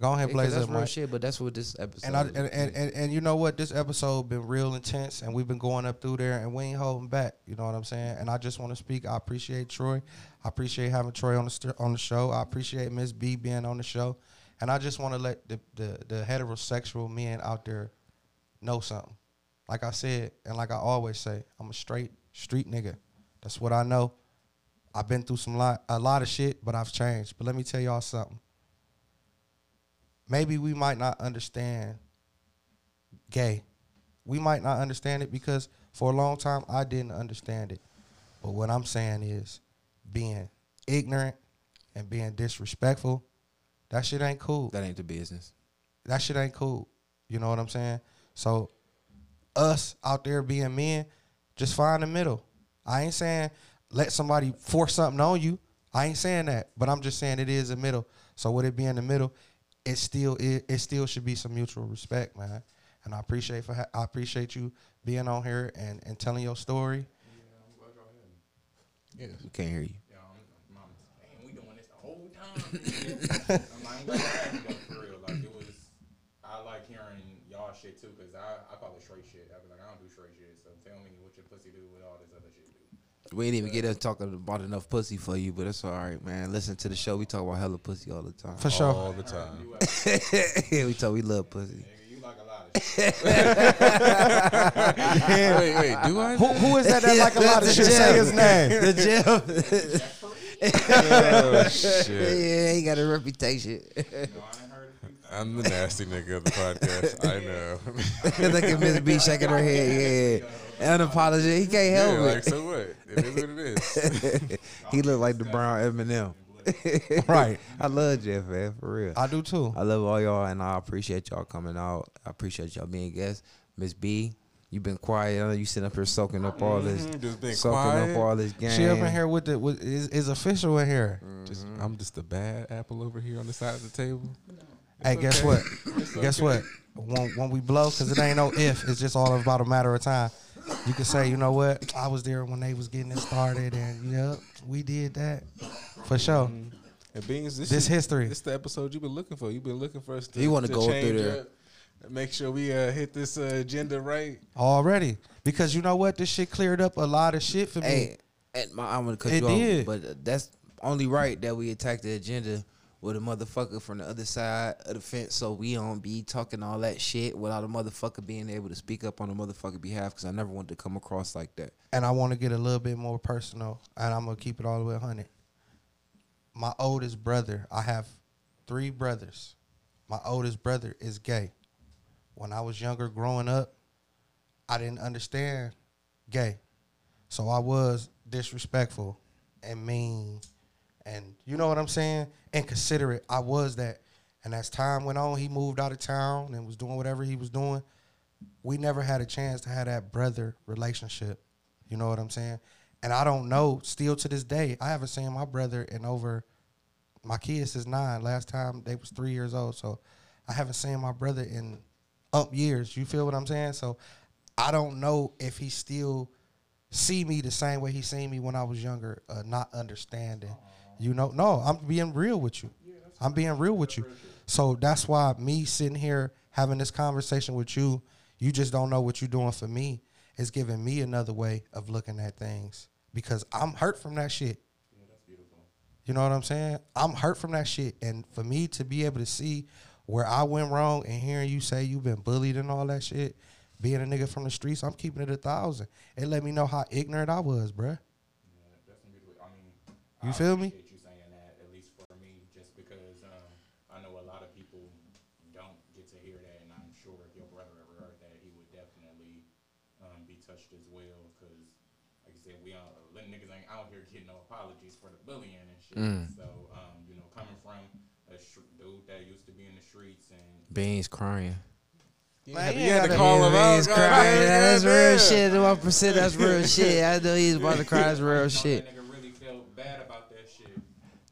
[SPEAKER 4] Go ahead,
[SPEAKER 2] Yeah, 'cause
[SPEAKER 4] blaze
[SPEAKER 2] that's
[SPEAKER 4] it,
[SPEAKER 2] real
[SPEAKER 4] Mike.
[SPEAKER 2] shit, but that's what this episode.
[SPEAKER 4] And, I,
[SPEAKER 2] is.
[SPEAKER 4] and, and, and and you know what? This episode been real intense, and we've been going up through there, and we ain't holding back. You know what I'm saying? And I just want to speak. I appreciate Troy. I appreciate having Troy on the st- on the show. I appreciate Miss B being on the show, and I just want to let the, the the heterosexual men out there know something. Like I said, and like I always say, I'm a straight street nigga. That's what I know. I've been through some lot a lot of shit, but I've changed. But let me tell y'all something maybe we might not understand gay. We might not understand it because for a long time I didn't understand it. But what I'm saying is being ignorant and being disrespectful, that shit ain't cool.
[SPEAKER 2] that ain't the business.
[SPEAKER 4] That shit ain't cool. You know what I'm saying? So us out there being men, just find the middle. I ain't saying let somebody force something on you. I ain't saying that, but I'm just saying it is a middle. So with it being the middle, it still it, it still should be some mutual respect, man. And I appreciate for ha- I appreciate you being on here and, and telling your story.
[SPEAKER 2] We can't hear you.
[SPEAKER 6] Damn, we doing this the whole time. I'm like, I ain't gonna lie to you, though, for real. Like, it was, I like hearing y'all shit too, because I, I call it straight shit. I be like, I don't do straight shit, so tell me what your pussy do with all this other shit do.
[SPEAKER 2] We didn't even get us talking about enough pussy for you, but it's all right, man. Listen to the show. We talk about hella pussy all the time.
[SPEAKER 4] For sure.
[SPEAKER 3] all
[SPEAKER 2] <laughs>
[SPEAKER 3] the time.
[SPEAKER 2] we talk we love pussy.
[SPEAKER 6] Nigga, you like a lot of shit.
[SPEAKER 3] <laughs> Wait, wait. Do I?
[SPEAKER 4] Who, who is that that like a lot <laughs> of shit say his name?
[SPEAKER 2] <laughs> The gym.
[SPEAKER 3] Oh,
[SPEAKER 2] <laughs>
[SPEAKER 3] shit.
[SPEAKER 2] yeah, he got a reputation. <laughs>
[SPEAKER 6] No, I ain't heard it.
[SPEAKER 3] I'm the nasty nigga of the podcast. I know. <laughs>
[SPEAKER 2] Look at Miss B shaking her head. Yeah, unapologetic. He can't
[SPEAKER 3] yeah,
[SPEAKER 2] help
[SPEAKER 3] like so what? It is what
[SPEAKER 2] <laughs>
[SPEAKER 3] it is.
[SPEAKER 2] it. he looked like the brown <laughs> Eminem.
[SPEAKER 4] Right.
[SPEAKER 2] I love Jeff, man, for real.
[SPEAKER 4] I do too.
[SPEAKER 2] I love all y'all, and I appreciate y'all coming out. I appreciate y'all being guests. Miss B, you've been quiet. I know you sitting up here soaking up all this,
[SPEAKER 4] Mm-hmm.
[SPEAKER 3] Mhm, just been
[SPEAKER 2] soaking
[SPEAKER 3] quiet.
[SPEAKER 2] up all this game.
[SPEAKER 4] She up in here with the with, is, is official in here.
[SPEAKER 3] Just, I'm just the bad apple over here on the side of the table.
[SPEAKER 4] Hey, guess what?
[SPEAKER 3] <laughs> It's
[SPEAKER 4] guess
[SPEAKER 3] okay.
[SPEAKER 4] what? When, when we blow, because it ain't no if, it's just all about a matter of time. You can say, you know what? I was there when they was getting it started, and yep, we did that for sure.
[SPEAKER 3] And beans, this,
[SPEAKER 4] This
[SPEAKER 3] is-
[SPEAKER 4] history.
[SPEAKER 3] This the episode you've been looking for. You've been looking for us to.
[SPEAKER 2] You wanna
[SPEAKER 3] to
[SPEAKER 2] go through
[SPEAKER 3] change
[SPEAKER 2] there.
[SPEAKER 3] up, Make sure we uh, hit this uh, agenda right.
[SPEAKER 4] Already, because you know what? This shit cleared up a lot of shit for me.
[SPEAKER 2] Hey, at my, I'm gonna cut
[SPEAKER 4] It
[SPEAKER 2] you off,
[SPEAKER 4] did.
[SPEAKER 2] but uh, that's only right that we attack the agenda with a motherfucker from the other side of the fence, so we don't be talking all that shit without a motherfucker being able to speak up on a motherfucker behalf. Because I never wanted to come across like that.
[SPEAKER 4] and I want to get a little bit more personal, and I'm gonna keep it all the way 100. My oldest brother, I have three brothers. My oldest brother is gay. When I was younger, growing up, I didn't understand gay, so I was disrespectful and mean, and you know what I'm saying, inconsiderate. I was that, and as time went on, he moved out of town and was doing whatever he was doing we never had a chance to have that brother relationship. You know what I'm saying? And I don't know, still to this day, I haven't seen my brother in over my kids is nine. Last time they was three years old. So I haven't seen my brother in up years. You feel what I'm saying? So I don't know if he still see me the same way he seen me when I was younger, uh, not understanding. You know, no, I'm being real with you. I'm being real with you. So that's why me sitting here having this conversation with you, you just don't know what you're doing for me. it's giving me another way of looking at things because I'm hurt from that shit. You know what I'm saying? I'm hurt from that shit. And for me to be able to see where I went wrong and hearing you say you've been bullied and all that shit, being a nigga from the streets, I'm keeping it a thousand. It let me know how ignorant I was, bruh.
[SPEAKER 6] I
[SPEAKER 4] You
[SPEAKER 6] mean,
[SPEAKER 4] feel me?
[SPEAKER 6] appreciate you saying that, at least for me, just because um, I know a lot of people don't get to hear that, and I'm sure if your brother ever heard that, he would definitely um, be touched as well. Because, like I said, we all let niggas ain't out here getting no apologies for the bullying and shit.
[SPEAKER 4] Mm.
[SPEAKER 6] So, um, you know, coming from a sh- dude that used to be in the streets and
[SPEAKER 2] Beans crying.
[SPEAKER 4] Man,
[SPEAKER 3] you had to
[SPEAKER 4] yeah,
[SPEAKER 3] call him out.
[SPEAKER 2] Beans
[SPEAKER 3] God
[SPEAKER 2] crying.
[SPEAKER 3] damn,
[SPEAKER 2] That's
[SPEAKER 3] God
[SPEAKER 2] real
[SPEAKER 3] damn.
[SPEAKER 2] shit. One percent. That's real shit. I know he's about to cry. That's real
[SPEAKER 6] you know,
[SPEAKER 2] shit.
[SPEAKER 6] that nigga really felt bad about that shit.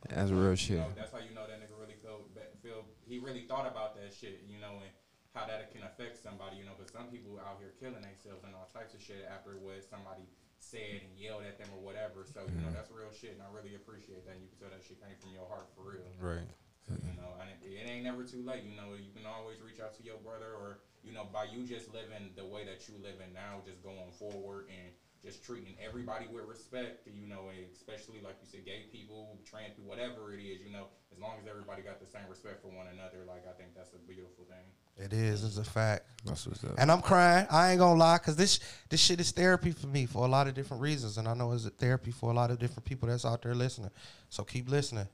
[SPEAKER 2] That's real shit.
[SPEAKER 6] know, Oh, that's how you know that nigga really felt. ba- Feel he really thought about that shit, you know, and how that can affect somebody, you know. Because some people out here killing themselves and all types of shit after what somebody said and yelled at them or whatever. So you know that's real shit, and I really appreciate that. And you can tell that shit came from your heart for real.
[SPEAKER 3] Right.
[SPEAKER 6] So, you know, and it, it ain't never too late. You know, you can always reach out to your brother, or you know, by you just living the way that you living now, just going forward and just treating everybody with respect. You know, and especially like you said, gay people, trans people, whatever it is. You know, as long as everybody got the same respect for one another, like I think that's a beautiful thing.
[SPEAKER 4] It is, it's a fact.
[SPEAKER 2] That's what's up.
[SPEAKER 4] And I'm crying. I ain't gonna lie, cause this this shit is therapy for me for a lot of different reasons, and I know it's therapy for a lot of different people that's out there listening. So keep listening.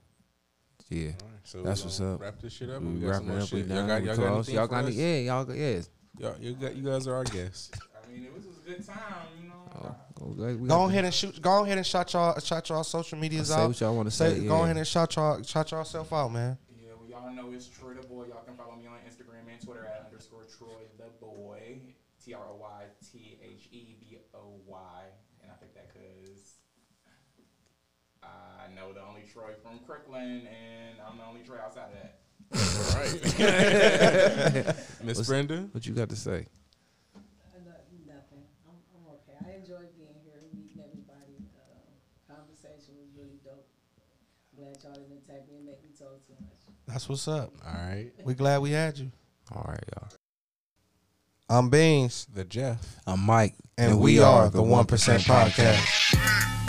[SPEAKER 2] Yeah.
[SPEAKER 3] All right, so
[SPEAKER 2] That's
[SPEAKER 3] we
[SPEAKER 2] what's
[SPEAKER 3] gonna
[SPEAKER 2] up.
[SPEAKER 3] Wrap this shit up. or
[SPEAKER 2] We
[SPEAKER 3] got
[SPEAKER 2] wrapping
[SPEAKER 3] some more
[SPEAKER 2] up. We
[SPEAKER 3] shit? Y'all
[SPEAKER 2] done.
[SPEAKER 3] got,
[SPEAKER 2] we
[SPEAKER 3] y'all got
[SPEAKER 2] close.
[SPEAKER 3] anything
[SPEAKER 2] Y'all
[SPEAKER 3] for
[SPEAKER 2] got
[SPEAKER 3] us?
[SPEAKER 2] any? Yeah. Y'all got. Yeah.
[SPEAKER 3] Y'all, you, got, you guys are our guests.
[SPEAKER 6] I mean, it was a good time. You know,
[SPEAKER 2] Oh, okay, we
[SPEAKER 4] Go
[SPEAKER 2] got-
[SPEAKER 4] ahead and shoot. Go ahead and shout y'all shout y'all social medias
[SPEAKER 2] Say
[SPEAKER 4] out.
[SPEAKER 2] what y'all wanna say,
[SPEAKER 4] Go
[SPEAKER 2] yeah.
[SPEAKER 4] ahead and shout y'all shout yourself out, man.
[SPEAKER 6] Yeah, well, y'all know it's Troy the Boy. Y'all can follow me on Instagram and Twitter at underscore Troy the Boy. T R O Y T H E B O Y. And I think that because I know the only Troy from Kirkland, and I'm the only Troy outside of that.
[SPEAKER 3] All right. Miss
[SPEAKER 2] What's-
[SPEAKER 3] Brenda.
[SPEAKER 2] What you got to say?
[SPEAKER 8] Uh, no- Nothing. I'm, I'm okay. I enjoyed being here, meeting everybody. Um, conversation was really dope. I'm glad y'all didn't attack me and make me talk too much.
[SPEAKER 4] That's what's up.
[SPEAKER 3] All right.
[SPEAKER 4] We glad we had you.
[SPEAKER 2] All right, y'all.
[SPEAKER 4] I'm Beans,
[SPEAKER 3] The Jeff.
[SPEAKER 2] I'm Mike,
[SPEAKER 4] and, we, are the One Percent Podcast.